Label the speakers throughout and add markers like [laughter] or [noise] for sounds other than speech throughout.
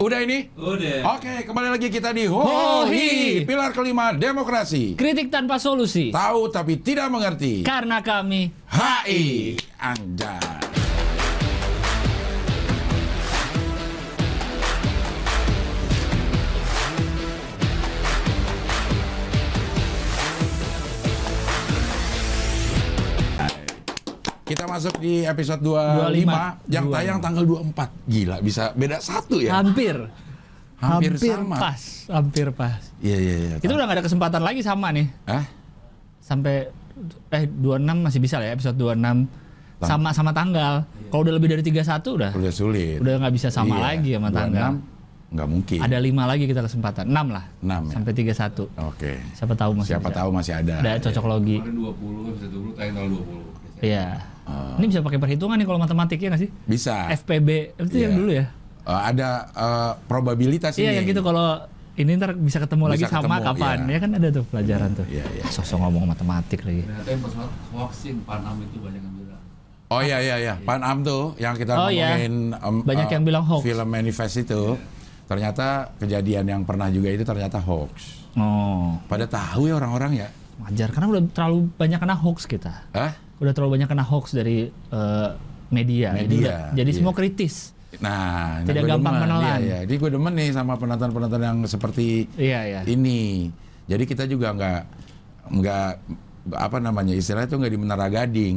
Speaker 1: Udah ini?
Speaker 2: Udah.
Speaker 1: Oke, kembali lagi kita di
Speaker 3: Hohi.
Speaker 1: Hohi, pilar kelima demokrasi.
Speaker 3: Kritik tanpa solusi.
Speaker 1: Tahu tapi tidak mengerti.
Speaker 3: Karena kami
Speaker 1: HI Anda. Kita masuk di episode 25,
Speaker 3: 25.
Speaker 1: yang tayang tanggal 24. Gila, bisa beda satu ya.
Speaker 3: hampir
Speaker 1: Hampir, sama.
Speaker 3: pas, hampir pas.
Speaker 1: Iya, iya, iya.
Speaker 3: Kita udah gak ada kesempatan lagi sama nih.
Speaker 1: Hah?
Speaker 3: Sampai eh 26 masih bisa lah ya episode 26 sama sama tanggal.
Speaker 1: Iya.
Speaker 3: Kalau udah lebih dari 31 udah
Speaker 1: Udah sulit. Iya.
Speaker 3: udah nggak bisa sama lagi sama tanggal.
Speaker 1: Enggak mungkin.
Speaker 3: Ada lima lagi kita kesempatan. 6 lah.
Speaker 1: iya. Enam ya.
Speaker 3: Sampai 31.
Speaker 1: Oke.
Speaker 3: Siapa tahu masih
Speaker 1: Siapa
Speaker 3: bisa.
Speaker 1: tahu masih ada.
Speaker 3: Ada cocok logi.
Speaker 2: Kemarin 20, habis itu 20, tayang tanggal 20. Biasanya.
Speaker 3: Iya.
Speaker 1: Ah.
Speaker 3: Ini bisa pakai perhitungan nih kalau matematik ya nggak sih?
Speaker 1: Bisa.
Speaker 3: FPB itu
Speaker 1: Iya.
Speaker 3: yang dulu ya.
Speaker 1: Eh, ada eh, probabilitas
Speaker 3: Iya
Speaker 1: ini.
Speaker 3: yang gitu kalau ini ntar bisa
Speaker 1: Bisa
Speaker 3: ketemu lagi sama
Speaker 1: ketemu,
Speaker 3: kapan
Speaker 1: iya.
Speaker 3: ya kan ada tuh pelajaran tuh.
Speaker 1: iya, iya.
Speaker 3: Ah, Sosok ngomong matematik lagi.
Speaker 2: Ternyata yang pas hoaxing Panam itu banyak yang bilang.
Speaker 1: Oh iya iya iya. Pan Am tuh yang kita
Speaker 3: Oh, iya.
Speaker 1: ngomongin em,
Speaker 3: Banyak
Speaker 1: eh,
Speaker 3: yang bilang hoax.
Speaker 1: Film manifest itu ternyata kejadian yang pernah juga itu ternyata hoax.
Speaker 3: Oh,
Speaker 1: Pada tahu ya orang-orang ya.
Speaker 3: wajar karena udah terlalu banyak kena hoax kita.
Speaker 1: Hah?
Speaker 3: Udah terlalu banyak kena hoax dari eh, media. Jadi,
Speaker 1: Media,
Speaker 3: udah- jadi
Speaker 1: iya.
Speaker 3: semua kritis.
Speaker 1: Nah, ini
Speaker 3: Tidak
Speaker 1: gua
Speaker 3: gampang
Speaker 1: demen.
Speaker 3: menelan.
Speaker 1: Iya, iya. Jadi gue demen nih sama penonton-penonton yang seperti
Speaker 3: Iya iya.
Speaker 1: ini. Jadi kita juga nggak nggak apa namanya istilahnya itu nggak di menara gading.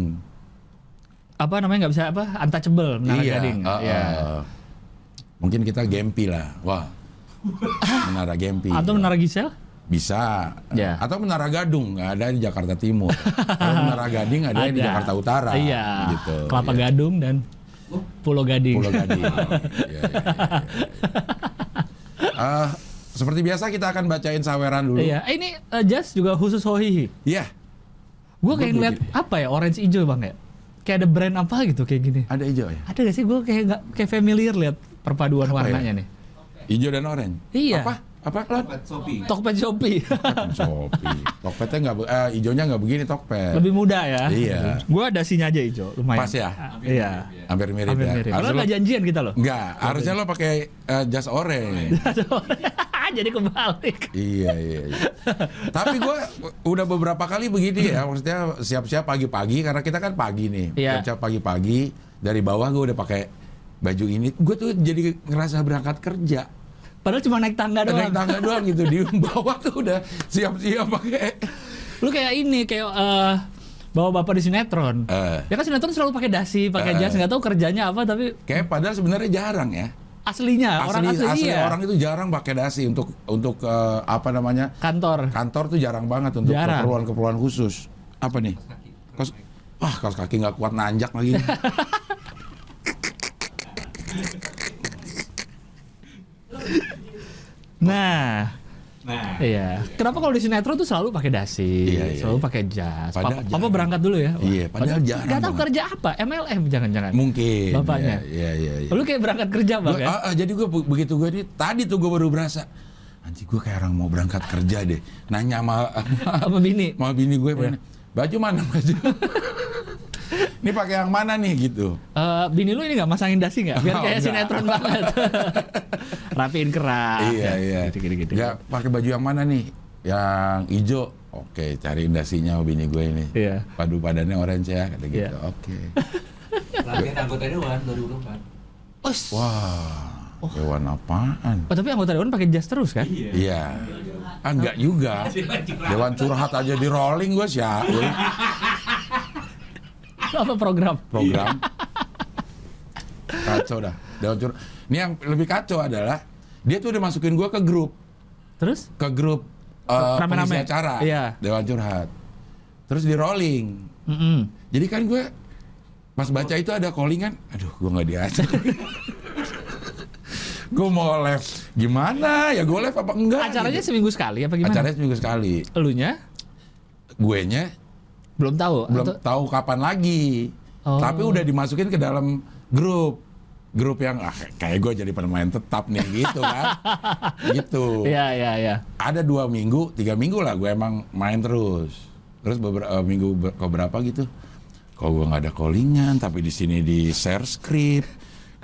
Speaker 3: Apa namanya nggak bisa apa untouchable menara gading.
Speaker 1: eh,
Speaker 3: Iya.
Speaker 1: eh. Mungkin kita gempi lah. Wah. menara gempi.
Speaker 3: Atau menara gisel?
Speaker 1: bisa.
Speaker 3: Ya.
Speaker 1: Atau menara gadung nggak ada di Jakarta Timur. Kalau menara gading ada, di Jakarta Utara.
Speaker 3: Iya.
Speaker 1: Gitu.
Speaker 3: Kelapa
Speaker 1: Iya.
Speaker 3: Gadung dan
Speaker 2: Oh.
Speaker 3: Pulau Gading.
Speaker 1: Pulau Gading. Iya, iya, iya, iya. Eh, seperti biasa kita akan bacain saweran dulu.
Speaker 3: [laughs] Iya. Eh, ini eh, jas juga khusus hohihi.
Speaker 1: Iya,
Speaker 3: Gue
Speaker 1: Gua
Speaker 3: kayak
Speaker 1: beli
Speaker 3: ngeliat
Speaker 1: gini.
Speaker 3: apa ya orange hijau bang ya? Kayak ada brand apa gitu kayak gini.
Speaker 1: ada hijau ya.
Speaker 3: Ada gak sih gue kayak nggak kayak familiar lihat perpaduan
Speaker 1: Apa ya?
Speaker 3: warnanya nih.
Speaker 1: Hijau dan oranye.
Speaker 3: Iya.
Speaker 1: Apa? Apa? Lon?
Speaker 2: Pet Sopi.
Speaker 3: Tokped Shopee [laughs]
Speaker 1: Shopee. [laughs] Tokpetnya nggak, be- eh, hijaunya nggak begini Tokpet.
Speaker 3: lebih muda ya.
Speaker 1: Iya.
Speaker 3: Gue ada sinya aja hijau lumayan.
Speaker 1: Pas ya?
Speaker 3: Ah, Iya.
Speaker 1: Hampir mirip
Speaker 3: Hampir
Speaker 1: ya. Harusnya
Speaker 3: mirip. Padahal
Speaker 1: lo-
Speaker 3: nggak janjian kita loh. [laughs]
Speaker 1: Enggak, harusnya lo pakai eh, jas oranye.
Speaker 3: Jadi kebalik.
Speaker 1: iya, iya, iya. Tapi gue udah beberapa kali begini ya, maksudnya siap-siap pagi-pagi karena kita kan pagi nih.
Speaker 3: Iya.
Speaker 1: Siap-siap pagi-pagi dari bawah gue udah pakai baju ini. Gue tuh jadi ngerasa berangkat kerja.
Speaker 3: Padahal cuma naik tangga doang.
Speaker 1: Naik tangga doang gitu di bawah tuh udah siap-siap pakai.
Speaker 3: Lu kayak ini kayak eh, bawa bapak di sinetron.
Speaker 1: Eh.
Speaker 3: Ya kan sinetron selalu pakai dasi, pakai
Speaker 1: Eh.
Speaker 3: jas, nggak tahu kerjanya apa tapi
Speaker 1: Kayak padahal sebenarnya jarang ya.
Speaker 3: aslinya
Speaker 1: Asli,
Speaker 3: orang asli,
Speaker 1: asli
Speaker 3: iya.
Speaker 1: orang itu jarang pakai dasi untuk untuk eh, apa namanya
Speaker 3: kantor.
Speaker 1: kantor tuh jarang banget untuk
Speaker 3: Jarang.
Speaker 1: keperluan-keperluan khusus. Apa nih? Kaos, wah kaos kaki nggak kuat nanjak
Speaker 3: [laughs]
Speaker 1: lagi.
Speaker 3: Nah,
Speaker 2: Nah,
Speaker 3: Iya. Kenapa kalau di sinetron tuh selalu pakai dasi,
Speaker 1: Iya, iya,
Speaker 3: selalu
Speaker 1: iya.
Speaker 3: pakai jas.
Speaker 1: Padahal
Speaker 3: Papa,
Speaker 1: jarang.
Speaker 3: papa berangkat dulu ya.
Speaker 1: Iya, padahal jarang
Speaker 3: Gak tahu
Speaker 1: banget.
Speaker 3: kerja apa, MLM jangan-jangan.
Speaker 1: Mungkin.
Speaker 3: Bapaknya.
Speaker 1: Iya iya. iya.
Speaker 3: Lu kayak berangkat kerja
Speaker 1: Gua-
Speaker 3: bang ya?
Speaker 1: ah, ah, jadi gue begitu gue ini tadi tuh gue baru berasa. Anjir gue kayak orang mau berangkat kerja deh. Nanya sama [laughs]
Speaker 3: Sama bini.
Speaker 1: sama bini gue
Speaker 3: Iya.
Speaker 1: pengen, baju mana baju. [laughs] ini pakai yang mana nih gitu.
Speaker 3: Eh, bini lu ini gak masangin dasi gak?
Speaker 1: Oh,
Speaker 3: Biar kayak
Speaker 1: enggak.
Speaker 3: sinetron banget. [laughs] Rapiin kerak.
Speaker 1: iya
Speaker 3: ya,
Speaker 1: iya.
Speaker 3: Gitu-gitu.
Speaker 1: Ya pakai baju yang mana nih? Yang ijo. Oke, cari dasinya sama bini gue ini.
Speaker 3: Iya.
Speaker 1: Padu padannya orange ya, kata gitu.
Speaker 3: Iya.
Speaker 1: Oke.
Speaker 2: latihan anggota dewan 2004.
Speaker 3: Us.
Speaker 1: Wah, hewan apaan?
Speaker 3: Oh, tapi anggota dewan pakai jas terus kan?
Speaker 2: Iya.
Speaker 1: Iya. Ah, enggak juga. Dewan curhat aja di rolling gue sih ya. Ul.
Speaker 3: Apa program?
Speaker 1: Program. Kacau dah. Dewan curhat. Ini yang lebih kacau adalah dia tuh udah masukin gue ke grup,
Speaker 3: Terus?
Speaker 1: ke grup eh
Speaker 3: Rame-rame.
Speaker 1: pengisi acara.
Speaker 3: Iya.
Speaker 1: Dewan curhat. Terus di rolling.
Speaker 3: Mm-mm.
Speaker 1: Jadi kan gue pas baca itu ada callingan, aduh gue nggak diajak. [laughs] gue mau live gimana ya gue live apa enggak
Speaker 3: Acaranya
Speaker 1: gitu.
Speaker 3: seminggu sekali apa gimana?
Speaker 1: acaranya seminggu sekali
Speaker 3: Elunya?
Speaker 1: gue nya
Speaker 3: Belum tahu.
Speaker 1: belum
Speaker 3: Atau-
Speaker 1: tahu kapan lagi
Speaker 3: Oh.
Speaker 1: tapi udah dimasukin ke dalam grup grup yang ah, kayak gue jadi pemain tetap nih gitu
Speaker 3: [laughs]
Speaker 1: kan gitu
Speaker 3: Iya, iya, iya.
Speaker 1: ada dua minggu tiga minggu lah gue emang main terus terus beberapa minggu ber- keberapa gitu kok gue nggak ada callingan tapi di sini di share script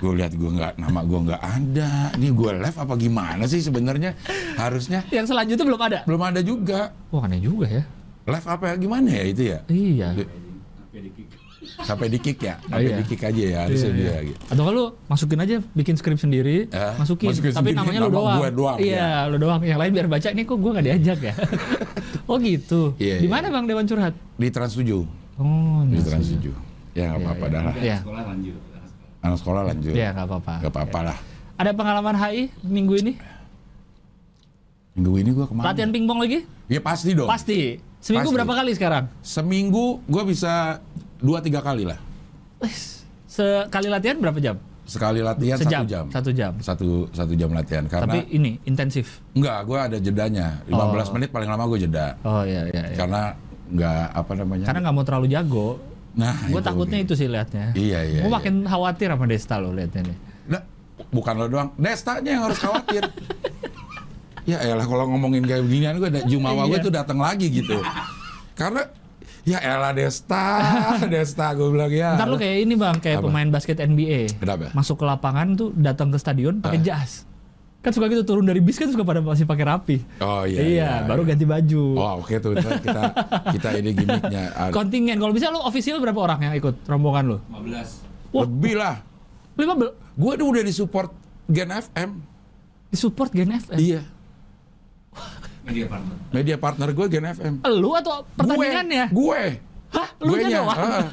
Speaker 1: gue lihat gue nggak nama gue nggak ada ini gue live apa gimana sih sebenarnya harusnya
Speaker 3: Yang selanjutnya belum ada.
Speaker 1: belum ada juga
Speaker 3: Wah aneh juga ya.
Speaker 1: live apa ya gimana ya itu ya
Speaker 3: Iya.
Speaker 2: Sampai di kick.
Speaker 1: sampai di kick ya
Speaker 3: Oh,
Speaker 1: sampai
Speaker 3: iya.
Speaker 1: di kick aja ya harusnya
Speaker 3: Iya,
Speaker 1: dia
Speaker 3: iya.
Speaker 1: gitu.
Speaker 3: Atau kalau masukin aja bikin skrip sendiri,
Speaker 1: Eh,
Speaker 3: masukin.
Speaker 1: masukin
Speaker 3: Tapi
Speaker 1: sendiri,
Speaker 3: namanya lu
Speaker 1: nama
Speaker 3: doang.
Speaker 1: gua doang,
Speaker 3: Iya, lu doang. Yang lain biar baca ini kok gua nggak diajak
Speaker 1: [laughs]
Speaker 3: ya. oh gitu.
Speaker 1: Iya,
Speaker 3: Di
Speaker 1: iya.
Speaker 3: mana Bang Dewan Curhat?
Speaker 1: di trans 7
Speaker 3: Oh,
Speaker 1: di
Speaker 3: nggak
Speaker 1: trans 7
Speaker 3: setuju.
Speaker 1: ya nggak
Speaker 3: Iya,
Speaker 1: apa-apa
Speaker 3: iya.
Speaker 1: dah lah
Speaker 3: Iya.
Speaker 2: Sekolah lanjut. anak sekolah.
Speaker 1: anak sekolah lanjut
Speaker 3: Iya, nggak apa-apa.
Speaker 1: nggak apa-apa lah
Speaker 3: Ada pengalaman HI minggu ini?
Speaker 1: minggu ini gue kemana
Speaker 3: Latihan pingpong lagi?
Speaker 1: ya pasti dong
Speaker 3: Pasti. Seminggu
Speaker 1: Pasti.
Speaker 3: berapa kali sekarang?
Speaker 1: seminggu gue bisa dua tiga kali lah
Speaker 3: Wis, Sekali latihan berapa jam?
Speaker 1: sekali latihan
Speaker 3: Sejam.
Speaker 1: satu jam
Speaker 3: Satu jam.
Speaker 1: satu satu jam latihan
Speaker 3: Tapi
Speaker 1: karena
Speaker 3: ini intensif.
Speaker 1: enggak gue ada jedanya 15
Speaker 3: Oh.
Speaker 1: menit paling lama gue jeda
Speaker 3: Oh iya iya. iya.
Speaker 1: karena nggak apa namanya
Speaker 3: Karena nggak mau terlalu jago.
Speaker 1: nah
Speaker 3: Gue takutnya itu sih liatnya.
Speaker 1: Iya, iya,
Speaker 3: Gue
Speaker 1: iya.
Speaker 3: makin khawatir sama Desta lo liatnya nih.
Speaker 1: Nah, bukan lo doang Destanya yang harus
Speaker 3: [laughs]
Speaker 1: khawatir ya elah kalau ngomongin kayak beginian gue ada Jumawa gue
Speaker 3: Iya.
Speaker 1: tuh datang lagi gitu karena ya elah
Speaker 3: [laughs]
Speaker 1: Desta Desta gue bilang ya
Speaker 3: Ntar lu kayak ini bang, kayak
Speaker 1: Apa?
Speaker 3: pemain basket NBA.
Speaker 1: Kenapa?
Speaker 3: Masuk ke lapangan tuh datang ke stadion pakai
Speaker 1: Ah.
Speaker 3: jas. Kan suka gitu turun dari bis kan suka pada masih pakai rapi.
Speaker 1: oh iya
Speaker 3: iya, baru ganti baju.
Speaker 1: Oh oke tuh ntar kita kita ini
Speaker 3: [laughs]
Speaker 1: gimmicknya Ah,
Speaker 3: Kontingen kalau bisa lu official berapa orang yang ikut rombongan lu?
Speaker 2: 15.
Speaker 3: Wah.
Speaker 1: lebih lah.
Speaker 3: 15
Speaker 1: Gue tuh udah disupport Gen FM.
Speaker 3: di support Gen eh? FM.
Speaker 1: Iya.
Speaker 2: Media partner.
Speaker 1: Media partner gue Gen FM.
Speaker 3: Lu atau pertandingannya?
Speaker 1: Gue.
Speaker 3: Hah,
Speaker 1: Gue.
Speaker 3: lu
Speaker 1: Guenya,
Speaker 3: nya doang.
Speaker 1: ah.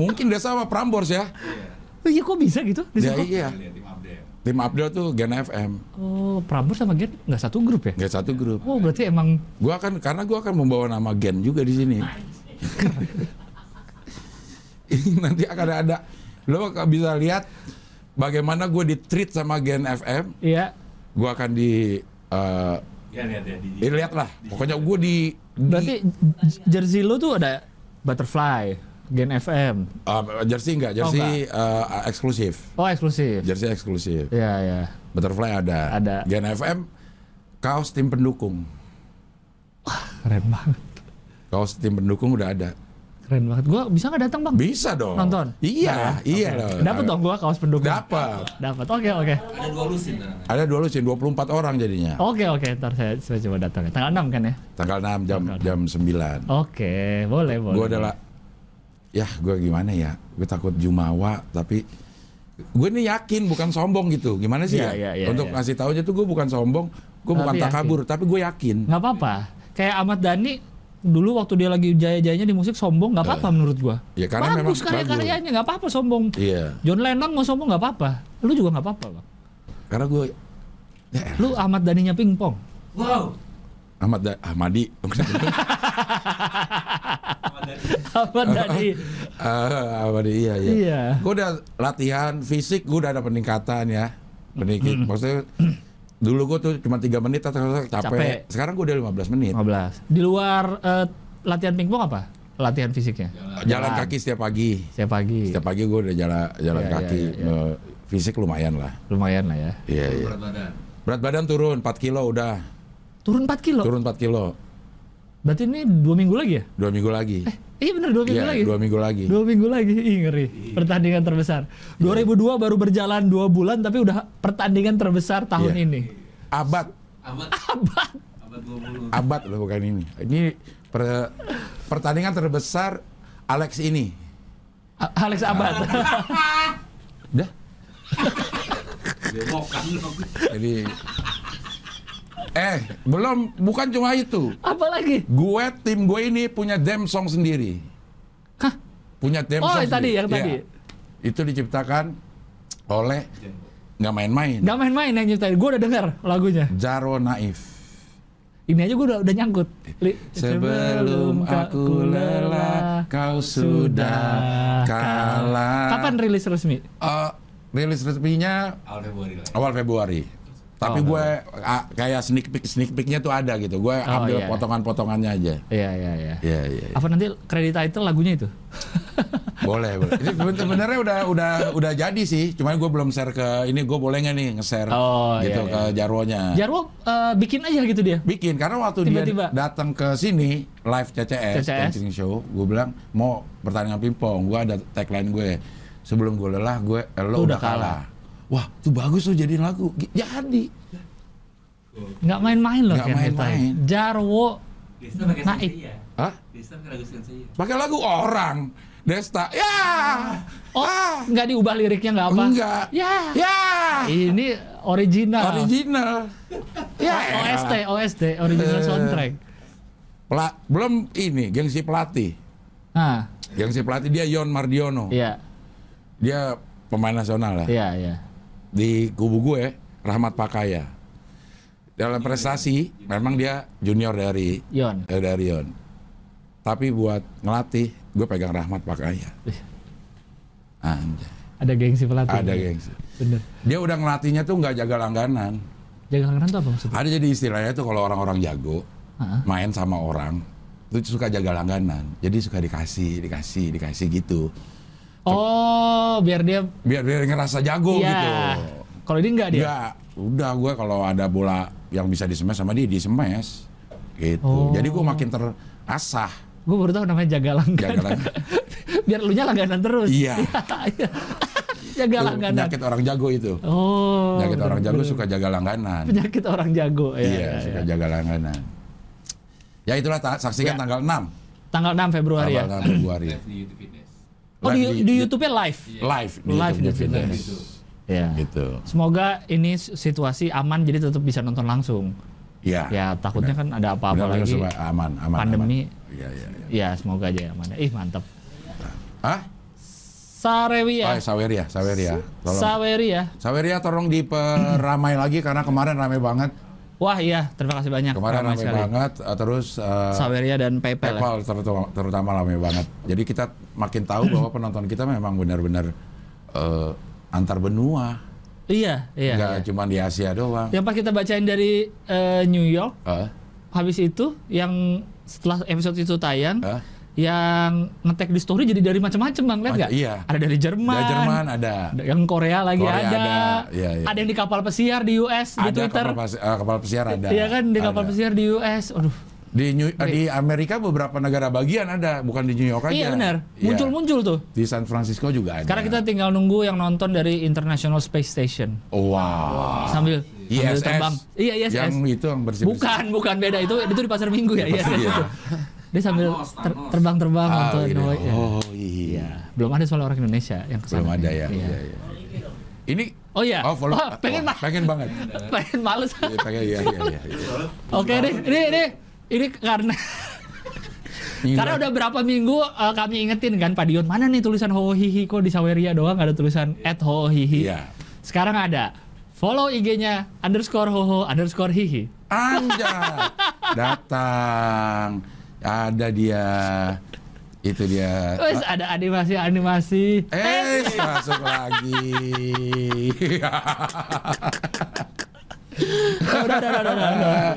Speaker 1: Mungkin dia sama Prambors ya.
Speaker 2: Iya.
Speaker 3: Iya kok bisa gitu di
Speaker 1: Ya,
Speaker 3: support?
Speaker 1: iya.
Speaker 2: Lihat tim update.
Speaker 1: Tim Abdul tuh Gen FM.
Speaker 3: Oh, Prambors sama Gen nggak satu grup ya?
Speaker 1: Gak satu grup.
Speaker 3: Oh, berarti emang
Speaker 1: Gue akan karena gue akan membawa nama Gen juga di sini. [laughs] Nanti akan ada lo akan bisa lihat bagaimana gue ditreat sama Gen FM.
Speaker 3: ya
Speaker 1: Gue akan di eh,
Speaker 2: Ya lihat ya di.
Speaker 1: Ya, lihat lah. Pokoknya gue di, di
Speaker 3: berarti j- jersey lu tuh ada butterfly, Gen FM.
Speaker 1: uh, jersey enggak, jersey uh, eksklusif.
Speaker 3: Oh, eksklusif.
Speaker 1: Jersey eksklusif.
Speaker 3: Iya, ya.
Speaker 1: Butterfly ada.
Speaker 3: Ada.
Speaker 1: Gen FM kaos tim pendukung.
Speaker 3: Keren banget.
Speaker 1: Kaos tim pendukung udah ada.
Speaker 3: Keren banget. Gua bisa nggak datang, Bang?
Speaker 1: Bisa dong.
Speaker 3: Nonton? Nah,
Speaker 1: Iya, iya loh.
Speaker 3: Dapat dong gua kaos pendukung.
Speaker 1: Dapat.
Speaker 3: Dapat. Oke, oke.
Speaker 2: Ada dua lusin kan?
Speaker 1: Ada dua lusin 24 orang jadinya.
Speaker 3: Oke, oke. Ntar saya, saya coba datang ya. Tanggal 6 kan ya?
Speaker 1: Tanggal 6 jam jam 9.
Speaker 3: Oke, boleh, boleh.
Speaker 1: Gue adalah ya gue gimana ya? Gue takut jumawa tapi gue ini yakin bukan sombong gitu. Gimana sih ya?
Speaker 3: Iya, iya, iya,
Speaker 1: Untuk
Speaker 3: iya.
Speaker 1: ngasih tahu aja tuh gue bukan sombong, gue
Speaker 3: Tapi
Speaker 1: bukan
Speaker 3: yakin.
Speaker 1: takabur, tapi gue yakin.
Speaker 3: nggak apa-apa. Kayak Ahmad Dhani dulu waktu dia lagi jaya-jayanya di musik sombong nggak apa-apa menurut gua.
Speaker 1: Ya, karena memang
Speaker 3: bagus
Speaker 1: bagus.
Speaker 3: karya-karyanya nggak apa-apa sombong.
Speaker 1: Iya,
Speaker 3: John Lennon mau sombong nggak apa-apa. Lu juga nggak apa-apa, Bang.
Speaker 1: karena gue ya,
Speaker 3: Lu Ahmad Dhaninya pingpong.
Speaker 2: Wow.
Speaker 1: Ahmad Da- Ahmadi. [laughs]
Speaker 2: Ada
Speaker 3: [laughs] Ahmad
Speaker 1: [laughs]
Speaker 3: Dhani.
Speaker 1: Ah, Ahmadi iya iya.
Speaker 3: Iya.
Speaker 1: Gue udah latihan fisik, gue udah ada peningkatan ya. Peningkat. Maksudnya dulu gue tuh cuma 3 menit atau capek.
Speaker 3: Capek. Oh.
Speaker 1: Sekarang gue udah 15 menit.
Speaker 3: 15. Di luar eh, latihan pingpong apa? Latihan fisiknya.
Speaker 1: Jalan,
Speaker 3: Jalan.
Speaker 1: kaki setiap pagi.
Speaker 3: Setiap pagi.
Speaker 1: Setiap pagi gue udah jalan jalan
Speaker 3: Iya,
Speaker 1: kaki.
Speaker 3: iya, iya,
Speaker 1: Eh, Fisik lumayan lah.
Speaker 3: Lumayan lah ya.
Speaker 1: Iya iya.
Speaker 2: berat badan.
Speaker 1: Berat badan turun 4 kilo udah.
Speaker 3: Turun 4 kilo.
Speaker 1: Turun 4 kilo.
Speaker 3: Berarti ini dua minggu lagi ya?
Speaker 1: Dua minggu lagi.
Speaker 3: Iya bener dua minggu
Speaker 1: Iya,
Speaker 3: lagi.
Speaker 1: dua minggu Iya. lagi.
Speaker 3: Dua minggu lagi, ih ngeri. Pertandingan terbesar.
Speaker 1: Iya.
Speaker 3: 2002 baru berjalan dua bulan tapi udah pertandingan terbesar tahun
Speaker 1: Iya.
Speaker 3: ini.
Speaker 1: Abad
Speaker 2: Abad.
Speaker 3: Abad.
Speaker 2: Abad 20.
Speaker 1: abad loh bukan ini. Ini per- pertandingan terbesar Alex ini.
Speaker 3: A- Alex Abad.
Speaker 1: [laughs] Udah. [laughs]
Speaker 2: Bemokan dong.
Speaker 1: Jadi eh belum bukan cuma itu.
Speaker 3: Apa lagi?
Speaker 1: Gue tim gue ini punya theme song sendiri.
Speaker 3: Hah?
Speaker 1: Punya theme
Speaker 3: Oh,
Speaker 1: song.
Speaker 3: yang tadi,
Speaker 1: sendiri.
Speaker 3: yang
Speaker 1: Iya.
Speaker 3: tadi.
Speaker 1: Itu diciptakan oleh nggak main-main.
Speaker 3: Gak main-main yang nyiptain. Gue udah dengar lagunya.
Speaker 1: Jaro Naif.
Speaker 3: Ini aja gue udah, udah nyangkut. Li-
Speaker 1: Sebelum aku lelah, kau sudah kalah.
Speaker 3: Kapan rilis resmi?
Speaker 1: Eh, rilis resminya
Speaker 2: Awal Februari lah.
Speaker 1: awal Februari. Tapi
Speaker 3: Oh,
Speaker 1: gue ah, kayak sneak peek sneak peeknya tuh ada gitu. Gue ambil
Speaker 3: iya.
Speaker 1: potongan-potongannya aja.
Speaker 3: Iya, iya, iya.
Speaker 1: Iya iya. iya.
Speaker 3: Apa nanti kredit title lagunya itu?
Speaker 1: Boleh boleh. Ini seben- sebenarnya udah udah udah jadi sih. Cuman gue belum share ke ini gue boleh nggak nih nge-share
Speaker 3: Oh,
Speaker 1: gitu
Speaker 3: iya,
Speaker 1: ke Jarwonya.
Speaker 3: Jarwo eh, bikin aja gitu dia.
Speaker 1: Bikin karena waktu
Speaker 3: Tiba-tiba.
Speaker 1: dia datang ke sini live CCS,
Speaker 3: CCS.
Speaker 1: Dancing Show, gue bilang mau pertandingan pingpong. Gue ada tagline gue. Sebelum gue lelah, gue eh, lo
Speaker 3: Lu
Speaker 1: udah
Speaker 3: udah kalah.
Speaker 1: kalah. wah tuh bagus tuh jadiin lagu Gi- jadi
Speaker 3: Nggak main-main loh
Speaker 1: Nggak
Speaker 3: Ken Tirta.
Speaker 1: main-main.
Speaker 3: Jarwo
Speaker 2: Desta pakai
Speaker 3: Naik.
Speaker 2: sensei ya.
Speaker 1: Hah?
Speaker 2: Desta pakai lagu sensei ya.
Speaker 1: pakai lagu orang Desta ya
Speaker 3: Oh,
Speaker 1: Ah.
Speaker 3: nggak diubah liriknya nggak apa?
Speaker 1: Enggak.
Speaker 3: Ya.
Speaker 1: ya
Speaker 3: Ini original.
Speaker 1: original ya elah.
Speaker 3: OST, OST, original
Speaker 1: Eh.
Speaker 3: soundtrack.
Speaker 1: Pela- belum ini gengsi pelatih
Speaker 3: Nah,
Speaker 1: gengsi pelatih dia Yon Mardiono
Speaker 3: iya,
Speaker 1: dia pemain nasional lah
Speaker 3: iya, iya.
Speaker 1: di kubu gue Rahmat Pakaya dalam prestasi memang dia junior dari
Speaker 3: Yon.
Speaker 1: eh, dari Yon tapi buat ngelatih gue pegang Rahmat Pakaya
Speaker 3: Ih,
Speaker 1: Anjay,
Speaker 3: Ada gengsi pelatih.
Speaker 1: ada gengsi
Speaker 3: Bener.
Speaker 1: dia udah ngelatihnya tuh nggak jaga langganan
Speaker 3: Jaga langganan tuh apa maksudnya?
Speaker 1: ada jadi istilahnya tuh kalau orang-orang jago
Speaker 3: Heeh.
Speaker 1: main sama orang tuh suka jaga langganan jadi suka dikasih dikasih dikasih gitu
Speaker 3: Oh, biar dia
Speaker 1: biar dia ngerasa jago
Speaker 3: Iya. ya?
Speaker 1: gitu
Speaker 3: Kalau ini enggak dia.
Speaker 1: Enggak, udah gue kalau ada bola yang bisa disemes sama dia disemes gitu.
Speaker 3: Oh.
Speaker 1: Jadi gue makin terasah
Speaker 3: Gue baru tahu namanya jaga langganan.
Speaker 1: jaga langganan.
Speaker 3: [laughs] biar lu nya langganan terus. [laughs]
Speaker 1: Iya.
Speaker 3: jaga
Speaker 1: Itu
Speaker 3: langganan.
Speaker 1: Penyakit orang jago itu.
Speaker 3: Oh.
Speaker 1: Penyakit
Speaker 3: bener,
Speaker 1: orang jago
Speaker 3: bener.
Speaker 1: suka jaga langganan.
Speaker 3: penyakit orang jago ya.
Speaker 1: iya,
Speaker 3: ya,
Speaker 1: suka
Speaker 3: ya.
Speaker 1: jaga langganan. Ya itulah ta- saksikan
Speaker 3: Ya.
Speaker 1: tanggal 6
Speaker 3: Tanggal 6 Februari ya.
Speaker 1: tanggal 6 Februari.
Speaker 2: Live di YouTube Fitness.
Speaker 3: Oh di,
Speaker 1: Live
Speaker 3: di, YouTube-nya live.
Speaker 1: live di
Speaker 3: Live
Speaker 1: YouTube
Speaker 3: di YouTube.
Speaker 1: Fitness.
Speaker 3: Iya.
Speaker 1: Iya. Gitu.
Speaker 3: Semoga ini situasi aman jadi tetap bisa nonton langsung.
Speaker 1: Iya.
Speaker 3: Ya takutnya kan ada apa-apa
Speaker 1: Benar-benar
Speaker 3: lagi.
Speaker 1: supaya aman, aman,
Speaker 3: pandemi.
Speaker 1: aman. Iya, iya, iya.
Speaker 3: Ya semoga aja aman. Ih mantap.
Speaker 1: Hah?
Speaker 3: Sarewi
Speaker 1: Oh,
Speaker 3: ya.
Speaker 1: Saweria, Saweria. Tolong.
Speaker 3: Saweri ya.
Speaker 1: Saweria tolong diperamai lagi karena kemarin ramai banget.
Speaker 3: Wah iya, terima kasih banyak.
Speaker 1: Kemarin
Speaker 3: Ramai
Speaker 1: ramai banget eh, terus eh,
Speaker 3: Saweria dan PayPal. ya.
Speaker 1: PayPal terutama, terutama ramai banget. Jadi kita makin tahu bahwa penonton kita memang benar-benar eh, antar benua,
Speaker 3: Iya, iya.
Speaker 1: nggak
Speaker 3: iya.
Speaker 1: cuma di Asia doang.
Speaker 3: Yang pas kita bacain dari eh, New York,
Speaker 1: Eh,
Speaker 3: habis itu yang setelah episode itu tayang,
Speaker 1: eh,
Speaker 3: yang ngetek di story jadi dari macam-macam bang, lihat
Speaker 1: Mac-
Speaker 3: nggak?
Speaker 1: iya.
Speaker 3: Ada dari Jerman,
Speaker 1: dari Jerman ada,
Speaker 3: ada- yang Korea lagi
Speaker 1: Korea
Speaker 3: ada,
Speaker 1: ada, iya, iya.
Speaker 3: ada yang di kapal pesiar di US di
Speaker 1: ada
Speaker 3: Twitter,
Speaker 1: kapal, pesi- eh, kapal pesiar ada.
Speaker 3: iya kan di kapal
Speaker 1: Ada.
Speaker 3: pesiar di US, aduh,
Speaker 1: Di, New- eh, di Amerika beberapa negara bagian ada, bukan di New York aja.
Speaker 3: iya benar,
Speaker 1: Iya.
Speaker 3: muncul-muncul tuh.
Speaker 1: Di San Francisco juga ada.
Speaker 3: Sekarang kita tinggal nunggu yang nonton dari International Space Station
Speaker 1: Oh, wow.
Speaker 3: sambil sambil
Speaker 1: ISS.
Speaker 3: terbang. Iya ISS.
Speaker 1: Yang itu yang bersih.
Speaker 3: Bukan, bukan beda itu itu di pasar minggu ya. Iya.
Speaker 1: Iya.
Speaker 3: Dia sambil
Speaker 2: Thanos,
Speaker 3: ter-
Speaker 2: Thanos.
Speaker 3: terbang-terbang
Speaker 1: Ah,
Speaker 3: nonton.
Speaker 1: gitu.
Speaker 3: Oh, iya.
Speaker 1: Oh iya.
Speaker 3: Belum ada soal orang Indonesia yang kesana.
Speaker 1: Belum ada ya.
Speaker 3: Iya.
Speaker 1: Iya, iya. Ini
Speaker 3: Oh iya.
Speaker 1: Oh, follow.
Speaker 3: Wah, pengen
Speaker 1: Wah,
Speaker 3: ma-
Speaker 1: pengen banget.
Speaker 3: pengen males.
Speaker 1: Iya, pengen iya iya iya. iya.
Speaker 3: Oke deh, ini ini ini karena
Speaker 1: Ini
Speaker 3: karena udah berapa minggu eh, kami ingetin kan Pak Dion mana nih tulisan Hohihi kok di Saweria doang nggak ada tulisan at Hohihi.
Speaker 1: Iya.
Speaker 3: Sekarang ada. Follow IG-nya underscore hoho underscore hihi.
Speaker 1: Anja datang. Ada dia. Itu dia.
Speaker 3: Terus ada
Speaker 1: [laughs]
Speaker 3: animasi-animasi.
Speaker 1: Eh, masuk lagi.
Speaker 3: Udah, udah, udah, udah, udah.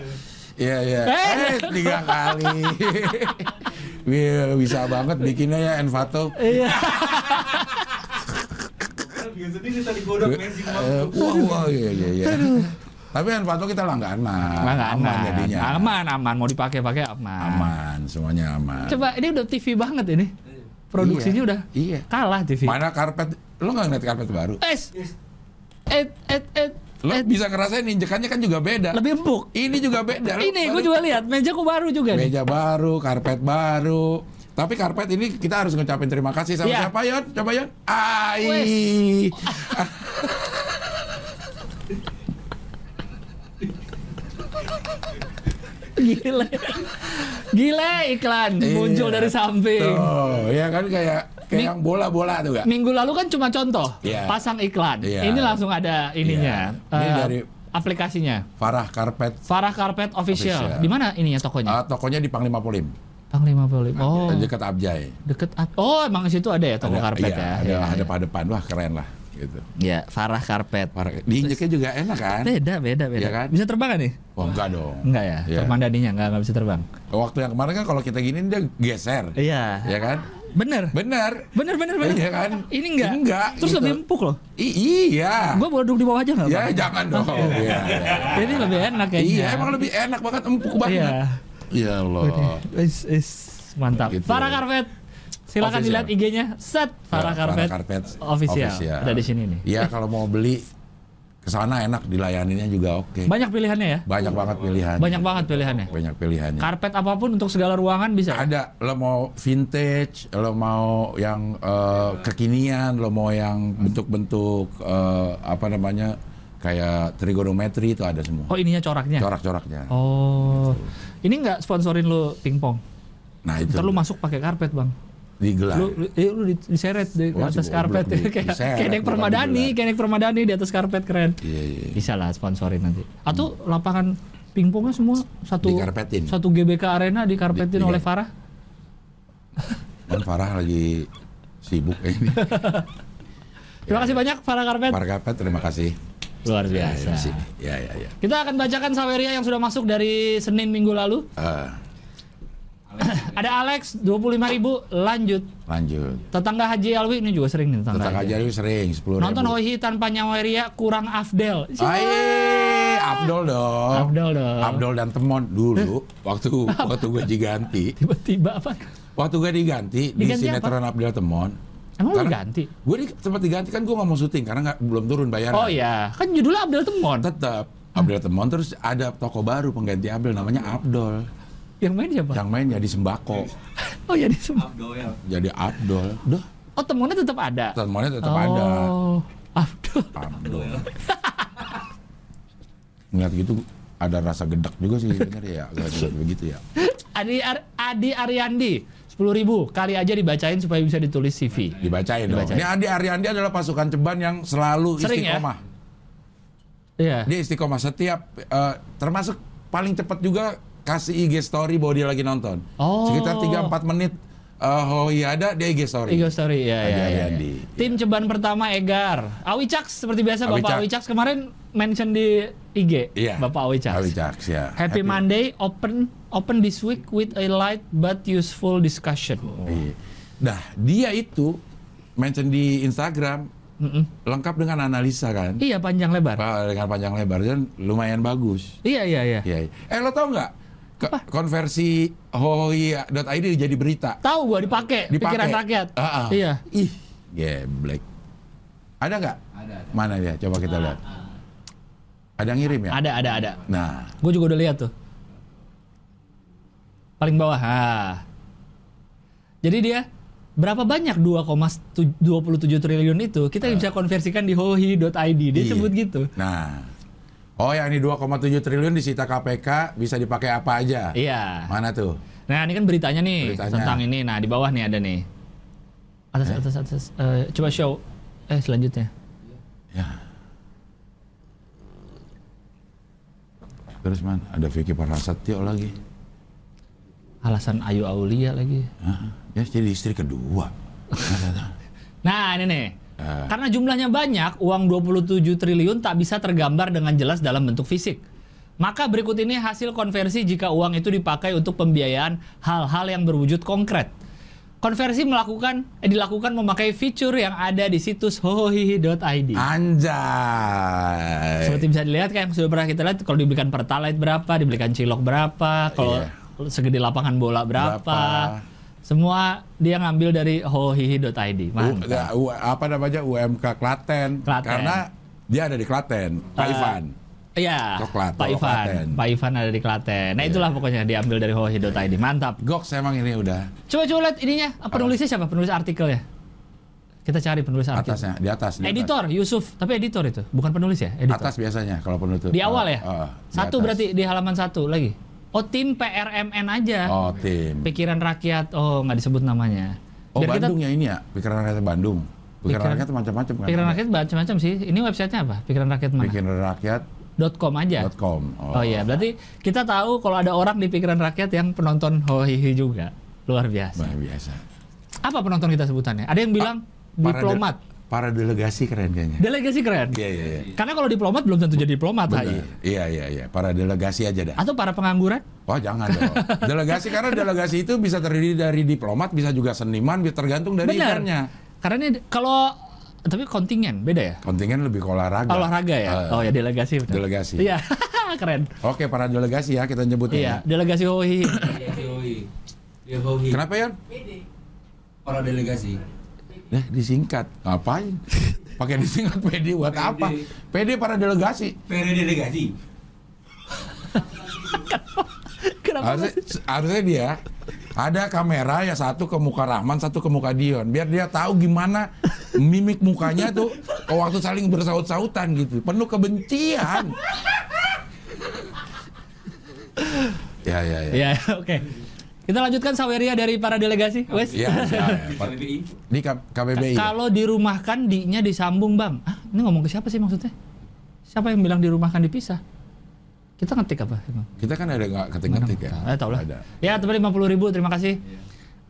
Speaker 1: Iya, iya.
Speaker 3: Eh.
Speaker 1: Eh, tiga kali. Wih, bisa banget bikinnya ya Envato.
Speaker 3: Iya.
Speaker 2: Karena bikin sendiri tadi godok Messi
Speaker 1: Eh, wah, wah, iya, iya, iya. Tapi Envato kita langganan.
Speaker 3: Langganan.
Speaker 1: Ah, Aman jadinya.
Speaker 3: Aman, aman. Mau dipakai-pakai aman.
Speaker 1: Aman, semuanya aman.
Speaker 3: Coba ini udah TV banget ini.
Speaker 2: Eh,
Speaker 3: Produksinya
Speaker 1: Iya,
Speaker 3: udah
Speaker 1: iya.
Speaker 3: kalah TV.
Speaker 1: Mana karpet? Lo nggak ngeliat karpet baru?
Speaker 3: Es. Et et et.
Speaker 1: Lo
Speaker 3: et.
Speaker 1: bisa ngerasain injekannya kan juga beda.
Speaker 3: Eh. Lebih empuk.
Speaker 1: Ini juga beda. Lo
Speaker 3: Ini
Speaker 1: baru-
Speaker 3: gue juga lihat meja ku baru juga nih. [laughs]
Speaker 1: Meja baru, karpet baru. Tapi karpet ini kita harus ngucapin terima kasih sama
Speaker 3: Iya.
Speaker 1: siapa Yon? Coba Yon. Ai.
Speaker 3: Gile. Gile iklan
Speaker 1: Iya.
Speaker 3: muncul dari samping.
Speaker 1: Tuh, ya kan kayak kayak
Speaker 3: Mi-
Speaker 1: yang bola-bola tuh gak?
Speaker 3: Minggu lalu kan cuma contoh,
Speaker 1: Iya.
Speaker 3: pasang iklan.
Speaker 1: Iya.
Speaker 3: Ini langsung ada ininya.
Speaker 1: Iya. Ini
Speaker 3: eh,
Speaker 1: dari-
Speaker 3: aplikasinya.
Speaker 1: Farah karpet
Speaker 3: Farah Carpet
Speaker 1: Official.
Speaker 3: Official. Di mana ininya tokonya?
Speaker 1: Ah, tokonya di Panglima Polim,
Speaker 3: Panglima Polim. Oh.
Speaker 1: dekat Abjay.
Speaker 3: Deket ap- Oh, emang situ ada ya toko
Speaker 1: iya,
Speaker 3: karpet ya.
Speaker 1: Ada
Speaker 3: Iya,
Speaker 1: ada
Speaker 3: iya.
Speaker 1: padepan, wah keren lah gitu.
Speaker 3: Iya, Farah Karpet.
Speaker 1: Parah. Diinjeknya juga enak kan?
Speaker 3: Beda, beda, beda.
Speaker 1: Iya kan?
Speaker 3: Bisa terbang gak nih?
Speaker 1: Wah, enggak dong.
Speaker 3: Enggak ya.
Speaker 1: Iya.
Speaker 3: Terbang dadinya enggak enggak bisa terbang.
Speaker 1: Waktu yang kemarin kan kalau kita gini dia geser.
Speaker 3: Iya.
Speaker 1: Ya kan?
Speaker 3: Bener.
Speaker 1: Bener.
Speaker 3: Bener, bener, bener.
Speaker 1: Iya kan?
Speaker 3: Ini enggak.
Speaker 1: Enggak,
Speaker 3: Terus
Speaker 1: gitu.
Speaker 3: lebih empuk loh.
Speaker 1: I- iya.
Speaker 3: Gue boleh duduk di bawah aja enggak?
Speaker 1: Ya jangan dong. Iya.
Speaker 3: Ini lebih enak kayaknya.
Speaker 1: Iya, emang lebih enak banget, empuk
Speaker 3: Iya.
Speaker 1: banget. Ya Allah.
Speaker 3: Is, is. Mantap.
Speaker 1: Gitu.
Speaker 3: Farah Karpet.
Speaker 1: Official.
Speaker 3: Silakan
Speaker 1: Ya,
Speaker 3: dilihat IG-nya. Set Farah Karpet. Official. Ada di sini nih.
Speaker 1: Iya, kalau mau beli kesana enak dilayaninnya juga oke.
Speaker 3: Banyak pilihannya ya.
Speaker 1: Banyak banget pilihan.
Speaker 3: Banyak banget pilihannya.
Speaker 1: Banyak pilihannya.
Speaker 3: Karpet apapun untuk segala ruangan bisa.
Speaker 1: Ada lo mau vintage, lo mau yang
Speaker 3: Iya.
Speaker 1: eh, kekinian, lo mau yang
Speaker 3: Hmm.
Speaker 1: bentuk-bentuk eh, apa namanya kayak trigonometri itu ada semua.
Speaker 3: Oh ininya coraknya.
Speaker 1: Corak-coraknya.
Speaker 3: Oh. Ini nggak sponsorin lu pingpong.
Speaker 1: Nah itu
Speaker 3: Ntar lu masuk pakai karpet bang.
Speaker 1: digelar.
Speaker 3: Lu, lu, eh, lu di- diseret di, di
Speaker 1: Wah,
Speaker 3: atas
Speaker 1: si
Speaker 3: karpet
Speaker 1: goblok, di-
Speaker 3: [laughs] kayak
Speaker 1: diseret,
Speaker 3: kayak Dek
Speaker 1: bukan
Speaker 3: permadani,
Speaker 1: digelar.
Speaker 3: kayak Dek permadani di atas karpet keren.
Speaker 1: Iya, iya.
Speaker 3: Bisa lah sponsorin nanti. Atau lapangan pingpongnya semua satu
Speaker 1: Dikarpetin.
Speaker 3: satu GBK arena
Speaker 1: Di-
Speaker 3: dikarpetin
Speaker 1: iya. di-
Speaker 3: oleh Farah.
Speaker 1: Kan Farah lagi sibuk ini.
Speaker 3: [laughs]
Speaker 1: Iya,
Speaker 3: Terima kasih banyak Farah Karpet.
Speaker 1: Parkapet terima kasih.
Speaker 3: Luar
Speaker 1: Ya,
Speaker 3: biasa.
Speaker 1: di sini. ya, ya. ya.
Speaker 3: Kita akan bacakan Saweria yang sudah masuk dari Senin minggu lalu. [laughs]
Speaker 1: Eh,
Speaker 3: Ada Alex 25.000 lanjut.
Speaker 1: lanjut.
Speaker 3: Tetangga Haji Alwi ini juga sering nih tetangga.
Speaker 1: Tetangga
Speaker 3: Haji.
Speaker 1: aja lu sering 10
Speaker 3: Nah, Nonton Hoihi tanpa Nyaweria kurang afdel.
Speaker 1: Ah, Aye, Abdol dong.
Speaker 3: Abdol dong.
Speaker 1: Abdol dan Temon
Speaker 3: [laughs]
Speaker 1: dulu waktu waktu gue diganti.
Speaker 3: Tiba-tiba apa?
Speaker 1: Waktu gue diganti, di
Speaker 3: Diganti
Speaker 1: sinetron Abdol Temon.
Speaker 3: Emang lu
Speaker 1: Karena-
Speaker 3: ganti?
Speaker 1: Gue di, sempat diganti kan gue nggak mau syuting karena nggak belum turun bayaran.
Speaker 3: Oh iya, kan judulnya Abdel Temon.
Speaker 1: Tetap Abdul Temon terus ada toko baru pengganti Abdul namanya Abdol.
Speaker 3: Yang main siapa?
Speaker 1: Yang main jadi sembako,
Speaker 3: Oh ya di semua.
Speaker 2: Abdoel.
Speaker 1: jadi Abdol. Duh,
Speaker 3: Oh temonnya tetap ada.
Speaker 1: Temonnya tetap
Speaker 3: oh,
Speaker 1: ada.
Speaker 3: Abdel.
Speaker 1: Abdol. Ngeliat gitu ada rasa gedak juga sih sebenarnya ya ngeliat begitu ya.
Speaker 3: Adi, Ar- Adi Ariandi 10.000 kali aja dibacain supaya bisa ditulis CV.
Speaker 1: Dibacain, dong. Ini
Speaker 3: Dibacain.
Speaker 1: Andi Ariandi adalah pasukan ceban yang selalu
Speaker 3: Sering ya?
Speaker 1: istiqomah.
Speaker 3: Iya.
Speaker 1: Dia istiqomah setiap eh, termasuk paling cepat juga kasih IG story bahwa dia lagi nonton.
Speaker 3: Oh.
Speaker 1: Sekitar 3-4 menit eh Hoi ada dia IG story.
Speaker 3: Ego story ya,
Speaker 1: Adi
Speaker 3: ya, ya,
Speaker 1: Ariandi.
Speaker 3: ya. Tim ceban pertama Egar. Awi Caks seperti biasa
Speaker 1: Awi
Speaker 3: Bapak
Speaker 1: Caks.
Speaker 3: Awi Caks kemarin mention di IG
Speaker 1: Iya.
Speaker 3: Bapak Awi Caks.
Speaker 1: Awi Caks, ya.
Speaker 3: Happy, Monday open open this week with a light but useful discussion.
Speaker 1: Iya. Nah, dia itu mention di Instagram
Speaker 3: Mm-mm.
Speaker 1: lengkap dengan analisa kan.
Speaker 3: Iya panjang lebar.
Speaker 1: Pa- Dengan panjang lebar dan lumayan bagus.
Speaker 3: Iya iya iya.
Speaker 1: Iya. iya. Eh lo tau nggak Ke- konversi iya hoi.id jadi berita?
Speaker 3: Tahu gua dipakai
Speaker 1: Dipakai.
Speaker 3: pikiran rakyat.
Speaker 1: Ah, ah.
Speaker 3: Iya.
Speaker 1: Ih, geblek. Ada nggak?
Speaker 2: Ada, ada.
Speaker 1: Mana dia? Coba kita lihat. Ada yang ngirim ya?
Speaker 3: Ada ada ada.
Speaker 1: Nah,
Speaker 3: Gue juga udah lihat tuh. Paling bawah. Ha. Jadi dia berapa banyak 2,27 triliun itu kita bisa konversikan di hohi.id. Dia
Speaker 1: Iya.
Speaker 3: sebut gitu.
Speaker 1: nah. Oh, yang ini 2,7 triliun disita KPK bisa dipakai apa aja?
Speaker 3: Iya.
Speaker 1: Mana tuh?
Speaker 3: Nah, ini kan beritanya nih
Speaker 1: Beritanya.
Speaker 3: tentang ini. Nah, di bawah nih ada nih. Atas atas atas. Eh, coba show eh selanjutnya.
Speaker 1: Ya. Terus man, ada Vicky Parasetyo lagi.
Speaker 3: Alasan Ayu Aulia lagi.
Speaker 1: Hah? Ya, jadi istri kedua.
Speaker 3: Nah, ini nih.
Speaker 1: Ah.
Speaker 3: Karena jumlahnya banyak, uang 27 triliun tak bisa tergambar dengan jelas dalam bentuk fisik. Maka berikut ini hasil konversi jika uang itu dipakai untuk pembiayaan hal-hal yang berwujud konkret. Konversi melakukan eh, dilakukan memakai fitur yang ada di situs hohohihi.id.
Speaker 1: Ah, Anjay.
Speaker 3: Iya. Seperti bisa dilihat kan yang sudah pernah kita lihat kalau dibelikan pertalite berapa, dibelikan cilok berapa, kalau segede lapangan bola berapa.
Speaker 1: Iya. Berapa.
Speaker 3: Semua dia ngambil dari hohihi.id.
Speaker 1: U-
Speaker 3: Mantap.
Speaker 1: ya, U- apa namanya UMK Klaten.
Speaker 3: Klaten.
Speaker 1: karena dia ada di Klaten Pak
Speaker 3: Eh,
Speaker 1: Ivan
Speaker 3: Iya,
Speaker 1: Coklat, Iya.
Speaker 3: Pak
Speaker 1: kalau
Speaker 3: Ivan.
Speaker 1: Klaten.
Speaker 3: Pak Ivan ada di Klaten. Nah, itulah pokoknya diambil dari hohi.id. Mantap.
Speaker 1: Goks emang ini udah
Speaker 3: Coba coba lihat ininya, penulisnya siapa? Penulis artikelnya. Kita cari penulis artikel.
Speaker 1: atasnya di atas di atas.
Speaker 3: Editor Yusuf, tapi editor itu, bukan penulis ya, editor.
Speaker 1: atas biasanya kalau penutup
Speaker 3: Di awal ya?
Speaker 1: Oh, oh, di
Speaker 3: satu
Speaker 1: atas.
Speaker 3: berarti di halaman satu lagi. Oh, tim PRMN aja.
Speaker 1: oh tim
Speaker 3: Pikiran rakyat. Oh, nggak disebut namanya.
Speaker 1: oh
Speaker 3: Biar kita
Speaker 1: Bandung ya ini ya pikiran rakyat Bandung pikiran
Speaker 3: Pikiran-
Speaker 1: rakyat macam-macam kan
Speaker 3: pikiran rakyat macam-macam sih. Ini websitenya apa? Pikiran rakyat mana?
Speaker 1: pikiran rakyat
Speaker 3: .com aja.
Speaker 1: dot com.
Speaker 3: Oh iya, berarti kita tahu kalau ada orang di pikiran rakyat yang penonton hohihi juga. Luar biasa.
Speaker 1: luar biasa
Speaker 3: Apa penonton kita sebutannya? Ada yang bilang
Speaker 1: Ah, Para de-
Speaker 3: diplomat.
Speaker 1: para delegasi keren kayaknya
Speaker 3: Delegasi keren.
Speaker 1: iya iya iya
Speaker 3: Karena kalau diplomat belum tentu jadi diplomat HI.
Speaker 1: Benar. iya iya iya para delegasi aja dah
Speaker 3: Atau para pengangguran?
Speaker 1: Oh jangan
Speaker 3: [laughs]
Speaker 1: dong. Delegasi karena delegasi itu bisa terdiri dari diplomat, bisa juga seniman, bisa tergantung dari
Speaker 3: Benar.
Speaker 1: eventnya.
Speaker 3: Karena ini kalau tapi kontingen beda ya?
Speaker 1: Kontingen lebih ke olahraga.
Speaker 3: Olahraga ya?
Speaker 1: Eh,
Speaker 3: oh ya delegasi. benar.
Speaker 1: Delegasi.
Speaker 3: Iya, [laughs] keren.
Speaker 1: Oke para delegasi ya kita
Speaker 3: Iya,
Speaker 1: nyebutnya. ya.
Speaker 3: delegasi hohihi.
Speaker 2: Dia Hohi. Dia Hohi.
Speaker 1: Kenapa ya?
Speaker 2: Para delegasi.
Speaker 3: [laughs]
Speaker 1: Dah disingkat. Ngapain? Pakai disingkat PD buat apa? PD para delegasi.
Speaker 4: periode delegasi
Speaker 3: [laughs] Kenapa?
Speaker 1: Harusnya, harusnya dia ada kamera ya satu ke muka Rahman, satu ke muka Dion, biar dia tahu gimana mimik mukanya tuh oh, waktu saling bersaut-sautan gitu, penuh kebencian. ya ya ya.
Speaker 3: Ya, oke. Kita lanjutkan Saweria dari para delegasi, wes.
Speaker 1: Ya,
Speaker 2: Iya, [laughs]
Speaker 1: ya, ya.
Speaker 2: Pak BI.
Speaker 1: Di K- KBBI.
Speaker 3: Kalau dirumahkan di-nya disambung, Bang. Ah, ini ngomong ke siapa sih maksudnya? Siapa yang bilang dirumahkan dipisah? Kita ngetik apa, Bang?
Speaker 1: Kita kan ada nggak ketik-ketik ya?
Speaker 3: Eh, tau lah.
Speaker 1: Ada. Iya.
Speaker 3: Ya, teman 50 ribu, terima kasih.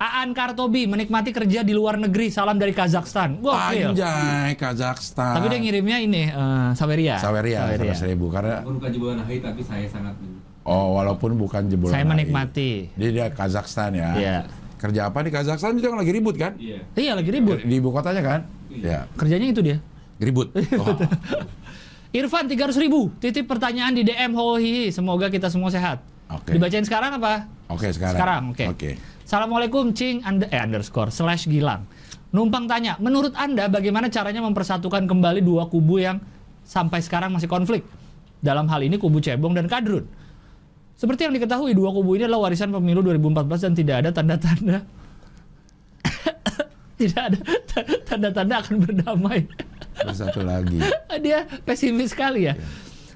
Speaker 3: Aan Kartobi menikmati kerja di luar negeri. Salam dari Kazakhstan. Gokil.
Speaker 1: Anjay, Kazakhstan.
Speaker 3: Tapi dia ngirimnya ini eh, Saweria.
Speaker 1: Saweria, 100.000. karena
Speaker 2: Aku bukan jebolan hari tapi saya sangat
Speaker 1: oh walaupun bukan jebolan.
Speaker 3: Saya
Speaker 1: hari.
Speaker 3: menikmati.
Speaker 1: Dia dia Kazakhstan ya.
Speaker 3: Iya.
Speaker 1: Kerja apa di Kazakhstan itu kan lagi ribut kan?
Speaker 2: Iya.
Speaker 3: Iya, lagi ribut.
Speaker 1: Di ibu kotanya kan? Ya,
Speaker 3: Kerjanya itu dia.
Speaker 1: ribut.
Speaker 3: [laughs]
Speaker 1: Oh, Wah.
Speaker 3: Irfan 300 ribu titip pertanyaan di DM hohihi semoga kita semua sehat.
Speaker 1: Oke.
Speaker 3: Dibacain sekarang apa?
Speaker 1: Oke, sekarang.
Speaker 3: Sekarang, oke. Assalamualaikum cing under, eh, underscore slash Gilang. Numpang tanya, menurut anda bagaimana caranya mempersatukan kembali dua kubu yang sampai sekarang masih konflik? Dalam hal ini kubu Cebong dan Kadrun. Seperti yang diketahui dua kubu ini adalah warisan pemilu 2014 dan tidak ada tanda-tanda [coughs] tidak ada tanda-tanda akan berdamai.
Speaker 1: Terus satu lagi.
Speaker 3: [laughs] dia pesimis sekali ya.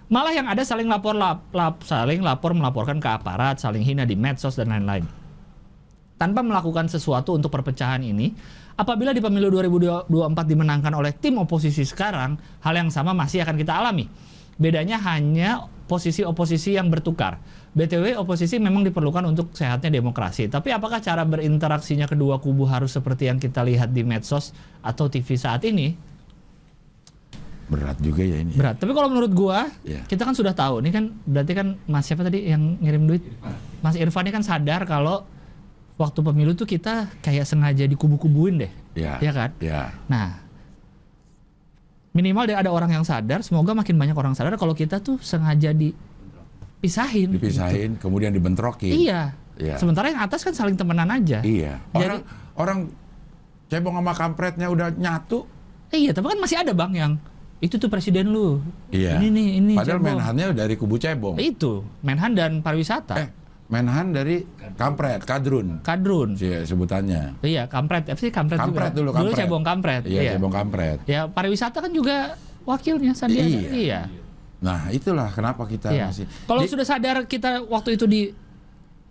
Speaker 3: Malah yang ada saling lapor lap, lap- saling lapor melaporkan ke aparat, saling hina di medsos dan lain-lain. Tanpa melakukan sesuatu untuk perpecahan ini, apabila di pemilu 2024 dimenangkan oleh tim oposisi sekarang, hal yang sama masih akan kita alami. Bedanya hanya posisi oposisi yang bertukar. BTW oposisi memang diperlukan untuk sehatnya demokrasi. Tapi apakah cara berinteraksinya kedua kubu harus seperti yang kita lihat di medsos atau TV saat ini?
Speaker 1: Berat juga ya ini.
Speaker 3: berat. Tapi kalau menurut gua,
Speaker 1: Iya.
Speaker 3: kita kan sudah tahu. Ini kan berarti kan Mas siapa tadi yang ngirim duit? Mas Irfan ini kan sadar kalau waktu pemilu tuh kita kayak sengaja dikubu-kubuin deh.
Speaker 1: Ya.
Speaker 3: Iya kan?
Speaker 1: Ya.
Speaker 3: Nah, minimal dia ada orang yang sadar. Semoga makin banyak orang sadar kalau kita tuh sengaja dipisahin.
Speaker 1: Dipisahin, kemudian dibentrokin.
Speaker 3: Iya.
Speaker 1: Iya.
Speaker 3: Sementara yang atas kan saling temenan aja.
Speaker 1: Iya. Orang
Speaker 3: Jadi-
Speaker 1: orang cebong sama kampretnya udah nyatu.
Speaker 3: Eh, iya, tapi kan masih ada bang yang itu tuh presiden lu.
Speaker 1: Iya.
Speaker 3: Ini nih, ini.
Speaker 1: Padahal
Speaker 3: cebong." Iya.
Speaker 1: menhannya dari kubu cebong.
Speaker 3: Itu Menhan dan pariwisata.
Speaker 1: Eh, menhan dari kampret, kadrun.
Speaker 3: Kadrun.
Speaker 1: Si sebutannya.
Speaker 3: Iya, kampret. Apa sih kampret,
Speaker 1: Kampret
Speaker 3: juga?
Speaker 1: dulu, kampret.
Speaker 3: Dulu cebong kampret.
Speaker 1: Iya, cebong kampret.
Speaker 3: Ya, pariwisata kan juga wakilnya Sandiaga.
Speaker 1: Iya.
Speaker 3: Iya.
Speaker 1: Nah, itulah kenapa kita
Speaker 3: Iya.
Speaker 1: masih
Speaker 3: Kalau
Speaker 1: Di-
Speaker 3: sudah sadar kita waktu itu di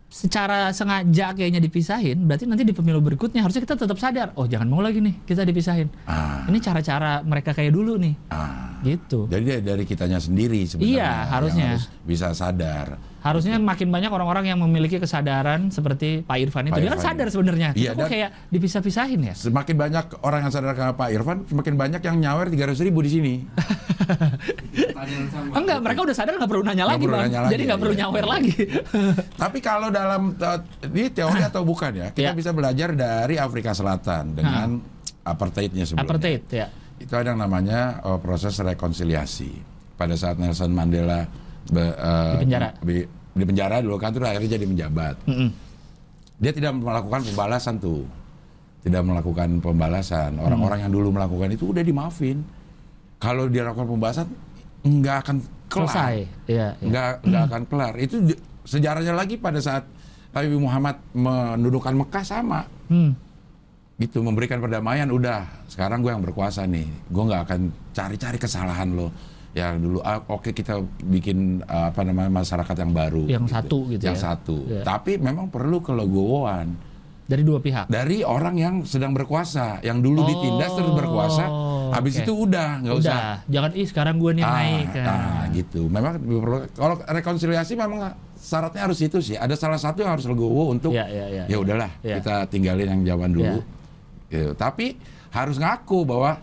Speaker 3: secara sengaja kayaknya dipisahin, berarti nanti di pemilu berikutnya harusnya kita tetap sadar. Oh, jangan mau lagi nih kita dipisahin.
Speaker 1: ah,
Speaker 3: Ini cara-cara mereka kayak dulu nih.
Speaker 1: ah.
Speaker 3: Gitu.
Speaker 1: Jadi dari- dari kitanya sendiri sebenarnya.
Speaker 3: Iya,
Speaker 1: yang
Speaker 3: harusnya.
Speaker 1: harus bisa sadar.
Speaker 3: Harusnya makin banyak orang-orang yang memiliki kesadaran seperti Pak Irfan
Speaker 1: Pak
Speaker 3: itu. Dia kan
Speaker 1: Irfan.
Speaker 3: sadar sebenarnya.
Speaker 1: Iya,
Speaker 3: Kita kok
Speaker 1: dan-
Speaker 3: kayak dipisah-pisahin ya.
Speaker 1: Semakin banyak orang yang sadar karena Pak Irfan, semakin banyak yang nyawer 300 ribu di
Speaker 3: [laughs]
Speaker 1: sini.
Speaker 2: Pertanyaan sama.
Speaker 3: Enggak, mereka udah sadar nggak perlu nanya
Speaker 1: Nggak
Speaker 3: lagi,
Speaker 1: perlu
Speaker 3: Bang.
Speaker 1: nanya
Speaker 3: Jadi
Speaker 1: lagi,
Speaker 3: nggak perlu
Speaker 1: iya.
Speaker 3: nyawer lagi.
Speaker 1: Tapi kalau dalam eh, ini teori atau bukan ya, kita
Speaker 3: Iya. Ah.
Speaker 1: bisa belajar dari Afrika Selatan dengan apartheidnya sebelumnya.
Speaker 3: Apartheid ya.
Speaker 1: Itu ada yang namanya eh, proses rekonsiliasi. Pada saat Nelson Mandela be- eh,
Speaker 3: Di penjara.
Speaker 1: di- di penjara dulu kan, terus akhirnya jadi menjabat.
Speaker 3: Mm-mm.
Speaker 1: dia tidak melakukan pembalasan tuh tidak melakukan pembalasan
Speaker 3: Hmm.
Speaker 1: orang-orang yang dulu melakukan itu udah dimaafin kalau dia lakukan pembalasan nggak akan kelar
Speaker 3: Selesai. Iya. iya.
Speaker 1: nggak nggak akan kelar itu di- sejarahnya lagi pada saat Nabi Muhammad mendudukan Mekah sama
Speaker 3: Hmm.
Speaker 1: gitu memberikan perdamaian udah sekarang gue yang berkuasa nih gue nggak akan cari-cari kesalahan lo yang dulu ah, oke kita bikin ah, apa namanya masyarakat yang baru
Speaker 3: Yang satu gitu
Speaker 1: yang
Speaker 3: ya.
Speaker 1: satu
Speaker 3: Iya.
Speaker 1: tapi memang perlu kelegowoan
Speaker 3: Dari dua pihak.
Speaker 1: dari orang yang sedang berkuasa, yang dulu
Speaker 3: Oh,
Speaker 1: ditindas terus berkuasa, habis
Speaker 3: oke.
Speaker 1: itu udah nggak usah.
Speaker 3: Udah, jangan ih sekarang gue nih
Speaker 1: Ah,
Speaker 3: naik. Nah. ya.
Speaker 1: ah, gitu. Memang perlu- kalau rekonsiliasi memang syaratnya harus itu sih. Ada salah satu yang harus legowo untuk
Speaker 3: Iya, iya, iya.
Speaker 1: ya udahlah
Speaker 3: Iya.
Speaker 1: kita tinggalin yang zaman dulu. Gitu. Tapi harus ngaku bahwa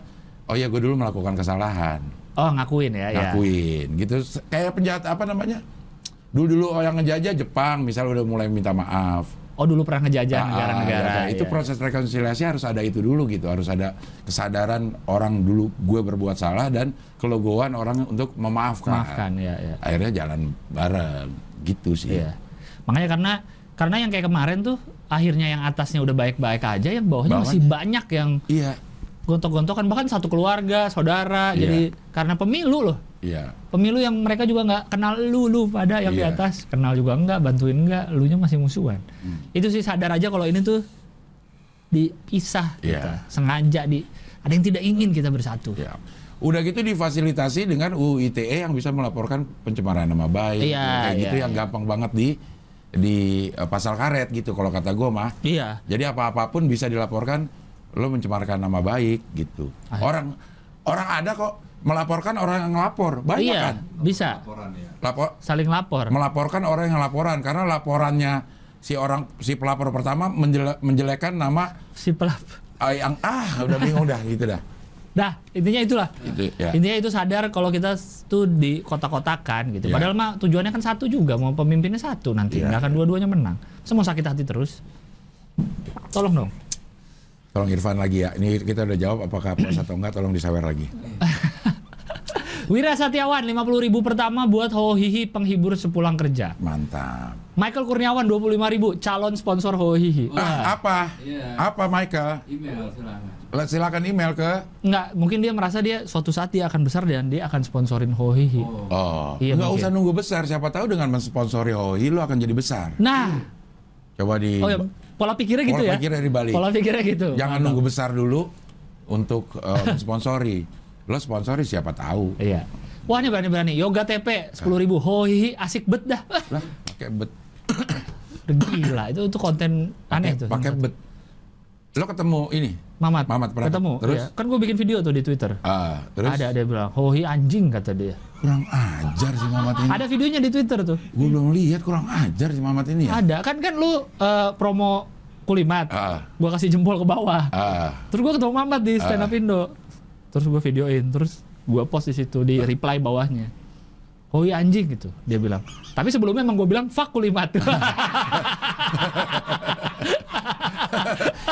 Speaker 1: oh ya gue dulu melakukan kesalahan,
Speaker 3: Oh, ngakuin ya, ya.
Speaker 1: ngakuin gitu. Se- Kayak penjahat apa namanya? Dulu dulu orang ngejajah Jepang misalnya udah mulai minta maaf.
Speaker 3: Oh, dulu pernah ngejajah
Speaker 1: Ah, ya,
Speaker 3: negara-negara.
Speaker 1: itu
Speaker 3: iya.
Speaker 1: proses rekonsiliasi harus ada itu dulu gitu harus ada kesadaran orang dulu gue berbuat salah dan kelegoan orang untuk memaafkan
Speaker 3: maafkan ya, ya.
Speaker 1: akhirnya jalan bareng gitu sih
Speaker 3: Iya. Makanya karena karena yang kayak kemarin tuh akhirnya yang atasnya udah baik-baik aja, yang bawahnya
Speaker 1: Bawahnya.
Speaker 3: masih banyak yang
Speaker 1: iya
Speaker 3: gontok-gontokan bahkan satu keluarga, saudara.
Speaker 1: Iya.
Speaker 3: Jadi karena pemilu loh.
Speaker 1: Iya.
Speaker 3: Pemilu yang mereka juga nggak kenal lu lu pada yang di
Speaker 1: Iya.
Speaker 3: atas kenal juga nggak bantuin nggak lu nya masih musuhan
Speaker 1: Hmm.
Speaker 3: itu sih sadar aja kalau ini tuh dipisah
Speaker 1: Iya.
Speaker 3: kita sengaja di ada yang tidak ingin kita bersatu
Speaker 1: Ya. Udah gitu difasilitasi dengan UU ITE E yang bisa melaporkan pencemaran nama baik.
Speaker 3: Iya,
Speaker 1: yang kayak
Speaker 3: iya,
Speaker 1: gitu yang
Speaker 3: iya.
Speaker 1: gampang banget di di eh, pasal karet gitu kalau kata gue mah.
Speaker 3: iya
Speaker 1: Jadi apa-apapun bisa dilaporkan lo mencemarkan nama baik gitu.
Speaker 3: Ah.
Speaker 1: Orang orang ada kok melaporkan orang yang ngelapor. Banyak
Speaker 3: iya
Speaker 1: kan?
Speaker 3: bisa
Speaker 2: laporan ya
Speaker 1: Lapor
Speaker 3: saling lapor
Speaker 1: melaporkan orang yang laporan karena laporannya si orang si pelapor pertama menjele- menjelekan nama
Speaker 3: si pelap
Speaker 1: eh, yang ah udah bingung dah gitu dah.
Speaker 3: dah intinya itulah
Speaker 1: Gitu ya.
Speaker 3: intinya itu sadar kalau kita s- tuh di kotak-kotakan gitu
Speaker 1: Iya.
Speaker 3: padahal mah tujuannya kan satu juga mau pemimpinnya satu nanti
Speaker 1: Iya.
Speaker 3: nggak akan dua-duanya menang semua sakit hati terus tolong dong
Speaker 1: Tolong Irfan lagi ya. Ini kita udah jawab apakah puas atau enggak tolong disawer lagi.
Speaker 3: Wira Satyawan 50 ribu pertama buat Hohihi penghibur sepulang kerja
Speaker 1: Mantap.
Speaker 3: Michael Kurniawan 25 ribu calon sponsor
Speaker 1: Ah,
Speaker 3: Hohihi Wah.
Speaker 1: apa?
Speaker 2: Iya.
Speaker 1: Apa Michael?
Speaker 2: email silakan
Speaker 1: Le- Silakan email ke
Speaker 3: nggak mungkin dia merasa dia suatu saat dia akan besar dan dia akan sponsorin Hohihi
Speaker 2: oh
Speaker 1: Oh,
Speaker 3: Iya,
Speaker 1: nggak
Speaker 3: mungkin.
Speaker 1: usah nunggu besar. Siapa tahu dengan mensponsori Hoi lo akan jadi besar.
Speaker 3: nah
Speaker 1: Coba di
Speaker 3: oh ya pola pikirnya gitu
Speaker 1: pola
Speaker 3: ya
Speaker 1: pikirnya dibalik.
Speaker 3: pola pikirnya gitu
Speaker 1: Jangan
Speaker 3: Mantap.
Speaker 1: nunggu besar dulu untuk eh, mensponsori. Lo sponsori siapa tahu.
Speaker 3: iya Wah ini berani-berani, Yoga TP 10 ribu, hohihi asik bet dah [laughs]
Speaker 1: Lah, pakai bet.
Speaker 3: Gila, itu itu konten aneh
Speaker 1: Pakai
Speaker 3: tuh.
Speaker 1: Eh, pakai bet. Lo ketemu ini.
Speaker 3: Mamat.
Speaker 1: Mamat Pratama.
Speaker 3: ketemu.
Speaker 1: Terus?
Speaker 3: iya. Kan gue bikin video tuh di Twitter.
Speaker 1: Ah, terus
Speaker 3: Ada dia bilang, "Hohi anjing" kata dia.
Speaker 1: kurang ajar si Mamat ini.
Speaker 3: Ada videonya di Twitter tuh.
Speaker 1: Gue belum lihat kurang ajar si Mamat ini ya.
Speaker 3: Ada. Kan kan lu eh, promo kulimat.
Speaker 1: Ah.
Speaker 3: Gua kasih jempol ke bawah.
Speaker 1: Ah,
Speaker 3: Terus gua ketemu Mamat di stand up Indo. Terus gua videoin, terus gua post di situ di reply bawahnya. Hohi anjing gitu, dia bilang. Tapi sebelumnya emang gue bilang fuck kulimat. [laughs]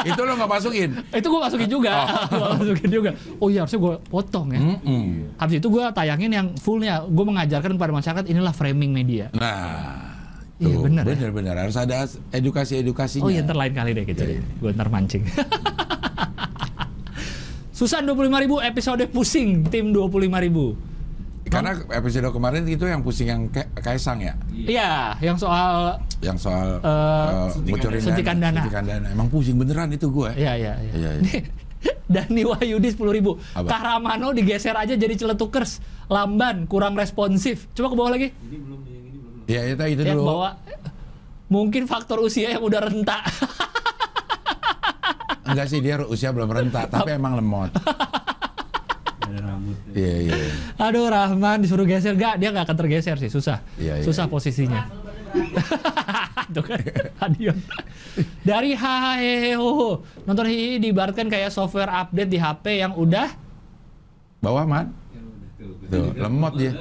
Speaker 1: itu lo nggak masukin.
Speaker 3: itu gue masukin juga. [laughs] Gua masukin juga. Oh iya harusnya gue potong
Speaker 1: Hmm.
Speaker 3: ya.
Speaker 1: Mm-mm.
Speaker 3: Habis itu gue tayangin yang fullnya. Gue mengajarkan kepada masyarakat inilah framing media.
Speaker 1: Nah,
Speaker 3: Iya,
Speaker 1: tuh,
Speaker 3: bener ya?
Speaker 1: bener. Harus ada edukasi edukasinya.
Speaker 3: Oh iya ntar lain kali deh gitu deh. Gue ntar mancing. Susan 25.000 episode pusing tim 25.000
Speaker 1: Karena episode kemarin itu yang pusing yang Ke- Kaisang ya,
Speaker 3: Iya, yang soal
Speaker 1: yang soal
Speaker 3: Eh,
Speaker 1: eh,
Speaker 2: suntikan
Speaker 1: bocorin
Speaker 3: dana. Suntikan dana.
Speaker 1: Suntikan dana. Emang pusing beneran itu gue.
Speaker 3: Iya, iya, iya.
Speaker 1: Iya, iya.
Speaker 3: [laughs] Dani Wahyudi 10.000 ribu.
Speaker 1: Apa?
Speaker 3: Kahramano digeser aja jadi celetukers. Lamban, kurang responsif. Coba ke bawah lagi.
Speaker 2: ini belum nih yang ini belum
Speaker 1: Ya itu itu
Speaker 3: Yang
Speaker 1: dulu.
Speaker 3: Iya, bawa mungkin faktor usia yang udah rentak.
Speaker 1: Enggak sih dia usia belum
Speaker 3: [laughs]
Speaker 1: renta, tapi emang lemot.
Speaker 2: ada ya. rambutnya
Speaker 1: Iya iya. iya.
Speaker 3: Aduh Rahman disuruh geser gak dia nggak akan tergeser sih susah
Speaker 1: Iya, iya,
Speaker 3: susah
Speaker 1: iya.
Speaker 3: posisinya. [laughs] Tuh kan Adion. Dari hahaha nonton hihi diibaratkan kayak software update di HP yang udah
Speaker 1: Bawah man,
Speaker 2: yang Ya udah tuh
Speaker 1: tuh lemot dia.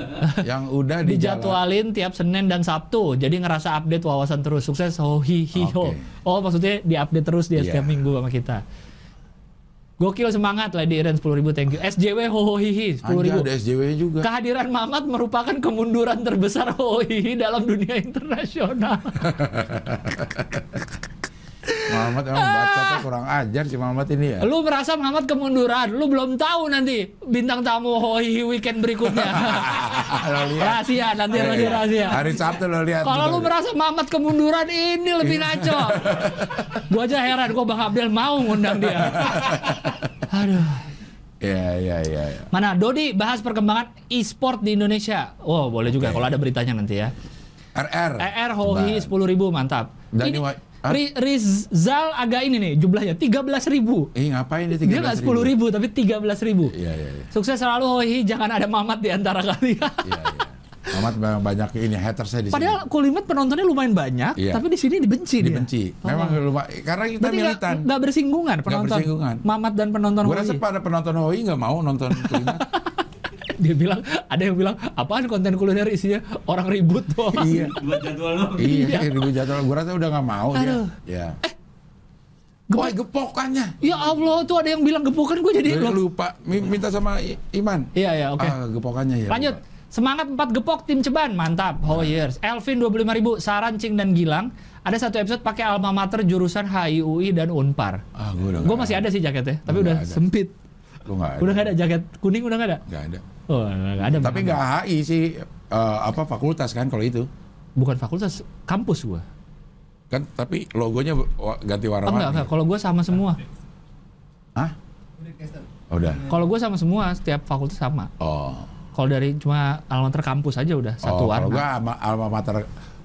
Speaker 1: Yang udah di jalan.
Speaker 3: dijadwalin tiap Senin dan Sabtu jadi ngerasa update wawasan terus sukses hohihiho.
Speaker 1: Oke.
Speaker 3: Oh maksudnya diupdate terus dia
Speaker 1: Iya.
Speaker 3: setiap minggu sama kita. Gokil semangat Lady Iren 10.000 thank you. SJW hohohihi 10.000.
Speaker 1: Anjay, ada SJW juga.
Speaker 3: Kehadiran Mamat merupakan kemunduran terbesar OI dalam dunia
Speaker 1: [laughs]
Speaker 3: internasional.
Speaker 1: Muhammad emang bacotnya kurang ajar si Muhammad ini ya.
Speaker 3: Lu merasa Mamat kemunduran, lu belum tahu nanti bintang tamu OI weekend
Speaker 1: [laughs]
Speaker 3: berikutnya.
Speaker 1: Lo lihat.
Speaker 3: rahasia nanti
Speaker 1: Iya,
Speaker 3: nanti
Speaker 1: iya.
Speaker 3: rahasia.
Speaker 1: Hari Sabtu lo lihat.
Speaker 3: Kalau lu
Speaker 1: Betul. Iya.
Speaker 3: merasa Mamat kemunduran ini lebih
Speaker 1: [laughs]
Speaker 3: ngaco. gua aja heran kok Bang Abdel mau
Speaker 1: [laughs]
Speaker 3: ngundang dia. Aduh.
Speaker 1: Iya iya iya. iya.
Speaker 3: Mana Dodi bahas perkembangan e-sport di Indonesia. Oh, boleh juga kalau ada beritanya nanti ya.
Speaker 1: RR.
Speaker 3: ER
Speaker 1: Ban.
Speaker 3: Hohi sepuluh ribu mantap.
Speaker 1: Dan ini
Speaker 3: ini
Speaker 1: wa- Hah?
Speaker 3: Ri- Rizal agak ini nih jumlahnya tiga belas ribu.
Speaker 1: Ih ngapain dia tiga
Speaker 3: Dia nggak sepuluh ribu tapi tiga belas ribu.
Speaker 1: Iya iya iya.
Speaker 3: Sukses selalu Hohi jangan ada mamat di antara kalian.
Speaker 1: Iya, iya. Amat ba- banyak ini hatersnya di sini.
Speaker 3: Padahal kulimat penontonnya lumayan banyak,
Speaker 1: Iya.
Speaker 3: tapi di sini dibenci, dia.
Speaker 1: dibenci. Memang lupa, karena kita
Speaker 3: Berarti nggak-
Speaker 1: militan.
Speaker 3: nggak bersinggungan penonton.
Speaker 1: bersinggungan.
Speaker 3: Mamat dan penonton
Speaker 1: Gue
Speaker 3: Hohi.
Speaker 1: rasa pada penonton HOI nggak mau nonton kuliner.
Speaker 3: [laughs] Dia bilang ada yang bilang apaan konten kuliner isinya orang ribut doang.
Speaker 1: iya.
Speaker 2: buat jadwal lo
Speaker 1: Iya, ribu jadwal. Gue rasa udah nggak mau dia.
Speaker 3: Aduh. Eh.
Speaker 1: Ya.
Speaker 3: Gepok-
Speaker 1: Wah, gepokannya.
Speaker 3: Ya Allah tuh ada yang bilang gepukan gue jadi
Speaker 1: Gue
Speaker 3: loh.
Speaker 1: lupa. Mi- Minta sama I- Iman.
Speaker 3: Iya ya oke.
Speaker 1: Ah, gepokannya ya.
Speaker 3: Lanjut.
Speaker 1: lupa.
Speaker 3: Semangat 4 gepok tim Ceban. Mantap. Hoyers. Elvin 25.000 saran Cing dan Gilang. Ada satu episode pakai alma mater jurusan HIUI dan Unpar.
Speaker 1: Ah, gue udah.
Speaker 3: Gue masih ada sih jaketnya,
Speaker 1: Nggak
Speaker 3: tapi udah
Speaker 1: ada.
Speaker 3: sempit.
Speaker 1: Lu nggak ada.
Speaker 3: Udah nggak ada jaket kuning udah nggak ada.
Speaker 1: Nggak ada.
Speaker 3: Oh, nggak ada.
Speaker 1: Tapi nggak HI sih eh, apa fakultas kan kalau itu.
Speaker 3: Bukan fakultas, kampus gua.
Speaker 1: Kan tapi logonya wa- ganti
Speaker 3: Ah, enggak, enggak.
Speaker 1: warna-warni.
Speaker 3: Kalau gua sama semua.
Speaker 1: Hah? Udah.
Speaker 3: Kalau gua sama semua, setiap fakultas sama.
Speaker 1: Oh.
Speaker 3: Kalau dari cuma alma mater kampus aja udah satu
Speaker 1: oh, Kalau
Speaker 3: warna.
Speaker 1: gua alma, alma mater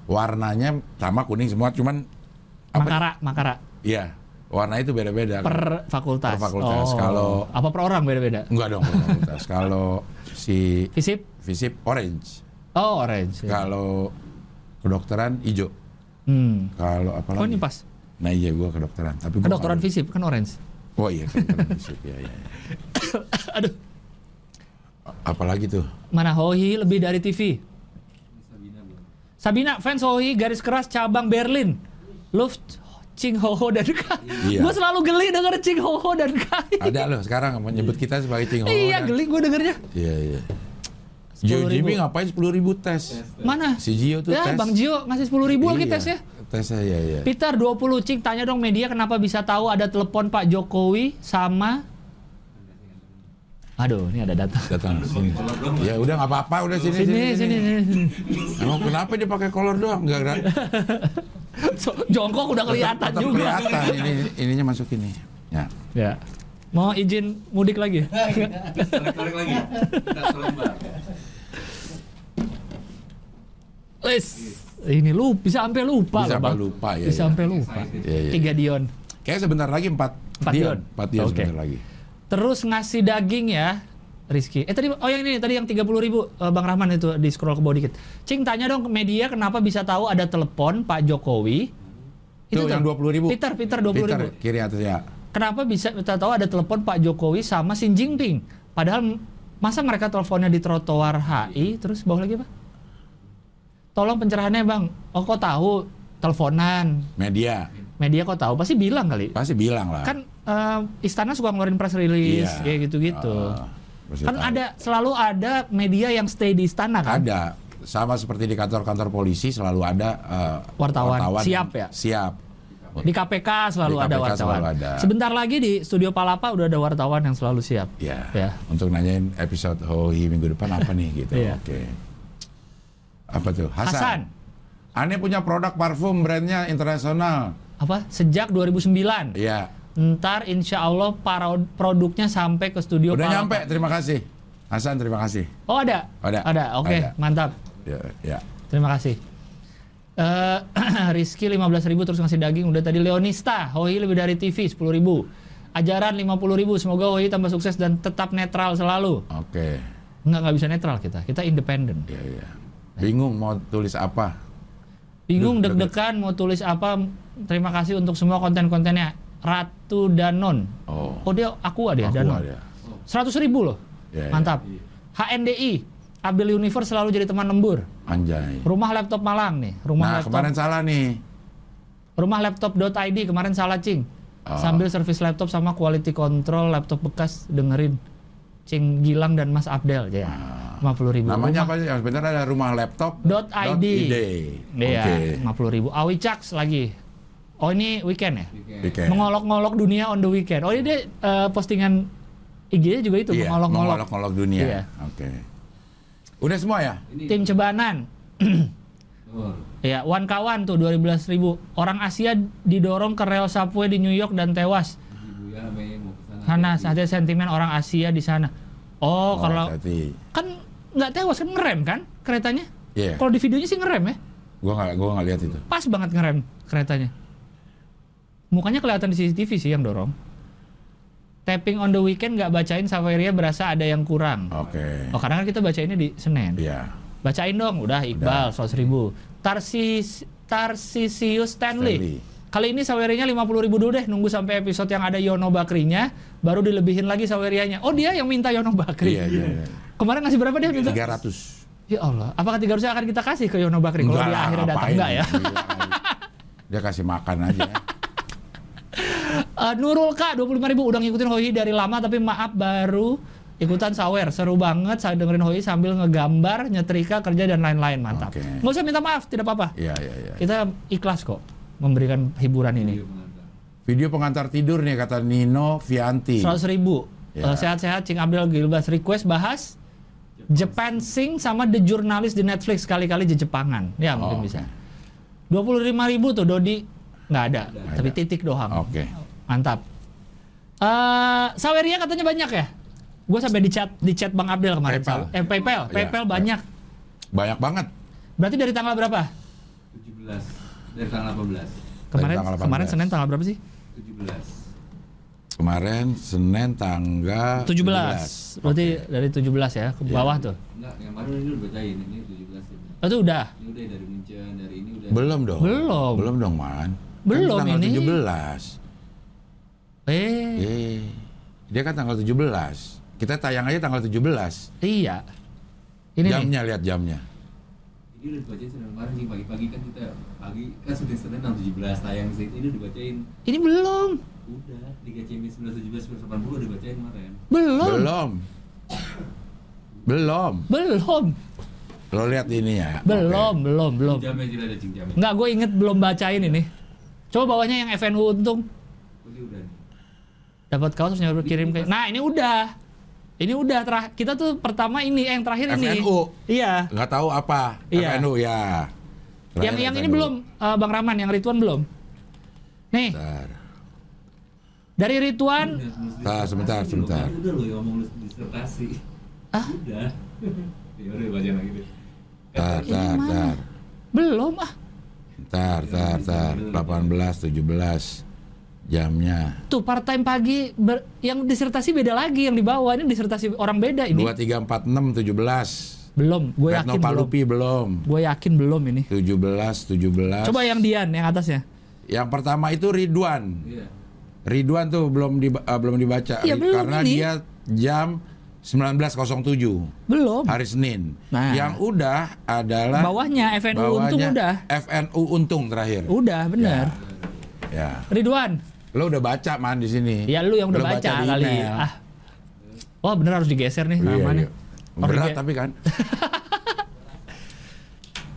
Speaker 1: warnanya sama kuning semua cuman apa?
Speaker 3: Makara, makara
Speaker 1: Iya. Warna itu beda-beda.
Speaker 3: per fakultas. Oh.
Speaker 1: Per fakultas. Kalau-
Speaker 3: apa per orang beda-beda.
Speaker 1: Enggak dong per fakultas. Kalau si
Speaker 3: Fisip?
Speaker 1: Visip orange.
Speaker 3: Oh, orange. ya.
Speaker 1: Kalau kedokteran hijau.
Speaker 3: Hmm.
Speaker 1: Kalau apa
Speaker 3: Oh,
Speaker 1: lagi?
Speaker 3: ini pas.
Speaker 1: Nah iya gue kedokteran. Tapi gua
Speaker 3: Kedokteran
Speaker 1: nggak-
Speaker 3: fisip kan orange.
Speaker 1: Oh iya kedokteran fisik ya, ya. ya.
Speaker 3: [coughs] Aduh,
Speaker 1: Apalagi tuh?
Speaker 3: mana Hohi lebih dari TV.
Speaker 2: Ini Sabina belum.
Speaker 3: Sabina, fans Hohi garis keras cabang Berlin. Luft Ching Hoho dan Kai.
Speaker 1: Iya. Ah,
Speaker 3: Gue selalu geli denger Ching Hoho dan Kai.
Speaker 1: Ada loh sekarang menyebut kita sebagai tinggal.
Speaker 3: iya, geli gue dengernya.
Speaker 1: Iya iya.
Speaker 3: 10.000.
Speaker 1: Gio Jimmy ngapain 10.000 tes?
Speaker 2: Tes, tes.
Speaker 3: Mana?
Speaker 1: Si Gio tuh
Speaker 3: Iya. ya,
Speaker 1: tes.
Speaker 3: Bang Jio ngasih 10 ribu lagi ya.
Speaker 1: Iya,
Speaker 3: tesnya.
Speaker 1: Tesnya iya iya.
Speaker 3: Peter 20 cing tanya dong media kenapa bisa tahu ada telepon Pak Jokowi sama Aduh, ini ada data.
Speaker 1: Datang sini. Ya udah nggak apa-apa udah sini sini.
Speaker 3: Sini, sini, sini. [laughs]
Speaker 1: Emang kenapa dia pakai kolor doang? Enggak enggak.
Speaker 3: So, jongkok udah kelihatan
Speaker 1: Tetap
Speaker 3: juga.
Speaker 1: Kelihatan ini ininya masuk ini. Ya.
Speaker 3: Ya. Mau izin mudik lagi?
Speaker 2: Tarik-tarik lagi. Kita selembar.
Speaker 3: Wes. Ini lu bisa sampai
Speaker 1: Bisa
Speaker 3: lupa loh, Bang.
Speaker 1: sampai lupa, ya,
Speaker 3: Bisa
Speaker 1: ya.
Speaker 3: sampai lupa.
Speaker 1: Iya, iya.
Speaker 3: Tiga Dion.
Speaker 1: Kayaknya sebentar lagi 4
Speaker 3: Empat Dion.
Speaker 1: 4 Dion
Speaker 3: Oke.
Speaker 1: sebentar lagi.
Speaker 3: Terus ngasih daging ya, Rizky. Eh tadi, oh yang ini tadi yang 30 ribu, eh, Bang Rahman itu di scroll ke bawah dikit. Cing tanya dong ke media kenapa bisa tahu ada telepon Pak Jokowi.
Speaker 1: Tuh, yang 20.000.
Speaker 3: Peter, Peter 20
Speaker 1: Peter
Speaker 3: ribu.
Speaker 1: kiri atas ya.
Speaker 3: Kenapa bisa kita tahu ada telepon Pak Jokowi sama Xi Jinping? Padahal m- masa mereka teleponnya di trotoar HI terus bawah lagi apa? Tolong pencerahannya bang. Oh kok tahu teleponan?
Speaker 1: Media
Speaker 3: Media kok tahu? Pasti bilang kali.
Speaker 1: pasti bilang lah. Iya.
Speaker 3: Kan eh, istana suka ngeluarin press release kayak gitu-gitu.
Speaker 1: Ah, pasti
Speaker 3: kan
Speaker 1: tahu.
Speaker 3: ada selalu ada media yang stay di istana kan?
Speaker 1: Ada. Sama seperti di kantor-kantor polisi selalu ada eh,
Speaker 3: Wartawan. Siap ya?
Speaker 1: Siap.
Speaker 3: Di KPK selalu
Speaker 1: Di
Speaker 3: ada
Speaker 1: KPK
Speaker 3: wartawan.
Speaker 1: selalu ada.
Speaker 3: Sebentar lagi di studio Palapa udah ada wartawan yang selalu siap.
Speaker 1: Ya.
Speaker 3: Ya.
Speaker 1: Untuk nanyain episode Hohi minggu depan apa nih gitu.
Speaker 3: Iya.
Speaker 1: Oke. Apa tuh?
Speaker 3: Hasan.
Speaker 1: Hasan. Aneh punya produk parfum brandnya internasional.
Speaker 3: Apa? Sejak 2009.
Speaker 1: Iya.
Speaker 3: Ntar insya Allah para produknya sampai ke studio
Speaker 1: Udah
Speaker 3: Palapa.
Speaker 1: nyampe. Terima kasih. Hasan terima kasih.
Speaker 3: Oh ada?
Speaker 1: Ada.
Speaker 3: oke
Speaker 1: Ada.
Speaker 3: mantap.
Speaker 1: Ya, ya.
Speaker 3: Terima kasih. Eh, [clears throat] Rizky 15.000 terus ngasih daging udah tadi Leonista Hoi lebih dari TV 10.000 ajaran 50.000 semoga Hoi tambah sukses dan tetap netral selalu
Speaker 1: Oke.
Speaker 3: nggak nggak bisa netral kita kita independen
Speaker 1: Ya, ya. Bingung mau tulis apa?
Speaker 3: bingung deg-degan mau tulis apa terima kasih untuk semua konten-kontennya Ratu Danon
Speaker 1: Oh.
Speaker 3: oh dia aku ada
Speaker 1: Aku
Speaker 3: Danon
Speaker 1: ada.
Speaker 3: 100.000 loh
Speaker 1: Ya, ya.
Speaker 3: mantap HNDI Abdul Universe selalu jadi teman lembur
Speaker 1: Anjay.
Speaker 3: Rumah laptop Malang nih, rumah
Speaker 1: Nah,
Speaker 3: laptop.
Speaker 1: kemarin salah nih.
Speaker 3: Rumah laptop.id kemarin salah cing.
Speaker 1: Ah.
Speaker 3: Sambil servis laptop sama quality control laptop bekas dengerin Cing Gilang dan Mas Abdel ya. 50 ribu.
Speaker 1: Ah. Namanya apa sih? Yang sebenarnya ada rumah laptop.
Speaker 3: Dot ID.
Speaker 1: .id.
Speaker 3: Iya,
Speaker 1: Oke.
Speaker 3: 50 ribu. Awi Caks lagi. Oh ini weekend ya?
Speaker 1: Oke.
Speaker 2: Bikin.
Speaker 3: Mengolok-ngolok dunia on the weekend. Oh ini dia eh, postingan IG-nya juga itu,
Speaker 1: Iya,
Speaker 3: mengolok-ngolok.
Speaker 1: mengolok-ngolok dunia.
Speaker 3: Iya.
Speaker 1: Oke. Udah semua ya?
Speaker 2: Ini.
Speaker 3: Tim Cebanan,
Speaker 2: Oh,
Speaker 3: Ya, Wan Kawan tuh 12.000 Orang Asia didorong ke rel subway di New York dan tewas.
Speaker 2: Ibu ya namanya yang mau kesana.
Speaker 3: Sana ada sentimen orang Asia di sana. Ah, iya, Oh, kalau
Speaker 1: Berarti,
Speaker 3: kan nggak tewas kan ngerem kan keretanya?
Speaker 1: Iya.
Speaker 3: Kalau di videonya sih ngerem ya.
Speaker 1: Gua nggak gua nggak lihat itu.
Speaker 3: Pas banget ngerem keretanya. Mukanya kelihatan di CCTV sih yang dorong. Tapping on the weekend nggak bacain Saveria berasa ada yang kurang.
Speaker 1: Oke.
Speaker 3: Oh, karena kan kita bacainnya di Senin.
Speaker 1: Iya.
Speaker 3: Bacain dong, udah Iqbal 100.000 ribu. Tarsis, Tarsisius Stanley. Kali ini sawerinya 50.000 ribu dulu deh, nunggu sampai episode yang ada Yono Bakrinya, baru dilebihin lagi sawerianya. Oh dia yang minta Yono Bakri.
Speaker 1: Iya, iya. iya.
Speaker 3: Kemarin ngasih berapa dia minta?
Speaker 1: 300.
Speaker 3: Ya Allah, apakah 300 akan kita kasih ke Yono Bakri kalau dia
Speaker 1: lah,
Speaker 3: akhirnya datang?
Speaker 1: ngapain? Iya. [laughs]
Speaker 3: Enggak ya.
Speaker 1: Dia kasih makan aja. ya.
Speaker 3: Eh, Nurul Kak, 25 ribu udah ngikutin Hoi dari lama tapi maaf baru ikutan sawer seru banget saya dengerin Hoi sambil ngegambar nyetrika kerja dan lain-lain mantap
Speaker 1: Oke.
Speaker 3: nggak usah minta maaf tidak apa-apa
Speaker 1: Iya, iya, iya.
Speaker 3: kita ikhlas kok memberikan hiburan ini
Speaker 2: Iya, pengantar.
Speaker 1: Video pengantar tidur nih kata Nino Vianti.
Speaker 3: 100.000 ribu
Speaker 1: Ya.
Speaker 3: Eh, Sehat-sehat, Cing Abdul Gilbas request bahas Japan Sing sama The Journalist di Netflix kali-kali di Jepangan. Ya
Speaker 1: Oh,
Speaker 3: mungkin bisa. 25.000 ribu tuh Dodi nggak ada,
Speaker 2: Nggak
Speaker 3: tapi
Speaker 1: ada.
Speaker 3: titik doang.
Speaker 1: Oke.
Speaker 3: Mantap. Eh Saweria katanya banyak ya? Gue sampai di chat di chat Bang Abdel kemarin.
Speaker 1: PayPal.
Speaker 3: Eh, PayPal,
Speaker 1: Iya,
Speaker 3: PayPal
Speaker 1: iya.
Speaker 3: banyak.
Speaker 1: Banyak banget.
Speaker 3: Berarti dari tanggal berapa?
Speaker 2: 17 dari tanggal 18.
Speaker 3: Kemarin
Speaker 1: tanggal
Speaker 3: kemarin
Speaker 1: 18.
Speaker 3: Senin tanggal berapa sih?
Speaker 2: 17.
Speaker 1: Kemarin Senin tanggal
Speaker 3: 17. Berarti dari 17 ya, ke
Speaker 1: Iya.
Speaker 3: bawah tuh.
Speaker 2: Enggak, yang kemarin ini udah bacain, ini ya, 17 ini.
Speaker 3: Oh, Itu udah.
Speaker 2: Ini udah dari Munchen, dari ini udah.
Speaker 1: Belum dong.
Speaker 3: Belum.
Speaker 1: Belum dong, Man.
Speaker 3: Belum
Speaker 1: kan tanggal
Speaker 3: ini.
Speaker 1: 17.
Speaker 3: Eh,
Speaker 1: Eh. Dia kan tanggal 17. Kita tayang aja tanggal 17.
Speaker 3: iya. Ini nih.
Speaker 1: jamnya lihat jamnya.
Speaker 2: Ini udah dibacain Senin kemarin sih pagi-pagi kan kita pagi kan Senin Senin tanggal 17 tayang sih. Ini udah dibacain.
Speaker 3: Ini belum.
Speaker 2: Udah, Liga Champions 19 17 1980 udah dibacain kemarin.
Speaker 3: Belum.
Speaker 1: Belum. Belum.
Speaker 3: Belum.
Speaker 1: Lo lihat ya. ininya.
Speaker 3: Belum, belum, belum.
Speaker 2: Jamnya juga ada cing jamnya.
Speaker 3: Enggak, gue inget belum bacain ini. Coba bawahnya yang FNU untung
Speaker 2: Ini Oh, udah nih.
Speaker 3: dapat kaos terus nyuruh kirim ke. Nah, ini udah. Ini udah terah- kita tuh pertama ini eh, yang terakhir ini.
Speaker 1: FNU.
Speaker 3: Iya.
Speaker 1: Oke. Nggak tahu apa.
Speaker 3: Iya.
Speaker 1: FNU ya. Terakhir
Speaker 3: yang yang ini
Speaker 1: FNU.
Speaker 3: belum eh, Bang Rahman, yang Rituan belum. Nih,
Speaker 1: Bentar.
Speaker 3: dari Rituan
Speaker 2: Udah, nulis
Speaker 1: Ah, sebentar,
Speaker 2: disertasi
Speaker 1: sebentar.
Speaker 2: belum? Kan Udah loh yang ngomong nulis disertasi.
Speaker 3: Ah.
Speaker 2: Udah. [laughs] Ya udah bacain lagi deh.
Speaker 1: Bentar,
Speaker 3: Ini
Speaker 1: bentar,
Speaker 3: mana?
Speaker 1: bentar.
Speaker 3: belum ah.
Speaker 1: Bentar, bentar, bentar. 18, 17 jamnya.
Speaker 3: Tuh part-time pagi ber- yang disertasi beda lagi yang di bawah ini disertasi orang beda ini.
Speaker 1: 2, 3, 4, 6, 17.
Speaker 3: Belum, gue
Speaker 1: Retno
Speaker 3: yakin belum.
Speaker 1: Palupi belum.
Speaker 3: Gue yakin belum ini.
Speaker 1: 17, 17.
Speaker 3: Coba yang Dian yang atasnya.
Speaker 1: Yang pertama itu Ridwan.
Speaker 2: Iya.
Speaker 1: Ridwan tuh belum di, eh, belum dibaca Ri-
Speaker 3: Iya, belum
Speaker 1: karena
Speaker 3: ini.
Speaker 1: dia jam 19.07
Speaker 3: Belum.
Speaker 1: hari Senin.
Speaker 3: Oh. Nah.
Speaker 1: Yang udah adalah
Speaker 3: Bawahnya FNU Untung udah.
Speaker 1: FNU Untung terakhir.
Speaker 3: Udah bener.
Speaker 1: Ya.
Speaker 3: Ridwan,
Speaker 1: Lo udah baca man di sini.
Speaker 3: ya lu yang udah
Speaker 1: Lo
Speaker 3: baca,
Speaker 1: di
Speaker 3: kali.
Speaker 1: email.
Speaker 3: Ah. Oh bener harus digeser
Speaker 1: Iya,
Speaker 3: nih namanya.
Speaker 1: iya. Berat
Speaker 3: Oke.
Speaker 1: tapi kan.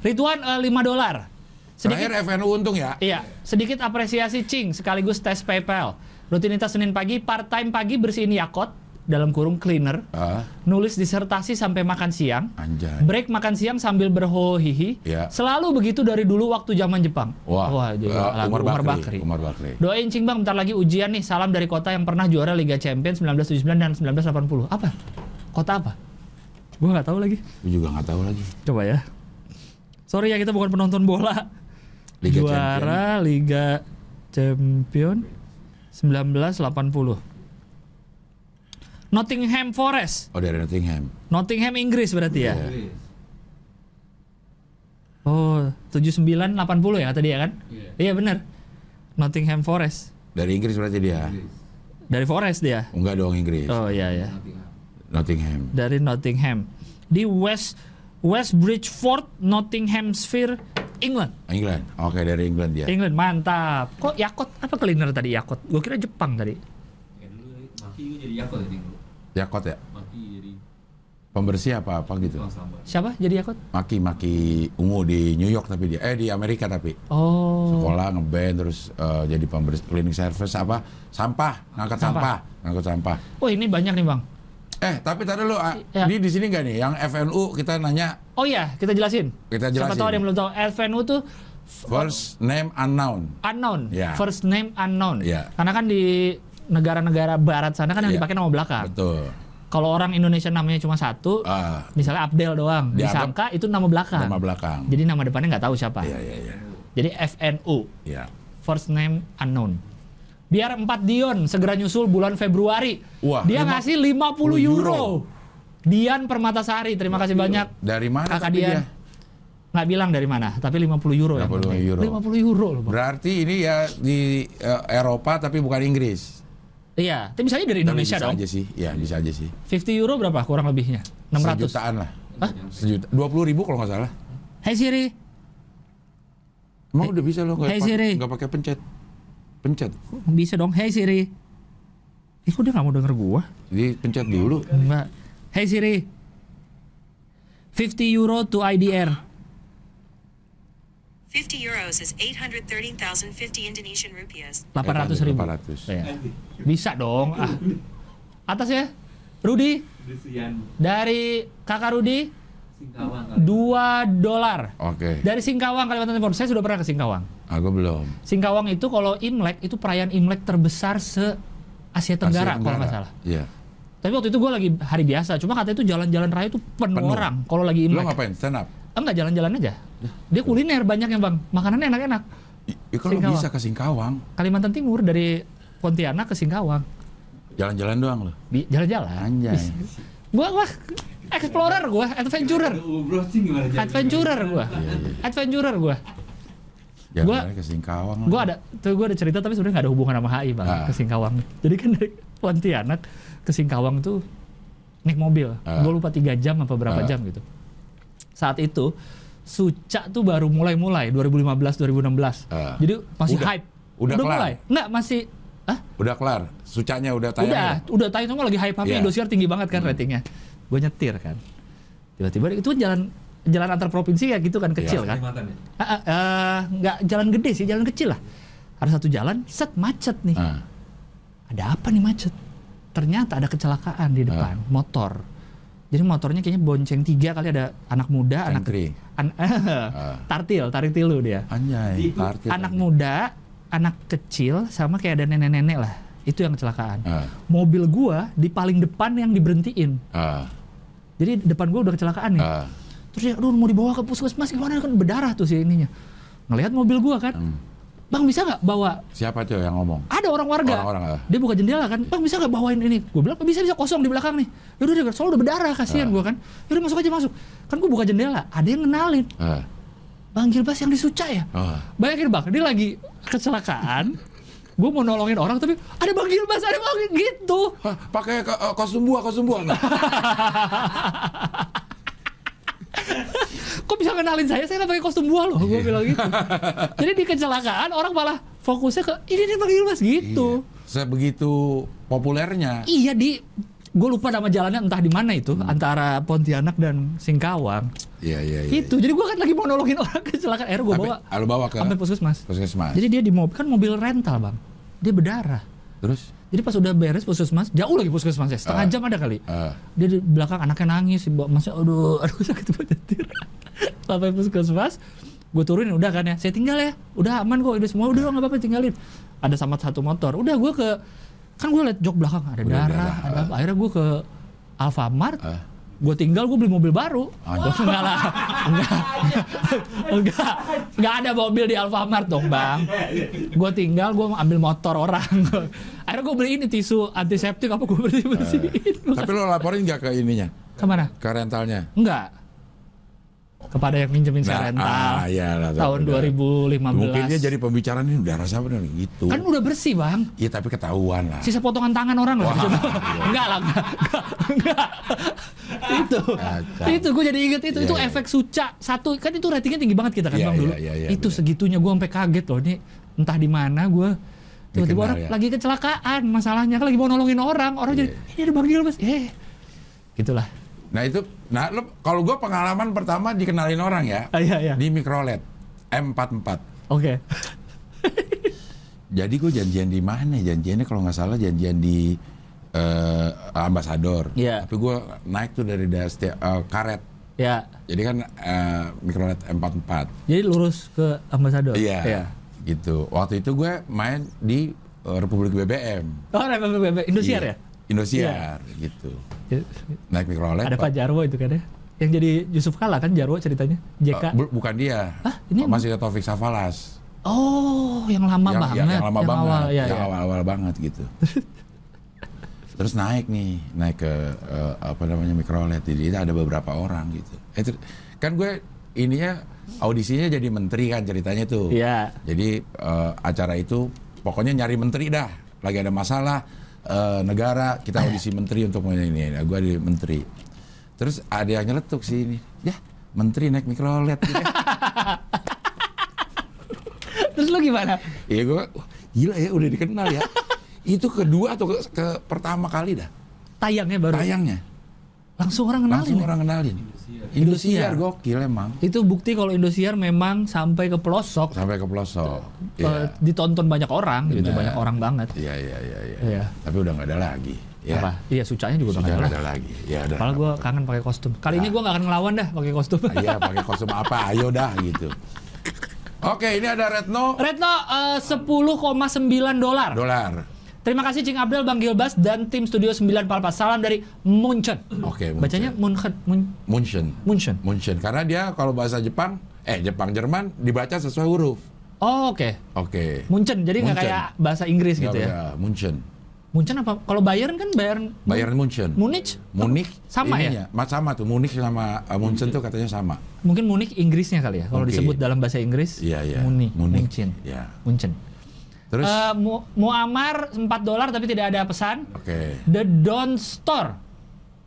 Speaker 3: Ridwan eh, 5 dolar.
Speaker 1: Terakhir
Speaker 3: Sedikit
Speaker 1: FNU Untung ya.
Speaker 3: Iya, sedikit apresiasi Cing sekaligus tes PayPal. Rutinitas Senin pagi, part-time pagi bersihin Yakot dalam kurung cleaner,
Speaker 1: Ah,
Speaker 3: nulis disertasi sampai makan siang,
Speaker 1: anjay.
Speaker 3: break makan siang sambil berhohihi.
Speaker 1: Iya.
Speaker 3: Selalu begitu dari dulu waktu zaman Jepang.
Speaker 1: Wah,
Speaker 3: jadi
Speaker 1: eh,
Speaker 3: lagu
Speaker 1: Umar,
Speaker 3: Umar
Speaker 1: Bakri.
Speaker 3: Bakri.
Speaker 1: Umar Bakri.
Speaker 3: Doain Cing Bang, bentar lagi ujian nih. Salam dari kota yang pernah juara Liga Champions 1979 dan 1980. Apa? Kota apa? Gua nggak tahu lagi.
Speaker 1: Gue juga nggak tahu lagi.
Speaker 3: Coba ya. Sorry ya kita bukan penonton bola.
Speaker 1: Liga
Speaker 3: juara Liga Champion 1980. Nottingham Forest.
Speaker 1: Oh dari Nottingham.
Speaker 3: Nottingham Inggris berarti ya.
Speaker 2: Tulis.
Speaker 3: Oh, 79 80 ya tadi ya kan?
Speaker 2: Iya.
Speaker 3: Iya benar. Nottingham Forest.
Speaker 1: Dari Inggris berarti dia.
Speaker 2: Tulis.
Speaker 3: Dari Forest dia.
Speaker 1: Enggak dong Inggris.
Speaker 3: Oh iya ya.
Speaker 2: Nottingham.
Speaker 1: Nottingham.
Speaker 3: Dari Nottingham. Di West West Bridgeford, Nottinghamshire, England.
Speaker 1: England. Oke dari England dia.
Speaker 3: England mantap. Kok Yakot apa cleaner tadi Yakot? Gue kira Jepang tadi.
Speaker 2: Ya dulu Maki juga jadi Yakult ya Ting.
Speaker 1: Yakot ya.
Speaker 2: Maki jadi
Speaker 1: Pembersih apa apa gitu.
Speaker 2: tukang sambar.
Speaker 3: Siapa jadi Yakot?
Speaker 1: Maki-maki ungu di New York tapi dia eh di Amerika tapi
Speaker 3: Oh.
Speaker 1: sekolah ngeband terus eh, jadi pembersih cleaning service apa sampah ngangkat
Speaker 3: Sampah.
Speaker 1: sampah. ngangkat sampah
Speaker 3: Oh ini banyak nih bang.
Speaker 1: eh tapi tadi lu ah,
Speaker 3: Iya.
Speaker 1: di di sini nggak nih yang FNU kita nanya
Speaker 3: Oh iya kita jelasin.
Speaker 1: Kita
Speaker 3: Siapa
Speaker 1: jelasin.
Speaker 3: tahu ada yang belum tahu. FNU tuh
Speaker 1: first name unknown
Speaker 3: unknown,
Speaker 1: Iya.
Speaker 3: first name unknown.
Speaker 1: Iya.
Speaker 3: Karena kan di negara-negara barat sana kan yang
Speaker 1: Iya.
Speaker 3: dipakai nama belakang.
Speaker 1: betul
Speaker 3: Kalau orang Indonesia namanya cuma satu,
Speaker 1: Ah,
Speaker 3: misalnya Abdel doang,
Speaker 1: Dianggap
Speaker 3: disangka itu nama belakang.
Speaker 1: nama belakang
Speaker 3: Jadi nama depannya nggak tahu siapa.
Speaker 1: iya iya iya
Speaker 3: Jadi FNU,
Speaker 1: iya
Speaker 3: first name unknown. Biar 4 Dion segera nyusul bulan Februari.
Speaker 1: Wah,
Speaker 3: Dia
Speaker 1: lima-
Speaker 3: ngasih 50 euro.
Speaker 1: euro.
Speaker 3: Dian Permatasari, terima kasih banyak.
Speaker 1: dari mana
Speaker 3: Kakak
Speaker 1: tapi dia?
Speaker 3: Dian. Nggak bilang dari mana, tapi 50 euro yang
Speaker 1: 50
Speaker 3: penting.
Speaker 1: euro.
Speaker 3: 50 euro loh, Bang.
Speaker 1: Berarti ini ya di eh, Eropa tapi bukan Inggris.
Speaker 3: Iya, tapi misalnya
Speaker 1: Tapi
Speaker 3: dari Indonesia
Speaker 1: bisa
Speaker 3: dong.
Speaker 1: aja sih, ya bisa aja sih.
Speaker 3: 50 euro berapa kurang lebihnya? 600.
Speaker 1: Sejutaan lah.
Speaker 3: Hah?
Speaker 1: Sejuta. Dua puluh ribu kalau nggak salah.
Speaker 3: Hai Siri.
Speaker 1: Emang udah bisa lo nggak
Speaker 3: Hey,
Speaker 1: pak-
Speaker 3: Siri.
Speaker 1: nggak pakai pencet, pencet.
Speaker 3: Kok Bisa dong. Hai Siri. Eh, kok dia nggak mau denger gua?
Speaker 1: Jadi pencet dulu.
Speaker 3: Enggak. Hai Siri. 50 euro to IDR.
Speaker 4: 50 euros is 813,050 Indonesian rupias.
Speaker 3: 800 ribu.
Speaker 1: 800.
Speaker 3: Iya. Bisa dong. Ah. atas ya. Rudi
Speaker 2: Desian
Speaker 3: dari Kakak Rudi
Speaker 2: Singkawang kali.
Speaker 3: 2 dolar.
Speaker 1: Oke.
Speaker 3: Dari Singkawang Kalimantan Timur. Saya sudah pernah ke Singkawang.
Speaker 1: Aku belum.
Speaker 3: Singkawang itu kalau Imlek itu perayaan Imlek terbesar se Asia Tenggara,
Speaker 1: Asia
Speaker 3: kalau nggak salah.
Speaker 1: Iya.
Speaker 3: Tapi waktu itu gue lagi hari biasa, cuma katanya itu jalan-jalan raya itu penuh,
Speaker 1: Penuh.
Speaker 3: orang kalau lagi
Speaker 1: Lo
Speaker 3: Imlek.
Speaker 1: ngapain? Stand up?
Speaker 3: Enggak jalan-jalan aja. Dia kuliner banyak yang bang, makanannya enak-enak.
Speaker 1: I- Ya, kalau
Speaker 3: Singkawang.
Speaker 1: bisa ke Singkawang,
Speaker 3: Kalimantan Timur dari Pontianak ke Singkawang,
Speaker 1: jalan-jalan doang lo.
Speaker 3: Di- jalan-jalan.
Speaker 1: Anjay.
Speaker 3: Bis- Gua gua explorer gua, adventurer,
Speaker 1: Iya,
Speaker 2: Aduh, bro, cing, gimana jalannya?
Speaker 3: adventurer gua, adventurer gua.
Speaker 1: Jalan-jalan ke Singkawang. lah.
Speaker 3: Gue ada, tuh gue ada cerita tapi sebenarnya nggak ada hubungan sama HI bang
Speaker 1: Ah.
Speaker 3: ke Singkawang. Jadi kan dari Pontianak ke Singkawang tuh naik mobil.
Speaker 1: Ah.
Speaker 3: Gue lupa tiga jam apa berapa
Speaker 1: Ah.
Speaker 3: jam gitu. Saat itu Suca tuh baru mulai-mulai 2015 2016.
Speaker 1: Ah.
Speaker 3: Jadi masih
Speaker 1: Udah-
Speaker 3: hype.
Speaker 1: udah kelar?
Speaker 3: mulai. Nggak masih ah
Speaker 1: Udah kelar. Sucanya udah tayang.
Speaker 3: udah,
Speaker 1: belum?
Speaker 3: udah tayang semua lagi hype hype
Speaker 1: Iya.
Speaker 3: Indosiar tinggi banget kan ratingnya. Gue nyetir kan. Tiba-tiba itu kan jalan jalan antar provinsi ya gitu
Speaker 1: Iya.
Speaker 3: kan kecil kan.
Speaker 2: Kalimantan ya?
Speaker 3: Ah, ah, ah, nggak jalan gede sih, jalan kecil lah. Ada satu jalan, set macet nih.
Speaker 1: Ah,
Speaker 3: Ada apa nih macet? Ternyata ada kecelakaan di depan
Speaker 1: Ah.
Speaker 3: motor. Jadi motornya kayaknya bonceng tiga kali ada anak muda, anak
Speaker 1: Sentri.
Speaker 3: an- [laughs]
Speaker 1: Ah.
Speaker 3: tartil, tarik tilu dia.
Speaker 1: Anjay.
Speaker 2: Itu
Speaker 1: parkir
Speaker 3: anak
Speaker 1: lagi.
Speaker 3: muda, anak kecil, sama kayak ada nenek-nenek lah. Itu yang kecelakaan.
Speaker 1: Ah,
Speaker 3: Mobil gua di paling depan yang diberhentiin.
Speaker 1: ah,
Speaker 3: Jadi depan gua udah kecelakaan nih.
Speaker 1: ah.
Speaker 3: Terus dia, aduh mau dibawa ke puskesmas gimana kan berdarah tuh si ininya. Ngelihat mobil gua kan,
Speaker 1: Hmm.
Speaker 3: bang bisa nggak bawa?
Speaker 1: Siapa tuh yang ngomong?
Speaker 3: Ada orang warga.
Speaker 1: Orang-orang, ah.
Speaker 3: Dia buka jendela kan, bang bisa nggak bawain ini? Gue bilang bisa bisa kosong di belakang nih. Yaudah dia soalnya udah berdarah kasihan
Speaker 1: Ah.
Speaker 3: gua kan. Yaudah masuk aja masuk. Kan gue buka jendela, ada yang kenalin,
Speaker 1: Ah,
Speaker 3: bang Gilbas yang disuca ya.
Speaker 1: ah.
Speaker 3: Bayangin bang, dia lagi kecelakaan. gue mau nolongin orang tapi ada bang Gilbas, ada bang gitu.
Speaker 1: Hah, pakai ko- eh, kostum buah, kostum buah nggak?
Speaker 3: kok bisa kenalin saya saya nggak pakai kostum buah loh
Speaker 1: Iya.
Speaker 3: gue bilang
Speaker 1: [laughs]
Speaker 3: gitu jadi di kecelakaan orang malah fokusnya ke ini dia pakai mas gitu
Speaker 1: Iya. Sebegitu populernya.
Speaker 3: iya di gue lupa nama jalannya entah di mana
Speaker 1: Hmm.
Speaker 3: itu antara Pontianak dan Singkawang
Speaker 1: Iya, iya, iya.
Speaker 3: itu jadi gue kan lagi mau nolongin [laughs] orang kecelakaan akhirnya gue
Speaker 1: Tapi,
Speaker 3: bawa
Speaker 1: ah, lu bawa ke Ah.
Speaker 3: sampai puskesmas
Speaker 1: puskesmas.
Speaker 3: jadi dia di mobil kan mobil rental bang dia berdarah
Speaker 1: Terus?
Speaker 3: jadi pas udah beres puskesmas jauh lagi puskesmasnya setengah
Speaker 1: Ah.
Speaker 3: jam ada kali
Speaker 1: ah,
Speaker 3: dia di belakang anaknya nangis ibu masnya aduh [laughs] aduh sakit banget nyetir sampai puskesmas gue turunin udah kan ya saya tinggal ya udah aman kok udah semua udah nggak apa-apa tinggalin ada sama satu motor udah gue ke kan gue liat jok belakang ada
Speaker 1: Udah
Speaker 3: darah,
Speaker 1: darah,
Speaker 3: ada
Speaker 1: ah.
Speaker 3: apa. akhirnya gue ke Alfamart
Speaker 1: ah.
Speaker 3: gue tinggal gue beli mobil baru [laughs]
Speaker 1: Anjing.
Speaker 3: Wah, enggak lah enggak enggak enggak ada mobil di Alfamart dong bang gue tinggal gue ambil motor orang [laughs] akhirnya gue beli ini tisu antiseptik apa gue bersih bersihin
Speaker 1: Tapi lo laporin nggak ke ininya?
Speaker 3: kemana
Speaker 1: Ke rentalnya?
Speaker 3: Enggak. Kepada yang minjemin saya rental.
Speaker 1: ah, iya lah,
Speaker 3: tahun
Speaker 1: udah.
Speaker 3: 2015.
Speaker 1: Mungkin dia jadi pembicaraan ini udah rasa bener gitu.
Speaker 3: Kan udah bersih, Bang.
Speaker 1: Iya tapi ketahuan lah.
Speaker 3: Sisa potongan tangan orang loh.
Speaker 1: Wah, iya.
Speaker 3: [laughs] enggak lah, enggak.
Speaker 1: [laughs]
Speaker 3: enggak. itu.
Speaker 1: Kacau.
Speaker 3: itu gue jadi inget itu.
Speaker 1: Iya,
Speaker 3: itu
Speaker 1: iya.
Speaker 3: efek suca. Satu, kan itu ratingnya tinggi banget kita kan,
Speaker 1: Iya,
Speaker 3: Bang
Speaker 1: iya,
Speaker 3: dulu.
Speaker 1: iya, iya,
Speaker 3: itu
Speaker 1: bener.
Speaker 3: segitunya gue sampai kaget loh. Ini entah di mana gue tiba-tiba
Speaker 1: Dikenal,
Speaker 3: orang
Speaker 1: ya.
Speaker 3: lagi kecelakaan masalahnya kan lagi mau nolongin orang orang
Speaker 1: Iya.
Speaker 3: jadi ini ada bang Gil mas eh gitulah
Speaker 1: Nah itu, nah lu kalau gua pengalaman pertama dikenalin orang ya
Speaker 3: ah, iya iya
Speaker 1: di mikrolet M44.
Speaker 3: oke
Speaker 1: Jadi gua janjian di mana? Janjiannya kalau nggak salah janjian di eh, ambasador.
Speaker 3: Iya.
Speaker 1: Tapi gua naik tuh dari da- setiap eh, karet.
Speaker 3: ya
Speaker 1: Jadi kan eh, mikrolet M44.
Speaker 3: jadi lurus ke ambasador
Speaker 1: Iya. Gitu. Waktu itu gue main di eh, Republik BBM.
Speaker 3: Oh, Republik BBM Indosiar
Speaker 1: Iya.
Speaker 3: ya?
Speaker 1: Indosiar gitu.
Speaker 3: Ya,
Speaker 1: Naik mikrolet.
Speaker 3: Ada Pak Jarwo itu kan ya? Yang jadi Yusuf Kala kan Jarwo ceritanya?
Speaker 1: Eh,
Speaker 3: JK.
Speaker 1: bu- bukan dia.
Speaker 3: Hah? Ini yang-
Speaker 1: masih Taufik Safalas.
Speaker 3: oh, yang lama
Speaker 1: yang,
Speaker 3: banget.
Speaker 1: yang- yang lama banget,
Speaker 3: awal, ya,
Speaker 1: yang
Speaker 3: ya.
Speaker 1: awal-awal banget
Speaker 3: [laughs]
Speaker 1: gitu. Terus naik nih, naik ke eh, apa namanya mikrolet. gitu. Jadi ada beberapa orang gitu. Eh, ter- kan gue ininya audisinya jadi menteri kan ceritanya tuh.
Speaker 3: Iya.
Speaker 1: Jadi eh, acara itu pokoknya nyari menteri dah. Lagi ada masalah eh, negara, kita audisi menteri untuk mau ini. Nah, gue di menteri. Terus ada yang nyeletuk sih ini. Ya, menteri naik mikrolet gitu.
Speaker 3: [laughs]
Speaker 1: ya.
Speaker 3: Terus lu gimana?
Speaker 1: Iya gue, wah, gila ya udah dikenal
Speaker 3: [laughs]
Speaker 1: ya. itu kedua atau ke, ke pertama kali dah
Speaker 3: Tayangnya baru.
Speaker 1: tayangnya.
Speaker 3: Langsung orang kenalin.
Speaker 1: Langsung
Speaker 3: ya?
Speaker 1: orang kenalin.
Speaker 2: Indosiar.
Speaker 1: Indosiar gokil emang.
Speaker 3: Itu bukti kalau Indosiar memang sampai ke pelosok.
Speaker 1: Sampai ke pelosok.
Speaker 3: eh,
Speaker 1: Iya.
Speaker 3: ditonton banyak orang gitu,
Speaker 1: Benar.
Speaker 3: banyak orang banget.
Speaker 1: Iya, iya, iya, iya.
Speaker 3: Iya.
Speaker 1: Tapi udah nggak ada lagi. Ya.
Speaker 3: Apa? Iya, sucanya juga udah
Speaker 1: Sudah
Speaker 3: nggak
Speaker 1: nggak
Speaker 3: ada.
Speaker 1: ada lagi. Ya udah.
Speaker 3: Malah gue kangen pakai kostum. Kali ini gue nggak akan ngelawan dah pakai kostum.
Speaker 1: [laughs] Iya pakai kostum apa? Ayo dah gitu. Oke, ini ada Retno
Speaker 3: Retno eh, 10,9 dolar.
Speaker 1: dolar.
Speaker 3: Terima kasih Cing Abdel, Bang Gilbas dan tim Studio 9 Palpas. Salam dari Munchen.
Speaker 1: Oke, Munchen.
Speaker 3: Bacanya Munchen. Mun-
Speaker 1: Munchen.
Speaker 3: Munchen.
Speaker 1: Munchen karena dia kalau bahasa Jepang eh Jepang Jerman dibaca sesuai huruf.
Speaker 3: Oh, oke.
Speaker 1: Oke.
Speaker 3: Munchen. Jadi nggak
Speaker 1: Munchen.
Speaker 3: kayak bahasa Inggris
Speaker 1: Nggak
Speaker 3: gitu ya.
Speaker 1: beda, Munchen.
Speaker 3: Munchen apa? Kalau Bayern kan Bayern
Speaker 1: Bayern Munchen.
Speaker 3: Munich.
Speaker 1: Munich
Speaker 3: Sama ya?
Speaker 1: ininya, ma- sama tuh Munich sama uh, Munchen tuh katanya sama.
Speaker 3: Mungkin Munich Inggrisnya kali ya. Kalau
Speaker 1: Mungkin.
Speaker 3: disebut dalam bahasa Inggris
Speaker 1: Iya, iya.
Speaker 3: Munich,
Speaker 1: Munich.
Speaker 3: Munchen.
Speaker 1: Iya.
Speaker 3: Munchen.
Speaker 1: Terus
Speaker 3: Eh, Mu- Muammar 4 dolar tapi tidak ada pesan.
Speaker 1: oke.
Speaker 3: The Don Store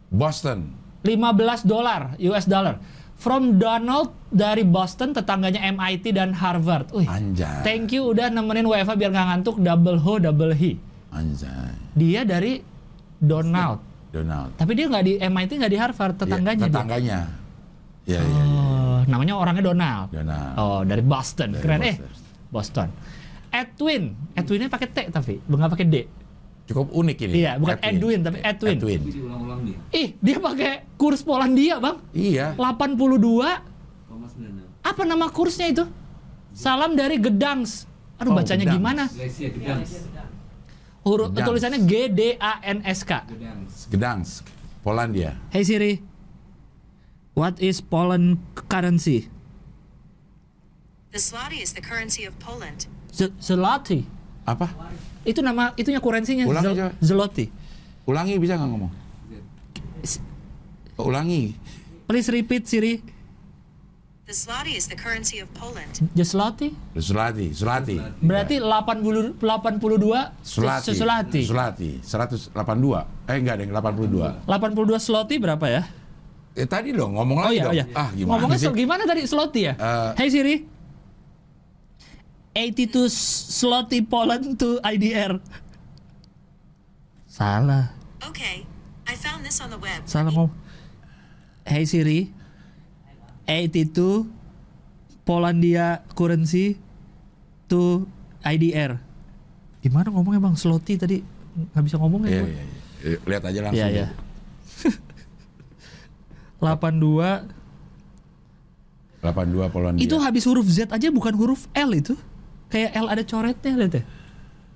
Speaker 1: Boston.
Speaker 3: 15 dolar US dollar. From Donald dari Boston, tetangganya MIT dan Harvard. Wih,
Speaker 1: Anjay.
Speaker 3: thank you udah nemenin WFA biar nggak ngantuk. Double ho, double he.
Speaker 1: Anjay.
Speaker 3: Dia dari Donald,
Speaker 1: Donald.
Speaker 3: tapi dia nggak di MIT, nggak di Harvard.
Speaker 1: Ya,
Speaker 3: Tetangganya. dia.
Speaker 1: tetangganya. Iya, iya, iya.
Speaker 3: Oh, namanya orangnya Donald.
Speaker 1: Donald.
Speaker 3: Oh, dari
Speaker 1: Dari
Speaker 3: Boston. Keren eh,
Speaker 1: Boston.
Speaker 3: Boston. Edwin, Edwinnya pakai T tapi nggak pakai
Speaker 1: Iya,
Speaker 3: D.
Speaker 1: Cukup unik ini.
Speaker 3: Iya, bukan Edwin, tapi Edwin.
Speaker 2: Tapi diulang-ulang dia.
Speaker 3: Ih, dia pakai kurs Polandia bang.
Speaker 1: Iya.
Speaker 3: 82
Speaker 2: Koma 96.
Speaker 3: apa nama kursnya itu? Salam dari Gedangs. Aduh
Speaker 1: Oh,
Speaker 3: bacanya
Speaker 1: Gdansk.
Speaker 3: gimana?
Speaker 2: Lesia Gedangs.
Speaker 3: Huruf
Speaker 1: Gdansk.
Speaker 3: tulisannya G D A N S K.
Speaker 2: Gedangs.
Speaker 1: Gdansk, Polandia.
Speaker 3: Hey Siri. What is Poland currency?
Speaker 4: The zloty is the currency of Poland.
Speaker 3: Z- Zloty.
Speaker 1: Apa?
Speaker 3: Itu nama itunya kurensinya
Speaker 1: Ulangi,
Speaker 3: Zl-
Speaker 1: coba.
Speaker 3: Zloty.
Speaker 1: Ulangi bisa nggak ngomong? Ulangi.
Speaker 3: Please repeat Siri.
Speaker 4: The zloty is the currency of Poland.
Speaker 3: The Zloty.
Speaker 1: Sulati, Sulati.
Speaker 3: Berarti
Speaker 1: Iya.
Speaker 3: 80 82
Speaker 1: Sulati.
Speaker 3: se- Sulati.
Speaker 1: Sulati. 182. Eh enggak deh, 82.
Speaker 3: 82 Zloty berapa ya?
Speaker 1: Eh tadi dong ngomong
Speaker 3: Oh
Speaker 1: lagi
Speaker 3: iya,
Speaker 1: dong.
Speaker 3: oh iya.
Speaker 1: Ah, gimana
Speaker 3: Ngomongnya
Speaker 1: sih?
Speaker 3: so- gimana tadi Zloty ya?
Speaker 1: Eh.
Speaker 3: hey Siri. 82 Zloty Poland to IDR. Salah.
Speaker 4: Okay, I found this on the web.
Speaker 3: Salah ngomong. Hey Siri. 82 Polandia currency to IDR. Gimana ngomongnya Bang Zloty tadi? Nggak bisa
Speaker 1: Iya,
Speaker 3: ngomongnya gua.
Speaker 1: iya, iya. Eh, Lihat aja langsung.
Speaker 3: Iya [laughs] ya. 82
Speaker 1: Iya. 82 Polandia.
Speaker 3: Itu habis huruf Z aja bukan huruf L itu. Kayak L ada coretnya lihat ya.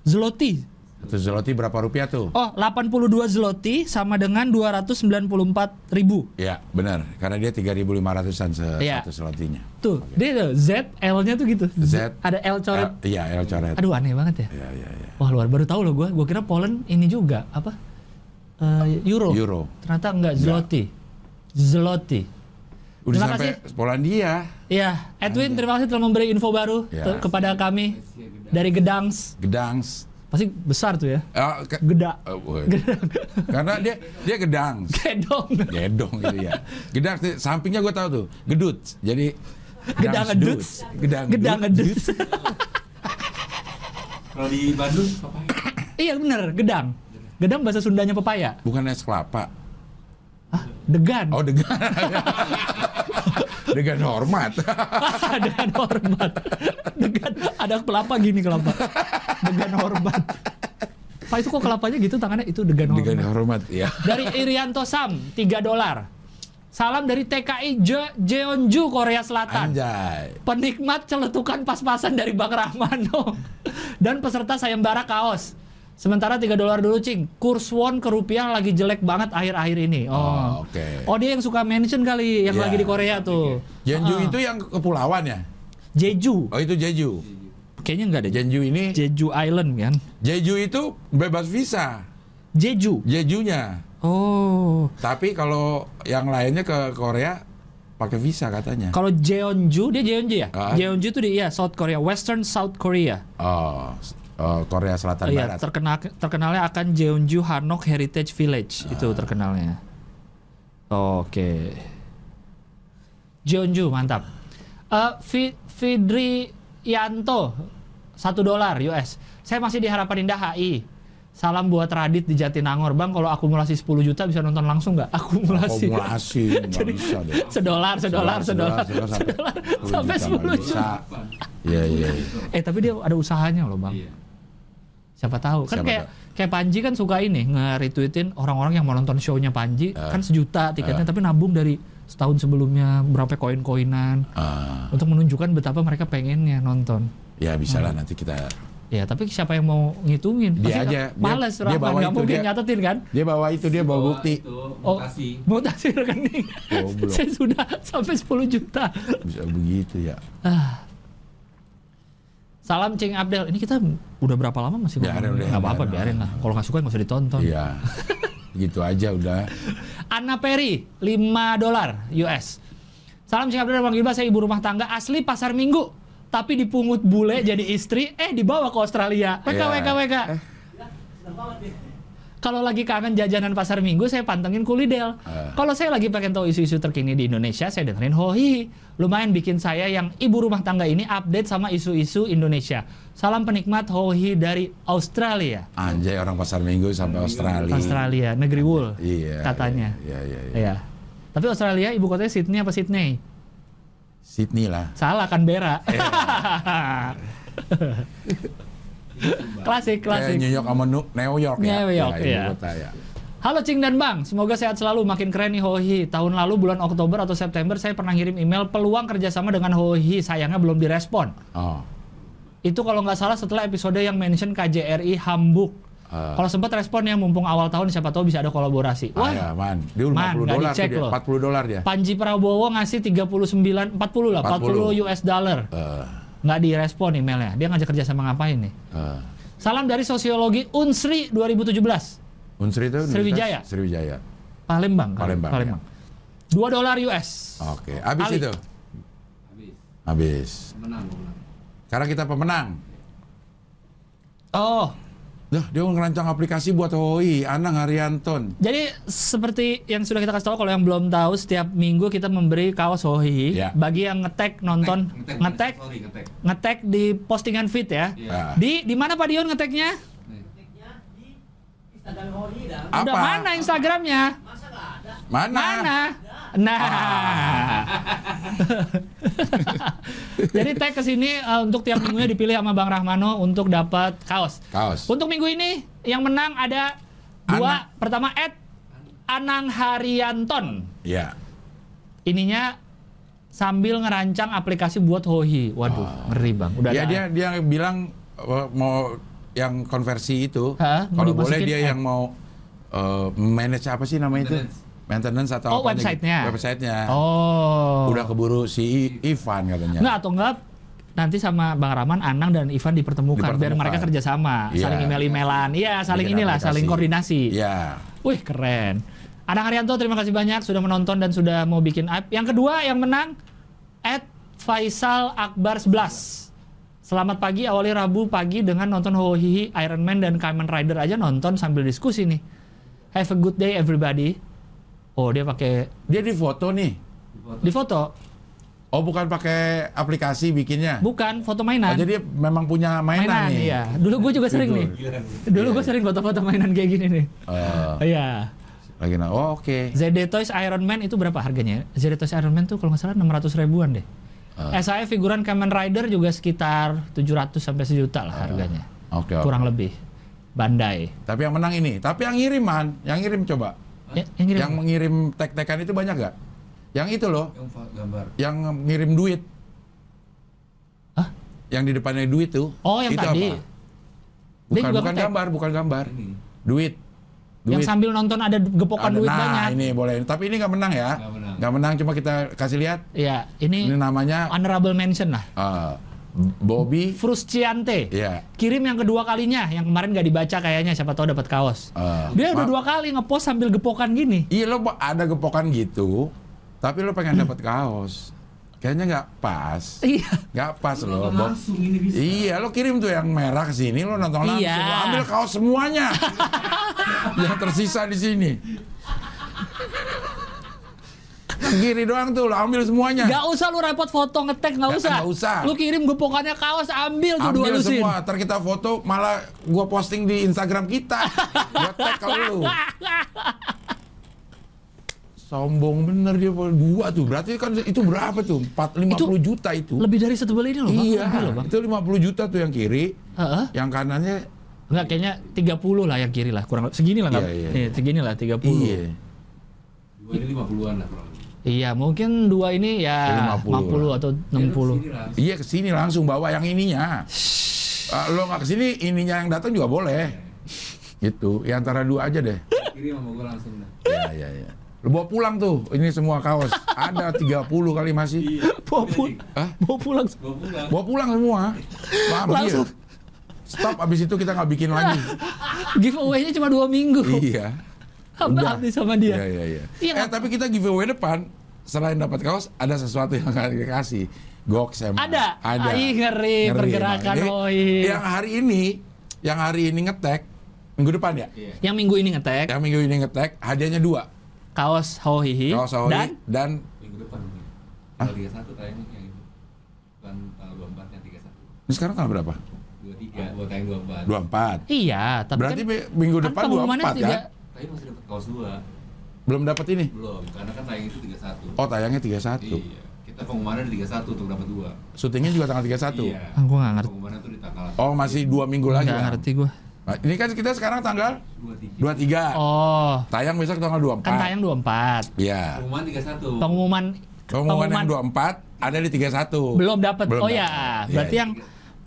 Speaker 3: Zloty.
Speaker 1: Satu Zloty berapa rupiah tuh?
Speaker 3: Oh, 82 zloty sama dengan 294 ribu.
Speaker 1: Ya, benar. Karena dia 3.500-an se
Speaker 3: Iya.
Speaker 1: satu Zloty-nya.
Speaker 3: Tuh, dia tuh, Z L-nya tuh gitu.
Speaker 1: Z.
Speaker 3: ada L coret.
Speaker 1: Eh, Iya, El Coret.
Speaker 3: Aduh aneh banget ya.
Speaker 1: Iya, iya, iya.
Speaker 3: Wah, luar baru tahu loh gua. Gua kira Poland ini juga apa? Eh, Euro.
Speaker 1: Euro.
Speaker 3: Ternyata enggak zloty. Zloty.
Speaker 1: Udah
Speaker 3: Terima
Speaker 1: sampai
Speaker 3: kasih.
Speaker 1: Polandia.
Speaker 3: Iya, Edwin terima kasih telah memberi info baru
Speaker 1: Ya.
Speaker 3: te- kepada kami dari Gedangs.
Speaker 1: Gdansk.
Speaker 3: Pasti besar tuh ya.
Speaker 1: Eh, ke-
Speaker 3: Geda. [laughs]
Speaker 1: Eh, woy. Karena dia dia gedang.
Speaker 3: Gedong.
Speaker 1: Gedong gitu ya. Gedang sih, sampingnya gue tahu tuh. Gedut. Jadi
Speaker 3: Gedang
Speaker 1: gedut.
Speaker 3: gedut.
Speaker 1: Gedang
Speaker 3: Gedang
Speaker 1: gedut.
Speaker 3: gedut.
Speaker 1: [laughs]
Speaker 2: Kalau di Bandung apa?
Speaker 3: Iya bener, gedang. Gedang bahasa Sundanya pepaya.
Speaker 1: Bukan es kelapa.
Speaker 3: Hah? Degan. [laughs]
Speaker 1: Oh [laughs] degan. degan hormat.
Speaker 3: Degan hormat. Degan ada kelapa gini
Speaker 1: [laughs]
Speaker 3: kelapa. Degan hormat. Pak itu kok kelapanya gitu tangannya itu degan hormat.
Speaker 1: degan hormat ya.
Speaker 3: Dari Irianto Sam 3 dolar. Salam dari TKI Je- Jeonju Korea Selatan.
Speaker 1: Anjay.
Speaker 3: Penikmat celetukan pas-pasan dari Bang Rahmano dan peserta sayembara kaos. Sementara 3 dolar dulu cing, kurs won ke rupiah lagi jelek banget akhir-akhir ini. Oh,
Speaker 1: Oh, oke.
Speaker 3: Oh dia yang suka mention kali yang
Speaker 1: Iya.
Speaker 3: lagi di Korea tuh.
Speaker 1: Jeonju
Speaker 3: Ah.
Speaker 1: itu yang kepulauan ya?
Speaker 3: Jeju.
Speaker 1: Oh itu Jeju.
Speaker 3: Kayaknya nggak ada
Speaker 1: Jeju ini,
Speaker 3: Jeju Island kan?
Speaker 1: Jeju itu bebas visa.
Speaker 3: Jeju.
Speaker 1: Jejunya.
Speaker 3: Oh.
Speaker 1: Tapi kalau yang lainnya ke Korea pakai visa katanya.
Speaker 3: Kalau Jeonju dia Jeonju ya?
Speaker 1: Ah.
Speaker 3: Jeonju itu di ya South Korea, Western South Korea.
Speaker 1: Oh, s- oh, Korea Selatan
Speaker 3: Oh iya,
Speaker 1: Barat.
Speaker 3: terkenal terkenalnya akan Jeonju Hanok Heritage Village itu terkenalnya. Ah. Oke. Jeonju mantap. Eh, Fi- Fidri Yanto satu dolar US. Saya masih di Harapan Indah HI. Salam buat Radit di Jatinangor, Bang. Kalau akumulasi 10 juta bisa nonton langsung nggak? Akumulasi. [laughs]
Speaker 1: Akumulasi nggak bisa deh.
Speaker 3: Sedolar, sedolar, sedolar,
Speaker 1: sedolar,
Speaker 3: sedolar, sampai
Speaker 1: sampai
Speaker 3: 10 juta.
Speaker 1: Iya, iya. iya.
Speaker 3: Eh, tapi dia ada usahanya loh, Bang.
Speaker 2: Iya.
Speaker 3: Siapa tahu.
Speaker 1: Siapa
Speaker 3: Kan kayak
Speaker 1: tahu.
Speaker 3: kayak Panji kan suka ini nge-retweetin orang-orang yang mau nonton show-nya Panji
Speaker 1: Ah.
Speaker 3: kan sejuta tiketnya tapi nabung dari setahun sebelumnya berapa koin-koinan
Speaker 1: Ah,
Speaker 3: untuk menunjukkan betapa mereka pengennya nonton.
Speaker 1: ya bisa lah nanti kita
Speaker 3: Ya, tapi siapa yang mau
Speaker 1: Dia
Speaker 3: ngitungin? Pasti
Speaker 1: aja, dia-
Speaker 3: Males,
Speaker 1: dia
Speaker 3: Rahman.
Speaker 1: bawa
Speaker 3: Nggak
Speaker 1: itu,
Speaker 3: mungkin
Speaker 1: dia-
Speaker 3: nyatetin kan?
Speaker 1: dia bawa itu dia bawa bukti
Speaker 2: Itu
Speaker 3: Oh,
Speaker 2: mutasi.
Speaker 3: mutasi rekening.
Speaker 1: Goblok.
Speaker 3: kan [laughs] Saya sudah sampai 10 juta.
Speaker 1: bisa begitu ya
Speaker 3: Ah. Salam Cing Abdel. Ini kita udah berapa lama masih
Speaker 1: Biarin,
Speaker 3: ngomong?
Speaker 1: udah,
Speaker 3: Nggak apa-apa,
Speaker 1: biarin.
Speaker 3: biarin lah. Kalau nggak suka nggak usah ditonton.
Speaker 1: iya gitu aja udah
Speaker 3: Anna Perry, 5 dolar US. Salam Cing Abdel, Bang Gilbas, saya ibu rumah tangga asli pasar minggu. Tapi dipungut bule jadi istri, eh dibawa ke Australia. WK,
Speaker 1: Iya.
Speaker 3: WK, WK. Kalau lagi kangen jajanan pasar minggu, saya pantengin kulidel.
Speaker 1: Eh.
Speaker 3: Kalau saya lagi pengen tahu isu-isu terkini di Indonesia, saya dengerin Hohi. Lumayan bikin saya yang ibu rumah tangga ini update sama isu-isu Indonesia. Salam penikmat Hohi dari Australia.
Speaker 1: anjay orang pasar minggu sampai Australia
Speaker 3: Australia, negeri wool
Speaker 1: iya
Speaker 3: katanya.
Speaker 1: iya iya, iya.
Speaker 3: Iya. Tapi Australia ibu kotanya Sydney apa Sydney?
Speaker 1: Sydney lah
Speaker 3: Salah kan Bera.
Speaker 1: Iya.
Speaker 3: [laughs] klasik,
Speaker 1: Kayak New
Speaker 3: klasik.
Speaker 1: York sama Nu- New York ya.
Speaker 3: New York,
Speaker 1: ibu
Speaker 3: iya.
Speaker 1: kota ya.
Speaker 3: Halo Cing dan Bang, semoga sehat selalu, makin keren nih Hohi. Tahun lalu bulan Oktober atau September saya pernah ngirim email peluang kerjasama dengan Hohi, sayangnya belum direspon.
Speaker 1: Oh.
Speaker 3: Itu kalau nggak salah setelah episode yang mention KJRI Hamburg.
Speaker 1: Ah.
Speaker 3: Kalau sempat respon ya mumpung awal tahun siapa tahu bisa ada kolaborasi.
Speaker 1: Wah,
Speaker 3: Wah,
Speaker 1: ah, ya, man. Dia 50
Speaker 3: Man, nggak
Speaker 1: dolar tuh
Speaker 3: dicek
Speaker 1: dia.
Speaker 3: loh.
Speaker 1: 40 dolar dia.
Speaker 3: Panji Prabowo ngasih 39 40 lah, 40
Speaker 1: 40
Speaker 3: US dollar.
Speaker 1: Eh,
Speaker 3: Nggak direspon emailnya. Dia ngajak kerja sama ngapain nih?
Speaker 1: eh.
Speaker 3: Salam dari sosiologi Unsri 2017.
Speaker 1: Unsri itu
Speaker 3: Sriwijaya.
Speaker 1: Universitas Sriwijaya.
Speaker 3: Palembang. kan?
Speaker 1: Palembang, ya.
Speaker 3: Palembang. 2 dolar US.
Speaker 1: Oke, habis
Speaker 3: Ali.
Speaker 1: itu.
Speaker 2: Habis.
Speaker 1: Habis.
Speaker 2: Menang, gua menang.
Speaker 1: Karena kita pemenang.
Speaker 3: Oh,
Speaker 1: Dah, dia ngerancang aplikasi buat HOI, Anang Haryanton.
Speaker 3: jadi seperti yang sudah kita kasih tahu kalau yang belum tahu setiap minggu kita memberi kaos Hohi
Speaker 1: Ya.
Speaker 3: bagi yang ngetek nonton
Speaker 2: Ngetek, ngetek,
Speaker 3: ngetek
Speaker 2: sorry, ngetek.
Speaker 3: ngetek di postingan feed ya.
Speaker 2: Iya.
Speaker 1: Ah.
Speaker 3: Di di mana Pak Dion ngeteknya?
Speaker 2: Nih.
Speaker 1: Apa?
Speaker 3: Udah mana Instagramnya?
Speaker 1: Mana?
Speaker 3: Mana? Nah.
Speaker 1: Ah.
Speaker 3: Jadi tag ke sini eh, untuk tiap minggunya dipilih sama Bang Rahmano untuk dapat kaos.
Speaker 1: Kaos.
Speaker 3: Untuk minggu ini yang menang ada dua. Pertama Ed Anang Haryanton.
Speaker 1: Ya.
Speaker 3: Ininya sambil ngerancang aplikasi buat Hohi. Waduh, ngeri Bang. Udah
Speaker 1: Ya
Speaker 3: ada-
Speaker 1: dia dia bilang eh, mau yang konversi itu.
Speaker 3: Hah? Mau
Speaker 1: Kalau boleh
Speaker 3: dimasukin
Speaker 1: dia
Speaker 3: app.
Speaker 1: yang mau eh, manage apa sih namanya itu? Maintenance atau
Speaker 3: Oh,
Speaker 1: apanya gitu.
Speaker 3: website-nya.
Speaker 1: Website-nya.
Speaker 3: Oh.
Speaker 1: Udah keburu si I- Ivan katanya.
Speaker 3: Enggak atau enggak nanti sama Bang Rahman, Anang dan Ivan dipertemukan, biar
Speaker 1: Dipertemukan.
Speaker 3: mereka kerjasama,
Speaker 1: Iya.
Speaker 3: saling email-emailan, iya saling
Speaker 1: Bikin
Speaker 3: inilah,
Speaker 1: aplikasi.
Speaker 3: saling koordinasi.
Speaker 1: Ya.
Speaker 3: Wih keren. Anang Haryanto terima kasih banyak sudah menonton dan sudah mau bikin app. Yang kedua yang menang at Faisal Akbar 11. Selamat pagi, awali Rabu pagi dengan nonton Hohihi, Iron Man, dan Kamen Rider aja nonton sambil diskusi nih. Have a good day everybody. Oh dia pakai
Speaker 1: Dia di foto nih.
Speaker 2: Difoto.
Speaker 3: di foto,
Speaker 1: Oh, bukan pakai aplikasi bikinnya.
Speaker 3: bukan
Speaker 1: Oh,
Speaker 3: foto mainan.
Speaker 1: jadi memang punya mainan,
Speaker 3: mainan,
Speaker 1: nih. Iya,
Speaker 3: iya. Dulu gue juga sering
Speaker 1: Judul.
Speaker 3: nih.
Speaker 2: Gila.
Speaker 3: Dulu gue sering foto-foto mainan kayak gini nih.
Speaker 1: Eh,
Speaker 3: Iya.
Speaker 1: lagi nah. Oh, oke.
Speaker 3: ZD Toys Iron Man itu berapa harganya? ya? ZD Toys Iron Man tuh kalau nggak salah 600 ribuan deh.
Speaker 1: Ah.
Speaker 3: SAE figuran Kamen Rider juga sekitar 700 sampai sejuta lah harganya.
Speaker 1: Ah. Oke. oke.
Speaker 3: Kurang lebih. Bandai.
Speaker 1: Tapi yang menang ini. Tapi yang ngirim man, yang ngirim coba.
Speaker 3: Ya, yang ngirim.
Speaker 1: Yang mengirim tek-tekan itu banyak gak? Yang itu loh,
Speaker 2: Yang fa- gambar.
Speaker 1: yang ngirim duit.
Speaker 3: Hah?
Speaker 1: Yang di depannya duit tuh.
Speaker 3: Oh, yang
Speaker 1: itu
Speaker 3: tadi.
Speaker 1: Apa?
Speaker 3: Dia
Speaker 1: Bukan,
Speaker 3: juga
Speaker 1: bukan
Speaker 3: ngetek.
Speaker 1: gambar, bukan gambar.
Speaker 2: Ini.
Speaker 1: Duit.
Speaker 3: Yang
Speaker 1: Duit.
Speaker 3: sambil nonton ada gepokan
Speaker 1: Ada-
Speaker 3: duit
Speaker 1: nah,
Speaker 3: banyak.
Speaker 1: ini boleh. Tapi ini nggak menang ya.
Speaker 2: Nggak menang.
Speaker 1: Nggak menang. Cuma kita kasih lihat.
Speaker 3: Ya,
Speaker 1: Ini nah.
Speaker 3: ini
Speaker 1: namanya
Speaker 3: honorable mention lah.
Speaker 1: eh, Bobby.
Speaker 3: Frusciante.
Speaker 1: Ya.
Speaker 3: Kirim yang kedua kalinya, yang kemarin nggak dibaca kayaknya siapa tahu dapat kaos.
Speaker 1: eh,
Speaker 3: Dia udah
Speaker 1: ma-
Speaker 3: dua kali ngepost sambil gepokan gini.
Speaker 1: Iya lo ba- ada gepokan gitu. Tapi lo pengen dapat kaos. Kayaknya nggak pas.
Speaker 3: Iya.
Speaker 1: Nggak pas
Speaker 2: Nonton
Speaker 1: lo, Bob.
Speaker 2: langsung ini bisa.
Speaker 1: Iya, lo kirim tuh yang merah ke sini, lo nonton langsung,
Speaker 3: Iya.
Speaker 1: lo ambil kaos
Speaker 3: [laughs]
Speaker 1: semuanya. yang tersisa di sini. Yang kiri doang tuh, lo ambil semuanya.
Speaker 3: Gak usah lu repot foto ngetek nggak
Speaker 1: Nggak-
Speaker 3: usah.
Speaker 1: nggak usah.
Speaker 3: Lu kirim gepokannya kaos ambil tuh dua
Speaker 1: ambil
Speaker 3: lusin.
Speaker 1: semua, ntar kita foto, malah gua posting di Instagram kita. gua tag ke
Speaker 3: [laughs]
Speaker 1: lo.
Speaker 3: Ah.
Speaker 1: Sombong bener dia Paul. dua tuh. Berarti kan itu berapa tuh? 4 50
Speaker 3: Itu
Speaker 1: juta itu.
Speaker 3: Lebih dari satu beli ini loh, Bang.
Speaker 1: iya.
Speaker 3: Lebih loh, Bang.
Speaker 1: Itu 50 juta tuh yang kiri,
Speaker 3: Heeh.
Speaker 1: yang kanannya
Speaker 3: Enggak kayaknya 30 lah yang kiri lah kurang segini lah nggak?
Speaker 1: Iya, iya,
Speaker 3: Iya, segini lah 30.
Speaker 1: Iya.
Speaker 2: Dua ini lima puluhan lah kurang lebih.
Speaker 3: Iya, mungkin dua ini ya
Speaker 1: 50 Iya, lah.
Speaker 3: 50, atau
Speaker 2: Terus
Speaker 3: 60.
Speaker 2: ini langsung.
Speaker 1: Iya kesini langsung bawa yang ininya. Ah, lo nggak kesini, ininya yang datang juga boleh. Gitu. Ya antara dua aja deh.
Speaker 2: Kiri sama gue langsung dah.
Speaker 1: Ya ya ya. Lo bawa pulang tuh. Ini semua kaos. Ada 30 kali masih.
Speaker 3: Bawa pulang.
Speaker 1: Hah?
Speaker 3: Bawa pulang.
Speaker 2: Gue Iya, pulang.
Speaker 1: Bawa pulang semua. Paham
Speaker 3: Langsung.
Speaker 1: dia? Stop abis itu kita nggak bikin lagi.
Speaker 3: Giveaway-nya cuma dua minggu. [laughs]
Speaker 1: iya. Udah.
Speaker 3: Habis sama dia.
Speaker 1: Iya iya iya.
Speaker 3: Iya,
Speaker 1: Eh
Speaker 3: nggak-
Speaker 1: tapi kita giveaway depan selain dapat kaos ada sesuatu yang akan dikasih. Goks emang.
Speaker 3: Ada?
Speaker 1: Ada.
Speaker 3: Ai, ngeri, pergerakan,
Speaker 1: Jadi,
Speaker 3: oi.
Speaker 1: Yang hari ini yang hari ini ngetek minggu depan ya.
Speaker 2: Iya.
Speaker 3: Yang minggu ini ngetek
Speaker 1: Yang minggu ini ngetek hadiahnya dua.
Speaker 3: kaos Hohihi
Speaker 1: Kaos Aoi
Speaker 3: dan
Speaker 1: dan
Speaker 2: Minggu depan mungkin. Tanggal tiga satu tayang yang itu. Bukan tanggal Kan, eh, dua empat yang tiga satu.
Speaker 1: ini sekarang tanggal berapa?
Speaker 2: Dua tiga. Gue tayang Iya, dua empat.
Speaker 1: 24.
Speaker 3: iya, tapi
Speaker 1: Berarti
Speaker 3: kan,
Speaker 1: mi- minggu
Speaker 3: kan
Speaker 1: depan
Speaker 3: pengumumannya
Speaker 1: 24
Speaker 3: tiga-
Speaker 1: kan?
Speaker 2: Tapi masih dapat kaos dua.
Speaker 1: Belum dapat ini.
Speaker 2: Belum. Karena kan tayang itu tiga satu.
Speaker 1: Oh, tayangnya 31.
Speaker 2: Iya. Kita pengumumannya di 31 untuk dapat dua.
Speaker 1: Syutingnya juga tanggal 31.
Speaker 2: Iya.
Speaker 3: Ah, gua nggak ngerti.
Speaker 2: Pengumumannya tuh di tanggal
Speaker 1: Oh, masih dua minggu lagi.
Speaker 3: nggak
Speaker 1: Bang.
Speaker 3: ngerti gua.
Speaker 1: Nah, ini kan kita sekarang tanggal
Speaker 2: 23.
Speaker 1: 23.
Speaker 3: Oh,
Speaker 1: Tayang besok tanggal 24.
Speaker 3: kan tayang 24.
Speaker 1: Iya.
Speaker 2: Pengumuman 31.
Speaker 3: Pengumuman
Speaker 1: Pengumuman yang 24 ada di 31.
Speaker 3: belum dapat. Oh ya,
Speaker 1: dapat.
Speaker 3: berarti
Speaker 1: Iya,
Speaker 3: yang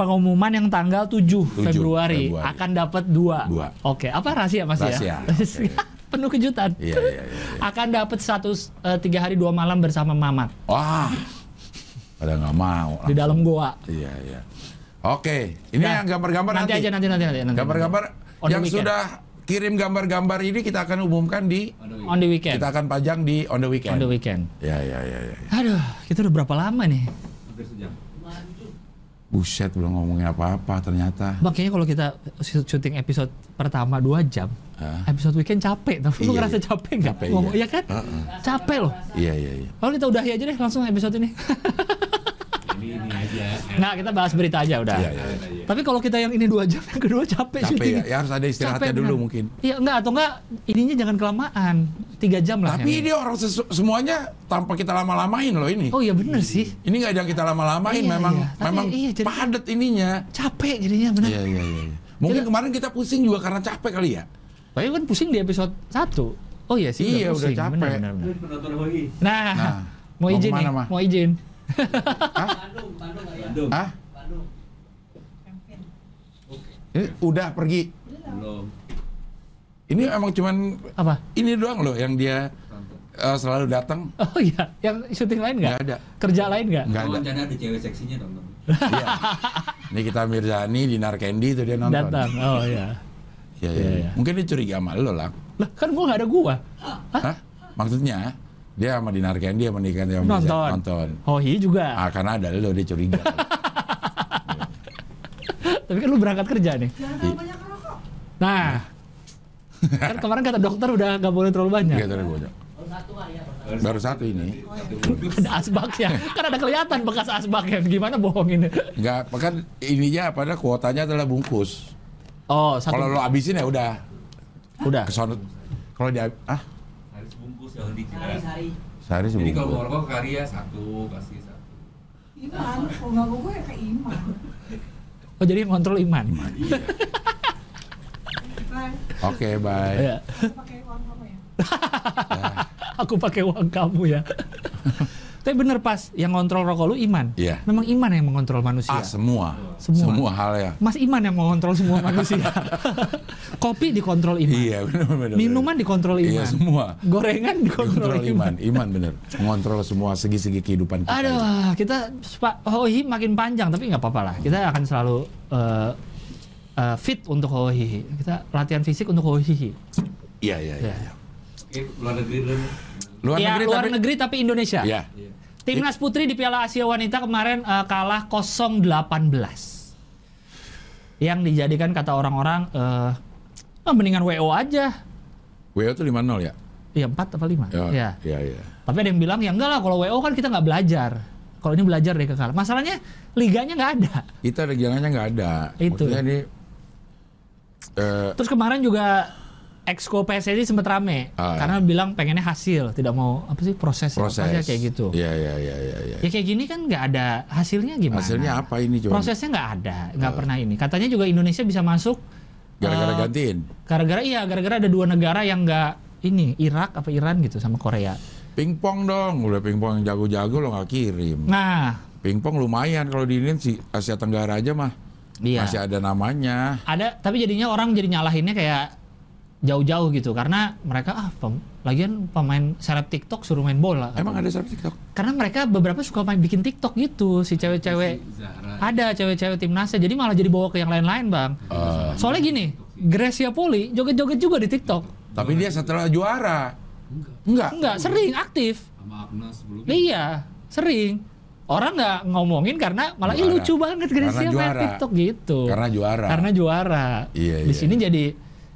Speaker 3: pengumuman yang tanggal 7,
Speaker 1: 7
Speaker 3: Februari,
Speaker 1: Februari.
Speaker 3: akan dapat dua.
Speaker 1: Dua.
Speaker 3: Oke, apa rahasia Mas [laughs]
Speaker 1: Rahasia,
Speaker 3: ya?
Speaker 1: oke.
Speaker 3: Penuh kejutan.
Speaker 1: Iya, iya, iya. iya.
Speaker 3: Akan dapat satu eh, tiga hari dua malam bersama Mamat
Speaker 1: Wah. Pada nggak mau.
Speaker 3: di
Speaker 1: langsung.
Speaker 3: dalam goa.
Speaker 1: Iya, iya. Oke, ini yang
Speaker 3: Nah,
Speaker 1: gambar-gambar nanti.
Speaker 3: Nanti, aja nanti nanti nanti. nanti.
Speaker 1: Gambar-gambar
Speaker 3: On the
Speaker 1: yang
Speaker 3: weekend.
Speaker 1: sudah kirim gambar-gambar ini kita akan umumkan di
Speaker 2: On the way.
Speaker 3: on the weekend.
Speaker 1: kita akan pajang di on the
Speaker 3: On
Speaker 1: weekend.
Speaker 3: the weekend.
Speaker 1: Ya, ya, ya, ya.
Speaker 3: Aduh, kita udah berapa lama nih?
Speaker 2: Hampir sejam.
Speaker 1: Buset, belum ngomongin apa-apa ternyata.
Speaker 3: Bang, kayaknya kalau kita syuting episode pertama 2 jam,
Speaker 1: Hah?
Speaker 3: episode weekend capek. Tapi lu
Speaker 1: Iya,
Speaker 3: ngerasa
Speaker 1: iya.
Speaker 3: capek nggak?
Speaker 1: Capek,
Speaker 3: Ngomong-
Speaker 1: iya.
Speaker 3: iya kan? Capek loh.
Speaker 1: Iya, iya, iya.
Speaker 3: Lalu kita udahi aja deh langsung episode
Speaker 1: [laughs]
Speaker 3: ini.
Speaker 2: Ini ini aja.
Speaker 3: nah, kita bahas berita aja udah.
Speaker 1: Iya, iya.
Speaker 2: Kalian aja.
Speaker 3: Tapi kalau kita yang ini dua jam, yang kedua capek,
Speaker 1: Capek
Speaker 3: syuting.
Speaker 1: ya, ya harus ada istirahatnya
Speaker 3: Capek
Speaker 1: dulu
Speaker 3: bener.
Speaker 1: mungkin.
Speaker 3: Iya enggak atau enggak ininya jangan kelamaan. Tiga jam lah.
Speaker 1: Tapi
Speaker 3: yang
Speaker 1: ini orang sesu- semuanya tanpa kita lama-lamain loh ini.
Speaker 3: ini. Oh iya bener sih.
Speaker 1: Ini nggak ada yang kita lama-lamain,
Speaker 3: Iya,
Speaker 1: memang
Speaker 3: iya. Tapi
Speaker 1: memang
Speaker 3: iya, jadi- Nah,
Speaker 1: padat ininya.
Speaker 3: Capek jadinya bener.
Speaker 1: Iya, iya, iya. iya. Mungkin kemarin kita pusing juga karena capek kali ya.
Speaker 3: Tapi kan pusing di episode 1. Oh iya sih.
Speaker 1: Iya, udah
Speaker 3: pusing.
Speaker 1: capek.
Speaker 3: Bener, bener, bener.
Speaker 2: Terus penonton lagi.
Speaker 3: Nah,
Speaker 1: Nah,
Speaker 3: mau
Speaker 1: mau
Speaker 3: izin
Speaker 1: kemana,
Speaker 3: nih,
Speaker 1: Ma?
Speaker 3: mau izin.
Speaker 2: Bandung.
Speaker 1: Hah?
Speaker 2: Oke.
Speaker 1: Ini Eh, udah pergi.
Speaker 2: Belum.
Speaker 1: Ini Iya, emang cuman
Speaker 3: Apa? [laughs]
Speaker 1: ini doang loh yang dia
Speaker 2: Tonton.
Speaker 1: eh, selalu datang.
Speaker 3: Oh iya, yang syuting lain nggak?
Speaker 1: Nggak ada.
Speaker 3: Kerja lain nggak?
Speaker 1: Iya. Nggak
Speaker 2: Gua
Speaker 1: ada.
Speaker 2: Rencana ada cewek seksinya tonton.
Speaker 1: Iya. Ini kita Mirzani, Dinar Candy itu dia nonton.
Speaker 3: Datang. Oh iya.
Speaker 1: Iya, iya,
Speaker 3: Iya,
Speaker 1: iya.
Speaker 3: iya.
Speaker 1: Mungkin dia curiga sama lo lah.
Speaker 3: Lah kan gua nggak ada gua.
Speaker 1: Hah? Maksudnya dia sama Dinar Candy sama Dinar Candy sama Mirzani
Speaker 3: Nonton.
Speaker 1: nonton.
Speaker 3: Hohi Oh, iya juga.
Speaker 1: Ah, karena ada lo dia
Speaker 3: [laughs]
Speaker 1: curiga.
Speaker 3: Tapi kan lu berangkat kerja nih. Nah. kan kemarin kata dokter udah nggak boleh terlalu banyak.
Speaker 1: Iya, terus gue Baru satu ini.
Speaker 2: Satu bonus.
Speaker 3: Ada asbaknya. Kan ada kelihatan bekas asbaknya. Gimana bohonginnya?
Speaker 1: Enggak, kan ininya pada kuotanya adalah bungkus.
Speaker 3: Oh, satu.
Speaker 1: Kalau lo habisin ya udah
Speaker 3: udah.
Speaker 1: kesonot. Kalau dia ah
Speaker 2: Harus bungkus jangan dikira.
Speaker 1: sehari
Speaker 2: Jadi kalau mau
Speaker 1: sebungkus.
Speaker 2: rokok karya satu, kasih satu.
Speaker 5: Iman, kalau nggak gue ya ke Iman.
Speaker 3: Oh, jadi yang kontrol iman.
Speaker 2: Iya.
Speaker 5: Nah,
Speaker 1: Oke, bye.
Speaker 3: Iya.
Speaker 5: pakai uang apa ya?
Speaker 3: [laughs] Aku pakai uang kamu
Speaker 1: [laughs]
Speaker 3: ya. Tapi bener pas yang kontrol rokok lu iman.
Speaker 1: Iya.
Speaker 3: Memang iman yang mengontrol manusia.
Speaker 1: Ah, semua.
Speaker 3: Iya. Semua.
Speaker 1: Semua hal ya.
Speaker 3: Mas Iman yang mengontrol semua
Speaker 1: [laughs]
Speaker 3: manusia. Kopi dikontrol Iman.
Speaker 1: Iya, [laughs] benar benar.
Speaker 3: Minuman dikontrol
Speaker 1: Iya,
Speaker 3: Iman.
Speaker 1: semua.
Speaker 3: Gorengan dikontrol
Speaker 1: Kontrol iman,
Speaker 3: Iman.
Speaker 1: iman bener. Mengontrol semua segi-segi kehidupan kita.
Speaker 3: Aduh, kita Pak Hohi makin panjang tapi nggak apa-apa lah. Kita akan selalu eh, eh, fit untuk Hohi. Kita latihan fisik untuk Hohi.
Speaker 1: Iya, iya, iya.
Speaker 3: Iya.
Speaker 2: Oke, luar negeri dulu.
Speaker 1: Luar
Speaker 3: ya,
Speaker 1: negeri
Speaker 3: luar
Speaker 1: tapi
Speaker 3: negeri tapi Indonesia.
Speaker 1: Iya.
Speaker 2: Iya.
Speaker 3: Timnas Putri di Piala Asia Wanita kemarin eh, kalah 0-18. Yang dijadikan kata orang-orang eh "Ah, mendingan WO aja.
Speaker 1: WO tuh 5-0 ya?
Speaker 3: Ya 4 apa 5?
Speaker 1: Ya,
Speaker 3: Ya.
Speaker 1: iya, iya.
Speaker 3: Tapi ada yang bilang ya enggak lah kalau WO kan kita nggak belajar. Kalau ini belajar deh kekal. Masalahnya liganya nggak ada.
Speaker 1: Kita regionalnya nggak ada.
Speaker 3: Itu.
Speaker 1: Maksudnya ini eh,
Speaker 3: Terus kemarin juga Exco PSSI sempat rame
Speaker 1: Ah.
Speaker 3: karena bilang pengennya hasil, tidak mau apa sih proses,
Speaker 1: proses
Speaker 3: apa aja kayak gitu.
Speaker 1: Iya, iya, iya, iya, iya.
Speaker 3: Ya kayak gini kan nggak ada hasilnya gimana?
Speaker 1: Hasilnya apa ini coba?
Speaker 3: Prosesnya nggak ada, nggak pernah ini. Katanya juga Indonesia bisa masuk
Speaker 1: gara-gara
Speaker 3: eh,
Speaker 1: gantiin.
Speaker 3: Gara-gara iya, gara-gara ada dua negara yang nggak ini Irak apa Iran gitu sama Korea.
Speaker 1: Pingpong dong, udah pingpong yang jago-jago lo nggak kirim.
Speaker 3: Nah,
Speaker 1: Pingpong lumayan kalau diinin si Asia Tenggara aja mah
Speaker 3: iya.
Speaker 1: masih ada namanya.
Speaker 3: ada tapi jadinya orang jadi nyalahinnya kayak jauh-jauh gitu karena mereka ah pem- lagian pemain seleb TikTok suruh main bola.
Speaker 1: Emang ada sub TikTok?
Speaker 3: Karena mereka beberapa suka main bikin TikTok gitu si
Speaker 1: Iya.
Speaker 3: cewek-cewek.
Speaker 2: Si Zahra.
Speaker 3: Ada cewek-cewek timnasnya jadi malah jadi bawa ke yang lain-lain, Bang.
Speaker 1: Eh,
Speaker 3: Soalnya gini, Gracia Poli joget-joget juga di TikTok.
Speaker 1: tapi dia setelah juara.
Speaker 2: Enggak.
Speaker 1: Enggak.
Speaker 3: Enggak, sering aktif.
Speaker 2: Sama Agnes sebelumnya.
Speaker 3: Iya, sering. Orang nggak ngomongin karena malah ih
Speaker 1: Juara.
Speaker 3: lucu banget Gracia
Speaker 1: Karena
Speaker 3: main
Speaker 1: juara.
Speaker 3: TikTok gitu.
Speaker 1: Karena juara.
Speaker 3: Karena juara.
Speaker 1: Iya,
Speaker 3: Di
Speaker 1: iya.
Speaker 3: sini jadi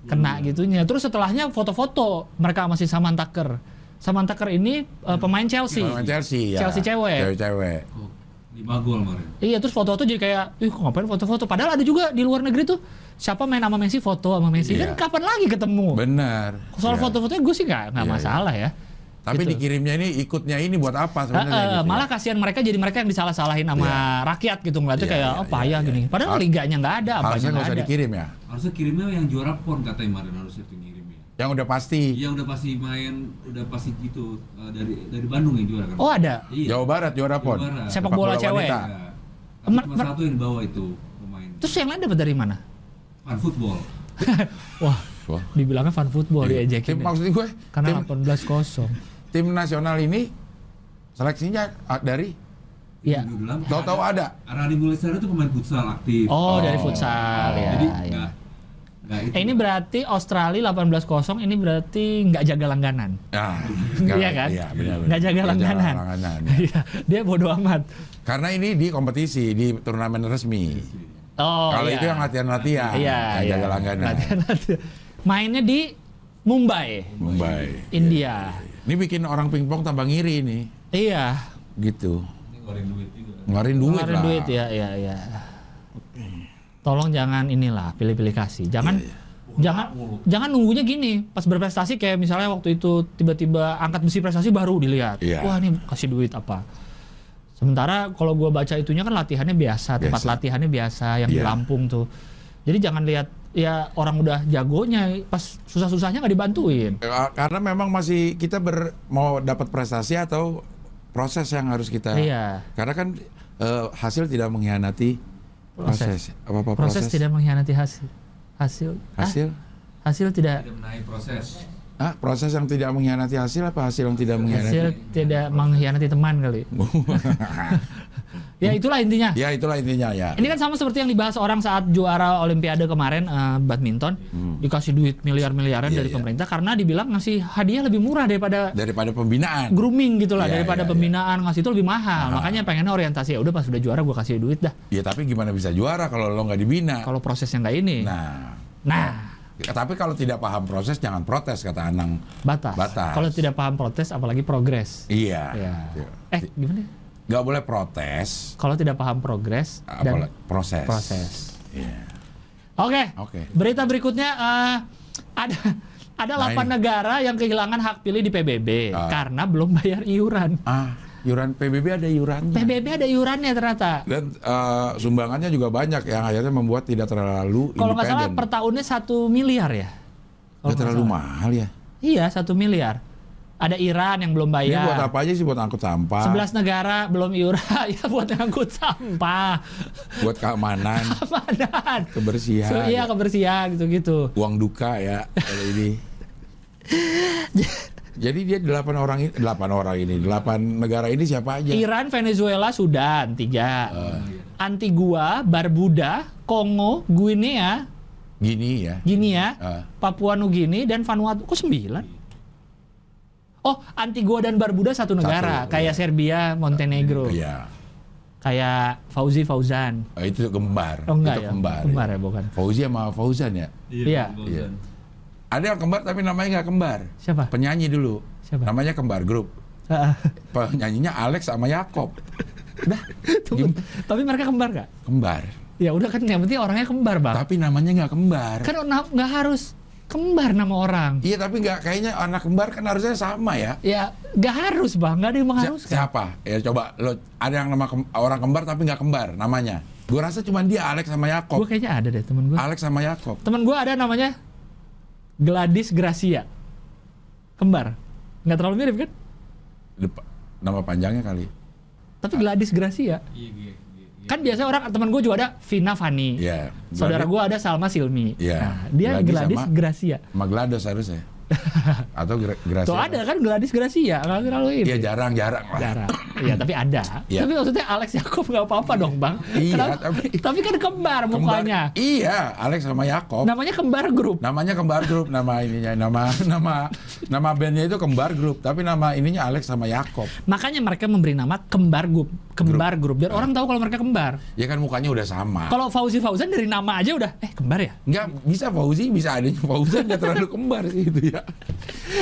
Speaker 3: kena gitunya. Terus setelahnya foto-foto mereka masih Saman Tucker. Saman Tucker ini eh, pemain Chelsea.
Speaker 1: Sama Hmm. Chelsea ya.
Speaker 3: Chelsea cewek.
Speaker 1: Cewek-cewek.
Speaker 2: Kok lima gol kemarin.
Speaker 3: Iya, terus foto-foto jadi kayak, ih kok ngapain foto-foto. Padahal ada juga di luar negeri tuh siapa main sama Messi foto sama Messi.
Speaker 1: Iya.
Speaker 3: Kan kapan lagi ketemu?
Speaker 1: Benar.
Speaker 3: Soal
Speaker 1: Ya.
Speaker 3: foto-fotonya gue sih nggak nggak
Speaker 1: Iya, iya.
Speaker 3: masalah ya.
Speaker 1: Tapi
Speaker 3: gitu.
Speaker 1: dikirimnya ini ikutnya ini buat apa
Speaker 3: Eh,
Speaker 1: sebenarnya?
Speaker 3: eh,
Speaker 1: gitu ya?
Speaker 3: malah kasihan mereka jadi mereka yang disalah-salahin sama
Speaker 1: Iya.
Speaker 3: rakyat gitu ngeliatnya
Speaker 1: Iya,
Speaker 3: kayak
Speaker 1: iya,
Speaker 3: oh payah
Speaker 1: iya,
Speaker 3: gini.
Speaker 1: iya.
Speaker 3: Padahal
Speaker 1: Har-
Speaker 3: liganya nggak ada, apanya
Speaker 1: harusnya nggak
Speaker 3: nggak
Speaker 1: usah
Speaker 3: ada.
Speaker 1: dikirim ya.
Speaker 2: Harusnya kirimnya yang juara pon katanya kemarin harusnya tuh ngirimnya.
Speaker 1: Yang udah pasti.
Speaker 2: Yang udah pasti main, udah pasti gitu eh, dari dari Bandung yang juara kan.
Speaker 3: Oh ada.
Speaker 2: Iya.
Speaker 1: Jawa Barat juara pon.
Speaker 2: Jawa Barat.
Speaker 3: Sepak bola cewek.
Speaker 1: wanita.
Speaker 2: Iya. Tapi
Speaker 3: Mer-
Speaker 2: cuma
Speaker 3: mer-
Speaker 2: satu yang bawa itu pemain.
Speaker 3: Terus yang lain dapat dari mana? [laughs]
Speaker 2: Fan football.
Speaker 3: Wah,
Speaker 1: Wah.
Speaker 3: dibilangnya fan football
Speaker 1: Iya.
Speaker 3: diajakin.
Speaker 1: Tim-
Speaker 3: ya.
Speaker 1: maksud gue tim,
Speaker 3: Karena 18 kosong.
Speaker 1: tim nasional ini seleksinya ah, dari
Speaker 3: Iya.
Speaker 2: Minggu dalam.
Speaker 1: tahu-tahu ada.
Speaker 2: Rani Mulisara itu pemain futsal aktif.
Speaker 1: Oh.
Speaker 3: Oh, dari futsal ya.
Speaker 2: Jadi
Speaker 3: ya.
Speaker 2: nggak nggak itu.
Speaker 3: Eh, ini berarti Australia 18 kosong. Ini berarti nggak jaga langganan.
Speaker 1: Ah,
Speaker 3: Iya
Speaker 1: nggak-
Speaker 3: kan?
Speaker 1: Iya, benar-benar.
Speaker 3: Nggak jaga langganan.
Speaker 1: langganan.
Speaker 3: [laughs] Iya, dia bodoh amat.
Speaker 1: Karena ini di kompetisi di turnamen resmi.
Speaker 3: Oh,
Speaker 1: Kalau
Speaker 3: iya.
Speaker 1: itu yang latihan-latihan,
Speaker 3: Iya,
Speaker 1: yang
Speaker 3: iya.
Speaker 1: jaga langganan.
Speaker 3: Latihan-latihan. Mainnya di Mumbai,
Speaker 1: Mumbai. Iya,
Speaker 3: India.
Speaker 1: Ini bikin orang pingpong tambah ngiri ini,
Speaker 3: Iya.
Speaker 1: gitu.
Speaker 2: Ini ngeluarin duit juga.
Speaker 1: Ngeluarin duit
Speaker 3: Keluarin
Speaker 1: lah.
Speaker 3: duit ya, ya, ya. Tolong jangan inilah pilih-pilih kasih. Jangan
Speaker 1: Iya,
Speaker 3: jangan jangan nunggunya gini. Pas berprestasi kayak misalnya waktu itu tiba-tiba angkat besi prestasi baru dilihat.
Speaker 1: Iya.
Speaker 3: Wah, ini kasih duit apa? Sementara kalau gua baca itunya kan latihannya biasa, tempat
Speaker 1: Biasa.
Speaker 3: latihannya biasa yang di
Speaker 1: Iya.
Speaker 3: Lampung tuh. Jadi jangan lihat ya orang udah jagonya pas susah-susahnya nggak dibantuin.
Speaker 1: Eh, Karena memang masih kita ber, mau dapat prestasi atau proses yang harus kita.
Speaker 3: Iya.
Speaker 1: Karena kan eh, hasil tidak mengkhianati proses. Apa apa proses?
Speaker 3: Proses, tidak mengkhianati hasil. Hasil ah,
Speaker 1: hasil.
Speaker 3: hasil tidak
Speaker 2: Tidak menaik proses.
Speaker 1: Ah, proses yang tidak mengkhianati hasil apa hasil yang tidak
Speaker 3: hasil
Speaker 1: mengkhianati? Oh.
Speaker 3: tidak mengkhianati teman kali. ya itulah intinya.
Speaker 1: [laughs] ya itulah intinya ya.
Speaker 3: Ini kan sama seperti yang dibahas orang saat juara Olimpiade kemarin eh, badminton dikasih duit miliar-miliaran
Speaker 1: Hmm. Iya,
Speaker 3: dari
Speaker 1: iya.
Speaker 3: pemerintah karena dibilang ngasih hadiah lebih murah daripada
Speaker 1: daripada pembinaan.
Speaker 3: grooming gitulah
Speaker 1: Iya,
Speaker 3: daripada
Speaker 1: iya, iya.
Speaker 3: pembinaan ngasih itu lebih mahal makanya pengennya orientasi ya udah pas udah juara gua kasih duit dah
Speaker 1: Ya tapi gimana bisa juara kalau lo nggak dibina?
Speaker 3: kalau prosesnya nggak ini nah,
Speaker 1: Nah, ya, tapi kalau tidak paham proses jangan protes kata Anang.
Speaker 3: batas,
Speaker 1: Batas.
Speaker 3: kalau tidak paham protes apalagi progres
Speaker 1: Iya.
Speaker 3: ya
Speaker 1: Iya.
Speaker 3: eh gimana ya?
Speaker 1: Nggak boleh protes.
Speaker 3: kalau tidak paham progres
Speaker 1: Nah,
Speaker 3: dan
Speaker 1: Apalagi proses.
Speaker 3: proses
Speaker 1: Iya.
Speaker 3: Oke.
Speaker 1: Oke.
Speaker 3: Berita berikutnya eh, ada ada
Speaker 1: Nah,
Speaker 3: 8
Speaker 1: ini.
Speaker 3: negara yang kehilangan hak pilih di PBB
Speaker 1: Ah.
Speaker 3: karena belum bayar iuran.
Speaker 1: Ah, iuran PBB ada iurannya.
Speaker 3: PBB ada iurannya ternyata.
Speaker 1: Dan eh, sumbangannya juga banyak yang akhirnya membuat tidak terlalu
Speaker 3: Kalau nggak salah
Speaker 1: independen.
Speaker 3: per tahunnya satu miliar ya. Kalau
Speaker 1: Nggak
Speaker 3: nggak
Speaker 1: terlalu
Speaker 3: salah.
Speaker 1: mahal ya.
Speaker 3: Iya satu miliar. Ada Iran yang belum
Speaker 1: Ini buat
Speaker 3: bayar.
Speaker 1: apa aja sih buat angkut sampah,
Speaker 3: 11 negara belum iuran [laughs] ya buat ngangkut sampah, [laughs]
Speaker 1: buat keamanan,
Speaker 3: keamanan,
Speaker 1: kebersihan,
Speaker 3: So, iya kebersihan gitu-gitu.
Speaker 1: uang duka ya kalau ini. Jadi dia delapan orang ini, delapan orang ini, delapan negara ini siapa aja?
Speaker 3: Iran, Venezuela, Sudan tiga.
Speaker 1: Ah.
Speaker 2: Iya.
Speaker 3: Antigua, Barbuda, Kongo, Guinea,
Speaker 1: Gini ya.
Speaker 3: Guinea,
Speaker 1: Eh.
Speaker 3: Papua Nugini dan Vanuatu. Kok sembilan? Oh, Antigua dan Barbuda satu negara,
Speaker 1: Satu,
Speaker 3: kayak
Speaker 1: iya.
Speaker 3: Serbia, Montenegro,
Speaker 1: Iya.
Speaker 3: kayak Fauzi Fauzan.
Speaker 1: Eh, Itu kembar.
Speaker 3: Oh enggak
Speaker 1: itu
Speaker 3: ya?
Speaker 1: kembar. iya.
Speaker 3: Kembar ya, bukan.
Speaker 1: Fauzi sama Fauzan ya.
Speaker 3: Iya.
Speaker 2: Bang
Speaker 1: Iya.
Speaker 2: Fauzan.
Speaker 1: Ada yang kembar tapi namanya nggak kembar.
Speaker 3: Siapa?
Speaker 1: Penyanyi dulu.
Speaker 3: Siapa? [laughs] Ah,
Speaker 1: Namanya kembar grup. Penyanyinya Alex sama Yakob.
Speaker 3: Tunggu, tapi mereka kembar nggak?
Speaker 1: Kembar.
Speaker 3: Ya udah kan yang penting orangnya kembar, Bang.
Speaker 1: Tapi namanya nggak kembar.
Speaker 3: Kan na- nggak harus kembar nama orang.
Speaker 1: Iya tapi nggak kayaknya anak kembar kan harusnya sama ya.
Speaker 3: Ya nggak harus, kan? Bang. Nggak ada yang
Speaker 1: Si-
Speaker 3: mengharuskan.
Speaker 1: Siapa? Ya coba lo ada yang nama kem- orang kembar tapi nggak kembar namanya. Gue rasa cuma dia Alex sama
Speaker 3: Gue
Speaker 1: Yakob.
Speaker 3: kayaknya ada deh temen gue.
Speaker 1: Alex sama Yakob.
Speaker 3: Temen gue ada namanya Gladys Gracia. Kembar. Nggak terlalu mirip kan?
Speaker 1: Dep- nama panjangnya kali.
Speaker 3: Tapi Gladys Gracia.
Speaker 2: Iya, iya, iya.
Speaker 3: Kan biasa orang teman gue juga ada Vina Fani.
Speaker 1: Ya.
Speaker 3: Saudara gue ada Salma Silmi.
Speaker 1: Iya.
Speaker 3: Nah, dia
Speaker 1: Gladys
Speaker 3: Gladys
Speaker 1: sama-
Speaker 3: Gracia.
Speaker 1: Sama Glados
Speaker 3: [laughs]
Speaker 1: harusnya. Atau Gra- Gracia.
Speaker 3: Tuh ada kan Gladys Gracia, nggak terlalu ini.
Speaker 1: Iya jarang-jarang lah.
Speaker 3: Jarang. Iya, tapi ada.
Speaker 1: Iya.
Speaker 3: Tapi maksudnya Alex Yakob nggak apa-apa dong, Bang.
Speaker 1: Iya,
Speaker 3: Kenapa-
Speaker 1: tapi-
Speaker 3: tapi kan
Speaker 1: Kembar-
Speaker 3: kembar
Speaker 1: Oh.
Speaker 3: mukanya.
Speaker 1: Iya, Alex sama Yakob.
Speaker 3: Namanya Kembar Group.
Speaker 1: namanya kembar grup nama ininya nama [laughs] nama nama bandnya itu kembar grup tapi nama ininya Alex sama Yakob
Speaker 3: Makanya mereka memberi nama Kembar Group, Kembar Group.
Speaker 1: Iya.
Speaker 3: Biar orang tahu kalau mereka kembar.
Speaker 1: ya kan mukanya udah sama
Speaker 3: Kalau Fauzi Fauzan dari nama aja udah eh kembar ya?
Speaker 1: nggak bisa Fauzi bisa adanya Fauzi nggak terlalu kembar sih itu ya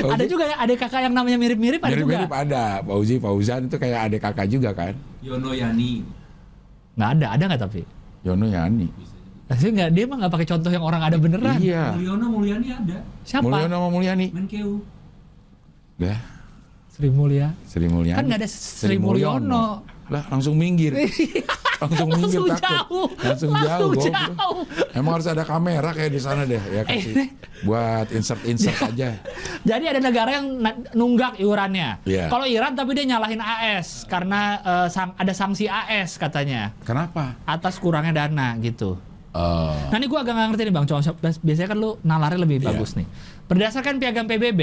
Speaker 1: Fauzi-
Speaker 3: Ada juga ya adik kakak yang namanya mirip-mirip ada juga.
Speaker 1: mirip-mirip ada Fauzi Fauzan itu kayak adik kakak juga kan
Speaker 2: Yono Yani.
Speaker 3: Nggak ada, ada nggak tapi?
Speaker 1: Yono Yani
Speaker 2: Bisa jadi.
Speaker 3: Maksudnya nggak, dia mah nggak pakai contoh yang orang ada beneran.
Speaker 1: iya
Speaker 2: Mulyono Mulyani ada.
Speaker 3: Siapa?
Speaker 1: Mulyono sama Mulyani
Speaker 2: Menkeu.
Speaker 1: dah
Speaker 3: Sri Mulya.
Speaker 1: Sri Mulyani
Speaker 3: Kan nggak ada Sri Mulyono.
Speaker 1: lah langsung
Speaker 3: [laughs]
Speaker 1: minggir langsung minggir
Speaker 3: Langsung jauh.
Speaker 1: takut langsung jauh,
Speaker 3: Langsung
Speaker 1: goblok.
Speaker 3: jauh.
Speaker 1: emang harus ada kamera kayak di sana deh ya kasih
Speaker 3: Eh. Iya.
Speaker 1: buat insert insert aja
Speaker 3: Jadi ada negara yang na- nunggak iurannya.
Speaker 1: Iya.
Speaker 3: Kalau Iran tapi dia nyalahin AS karena eh, sang- ada sanksi AS katanya
Speaker 1: kenapa
Speaker 3: atas kurangnya dana gitu.
Speaker 1: Eh,
Speaker 3: Nah ini gue agak nggak ngerti nih bang, Cowok Shop. Bias- biasanya kan lu nalarnya lebih
Speaker 1: Iya.
Speaker 3: bagus nih. Berdasarkan piagam PBB,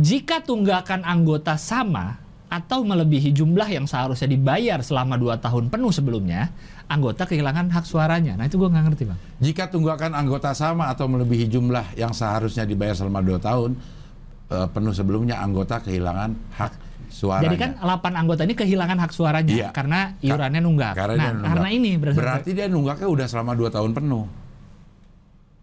Speaker 3: jika tunggakan anggota sama atau melebihi jumlah yang seharusnya dibayar selama 2 tahun penuh sebelumnya, anggota kehilangan hak suaranya. Nah itu gue nggak ngerti bang.
Speaker 1: Jika tunggakan anggota sama atau melebihi jumlah yang seharusnya dibayar selama 2 tahun, eh, penuh sebelumnya anggota kehilangan hak suaranya.
Speaker 3: Jadi kan 8 anggota ini kehilangan hak suaranya
Speaker 1: Iya.
Speaker 3: karena iurannya nunggak.
Speaker 1: karena,
Speaker 3: nah
Speaker 1: dia nunggak.
Speaker 3: karena ini berdasarkan
Speaker 1: berarti dia nunggaknya udah selama 2 tahun penuh.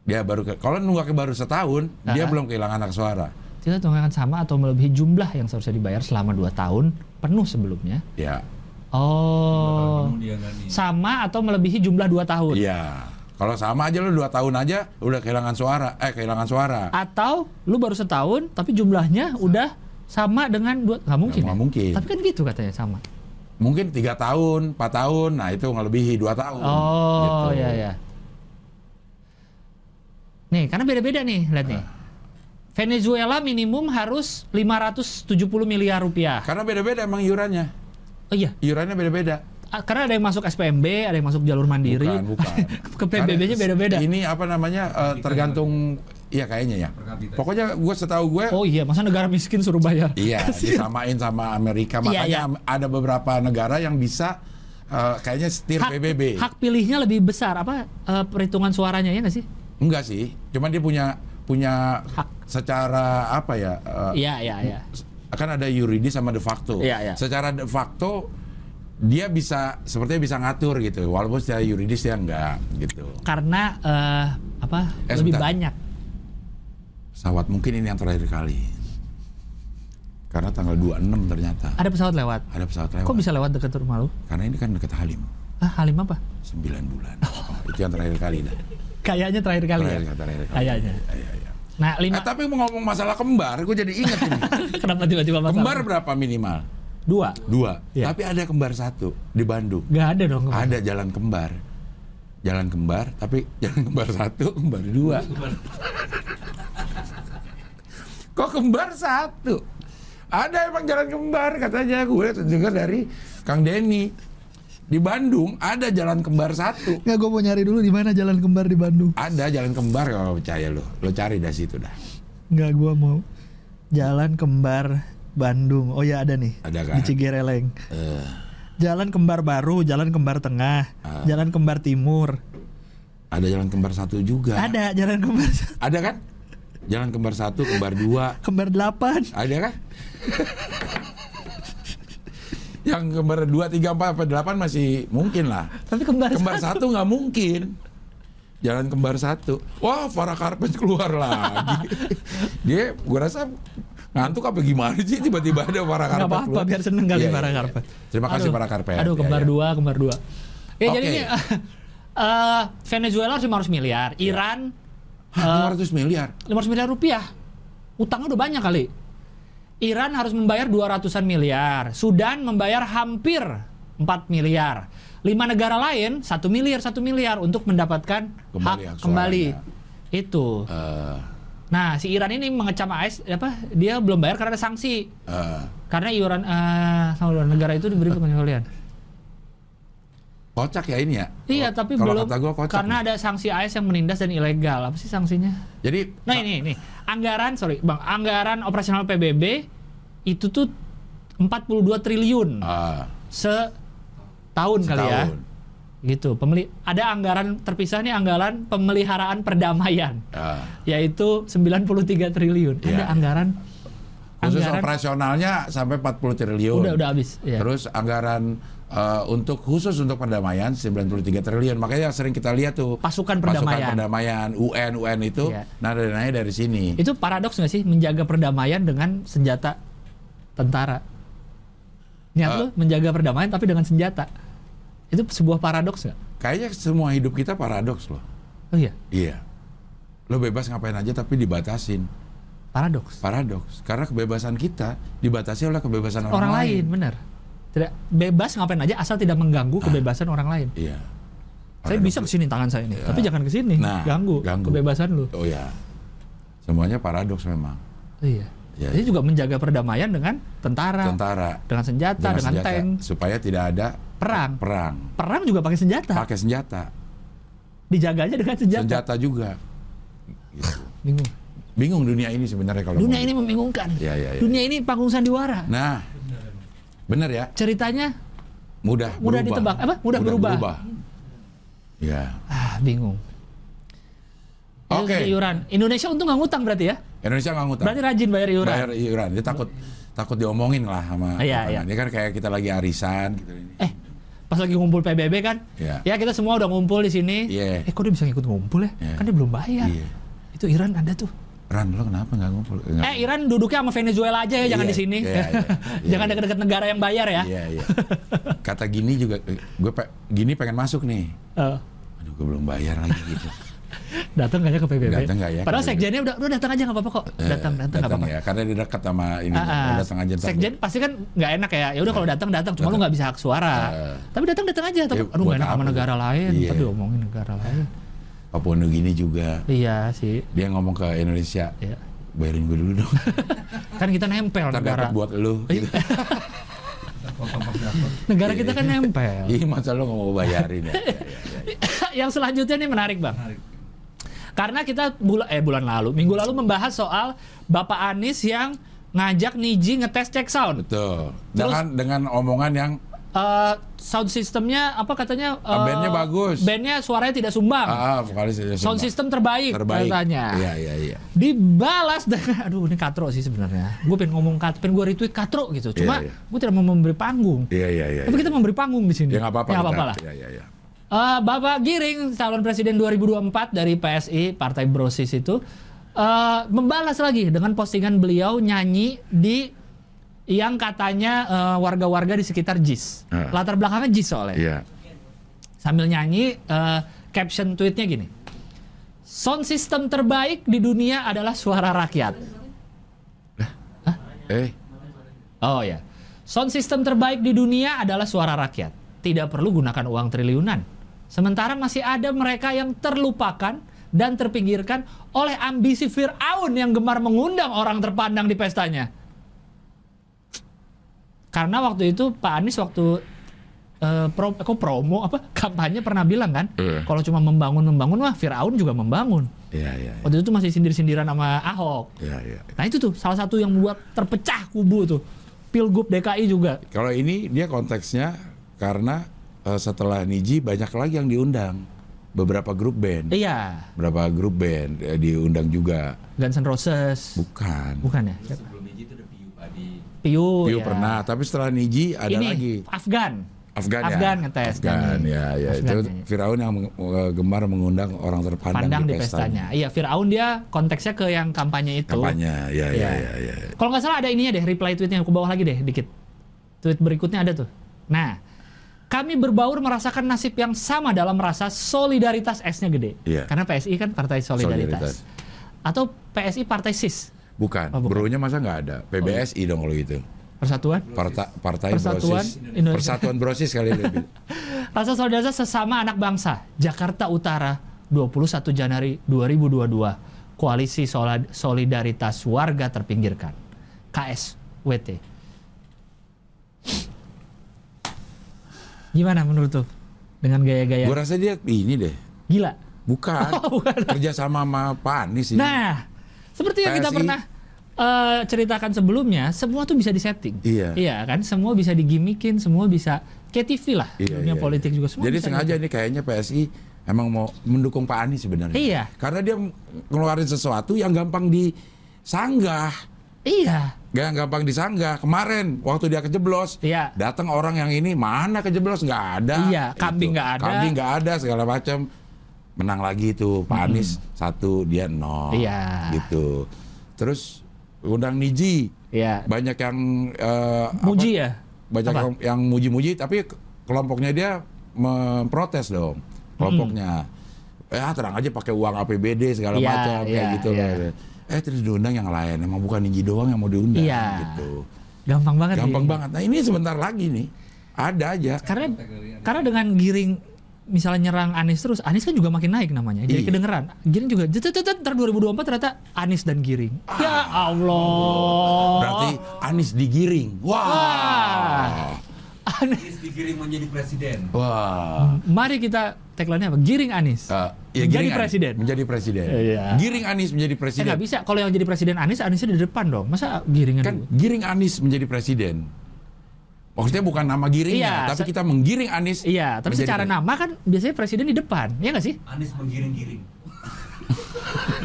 Speaker 1: Dia baru ke, kalau nunggaknya baru setahun, dia
Speaker 3: Aha.
Speaker 1: belum kehilangan hak suara.
Speaker 3: jika tunggakan sama atau melebihi jumlah yang seharusnya dibayar selama 2 tahun penuh sebelumnya.
Speaker 1: Ya.
Speaker 3: Oh.
Speaker 2: Kemudian kan nih.
Speaker 3: Sama atau melebihi jumlah 2 tahun.
Speaker 1: Iya. Kalau sama aja lu 2 tahun aja udah kehilangan suara, eh kehilangan suara.
Speaker 3: atau lu baru setahun tapi jumlahnya udah sama dengan dua nggak mungkin,
Speaker 1: Nggak
Speaker 3: ya?
Speaker 1: mungkin.
Speaker 3: tapi kan gitu katanya sama
Speaker 1: Mungkin 3 tahun, 4 tahun, nah itu ngelebihi 2 tahun.
Speaker 3: oh
Speaker 1: Gitu.
Speaker 3: ya ya nih karena beda-beda nih lihat nih
Speaker 1: Ah.
Speaker 3: Venezuela minimum harus 570 miliar rupiah
Speaker 1: Karena beda-beda emang iurannya.
Speaker 3: oh iya
Speaker 1: Iurannya beda-beda.
Speaker 3: ah, karena ada yang masuk SPMB ada yang masuk jalur mandiri
Speaker 1: Bukan, bukan.
Speaker 3: [laughs] ke PBB-nya
Speaker 1: Karena
Speaker 3: beda-beda
Speaker 1: Ini apa namanya eh, tergantung ya kayaknya ya.
Speaker 2: Per kapita.
Speaker 1: Pokoknya gue setahu gue
Speaker 3: oh iya masa negara miskin suruh bayar
Speaker 1: iya
Speaker 3: [laughs]
Speaker 1: disamain sama Amerika makanya
Speaker 3: Iya, iya.
Speaker 1: am- ada beberapa negara yang bisa eh, kayaknya setir
Speaker 3: hak,
Speaker 1: PBB.
Speaker 3: hak pilihnya lebih besar apa eh, perhitungan suaranya ya nggak sih
Speaker 1: Enggak sih, cuman dia punya punya
Speaker 3: Hak.
Speaker 1: secara apa ya? eh,
Speaker 3: iya iya iya
Speaker 1: Kan ada yuridis sama de facto.
Speaker 3: Iya, iya.
Speaker 1: Secara de facto dia bisa sepertinya bisa ngatur gitu walaupun secara yuridis dia enggak gitu.
Speaker 3: karena eh, apa
Speaker 1: Eh,
Speaker 3: lebih
Speaker 1: sebentar.
Speaker 3: banyak
Speaker 1: pesawat mungkin ini yang terakhir kali karena tanggal 26 ternyata
Speaker 3: ada pesawat lewat
Speaker 1: ada pesawat lewat
Speaker 3: kok bisa lewat dekat rumah lu
Speaker 1: karena ini kan deket Halim
Speaker 3: ah Halim apa
Speaker 1: 9 bulan
Speaker 3: Oh.
Speaker 1: itu yang terakhir kali dah
Speaker 3: kayaknya terakhir kali
Speaker 1: terakhir,
Speaker 3: ya
Speaker 1: terakhir kali
Speaker 3: kayaknya
Speaker 1: Iya, iya.
Speaker 3: nah lima
Speaker 1: Eh, tapi mau ngomong masalah kembar gue jadi inget ini
Speaker 3: [laughs] kenapa tiba-tiba masalah?
Speaker 1: kembar berapa minimal
Speaker 3: dua
Speaker 1: dua
Speaker 3: Iya.
Speaker 1: tapi ada kembar satu di Bandung
Speaker 3: nggak ada dong kembar.
Speaker 1: ada jalan kembar jalan kembar tapi [laughs] jalan kembar satu kembar dua kok kembar satu ada emang jalan kembar katanya gue dengar dari Kang Denny di Bandung ada jalan kembar satu
Speaker 3: nggak gue mau nyari dulu di mana jalan kembar di Bandung
Speaker 1: ada jalan kembar kalau percaya lo lo cari dari situ dah
Speaker 3: nggak gue mau jalan kembar Bandung oh ya ada nih
Speaker 1: Ada kan?
Speaker 3: di Cigereleng
Speaker 1: Eh,
Speaker 3: jalan kembar baru jalan kembar tengah
Speaker 1: Ah.
Speaker 3: jalan kembar timur
Speaker 1: ada jalan kembar satu juga
Speaker 3: ada jalan kembar [laughs]
Speaker 1: ada kan jalan kembar satu kembar dua
Speaker 3: kembar delapan
Speaker 1: Ada kan? yang kembar 2, 3, 4, apa 8 masih mungkin lah.
Speaker 3: tapi kembar,
Speaker 1: Kembar satu nggak mungkin. Jalan kembar satu. Wah, Farah Carpet keluar lagi. Dia, gua rasa ngantuk apa gimana sih tiba-tiba ada Farah
Speaker 3: Gak
Speaker 1: Carpet
Speaker 3: apa-apa
Speaker 1: keluar.
Speaker 3: biar seneng kali
Speaker 1: Iya,
Speaker 3: para
Speaker 1: iya,
Speaker 3: Farah
Speaker 1: iya.
Speaker 3: Karpet.
Speaker 1: Terima kasih
Speaker 3: Aduh,
Speaker 1: para Karpet.
Speaker 3: Aduh
Speaker 1: Iya,
Speaker 3: kembar
Speaker 1: iya.
Speaker 3: dua, kembar dua. Ya jadi
Speaker 1: Oke.
Speaker 3: ini [laughs] eh, Venezuela 500 miliar, Iran
Speaker 1: Iya.
Speaker 3: Ah.
Speaker 1: Hah, 200 miliar.
Speaker 3: 500 miliar rupiah. Utangnya udah banyak kali. Iran harus membayar 200-an miliar. Sudan membayar hampir 4 miliar. lima negara lain satu miliar satu miliar untuk mendapatkan
Speaker 1: Kembali hak
Speaker 3: hak kembali itu.
Speaker 1: Eh,
Speaker 3: Nah, si Iran ini mengecam AS apa? Dia belum bayar karena ada sanksi.
Speaker 1: eh,
Speaker 3: Karena iuran eh, sama luar negara itu
Speaker 1: [laughs]
Speaker 3: diberi pengecualian.
Speaker 1: kocak ya ini ya
Speaker 3: Iya,
Speaker 1: Kalau-
Speaker 3: tapi
Speaker 1: kalau
Speaker 3: belum
Speaker 1: kata gua kocak
Speaker 3: karena
Speaker 1: nih.
Speaker 3: ada sanksi AS yang menindas dan ilegal. Apa sih sanksinya?
Speaker 1: jadi
Speaker 3: Nah, ini ini anggaran sorry, Bang, anggaran operasional PBB itu tuh 42 triliun
Speaker 1: eh,
Speaker 3: setahun kali ya.
Speaker 1: setahun.
Speaker 3: Gitu. Pemeli ada anggaran terpisah nih anggaran pemeliharaan perdamaian
Speaker 1: Eh,
Speaker 3: yaitu 93 triliun.
Speaker 1: Iya.
Speaker 3: Ada anggaran
Speaker 1: khusus
Speaker 3: anggaran
Speaker 1: operasionalnya sampai 40 triliun
Speaker 3: udah udah habis ya.
Speaker 1: Terus anggaran eh, untuk khusus untuk perdamaian 93 triliun. Makanya sering kita lihat tuh
Speaker 3: Pasukan
Speaker 1: pasukan
Speaker 3: perdamaian.
Speaker 1: perdamaian UN UN itu
Speaker 3: Iya.
Speaker 1: nada dananya dari sini.
Speaker 3: Itu paradoks nggak sih menjaga perdamaian dengan senjata tentara? Niat
Speaker 1: Eh.
Speaker 3: lu menjaga perdamaian tapi dengan senjata. Itu sebuah paradoks nggak?
Speaker 1: Kayaknya semua hidup kita paradoks loh.
Speaker 3: Oh iya,
Speaker 1: Iya. Lo bebas ngapain aja tapi dibatasin.
Speaker 3: paradoks.
Speaker 1: Paradoks. Karena kebebasan kita dibatasi oleh kebebasan orang,
Speaker 3: orang lain, benar. Tidak bebas ngapain aja asal
Speaker 1: Ah.
Speaker 3: tidak mengganggu kebebasan orang lain.
Speaker 1: Iya.
Speaker 3: Saya
Speaker 1: Paradoks.
Speaker 3: bisa kesini tangan saya ini, tapi jangan kesini,
Speaker 1: Ya. Nah,
Speaker 3: ganggu,
Speaker 1: ganggu.
Speaker 3: kebebasan lu.
Speaker 1: Oh ya. Semuanya paradoks memang.
Speaker 3: Oh, iya.
Speaker 1: Iya,
Speaker 3: Jadi juga menjaga perdamaian dengan tentara,
Speaker 1: Tentara
Speaker 3: dengan senjata, Nah, dengan,
Speaker 1: senjata,
Speaker 3: tank,
Speaker 1: supaya tidak ada
Speaker 3: perang.
Speaker 1: perang.
Speaker 3: Perang juga pakai senjata.
Speaker 1: Pakai senjata.
Speaker 3: Dijaganya dengan senjata.
Speaker 1: senjata juga. Gitu.
Speaker 3: Bingung.
Speaker 1: Bingung dunia ini sebenarnya kalau mau-
Speaker 3: Dunia ini membingungkan.
Speaker 1: Iya, iya, iya.
Speaker 3: Dunia ini panggung sandiwara.
Speaker 1: Nah, bener ya,
Speaker 3: Ceritanya
Speaker 1: mudah
Speaker 3: Mudah
Speaker 1: berubah.
Speaker 3: ditebak. Apa? Mudah berubah.
Speaker 1: Ya.
Speaker 3: ah bingung. Itu
Speaker 1: Oke.
Speaker 3: Iuran. Indonesia untung nggak ngutang berarti ya?
Speaker 1: Indonesia nggak ngutang.
Speaker 3: iya, Berarti rajin bayar iuran.
Speaker 1: Bayar iuran. Dia takut takut diomongin lah sama
Speaker 3: Iya,
Speaker 1: orang.
Speaker 3: iya.
Speaker 1: Dia kan kayak kita lagi arisan gitu ini.
Speaker 3: Eh, pas lagi ngumpul PBB kan?
Speaker 1: Iya.
Speaker 3: Ya kita semua udah ngumpul di sini.
Speaker 1: Iya.
Speaker 3: Eh, kok dia bisa ngikut ngumpul ya?
Speaker 1: Iya.
Speaker 3: Kan dia belum bayar.
Speaker 1: Iya.
Speaker 3: Itu Iran ada tuh.
Speaker 1: Ran lo kenapa nggak ngumpul? Nggak-
Speaker 3: Eh, Iran duduknya sama Venezuela aja ya, jangan
Speaker 1: Iya,
Speaker 3: di sini. [laughs]
Speaker 1: iya, iya.
Speaker 3: jangan
Speaker 1: Iya.
Speaker 3: deket-deket negara yang bayar ya.
Speaker 1: Iya, iya. Kata gini juga eh, gue pe- gini pengen masuk nih.
Speaker 3: Eh,
Speaker 1: Aduh, gue belum bayar lagi gitu.
Speaker 3: datang nggak ya ke PBB?
Speaker 1: Datang nggak ya ke
Speaker 3: Padahal
Speaker 1: PBB?
Speaker 3: sekjennya udah, udah datang aja nggak apa-apa kok.
Speaker 1: Eh,
Speaker 3: [laughs] Datang, datang nggak apa-apa.
Speaker 1: ya, karena dia dekat sama ini.
Speaker 3: Ah, ah.
Speaker 1: Gitu. datang aja. ntar
Speaker 3: Sekjen pasti kan nggak enak ya. Ya udah kalau datang datang, cuma lu nggak bisa hak suara.
Speaker 1: Ah.
Speaker 3: Tapi datang datang aja. Tapi
Speaker 1: Ya,
Speaker 3: aduh nggak
Speaker 1: buat
Speaker 3: enak sama
Speaker 1: apa?
Speaker 3: negara lain.
Speaker 1: Iya.
Speaker 3: Tadi omongin negara lain.
Speaker 1: Papua New Guinea juga
Speaker 3: Iya sih.
Speaker 1: dia ngomong ke Indonesia
Speaker 3: Iya.
Speaker 1: bayarin gue dulu
Speaker 3: [laughs]
Speaker 1: dong
Speaker 3: Kan kita nempel
Speaker 1: ntar
Speaker 3: negara.
Speaker 1: dapat buat lu
Speaker 3: iya.
Speaker 1: gitu. [laughs]
Speaker 3: Negara kita kan nempel.
Speaker 1: iya masa lu nggak mau bayarin ya, ya, ya, ya.
Speaker 3: [laughs] Yang selanjutnya ini menarik bang. Karena kita bulan eh bulan lalu, minggu lalu membahas soal Bapak Anies yang ngajak Niji ngetes check sound.
Speaker 1: betul dengan dengan omongan yang
Speaker 3: Eh, sound sistemnya apa katanya?
Speaker 1: Ah,
Speaker 3: eh,
Speaker 1: bandnya bagus.
Speaker 3: Bandnya suaranya tidak sumbang.
Speaker 1: ah ah, vokalis Indonesia
Speaker 3: sound
Speaker 1: Sumbang.
Speaker 3: system terbaik,
Speaker 1: terbaik
Speaker 3: katanya.
Speaker 1: iya iya iya
Speaker 3: dibalas dengan [laughs] aduh ini katro sih sebenarnya gue pengen ngomong katro pengen gue retweet katro gitu cuma
Speaker 1: Iya, iya.
Speaker 3: gue tidak mau memberi panggung
Speaker 1: iya iya iya
Speaker 3: tapi kita memberi panggung di sini
Speaker 1: ya nggak apa-apa
Speaker 3: Ya, nggak
Speaker 1: kita.
Speaker 3: apa-apa lah
Speaker 1: iya iya iya
Speaker 3: Eh, Bapak Giring calon presiden 2024 dari PSI Partai Brosis itu eh, membalas lagi dengan postingan beliau nyanyi di yang katanya eh, warga-warga di sekitar JIS
Speaker 1: Eh.
Speaker 3: latar belakangnya JIS soalnya
Speaker 1: iya
Speaker 3: sambil nyanyi eh, caption tweetnya gini sound system terbaik di dunia adalah suara rakyat
Speaker 1: eh
Speaker 3: oh ya sound system terbaik di dunia adalah suara rakyat tidak perlu gunakan uang triliunan sementara masih ada mereka yang terlupakan dan terpinggirkan oleh ambisi Fir'aun yang gemar mengundang orang terpandang di pestanya karena waktu itu Pak Anies waktu eh, pro- kok promo apa kampanye pernah bilang kan
Speaker 1: Iya.
Speaker 3: kalau cuma membangun membangun wah Firaun juga membangun
Speaker 1: iya iya iya.
Speaker 3: waktu itu masih sindir-sindiran sama Ahok
Speaker 1: iya iya
Speaker 3: nah itu tuh salah satu yang membuat terpecah kubu tuh pilgub DKI juga
Speaker 1: kalau ini dia konteksnya karena eh, setelah Niji banyak lagi yang diundang beberapa grup band
Speaker 3: iya
Speaker 1: beberapa grup band eh, diundang juga
Speaker 3: Guns N' Roses
Speaker 1: bukan
Speaker 3: bukan ya
Speaker 2: Terus sebelum Niji itu ada Piu Padi.
Speaker 3: Piu
Speaker 1: Piu
Speaker 3: ya.
Speaker 1: pernah, tapi setelah Niji ada
Speaker 3: ini
Speaker 1: lagi.
Speaker 3: Afgan
Speaker 1: Afgan,
Speaker 3: Afgan
Speaker 1: ya.
Speaker 3: ngetes,
Speaker 1: Afgan
Speaker 3: nyanyi.
Speaker 1: ya, ya.
Speaker 3: Afgan
Speaker 1: itu
Speaker 3: nyanyi.
Speaker 1: Firaun yang meng- eh, gemar mengundang orang terpandang
Speaker 3: pandang
Speaker 1: di pestanya.
Speaker 3: iya Firaun dia konteksnya ke yang kampanye itu
Speaker 1: Kampanye, ya ya
Speaker 3: Iya.
Speaker 1: ya ya.
Speaker 3: Kalau nggak salah ada ininya deh, reply tweetnya ke bawah lagi deh, dikit. Tweet berikutnya ada tuh. Nah, kami berbaur merasakan nasib yang sama dalam rasa solidaritas S-nya gede.
Speaker 1: Iya.
Speaker 3: Karena PSI kan partai solidaritas.
Speaker 1: Solidaritas.
Speaker 3: Atau PSI partai SIS.
Speaker 1: Bukan,
Speaker 3: Oh, bukan. Oh, iya.
Speaker 1: Bro-nya masa nggak ada? PBSI dong kalau gitu.
Speaker 3: Persatuan?
Speaker 1: Parta- partai
Speaker 3: Persatuan
Speaker 1: brosis
Speaker 3: Indonesia.
Speaker 1: persatuan brosis kali
Speaker 3: [laughs]
Speaker 1: lebih
Speaker 3: Rasa saudara sesama anak bangsa, Jakarta Utara, 21 Januari 2022. Koalisi Sola- Solidaritas Warga Terpinggirkan. KSWT. Gimana menurut tuh? Dengan
Speaker 1: gue
Speaker 3: gaya-gaya
Speaker 1: rasa dia ini deh
Speaker 3: gila.
Speaker 1: Iya.
Speaker 3: [laughs]
Speaker 1: bukan,
Speaker 3: Oh, Bukan.
Speaker 1: kerja sama sama Pak Anies ini
Speaker 3: Nah, seperti yang kita
Speaker 1: PSI.
Speaker 3: pernah eh, ceritakan sebelumnya, semua tuh bisa disetting.
Speaker 1: Iya.
Speaker 3: kan? Semua bisa digimikin, semua bisa kayak TV lah.
Speaker 1: Iya,
Speaker 3: dunia
Speaker 1: iya,
Speaker 3: politik
Speaker 1: iya.
Speaker 3: juga semua.
Speaker 1: Jadi
Speaker 3: bisa
Speaker 1: sengaja
Speaker 3: gitu.
Speaker 1: ini kayaknya PSI emang mau mendukung Pak Anies sebenarnya.
Speaker 3: Iya.
Speaker 1: Karena dia ngeluarin sesuatu yang gampang disanggah.
Speaker 3: Iya.
Speaker 1: Gak gampang disanggah. Kemarin waktu dia kejeblos,
Speaker 3: Iya.
Speaker 1: datang orang yang ini mana kejeblos nggak ada.
Speaker 3: Iya,
Speaker 1: Gitu.
Speaker 3: kambing nggak ada.
Speaker 1: Kambing nggak ada segala macam. Menang lagi itu Pak Anies satu dia nol.
Speaker 3: Iya.
Speaker 1: Gitu. Terus undang Niji
Speaker 3: Iya.
Speaker 1: banyak yang eh, apa-
Speaker 3: Muji ya?
Speaker 1: banyak
Speaker 3: Apa?
Speaker 1: yang, yang muji-muji tapi ke- kelompoknya dia memprotes dong kelompoknya ya terang aja pakai uang APBD segala
Speaker 3: Hmm. Iya,
Speaker 1: macam kayak
Speaker 3: iya,
Speaker 1: gitu
Speaker 3: iya.
Speaker 1: loh eh terus diundang yang lain emang bukan Niji doang yang mau diundang
Speaker 3: Iya.
Speaker 1: gitu
Speaker 3: Gampang banget.
Speaker 1: gampang
Speaker 3: ini.
Speaker 1: banget nah ini sebentar lagi nih ada aja
Speaker 3: Karena karena dengan giring misalnya nyerang Anies terus, Anies kan juga makin naik namanya. Jadi
Speaker 1: Iya.
Speaker 3: kedengeran. Giring juga jetetetet ntar 2024 ternyata Anies dan Giring. Ya Allah.
Speaker 1: berarti Anies digiring wah
Speaker 3: Oh. Wah. Anies.
Speaker 2: Anies digiring menjadi presiden.
Speaker 1: wah
Speaker 3: Mari kita tagline-nya apa? Giring Anies.
Speaker 1: Eh, ya,
Speaker 3: Menjadi
Speaker 1: giring Anies.
Speaker 3: presiden.
Speaker 1: menjadi presiden
Speaker 3: Iya.
Speaker 1: giring Anies menjadi
Speaker 3: Eh
Speaker 1: presiden
Speaker 3: nggak bisa, kalau yang jadi presiden Anies, Aniesnya di depan dong. Masa giringan
Speaker 1: kan
Speaker 3: dulu?
Speaker 1: giring Anies menjadi presiden. Maksudnya bukan nama giringnya,
Speaker 3: Iya,
Speaker 1: tapi
Speaker 3: se-
Speaker 1: kita menggiring Anies.
Speaker 3: Iya, tapi
Speaker 1: menjadi
Speaker 3: secara
Speaker 1: pre-
Speaker 3: nama kan biasanya presiden di depan,
Speaker 1: [laughs]
Speaker 3: ya nggak sih?
Speaker 2: Anies menggiring-giring.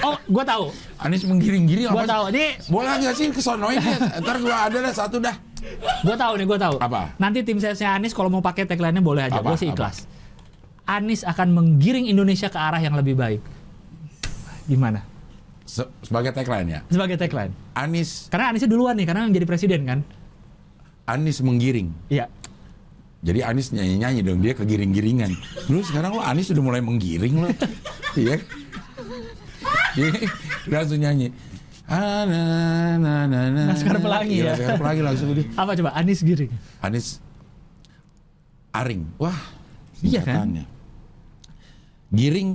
Speaker 3: Oh, gua tahu,
Speaker 1: Anies menggiring-giring
Speaker 3: gua
Speaker 1: apa?
Speaker 3: tahu. Ini
Speaker 1: Boleh nggak sih kesonoin ya? Ntar gua ada lah satu dah.
Speaker 3: gua tahu nih, gua tahu.
Speaker 1: Apa?
Speaker 3: Nanti tim sesnya Anies kalau mau pakai tagline-nya boleh aja,
Speaker 1: Apa?
Speaker 3: gua sih
Speaker 1: Apa?
Speaker 3: ikhlas. Anies akan menggiring Indonesia ke arah yang lebih baik. Gimana?
Speaker 1: Se- sebagai tagline ya.
Speaker 3: Sebagai tagline.
Speaker 1: Anies
Speaker 3: Karena Aniesnya duluan nih, karena yang jadi presiden kan.
Speaker 1: Anies menggiring.
Speaker 3: Iya.
Speaker 1: Jadi Anies nyanyi-nyanyi dong dia kegiring-giringan. Lu sekarang lu Anies udah mulai menggiring
Speaker 3: [laughs]
Speaker 1: lo. Iya. Iya, langsung nyanyi. Ah, na, na, na, na,
Speaker 3: Laskar
Speaker 1: na.
Speaker 3: Pelangi
Speaker 1: Iya,
Speaker 3: ya.
Speaker 1: Laskar Pelangi langsung dia.
Speaker 3: Apa coba? Anies giring.
Speaker 1: Anies Aring. Wah,
Speaker 3: Iya kan?
Speaker 1: singkatannya. Giring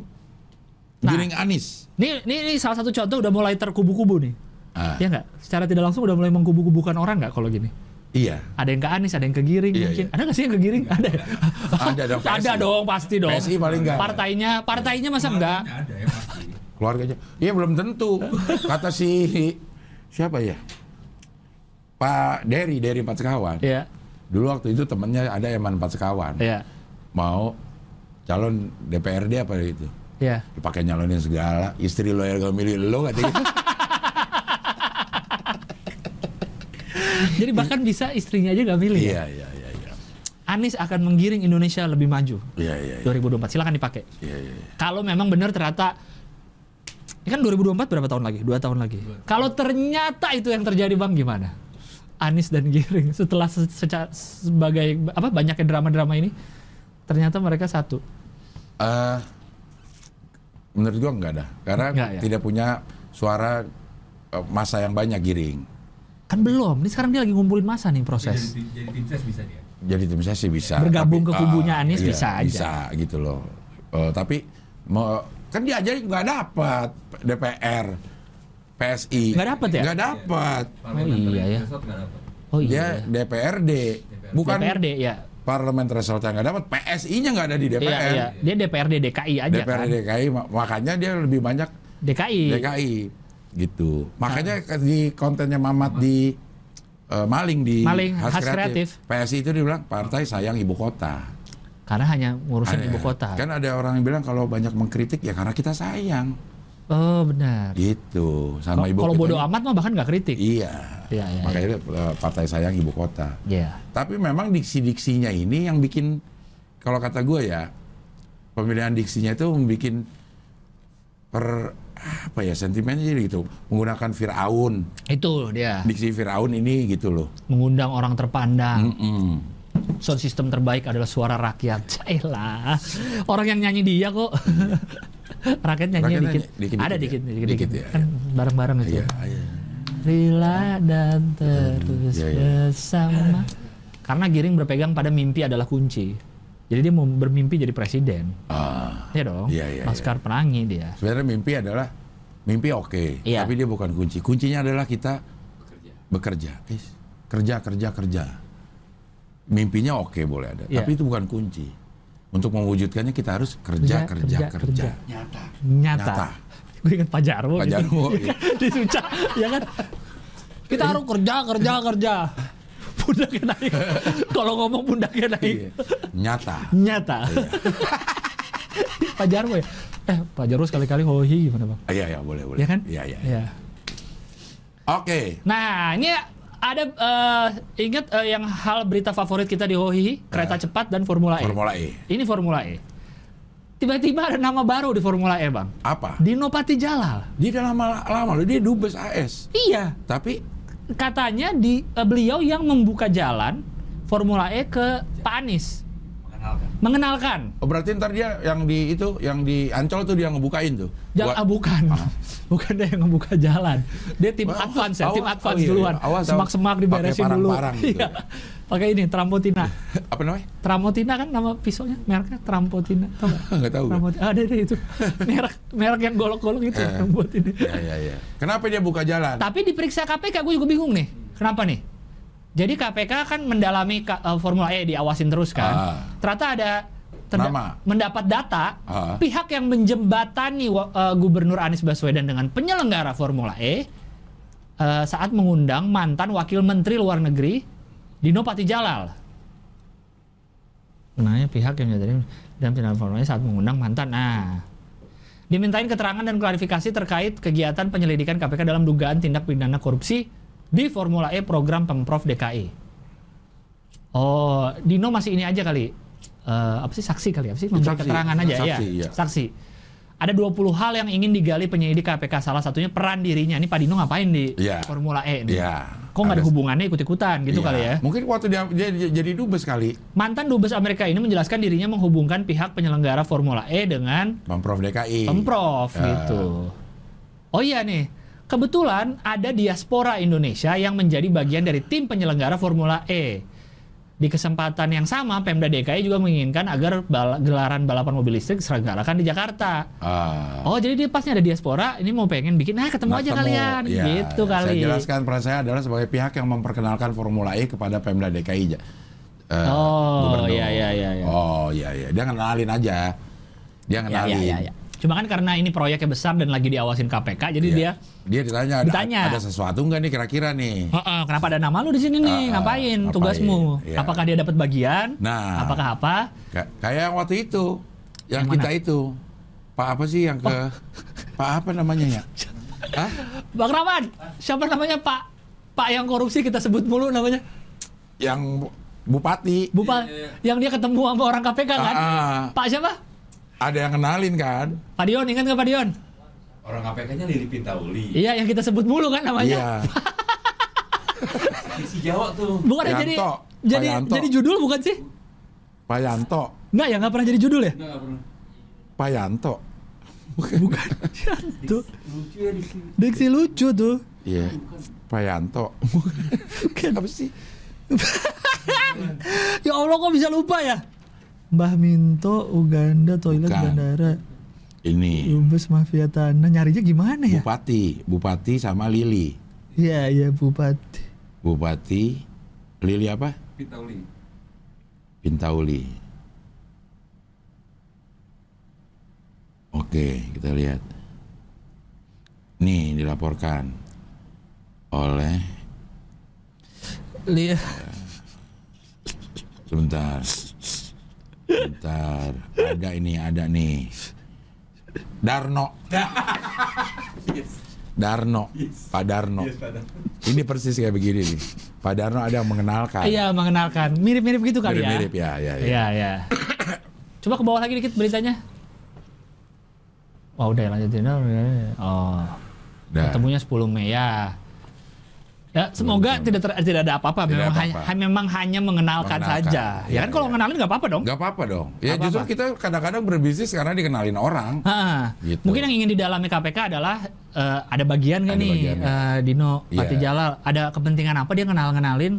Speaker 3: Nah.
Speaker 1: Giring Anies.
Speaker 3: Ini, ini, ini salah satu contoh udah mulai terkubu-kubu nih.
Speaker 1: Ah,
Speaker 3: Ya nggak? Secara tidak langsung udah mulai mengkubu-kubukan orang nggak kalau gini?
Speaker 1: Iya.
Speaker 3: Ada yang ke Anies, ada yang ke Giring
Speaker 1: Iya,
Speaker 3: mungkin.
Speaker 1: iya.
Speaker 3: Ada nggak sih yang ke Giring? Ada. ya? [laughs]
Speaker 1: Ada dong,
Speaker 3: ada
Speaker 1: PSI.
Speaker 3: dong, pasti dong.
Speaker 1: PSI paling nggak.
Speaker 3: Partainya, partainya masa enggak?
Speaker 2: Nggak ada ya pasti.
Speaker 1: Keluarganya. Iya belum
Speaker 3: [laughs]
Speaker 1: tentu. Kata si siapa ya? Pak Dery dari Empat Sekawan.
Speaker 3: Iya,
Speaker 1: Dulu waktu itu temennya ada Eman Empat Sekawan.
Speaker 3: iya,
Speaker 1: Mau calon DPRD apa gitu.
Speaker 3: iya.
Speaker 1: Lu pakai nyalonin segala, istri lo yang gak milih lo katanya
Speaker 3: [laughs]
Speaker 1: gitu.
Speaker 3: Jadi bahkan bisa istrinya aja nggak milih. ya?
Speaker 1: Iya, iya, iya, iya.
Speaker 3: Anies akan menggiring Indonesia lebih maju.
Speaker 1: Iya, iya, iya.
Speaker 3: 2024 silakan dipakai.
Speaker 1: Iya, iya, iya.
Speaker 3: Kalau memang benar ternyata ini kan 2024 berapa tahun lagi? Dua tahun lagi. Kalau ternyata itu yang terjadi bang gimana? Anies dan Giring setelah se- seca- sebagai apa banyaknya drama-drama ini ternyata mereka satu.
Speaker 1: Eh, menurut gua nggak ada, karena
Speaker 3: Nggak, ya?
Speaker 1: tidak punya suara eh, masa yang banyak giring.
Speaker 3: Kan belum. Ini sekarang dia lagi ngumpulin masa nih
Speaker 2: Jadi,
Speaker 1: Iya.
Speaker 3: proses.
Speaker 2: tim- jadi tim ses bisa dia.
Speaker 1: Jadi tim saya sih bisa.
Speaker 3: Bergabung ke
Speaker 1: eh,
Speaker 3: kubunya Anies bisa aja.
Speaker 1: Bisa gitu loh. Eh, tapi mau- kan dia aja nggak dapat DPR, PSI.
Speaker 3: Nggak dapat ya?
Speaker 1: Nggak Ya, dapat.
Speaker 2: Parliamentary
Speaker 3: iya, ya.
Speaker 2: threshold nggak dapat.
Speaker 3: Oh
Speaker 1: Dia
Speaker 3: iya.
Speaker 1: DPRD, bukan
Speaker 3: DPRD ya.
Speaker 1: parlemen thresholdnya nggak dapat. PSI-nya nggak ada di DPR.
Speaker 3: Iya, iya. Dia DPRD DKI aja
Speaker 1: DPR
Speaker 3: kan.
Speaker 1: DKI mak- makanya dia lebih banyak
Speaker 3: DKI.
Speaker 1: DKI gitu.
Speaker 3: Nah.
Speaker 1: Makanya ke- di kontennya Mamat di eh, maling di
Speaker 3: Maling, Khas
Speaker 1: PSI itu dibilang partai sayang ibu kota.
Speaker 3: Karena hanya
Speaker 1: Ada-
Speaker 3: ngurusin ibu kota.
Speaker 1: Kan ada orang yang bilang kalau banyak mengkritik ya karena kita sayang
Speaker 3: Oh benar.
Speaker 1: gitu sama ibu
Speaker 3: Kalau
Speaker 1: kota.
Speaker 3: bodoh amat mah bahkan nggak kritik.
Speaker 1: Iya.
Speaker 3: Iya, iya,
Speaker 1: Makanya eh, partai sayang ibu kota.
Speaker 3: Iya.
Speaker 1: Tapi memang diksi-diksinya ini yang bikin kalau kata gue ya pemilihan diksinya itu membuat per apa ya sentimennya jadi gitu menggunakan Firaun
Speaker 3: Itu dia
Speaker 1: diksi Firaun ini gitu loh.
Speaker 3: mengundang orang
Speaker 1: Hmm.
Speaker 3: terpandang.
Speaker 1: Mm-mm.
Speaker 3: Sound system terbaik adalah suara rakyat. [laughs] Cailah. Orang yang nyanyi dia kok. [laughs] rakyat nyanyi
Speaker 1: Iya. Rakyat
Speaker 3: dikit.
Speaker 1: nyanyi dikit-dikit
Speaker 3: Ada
Speaker 1: ya?
Speaker 3: dikit dikit,
Speaker 1: Dikit ya,
Speaker 3: Kan bareng-bareng itu.
Speaker 1: Iya,
Speaker 3: ya.
Speaker 1: iya.
Speaker 3: Ini Rela dan terus
Speaker 1: Iya, iya.
Speaker 3: bersama. Karena Giring berpegang pada mimpi adalah kunci. Jadi dia mau bermimpi jadi presiden.
Speaker 1: Ah,
Speaker 3: Ya dong.
Speaker 1: Iya, iya,
Speaker 3: Laskar Perangi dia.
Speaker 1: sebenarnya mimpi adalah mimpi oke,
Speaker 3: Iya.
Speaker 1: tapi dia bukan kunci. Kuncinya adalah kita
Speaker 2: bekerja.
Speaker 1: bekerja, Eh, kerja kerja kerja. Mimpinya oke boleh ada,
Speaker 3: Iya.
Speaker 1: tapi itu bukan kunci. Untuk mewujudkannya kita harus kerja kerja kerja.
Speaker 2: Nyata.
Speaker 3: Nyata.
Speaker 1: Nyata.
Speaker 3: Gue ingat Pak Jarwo.
Speaker 1: Pak
Speaker 3: gitu. [laughs]
Speaker 1: Jarwo, iya.
Speaker 3: Di Suca, ya kan? Kita harus kerja, kerja, kerja. Pundaknya
Speaker 1: [laughs]
Speaker 3: naik. Kalau ngomong pundaknya naik.
Speaker 1: Iya. Nyata.
Speaker 3: Nyata. [laughs] Pak Jarwo ya? Eh, Pak Jarwo sekali-kali hohi gimana bang?
Speaker 1: Ah, Iya iya boleh boleh.
Speaker 3: Ya kan?
Speaker 1: Iya iya.
Speaker 3: Iya.
Speaker 1: Oke.
Speaker 3: Nah, ini ada eh, ingat eh, yang hal berita favorit kita di Hohi, kereta cepat dan Formula E.
Speaker 1: Nah. Formula E.
Speaker 3: Ini Formula E. Tiba-tiba ada nama baru di Formula E, Bang.
Speaker 1: Apa?
Speaker 3: Dino Pati Jalal.
Speaker 1: Dia udah lama lama loh. Dia dubes AS.
Speaker 3: Iya,
Speaker 1: Tapi
Speaker 3: katanya di eh, beliau yang membuka jalan Formula E ke Pak Anies,
Speaker 2: Mengenalkan.
Speaker 3: mengenalkan.
Speaker 1: oh, berarti ntar dia yang di itu yang di Ancol tuh dia ngebukain tuh.
Speaker 3: Jal-
Speaker 1: Buat-
Speaker 3: ah, bukan. [laughs] Bukan dia yang membuka jalan. Dia tim
Speaker 1: Wah,
Speaker 3: advance ya,
Speaker 1: awas,
Speaker 3: tim
Speaker 1: awas,
Speaker 3: advance
Speaker 1: oh iya,
Speaker 3: duluan.
Speaker 1: iya. Awas, awas.
Speaker 3: Semak-semak
Speaker 1: Pakai
Speaker 3: diberesin dulu.
Speaker 1: parang-parang gitu
Speaker 3: Iya.
Speaker 1: ya.
Speaker 3: Pakai ini Trampotina.
Speaker 1: apa namanya? [laughs]
Speaker 3: Tramotina kan nama pisaunya mereknya Trampotina tau nggak?
Speaker 1: Enggak tahu. gua.
Speaker 3: Tramotina ada
Speaker 1: [laughs]
Speaker 3: deh itu merek merek yang golok-golok itu
Speaker 1: Eh.
Speaker 3: yang buat ini.
Speaker 1: Ya ya ya. Kenapa dia buka jalan?
Speaker 3: Tapi diperiksa KPK gue juga bingung nih kenapa nih? Jadi KPK kan mendalami ka- eh, Formula E diawasin terus kan.
Speaker 1: Ah.
Speaker 3: Ternyata ada
Speaker 1: Nama.
Speaker 3: mendapat data
Speaker 1: Ah.
Speaker 3: pihak yang menjembatani wa- eh, Gubernur Anies Baswedan dengan penyelenggara Formula E eh, saat mengundang mantan Wakil Menteri Luar Negeri Dino Patijalal. Menanya pihak yang menjadi dan penyelenggara Formula E saat mengundang mantan. Nah, dimintain keterangan dan klarifikasi terkait kegiatan penyelidikan KPK dalam dugaan tindak pidana korupsi di Formula E program Pemprov DKI. Oh, Dino masih ini aja kali. Eh, apa sih saksi kali apa sih memberi
Speaker 1: Saksi.
Speaker 3: keterangan aja ya.
Speaker 1: Saksi, iya.
Speaker 3: Saksi. Ada 20 hal yang ingin digali penyidik KPK salah satunya peran dirinya. Ini Pak Dino ngapain di
Speaker 1: Iya.
Speaker 3: Formula E nih?
Speaker 1: Iya.
Speaker 3: Kok nggak ada
Speaker 1: Ada-
Speaker 3: hubungannya ikut-ikutan gitu
Speaker 1: Iya.
Speaker 3: kali ya?
Speaker 1: Mungkin waktu dia, dia, dia jadi dubes kali.
Speaker 3: Mantan dubes Amerika ini menjelaskan dirinya menghubungkan pihak penyelenggara Formula E dengan
Speaker 1: Pemprov DKI.
Speaker 3: Pemprov
Speaker 1: Ya.
Speaker 3: gitu. Oh iya nih, kebetulan ada diaspora Indonesia yang menjadi bagian dari tim penyelenggara Formula E. Di kesempatan yang sama, Pemda DKI juga menginginkan agar bala- gelaran balapan mobil listrik diselenggarakan di Jakarta.
Speaker 1: Ah.
Speaker 3: Oh jadi dia pasnya ada diaspora, ini mau pengen bikin, nah ketemu
Speaker 1: Nah,
Speaker 3: aja
Speaker 1: ketemu.
Speaker 3: kalian,
Speaker 1: Ya,
Speaker 3: gitu
Speaker 1: ya.
Speaker 3: kali.
Speaker 1: Saya jelaskan peran saya adalah sebagai pihak yang memperkenalkan Formula E kepada Pemda DKI. Ja- eh,
Speaker 3: Oh,
Speaker 1: Gubernur.
Speaker 3: ya, ya, ya, ya.
Speaker 1: Oh, iya iya. Dia kenalin aja. Dia
Speaker 3: Ya,
Speaker 1: kenalin.
Speaker 3: ya, ya, ya. Cuma kan karena ini proyeknya besar dan lagi diawasin KPK, jadi
Speaker 1: Iya.
Speaker 3: dia,
Speaker 1: dia ditanya ada,
Speaker 3: Ditanya.
Speaker 1: ada sesuatu nggak nih kira-kira nih.
Speaker 3: "Heeh, kenapa ada nama lu di sini
Speaker 1: Ah,
Speaker 3: nih?
Speaker 1: ah,
Speaker 3: ngapain,
Speaker 1: ngapain,
Speaker 3: tugasmu?
Speaker 1: iya.
Speaker 3: Apakah dia dapat bagian?
Speaker 1: Nah.
Speaker 3: Apakah apa?
Speaker 1: Ka- kayak yang waktu itu yang,
Speaker 3: Yang
Speaker 1: kita
Speaker 3: mana? Oh.
Speaker 1: itu. Pak apa sih yang ke Pak apa
Speaker 3: [laughs]
Speaker 1: namanya ya? Hah?
Speaker 3: Bang Rahman, siapa namanya Pak? Pak yang korupsi kita sebut mulu namanya.
Speaker 1: Yang bu- bupati
Speaker 3: Bupa,
Speaker 2: Iya,
Speaker 3: yang dia ketemu sama orang KPK kan?
Speaker 1: Ah, ah.
Speaker 3: Pak siapa?
Speaker 1: ada yang kenalin kan?
Speaker 3: Pak Dion, ingat nggak Pak Dion?
Speaker 2: Orang KPK-nya Lili Pintauli.
Speaker 3: Iya, yang kita sebut mulu kan
Speaker 1: Iya.
Speaker 3: namanya.
Speaker 2: Si Jawa tuh.
Speaker 3: Bukan ya,
Speaker 1: Yanto,
Speaker 3: jadi
Speaker 1: Pak
Speaker 3: jadi
Speaker 1: Yanto.
Speaker 3: jadi judul bukan sih?
Speaker 1: Pak Yanto,
Speaker 3: Nggak ya, nggak pernah jadi judul ya?
Speaker 2: Enggak nggak pernah.
Speaker 1: Pak Yanto.
Speaker 3: Bukan. tuh,
Speaker 2: Lucu ya di sini.
Speaker 3: diksi lucu tuh.
Speaker 1: Iya. Pak Yanto.
Speaker 3: Apa sih? Kan- [laughs] ya Allah kok bisa lupa ya? Mbah Minto, Uganda, toilet
Speaker 1: Bukan.
Speaker 3: bandara,
Speaker 1: Ini
Speaker 3: Umbes mafia tanah, nyarinya gimana ya?
Speaker 1: bupati, bupati sama Lili.
Speaker 3: Iya, iya Bupati.
Speaker 1: Bupati Lili apa?
Speaker 2: Pintauli.
Speaker 1: Pintauli. Oke, kita lihat. Nih dilaporkan oleh
Speaker 3: Lihat.
Speaker 1: sebentar. Sebentar. Ada ini, ada nih. Darno.
Speaker 2: Yes.
Speaker 1: Darno, Pak Darno.
Speaker 2: Yes, Pak.
Speaker 1: Ini persis kayak begini nih. Pak Darno ada yang mengenalkan.
Speaker 3: Iya, mengenalkan. Mirip-mirip gitu kali ya.
Speaker 1: Mirip-mirip ya, ya, ya.
Speaker 3: Iya, iya. Coba ke bawah lagi dikit beritanya. Wah, udah ya, lanjutin. Oh.
Speaker 1: Dah.
Speaker 3: Ketemunya 10 Mei ya. Ya, semoga
Speaker 1: Belum,
Speaker 3: tidak ter- tidak ada apa-apa.
Speaker 1: Tidak
Speaker 3: Memang,
Speaker 1: apa-apa.
Speaker 3: hanya, ha- memang hanya mengenalkan,
Speaker 1: Mengenalkan.
Speaker 3: saja. Ya,
Speaker 1: Iya,
Speaker 3: kan kalau
Speaker 1: iya.
Speaker 3: mengenalin nggak apa-apa dong.
Speaker 1: Gak apa-apa dong. Ya
Speaker 3: Apa-apa.
Speaker 1: justru kita kadang-kadang berbisnis karena dikenalin orang.
Speaker 3: Ha.
Speaker 1: Gitu.
Speaker 3: Mungkin yang ingin didalami KPK adalah eh, ada bagian nggak
Speaker 1: Ada
Speaker 3: nih
Speaker 1: bagiannya.
Speaker 3: eh, Dino
Speaker 1: Iya.
Speaker 3: Patijalal ada kepentingan apa dia kenal-kenalin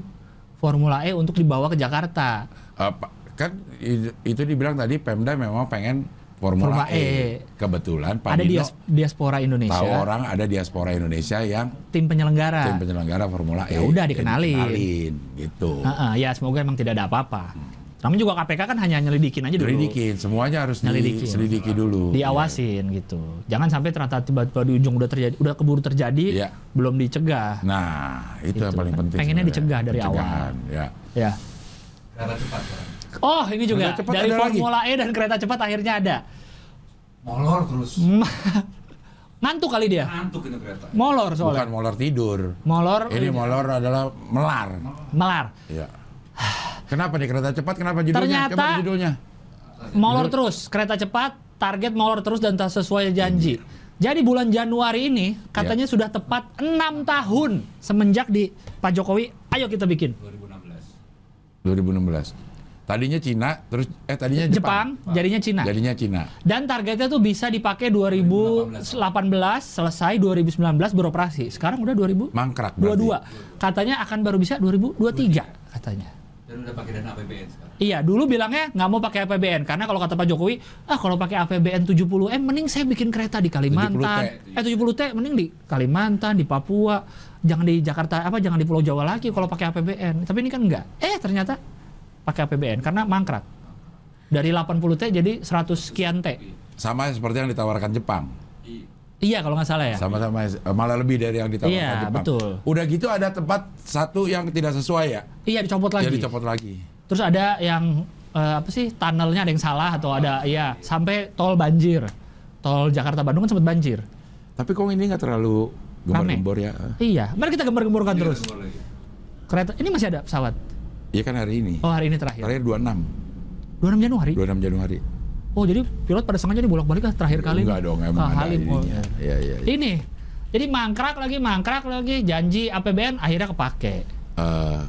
Speaker 3: Formula E untuk dibawa ke Jakarta.
Speaker 1: Eh, pa- kan i- itu dibilang tadi Pemda memang pengen Formula,
Speaker 3: Formula
Speaker 1: E. Kebetulan Pak
Speaker 3: ada
Speaker 1: Dino
Speaker 3: dias- diaspora Indonesia.
Speaker 1: tahu orang ada diaspora Indonesia yang
Speaker 3: tim penyelenggara.
Speaker 1: tim penyelenggara Formula E.
Speaker 3: Ya udah,
Speaker 1: Jadi
Speaker 3: dikenalin.
Speaker 1: dikenalin, gitu.
Speaker 3: Ha-ha, ya semoga emang tidak ada apa-apa.
Speaker 1: Hmm.
Speaker 3: Namanya juga KPK kan hanya nyelidikin aja dulu.
Speaker 1: Selidikin, semuanya harus
Speaker 3: Nyelidikin.
Speaker 1: diselidiki dulu.
Speaker 3: Diawasin
Speaker 1: Iya.
Speaker 3: gitu. Jangan sampai ternyata tiba-tiba di ujung udah terjadi, udah keburu terjadi,
Speaker 1: Iya.
Speaker 3: belum dicegah.
Speaker 1: Nah, itu,
Speaker 3: Itu.
Speaker 1: yang paling penting.
Speaker 3: Gitu. Pengennya
Speaker 1: sebenarnya.
Speaker 3: dicegah dari awal.
Speaker 1: Pencegahan, Ya.
Speaker 3: Ya.
Speaker 2: Karena cepat kan.
Speaker 3: Oh, ini juga
Speaker 1: Kereta cepat
Speaker 3: dari
Speaker 1: ada lagi.
Speaker 3: Formula E dan kereta cepat akhirnya ada. [laughs]
Speaker 2: Molor terus.
Speaker 3: Ngantuk kali dia.
Speaker 2: Ngantuk itu kereta.
Speaker 3: Molor
Speaker 1: Bukan
Speaker 3: soalnya.
Speaker 1: molor tidur.
Speaker 3: Molor.
Speaker 1: Ini molor adalah melar.
Speaker 3: melar.
Speaker 1: Ya. Kenapa di kereta cepat? Kenapa judulnya?
Speaker 3: Ternyata-
Speaker 1: Coba judulnya.
Speaker 3: Molor
Speaker 1: Iya.
Speaker 3: terus, kereta cepat, target molor terus dan tak sesuai janji. Jadi bulan Januari ini katanya
Speaker 1: Iya.
Speaker 3: sudah tepat 6 tahun semenjak di Pak Jokowi, ayo kita bikin.
Speaker 2: 2016.
Speaker 1: 2016. Tadinya Cina, terus eh tadinya Jepang.
Speaker 3: Jepang, jadinya Cina.
Speaker 1: Jadinya Cina.
Speaker 3: Dan targetnya tuh bisa dipakai 2018 selesai 2019 beroperasi. Sekarang udah 2000
Speaker 1: Mangkrak berarti.
Speaker 3: 22. Katanya akan baru bisa 2023 katanya.
Speaker 2: Dan udah pakai dana APBN sekarang.
Speaker 3: Iya, dulu bilangnya nggak mau pakai APBN karena kalau kata Pak Jokowi, ah kalau pakai APBN 70 M mending saya bikin kereta di Kalimantan.
Speaker 1: 70T.
Speaker 3: Eh 70 T mending di Kalimantan, di Papua, jangan di Jakarta apa jangan di Pulau Jawa lagi kalau pakai APBN. Tapi ini kan enggak. Eh ternyata pakai APBN karena mangkrak. Dari 80 T jadi 100 sekian T.
Speaker 1: Sama seperti yang ditawarkan Jepang.
Speaker 2: Di
Speaker 3: Iya kalau nggak salah ya.
Speaker 1: Sama-sama eh, malah lebih dari yang ditawarkan
Speaker 3: Iya,
Speaker 1: Jepang.
Speaker 3: betul.
Speaker 1: Udah gitu ada tempat satu yang tidak sesuai ya.
Speaker 3: Iya dicopot lagi.
Speaker 1: Jadi copot lagi.
Speaker 3: Terus ada yang eh, apa sih tunnelnya ada yang salah atau
Speaker 1: Ah.
Speaker 3: ada ya sampai tol banjir. Tol Jakarta Bandung kan sempat banjir.
Speaker 1: Tapi kok ini nggak terlalu gembor-gembor ya?
Speaker 3: Iya, mari kita gembar-gemborkan
Speaker 2: Ini
Speaker 3: terus.
Speaker 2: keluar lagi.
Speaker 3: Kereta ini masih ada pesawat.
Speaker 1: Iya kan hari ini.
Speaker 3: Oh, Iya. hari ini terakhir.
Speaker 1: Terakhir 26,
Speaker 3: 26 Januari.
Speaker 1: 26 Januari.
Speaker 3: Oh, jadi pilot pada sengaja nih bolak-balik lah terakhir kali.
Speaker 1: Enggak
Speaker 3: nih.
Speaker 1: dong,
Speaker 3: Ke
Speaker 1: emang ada
Speaker 3: Halim. Oh,
Speaker 1: ininya. Iya, iya. iya.
Speaker 3: Ini. Jadi mangkrak lagi, mangkrak lagi, janji APBN akhirnya kepake.
Speaker 1: Eh,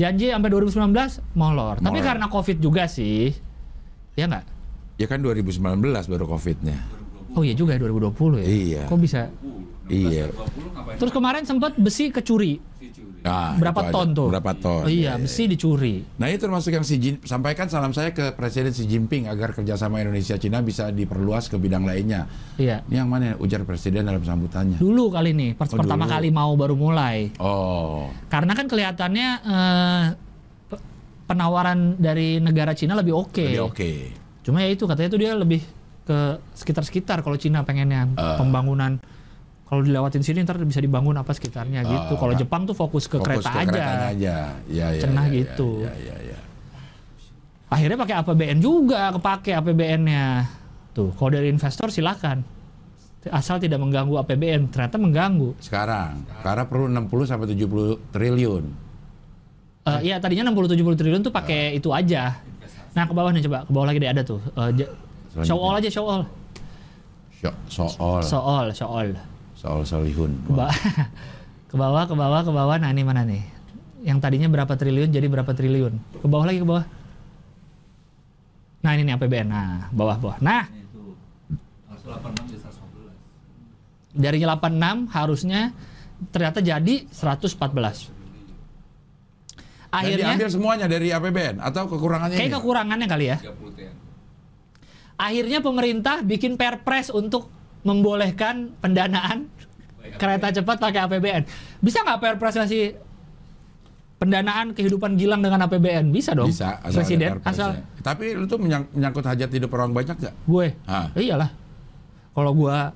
Speaker 3: Janji sampai 2019 molor. Tapi
Speaker 1: Molor.
Speaker 3: karena Covid juga sih. Ya nggak?
Speaker 1: ya kan 2019 baru Covid-nya.
Speaker 3: Oh iya juga ya 2020 ya.
Speaker 1: Iya.
Speaker 3: Kok bisa?
Speaker 2: 20,
Speaker 1: Iya.
Speaker 2: 16, 20 ngapain?
Speaker 3: Terus kemarin sempat besi kecuri.
Speaker 2: Si curi.
Speaker 1: Nah,
Speaker 3: berapa
Speaker 1: itu aja.
Speaker 3: ton tuh?
Speaker 1: Berapa ton?
Speaker 3: Oh, iya, besi dicuri.
Speaker 1: Nah ini termasuk yang Xi Jin, sampaikan salam saya ke Presiden Xi Jinping agar kerjasama Indonesia-Cina bisa diperluas ke bidang lainnya.
Speaker 3: Iya.
Speaker 1: Ini yang mana? Ujar Presiden dalam sambutannya.
Speaker 3: Dulu kali nih, per-
Speaker 1: Oh,
Speaker 3: pertama
Speaker 1: dulu.
Speaker 3: kali mau baru mulai.
Speaker 1: Oh,
Speaker 3: Karena kan kelihatannya eh, pe- penawaran dari negara Cina lebih oke.
Speaker 1: jadi oke.
Speaker 3: Cuma ya itu katanya tuh dia lebih ke sekitar-sekitar kalau Cina pengennya
Speaker 1: Eh.
Speaker 3: pembangunan kalau dilewatin sini ntar bisa dibangun apa sekitarnya
Speaker 1: Eh,
Speaker 3: gitu. Kalau
Speaker 1: nggak.
Speaker 3: Jepang tuh fokus ke
Speaker 1: Fokus
Speaker 3: kereta
Speaker 1: ke
Speaker 3: aja.
Speaker 1: keretanya aja. Ya, ya,
Speaker 3: Cenah
Speaker 1: ya, ya,
Speaker 3: gitu.
Speaker 1: Ya, ya, ya.
Speaker 3: Akhirnya pakai APBN juga, kepake APBN-nya. Tuh, kalau dari investor silakan. Asal tidak mengganggu APBN, ternyata mengganggu.
Speaker 1: Sekarang, karena perlu 60 sampai 70 triliun.
Speaker 3: Eh, Iya tadinya 60-70 triliun tuh
Speaker 1: Ah.
Speaker 3: pakai itu aja. Nah ke bawah nih coba, ke bawah lagi deh ada tuh. Eh, ja-
Speaker 1: Selanjutnya.
Speaker 3: show all aja show all.
Speaker 1: Syo- Soal,
Speaker 3: Show all, show all.
Speaker 1: soal solihun.
Speaker 3: Ke bawah, [laughs] ke bawah, ke bawah, ke bawah. Nah ini mana nih? Yang tadinya berapa triliun jadi berapa triliun? Ke bawah lagi ke bawah. Nah ini nih APBN. Nah bawah bawah. Nah
Speaker 2: Ini tuh. Langsung 86
Speaker 3: dari
Speaker 2: jadi 115.
Speaker 3: 86 harusnya ternyata jadi 114.
Speaker 1: Dan diambil
Speaker 3: Akhirnya
Speaker 1: semuanya dari APBN atau kekurangannya
Speaker 3: kayak
Speaker 1: ini?
Speaker 3: kekurangannya kali ya.
Speaker 2: 30 TN.
Speaker 3: akhirnya pemerintah bikin perpres untuk membolehkan pendanaan
Speaker 2: Baik,
Speaker 3: kereta cepat pakai APBN. Bisa nggak perpres ngasih pendanaan kehidupan Gilang dengan APBN? Bisa dong.
Speaker 1: Bisa, asal ada ya.
Speaker 3: Presiden
Speaker 1: perpresnya.
Speaker 3: asal
Speaker 1: Tapi lu tuh menyang- menyangkut hajat hidup orang banyak gak?
Speaker 3: gue.
Speaker 1: Ah.
Speaker 3: Iyalah. Kalau gua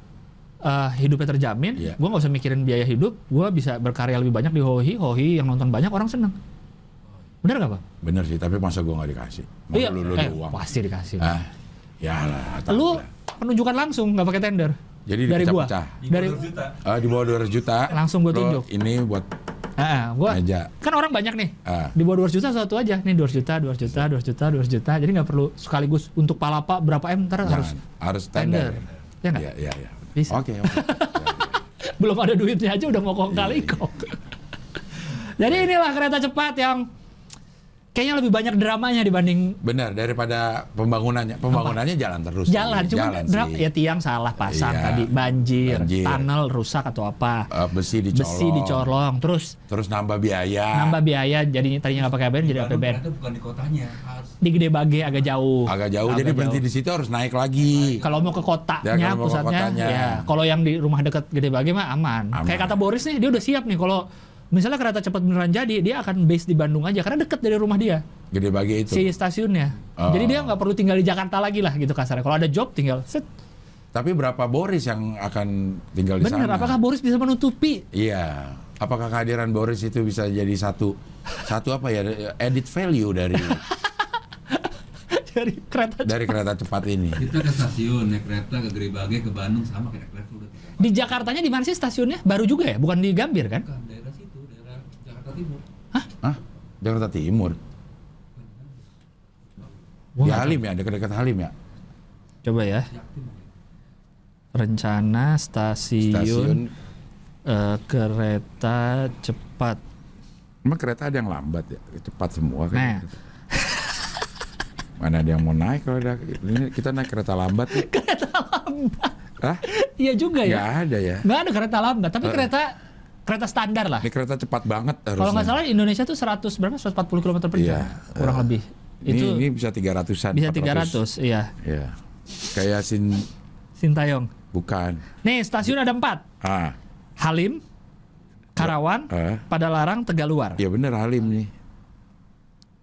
Speaker 3: eh, hidupnya terjamin,
Speaker 1: Iya.
Speaker 3: gua nggak usah mikirin biaya hidup, gua bisa berkarya lebih banyak di Hohi, Hohi yang nonton banyak orang seneng. Bener nggak, Pak?
Speaker 1: Bener sih, tapi masa gua nggak dikasih? Mau lu lu
Speaker 3: eh,
Speaker 1: doang.
Speaker 3: pasti dikasih.
Speaker 1: Ah, ya lah. tahu
Speaker 3: Lu
Speaker 1: lah.
Speaker 3: penunjukan langsung nggak pakai tender.
Speaker 1: Jadi
Speaker 3: dari gua.
Speaker 1: dipecah-pecah.
Speaker 3: Dari
Speaker 2: Iya, juta.
Speaker 1: Ah, di bawah 200 juta.
Speaker 3: Langsung gua
Speaker 1: Lu
Speaker 3: tunjuk.
Speaker 1: Ini buat
Speaker 3: Ah, gua
Speaker 1: Meja.
Speaker 3: kan orang banyak nih.
Speaker 1: Ah.
Speaker 3: Di bawah 200 juta satu aja. Nih 200 juta, 200 juta, 200 juta, 200 juta. Jadi nggak perlu sekaligus untuk palapa berapa M ntar
Speaker 1: jangan,
Speaker 3: harus
Speaker 1: harus
Speaker 3: tender.
Speaker 1: Nah, tender.
Speaker 3: Ya nggak?
Speaker 1: Iya, iya, iya.
Speaker 3: Bisa.
Speaker 1: Oke, oke. Ya, ya. Iya,
Speaker 3: Belum ada duitnya aja udah mau kong kali kok. Jadi inilah kereta cepat yang kayaknya lebih banyak dramanya dibanding
Speaker 1: Benar daripada pembangunannya, pembangunannya jalan terus.
Speaker 3: jalan.
Speaker 1: sih,
Speaker 3: Cuma
Speaker 1: jalan
Speaker 3: dra-
Speaker 1: sih.
Speaker 3: ya tiang salah pasang
Speaker 1: Iya.
Speaker 3: tadi banjir,
Speaker 1: Banjir.
Speaker 3: tunnel rusak atau apa.
Speaker 1: Eh, besi dicolong. Ah.
Speaker 3: Besi dicolong, terus
Speaker 1: Terus nambah biaya.
Speaker 3: nambah biaya jadinya tadinya nggak pakai APBN jadi
Speaker 1: [laughs]
Speaker 2: Bandung
Speaker 3: APBN.
Speaker 2: ternyata bukan di kotanya, harus
Speaker 3: Di Gede Bage agak jauh.
Speaker 1: Agak jauh jadi berhenti
Speaker 3: jauh.
Speaker 1: di situ harus naik lagi.
Speaker 3: Kalau mau ke kotanya,
Speaker 1: Ya, kalau mau ke
Speaker 3: pusatnya,
Speaker 1: kotanya.
Speaker 3: ya. Kalau yang di rumah dekat Gede Bage mah aman.
Speaker 1: Aman.
Speaker 3: Kayak kata Boris nih, dia udah siap nih kalau misalnya kereta cepat beneran jadi, dia akan base di Bandung aja karena deket dari rumah dia,
Speaker 1: Gede bagi itu.
Speaker 3: si stasiunnya.
Speaker 1: Oh.
Speaker 3: Jadi dia nggak perlu tinggal di Jakarta lagi lah gitu kasarnya. Kalau ada job tinggal set.
Speaker 1: Tapi berapa Boris yang akan tinggal di
Speaker 3: Bener,
Speaker 1: sana?
Speaker 3: apakah Boris bisa menutupi? [laughs]
Speaker 1: Iya. Apakah kehadiran Boris itu bisa jadi satu satu apa ya edit value
Speaker 3: [laughs]
Speaker 1: dari
Speaker 3: dari kereta
Speaker 1: dari kereta cepat ini?
Speaker 3: Gitu.
Speaker 2: kita ke stasiun naik kereta ke Grebage ke Bandung sama kayak naik travel udah tiga
Speaker 3: Di Jakartanya di mana sih stasiunnya? Baru juga ya, bukan di Gambir kan?
Speaker 2: bukan daerah situ daerah Jakarta Timur
Speaker 1: Hah? Jakarta Timur.
Speaker 3: Wah,
Speaker 1: Di Halim ya, dekat-dekat Halim ya.
Speaker 3: Coba ya.
Speaker 2: Jaktim
Speaker 3: Rencana stasiun,
Speaker 1: Stasiun.
Speaker 3: eh, kereta cepat.
Speaker 1: Emang kereta ada yang lambat ya, cepat semua
Speaker 3: Nah,
Speaker 1: kan. [laughs] Mana ada yang mau naik kalau ada ini kita naik kereta lambat ya. Kereta lambat. Hah?
Speaker 3: iya juga
Speaker 1: Nggak
Speaker 3: ya.
Speaker 1: ada ya.
Speaker 3: Nggak ada kereta lambat, tapi kereta kereta standar lah.
Speaker 1: Ini kereta cepat banget harusnya.
Speaker 3: Kalau nggak salah Indonesia tuh 100 berapa? 140 km per jam,
Speaker 1: Iya.
Speaker 3: kurang
Speaker 1: Eh,
Speaker 3: lebih.
Speaker 1: Ini,
Speaker 3: Itu
Speaker 1: ini bisa 300-an.
Speaker 3: bisa
Speaker 1: 400.
Speaker 3: 300, iya.
Speaker 1: Iya. Kayak sin
Speaker 3: Sintayong.
Speaker 1: bukan.
Speaker 3: Nih, stasiun ada empat.
Speaker 1: Ah,
Speaker 3: Halim, Karawan,
Speaker 1: Eh.
Speaker 3: Padalarang, Tegaluar.
Speaker 1: ya bener Halim nih.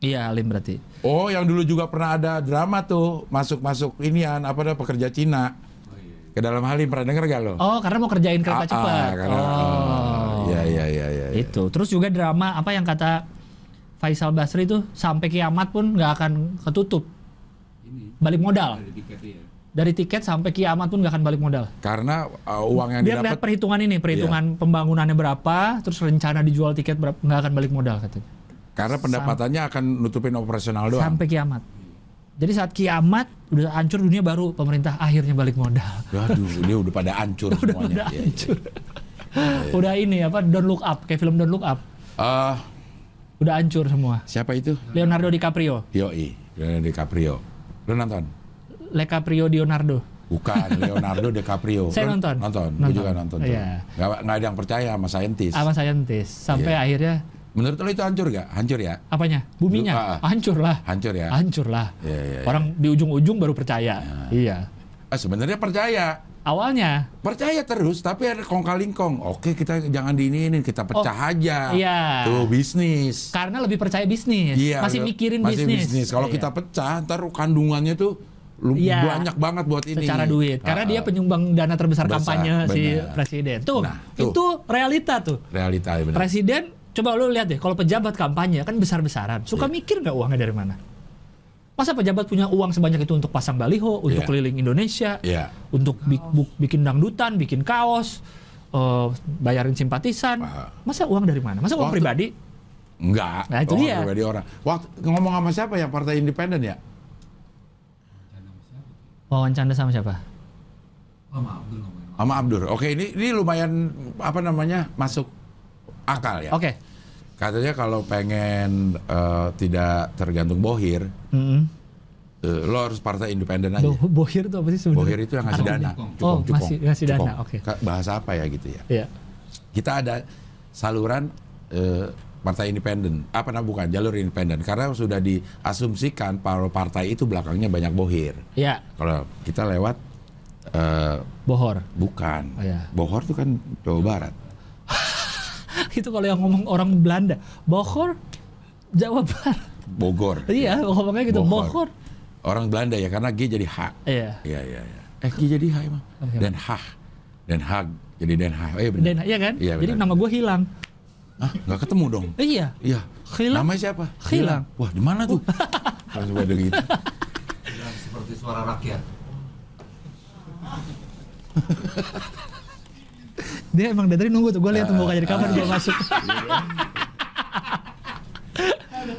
Speaker 3: Iya, Halim berarti.
Speaker 1: Oh, yang dulu juga pernah ada drama tuh masuk-masuk inian apa ada pekerja Cina Oh, iya. ke dalam Halim pernah denger gak lo?
Speaker 3: Oh, karena mau kerjain kereta
Speaker 1: Ah, ah,
Speaker 3: cepat.
Speaker 1: karena-
Speaker 3: oh.
Speaker 1: Iya, iya, iya, iya. iya.
Speaker 3: Itu. Terus juga drama apa yang kata Faisal Basri tuh sampai kiamat pun nggak akan ketutup.
Speaker 2: ini
Speaker 3: Balik modal.
Speaker 2: ada tiketnya ya
Speaker 3: Dari tiket sampai kiamat pun nggak akan balik modal.
Speaker 1: Karena uh, uang yang
Speaker 3: Dia
Speaker 1: didapat Iya.
Speaker 3: lihat perhitungan ini, perhitungan pembangunannya berapa, terus rencana dijual tiket berapa, nggak akan balik modal katanya.
Speaker 1: karena pendapatannya akan nutupin operasional doang.
Speaker 3: Sampai kiamat. Jadi saat kiamat udah hancur dunia baru pemerintah akhirnya
Speaker 1: [laughs]
Speaker 3: balik modal.
Speaker 1: Aduh, dia udah pada hancur semuanya.
Speaker 3: [laughs] Udah
Speaker 1: Iya, iya.
Speaker 3: hancur. udah ini apa Don't Look Up kayak film Don't Look Up.
Speaker 1: Ah,
Speaker 3: Udah hancur semua.
Speaker 1: siapa itu?
Speaker 3: Leonardo DiCaprio.
Speaker 1: Yoi, Leonardo DiCaprio. Lo nonton?
Speaker 3: Lecaprio Leonardo. [laughs]
Speaker 1: Bukan, Leonardo DiCaprio.
Speaker 3: Saya
Speaker 1: Lo
Speaker 3: nonton.
Speaker 1: Nonton, gue
Speaker 3: Nonton.
Speaker 1: juga nonton. tuh.
Speaker 3: Iya.
Speaker 1: Nggak, nggak ada yang percaya sama saintis.
Speaker 3: sama saintis sampai
Speaker 1: Iya.
Speaker 3: akhirnya
Speaker 1: Menurut lo itu hancur gak? Hancur ya?
Speaker 3: apanya buminya
Speaker 1: Lu- ah, ah.
Speaker 3: hancur lah
Speaker 1: Hancur ya?
Speaker 3: hancur lah
Speaker 1: Iya, iya,
Speaker 3: orang di ujung-ujung baru percaya iya
Speaker 1: Ah, sebenarnya percaya.
Speaker 3: awalnya
Speaker 1: Percaya terus, tapi ada kong kalingkong. Oke, kita jangan diinin, kita pecah
Speaker 3: Oh,
Speaker 1: aja.
Speaker 3: iya.
Speaker 1: Tuh bisnis.
Speaker 3: karena lebih percaya bisnis
Speaker 1: Iya,
Speaker 3: masih
Speaker 1: lo-
Speaker 3: mikirin
Speaker 1: masih
Speaker 3: bisnis,
Speaker 1: Kalau
Speaker 3: Iya.
Speaker 1: kita pecah, ntar kandungannya tuh lu
Speaker 3: Iya.
Speaker 1: banyak banget buat ini.
Speaker 3: secara duit karena
Speaker 1: Ah,
Speaker 3: dia
Speaker 1: ah.
Speaker 3: penyumbang dana terbesar
Speaker 1: Besar,
Speaker 3: kampanye si
Speaker 1: benar.
Speaker 3: presiden tuh,
Speaker 1: Nah, tuh.
Speaker 3: itu realita tuh
Speaker 1: realita ya, benar.
Speaker 3: presiden coba lu lihat deh kalau pejabat kampanye kan besar-besaran
Speaker 1: Iya.
Speaker 3: suka mikir nggak uangnya dari mana masa pejabat punya uang sebanyak itu untuk pasang baliho untuk
Speaker 1: Iya.
Speaker 3: keliling Indonesia
Speaker 1: Iya.
Speaker 3: untuk bi- bu- bikin dangdutan, bikin kaos, eh, bayarin simpatisan.
Speaker 1: Wah.
Speaker 3: Masa uang dari mana? Masa uang
Speaker 1: Waktu-
Speaker 3: pribadi?
Speaker 1: Enggak.
Speaker 3: Nah, itu
Speaker 1: orang
Speaker 3: dia.
Speaker 1: pribadi orang. Waktu ngomong sama siapa ya? Partai Independen ya?
Speaker 3: Wawancara sama siapa?
Speaker 2: oh maaf Abdul ngomongin
Speaker 1: Sama Abdur. Oke, ini ini lumayan apa namanya? masuk akal ya.
Speaker 3: Oke.
Speaker 1: Katanya kalau pengen eh, tidak tergantung bohir,
Speaker 3: Mm-mm.
Speaker 1: eh, lo harus partai independen aja.
Speaker 3: Duh, bohir itu apa sih sebenarnya?
Speaker 1: Bohir itu yang ngasih
Speaker 2: Cukong,
Speaker 1: dana.
Speaker 2: cukong.
Speaker 3: Oh, masih ngasih dana,
Speaker 1: Cukong.
Speaker 3: oke.
Speaker 1: Ka- Bahasa apa ya gitu ya?
Speaker 3: Iya.
Speaker 1: Kita ada saluran eh, partai independen. Apa namanya bukan jalur independen karena sudah diasumsikan kalau partai itu belakangnya banyak bohir.
Speaker 3: Iya,
Speaker 1: Kalau kita lewat eh,
Speaker 3: bohor.
Speaker 1: bukan.
Speaker 3: Oh, iya.
Speaker 1: Bohor itu kan Jawa Barat.
Speaker 3: [laughs] itu kalau yang ngomong orang Belanda, bohor Jawa Barat.
Speaker 1: Bogor.
Speaker 3: [laughs] Iya, ngomongnya gitu, bohor.
Speaker 1: Orang Belanda ya karena G jadi H.
Speaker 3: Iya.
Speaker 1: Iya iya iya. Eh G jadi H emang.
Speaker 3: Oke.
Speaker 1: Dan H. Dan H jadi Den Haag. Eh benar.
Speaker 3: Oh, iya. Dan iya kan?
Speaker 1: Iya,
Speaker 3: Jadi
Speaker 1: benar.
Speaker 3: nama gue hilang.
Speaker 1: Ah, nggak ketemu dong.
Speaker 3: Iya.
Speaker 1: Iya.
Speaker 3: Hilang.
Speaker 1: Namanya siapa?
Speaker 3: Hilang.
Speaker 1: Wah, di mana
Speaker 3: [laughs]
Speaker 1: tuh? Langsung pada gitu.
Speaker 2: Bilang Iya, seperti suara rakyat
Speaker 3: Dia
Speaker 1: Ah, [laughs]
Speaker 3: emang dari tadi nunggu tuh, gue lihat tuh mukanya di kamar gue masuk.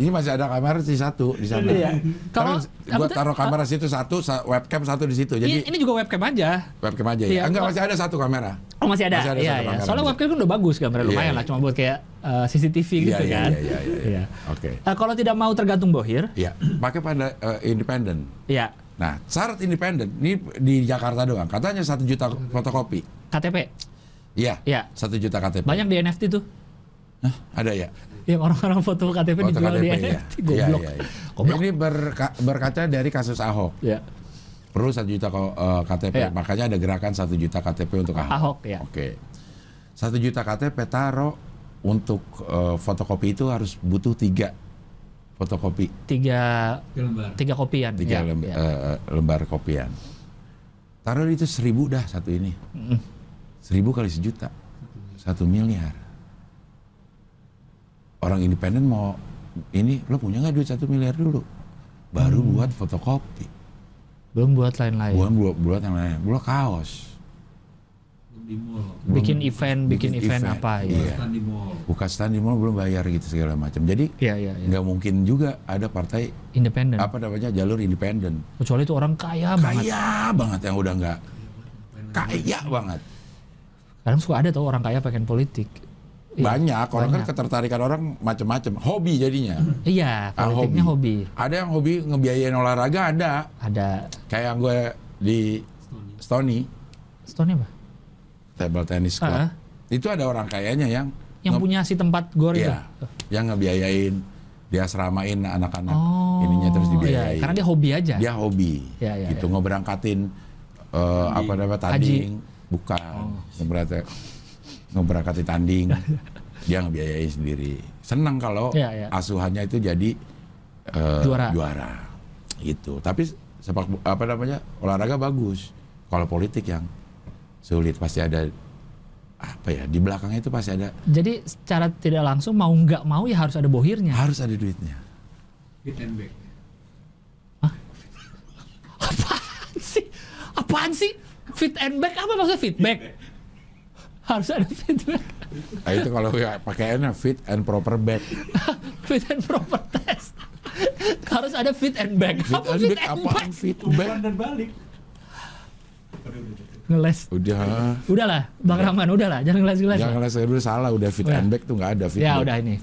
Speaker 1: Ini masih ada kamera sih satu di sana.
Speaker 3: Iya. Kalau-
Speaker 1: Kalau gua taruh kamera situ satu, sa- webcam satu di situ.
Speaker 3: Iya, Ini,
Speaker 1: Jadi
Speaker 3: ini juga webcam aja.
Speaker 1: webcam aja
Speaker 3: Iya,
Speaker 1: ya. Enggak
Speaker 3: gua-
Speaker 1: masih ada satu kamera.
Speaker 3: Oh masih ada.
Speaker 1: Masih ada
Speaker 3: iya,
Speaker 1: satu
Speaker 3: iya.
Speaker 1: kamera.
Speaker 3: Soalnya webcam kan udah bagus gambarnya
Speaker 1: Iya,
Speaker 3: lumayan
Speaker 1: iya.
Speaker 3: lah cuma buat kayak eh, CCTV
Speaker 1: Iya,
Speaker 3: gitu
Speaker 1: iya,
Speaker 3: kan.
Speaker 1: iya, iya, iya.
Speaker 3: Iya.
Speaker 1: Oke.
Speaker 3: Eh, kalau tidak mau tergantung bohir,
Speaker 1: Iya, pakai pada eh, independen.
Speaker 3: ya
Speaker 1: Nah, syarat independen ini di Jakarta doang. Katanya satu juta fotokopi.
Speaker 3: KTP.
Speaker 1: Iya.
Speaker 3: Iya.
Speaker 1: Satu juta KTP.
Speaker 3: Banyak di NFT tuh.
Speaker 1: Hah, ada ya.
Speaker 3: Yang orang-orang foto KTP
Speaker 1: Foto
Speaker 3: dijual di
Speaker 1: KTP,
Speaker 3: NFT.
Speaker 1: iya. Iya,
Speaker 3: [laughs] Goblok.
Speaker 1: iya, iya.
Speaker 3: Goblok.
Speaker 1: Ini berka- berkaca dari kasus Ahok.
Speaker 3: Ya.
Speaker 1: perlu satu juta ko- eh, KTP.
Speaker 3: Iya.
Speaker 1: Makanya ada gerakan satu juta KTP untuk Ahok.
Speaker 3: Ahok, iya.
Speaker 1: Oke. Satu juta KTP taruh untuk eh, fotokopi itu harus butuh tiga fotokopi,
Speaker 3: Tiga
Speaker 2: Gambar.
Speaker 3: tiga kopian.
Speaker 1: tiga
Speaker 3: Iya,
Speaker 1: lem-
Speaker 3: iya.
Speaker 1: eh, lembar kopian. Taruh itu seribu dah satu ini.
Speaker 3: Mm.
Speaker 1: Seribu kali sejuta, satu miliar. Orang independen mau ini lo punya nggak duit satu miliar dulu, baru buat fotokopi,
Speaker 3: Belum buat lain-lain.
Speaker 1: bukan buat buat yang lain, buat kaos.
Speaker 2: Di mall.
Speaker 3: bikin
Speaker 1: Belum-
Speaker 3: event, bikin,
Speaker 1: bikin
Speaker 3: event,
Speaker 1: event.
Speaker 3: apa ya.
Speaker 1: Iya.
Speaker 2: Stand di mall.
Speaker 1: buka stand di mall belum bayar gitu segala macam. Jadi
Speaker 3: Iya, iya, iya.
Speaker 1: nggak mungkin juga ada partai
Speaker 3: Independen.
Speaker 1: apa namanya jalur independen.
Speaker 3: Kecuali itu orang kaya, Iya. banget.
Speaker 1: Kaya banget yang udah nggak kaya banget.
Speaker 3: Kadang suka ada tuh orang kaya pengen politik. Iya,
Speaker 1: Banyak orang kan
Speaker 3: banyak.
Speaker 1: ketertarikan orang macam-macam, hobi jadinya.
Speaker 3: Iya,
Speaker 1: Ah,
Speaker 3: politiknya hobi.
Speaker 1: Ada yang hobi ngebiayain olahraga ada.
Speaker 3: Ada
Speaker 1: Kayak yang gue di
Speaker 2: Stony.
Speaker 1: Stony
Speaker 3: Stone apa?
Speaker 1: table tennis club.
Speaker 3: Ah.
Speaker 1: Itu ada orang kayanya yang
Speaker 3: Yang
Speaker 1: nge-
Speaker 3: punya si tempat gor itu.
Speaker 1: iya, yang ngebiayain dia asramain anak-anak
Speaker 3: Oh.
Speaker 1: Nah, ininya terus
Speaker 3: iya,
Speaker 1: dibiayain.
Speaker 3: Karena dia hobi aja.
Speaker 1: dia hobi
Speaker 3: Ya, ya,
Speaker 1: gitu
Speaker 3: ya.
Speaker 1: ngeberangkatin eh, apa namanya tanding bukan
Speaker 3: Oh.
Speaker 1: ngeberangkat ngeberangkatin
Speaker 3: [laughs]
Speaker 1: tanding dia ngebiayain sendiri senang kalau
Speaker 3: Ya, ya.
Speaker 1: asuhannya itu jadi eh,
Speaker 3: Juara.
Speaker 1: gitu tapi sepak apa namanya olahraga bagus kalau politik yang sulit pasti ada apa ya di belakangnya itu pasti ada
Speaker 3: Jadi secara tidak langsung mau nggak mau ya harus ada
Speaker 1: [laughs]
Speaker 3: bohirnya.
Speaker 1: harus ada duitnya
Speaker 2: Fit and back.
Speaker 3: Apaan sih? Apaan sih? Fit and back apa maksudnya feedback? harus ada feedback.
Speaker 1: nah, itu kalau ya, pakaiannya fit and proper back
Speaker 3: fit and proper test. [laughs] harus ada fit and back.
Speaker 1: fit
Speaker 3: apa
Speaker 1: and
Speaker 3: fit
Speaker 1: back
Speaker 3: and
Speaker 1: apaan
Speaker 3: back?
Speaker 1: fit
Speaker 2: Umpan
Speaker 1: back
Speaker 2: dan balik.
Speaker 3: Ngeles.
Speaker 1: udah
Speaker 3: Udahlah, Bang Rahman, udahlah, jangan ngeles-ngeles.
Speaker 1: Jangan kalau saya dulu salah udah fit
Speaker 3: Udah.
Speaker 1: and back tuh nggak ada fit
Speaker 3: Ya
Speaker 1: and
Speaker 3: udah
Speaker 1: back.
Speaker 3: ini.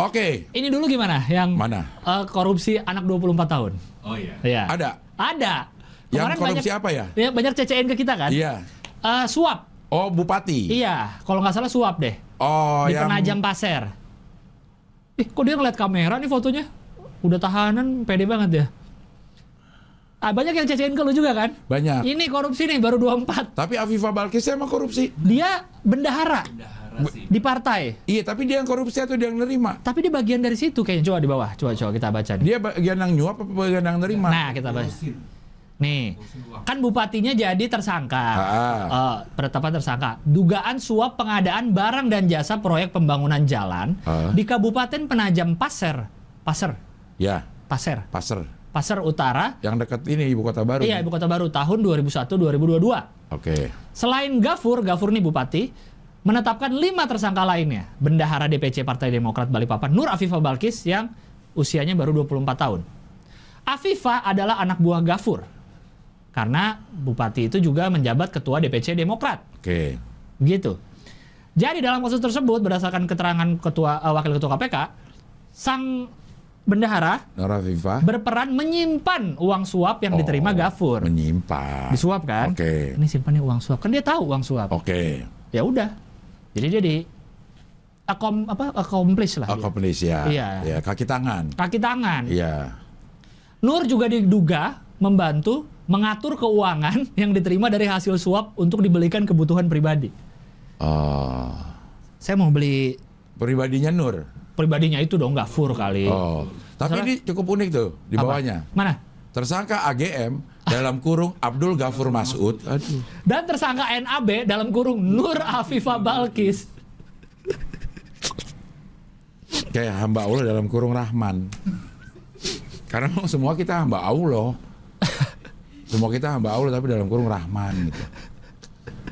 Speaker 1: Oke,
Speaker 3: Ini dulu gimana? Yang
Speaker 1: Mana?
Speaker 3: eh, korupsi anak 24 tahun.
Speaker 2: Oh iya.
Speaker 3: Iya.
Speaker 1: ada.
Speaker 3: Ada.
Speaker 1: Yang
Speaker 3: Kemarin
Speaker 1: korupsi
Speaker 3: banyak,
Speaker 1: apa ya?
Speaker 3: ya, banyak CCN ke kita kan?
Speaker 1: Iya.
Speaker 3: Eh, suap.
Speaker 1: Oh, bupati.
Speaker 3: Iya, kalau nggak salah suap deh.
Speaker 1: Oh,
Speaker 3: di
Speaker 1: yang
Speaker 3: Penajam Pasir. Ih, kok dia ngeliat kamera nih fotonya? Udah tahanan, pede banget ya. Ah, banyak yang CCN ke lu juga kan?
Speaker 1: banyak.
Speaker 3: Ini korupsi nih, baru 24.
Speaker 1: Tapi Afifah Balkis emang korupsi.
Speaker 3: Dia bendahara
Speaker 2: Dahara sih.
Speaker 3: di partai.
Speaker 1: Iya, tapi dia yang korupsi atau dia yang nerima?
Speaker 3: Tapi dia bagian dari situ kayaknya. Coba di bawah, coba coba kita baca nih.
Speaker 1: Dia bagian yang nyuap apa bagian yang nerima?
Speaker 3: Nah, kita baca.
Speaker 2: Ngurusin.
Speaker 3: Nih, kan bupatinya jadi tersangka.
Speaker 1: Ah.
Speaker 3: Eh, penetapan tersangka. Dugaan suap pengadaan barang dan jasa proyek pembangunan jalan
Speaker 1: Ah.
Speaker 3: di Kabupaten Penajam Pasir, Pasir,
Speaker 1: Ya,
Speaker 3: Pasir,
Speaker 1: Pasir.
Speaker 3: Pasir Utara.
Speaker 1: Yang dekat ini ibu kota baru.
Speaker 3: Iya, ibu kota baru tahun 2001-2022.
Speaker 1: Oke.
Speaker 3: Selain Gafur, Gafur nih bupati menetapkan lima tersangka lainnya. Bendahara DPC Partai Demokrat Balikpapan Nur Afifah Balkis yang usianya baru 24 tahun. Afifah adalah anak buah Gafur. Karena bupati itu juga menjabat ketua DPC Demokrat.
Speaker 1: Oke.
Speaker 3: Gitu. Jadi dalam kasus tersebut berdasarkan keterangan ketua eh, wakil ketua KPK, sang bendahara
Speaker 1: Nora Afifah
Speaker 3: berperan menyimpan uang suap yang diterima
Speaker 1: Oh,
Speaker 3: Gafur.
Speaker 1: menyimpan.
Speaker 3: Disuap kan?
Speaker 1: Oke.
Speaker 3: Ini simpan nih uang suap. Kan dia tahu uang suap.
Speaker 1: Oke.
Speaker 3: Ya udah. Jadi dia di akom apa akomplis lah. dia.
Speaker 1: Akomplis ya.
Speaker 3: Iya.
Speaker 1: Ya, kaki tangan.
Speaker 3: Kaki tangan.
Speaker 1: Iya.
Speaker 3: Nur juga diduga membantu mengatur keuangan [laughs] yang diterima dari hasil suap untuk dibelikan kebutuhan pribadi.
Speaker 1: Oh.
Speaker 3: Saya mau beli
Speaker 1: Pribadinya Nur.
Speaker 3: pribadinya itu dong, nggak fur kali.
Speaker 1: Oh, tapi
Speaker 3: Misalnya-
Speaker 1: ini cukup unik tuh di
Speaker 3: Apa?
Speaker 1: bawahnya.
Speaker 3: Mana?
Speaker 1: Tersangka AGM dalam kurung Abdul Ghafur Masud. Aduh.
Speaker 3: Dan tersangka NAB dalam kurung Nur Afifah Balkis.
Speaker 1: Kayak hamba Allah dalam kurung Rahman. Karena memang semua kita hamba Allah. Semua kita hamba Allah tapi dalam kurung Rahman gitu.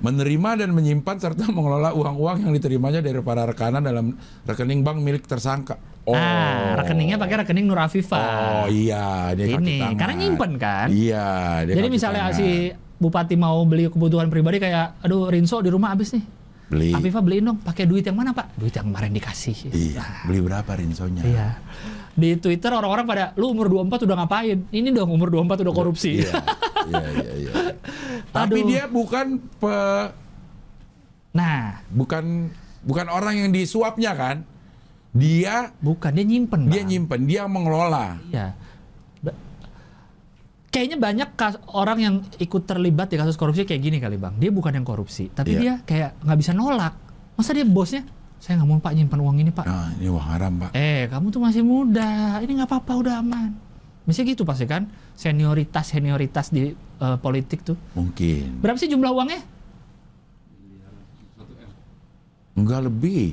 Speaker 1: Menerima dan menyimpan serta mengelola uang-uang yang diterimanya dari para rekanan dalam rekening bank milik tersangka.
Speaker 3: Ah, rekeningnya pakai rekening Nur
Speaker 1: Oh
Speaker 3: Afifah.
Speaker 1: iya, dia kaki
Speaker 3: Ini,
Speaker 1: tangan.
Speaker 3: karena nyimpen kan?
Speaker 1: Iya, dia
Speaker 3: Jadi
Speaker 1: kaki
Speaker 3: misalnya
Speaker 1: tangan.
Speaker 3: si bupati mau beli kebutuhan pribadi kayak aduh Rinso di rumah habis nih.
Speaker 1: beli
Speaker 3: Afifah beliin dong, pakai duit yang mana, Pak? Duit yang kemarin dikasih.
Speaker 1: Iya, beli berapa rinsonya?
Speaker 3: Nah. Iya. Di Twitter orang-orang pada lu umur 24 udah ngapain? Ini dong umur 24 udah korupsi.
Speaker 1: Iya,
Speaker 3: [laughs]
Speaker 1: iya, iya, iya. Tapi
Speaker 3: Aduh.
Speaker 1: dia bukan pe-
Speaker 3: nah,
Speaker 1: bukan bukan orang yang disuapnya kan? Dia
Speaker 3: bukan dia nyimpen,
Speaker 1: dia
Speaker 3: Bang.
Speaker 1: nyimpen, dia mengelola.
Speaker 3: Iya. Ba- Kayaknya banyak kas- orang yang ikut terlibat di kasus korupsi kayak gini kali bang. Dia bukan yang korupsi, tapi
Speaker 1: Iya.
Speaker 3: dia kayak nggak bisa nolak. Masa dia bosnya? Saya nggak mau pak nyimpan uang ini pak.
Speaker 1: Nah, ini uang haram, Pak.
Speaker 3: Eh kamu tuh masih muda, ini nggak apa-apa udah aman. Misalnya gitu pasti kan senioritas senioritas di eh, politik tuh.
Speaker 1: Mungkin.
Speaker 3: Berapa sih jumlah uangnya?
Speaker 2: Satu M.
Speaker 1: Enggak lebih.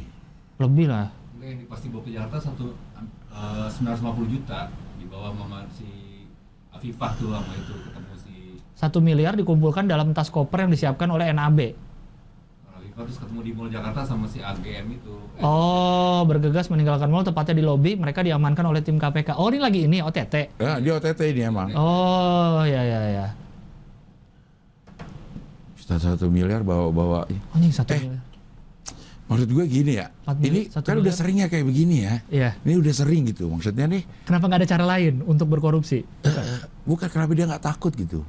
Speaker 3: Lebih lah.
Speaker 2: Enggak yang pasti bawa ke Jakarta satu eh, 950 juta dibawa mama si Afifah tuh sama itu ketemu si
Speaker 3: Satu miliar dikumpulkan dalam tas koper yang disiapkan oleh NAB.
Speaker 2: Afifah terus ketemu di Mall Jakarta sama si AGM itu. Eh,
Speaker 3: Oh, bergegas meninggalkan mall tepatnya di lobi. Mereka diamankan oleh tim KPK. Oh, ini lagi ini OTT.
Speaker 1: Nah, dia OTT ini emang.
Speaker 3: Oh ya ya ya.
Speaker 1: Satu miliar bawa-bawa. Ih,
Speaker 3: Anjing satu
Speaker 1: Eh.
Speaker 3: miliar.
Speaker 1: Maksud gue gini ya.
Speaker 3: Empat miliar,
Speaker 1: Ini
Speaker 3: satu
Speaker 1: kan udah
Speaker 3: miliar.
Speaker 1: seringnya kayak begini ya.
Speaker 3: Iya.
Speaker 1: Ini udah sering gitu. Maksudnya nih,
Speaker 3: Kenapa nggak ada cara lain untuk berkorupsi?
Speaker 1: bukan kenapa dia nggak takut gitu.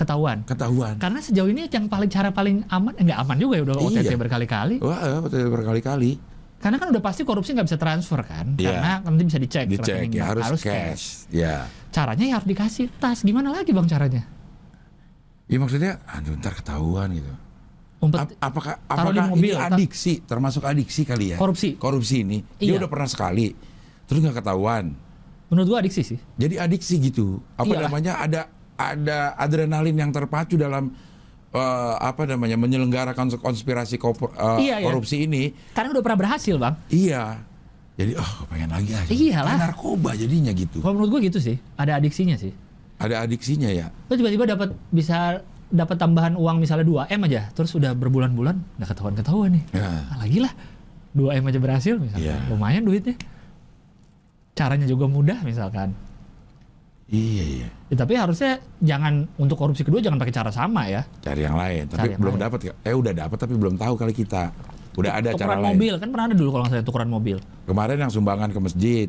Speaker 3: Ketahuan.
Speaker 1: Ketahuan.
Speaker 3: Karena sejauh ini yang paling cara paling aman, eh, nggak aman juga ya udah OTT
Speaker 1: Iya.
Speaker 3: berkali-kali.
Speaker 1: Wah, eh, betul berkali-kali.
Speaker 3: Karena kan udah pasti korupsi nggak bisa transfer kan?
Speaker 1: Iya.
Speaker 3: Karena nanti bisa dicek.
Speaker 1: Dicek
Speaker 3: rekening
Speaker 1: ya,
Speaker 3: bank.
Speaker 1: harus, cash. Ya.
Speaker 3: Caranya ya harus dikasih tas. Gimana lagi bang caranya?
Speaker 1: Ya maksudnya, aduh ntar ketahuan gitu.
Speaker 3: Umpet,
Speaker 1: Ap- apakah
Speaker 3: taruh di
Speaker 1: apakah
Speaker 3: mobil,
Speaker 1: ini
Speaker 3: tar-
Speaker 1: adiksi, termasuk adiksi kali ya?
Speaker 3: Korupsi.
Speaker 1: Korupsi ini. Dia
Speaker 3: Iya.
Speaker 1: udah pernah sekali, terus nggak ketahuan.
Speaker 3: menurut gua adiksi sih.
Speaker 1: Jadi adiksi gitu. Apa
Speaker 3: Iyalah.
Speaker 1: namanya? Ada ada adrenalin yang terpacu dalam eh, apa namanya menyelenggarakan konspirasi kopor- eh,
Speaker 3: Iya, iya.
Speaker 1: korupsi ini.
Speaker 3: Karena udah pernah berhasil bang.
Speaker 1: Iya. Jadi oh pengen lagi aja.
Speaker 3: Iyalah.
Speaker 1: Kayak narkoba jadinya gitu.
Speaker 3: Kalau menurut gua gitu sih. Ada adiksinya sih.
Speaker 1: Ada adiksinya ya.
Speaker 3: Lo tiba-tiba dapat bisa dapat tambahan uang misalnya 2 m aja, terus udah berbulan-bulan nggak ketahuan-ketahuan nih.
Speaker 1: Ya.
Speaker 3: Ah, lagi lah 2 m aja berhasil misalkan,
Speaker 1: Iya.
Speaker 3: lumayan duitnya. Caranya juga mudah misalkan.
Speaker 1: Iya iya.
Speaker 3: Ya, tapi harusnya jangan untuk korupsi kedua jangan pakai cara sama ya.
Speaker 1: Cari yang lain. Tapi
Speaker 3: Cari yang
Speaker 1: belum
Speaker 3: lain.
Speaker 1: dapat. ya? Eh udah dapat tapi belum tahu kali kita. Udah ada cara
Speaker 3: tukeran
Speaker 1: lain.
Speaker 3: mobil kan pernah ada dulu kalau nggak salah tukeran mobil.
Speaker 1: Kemarin yang sumbangan ke masjid,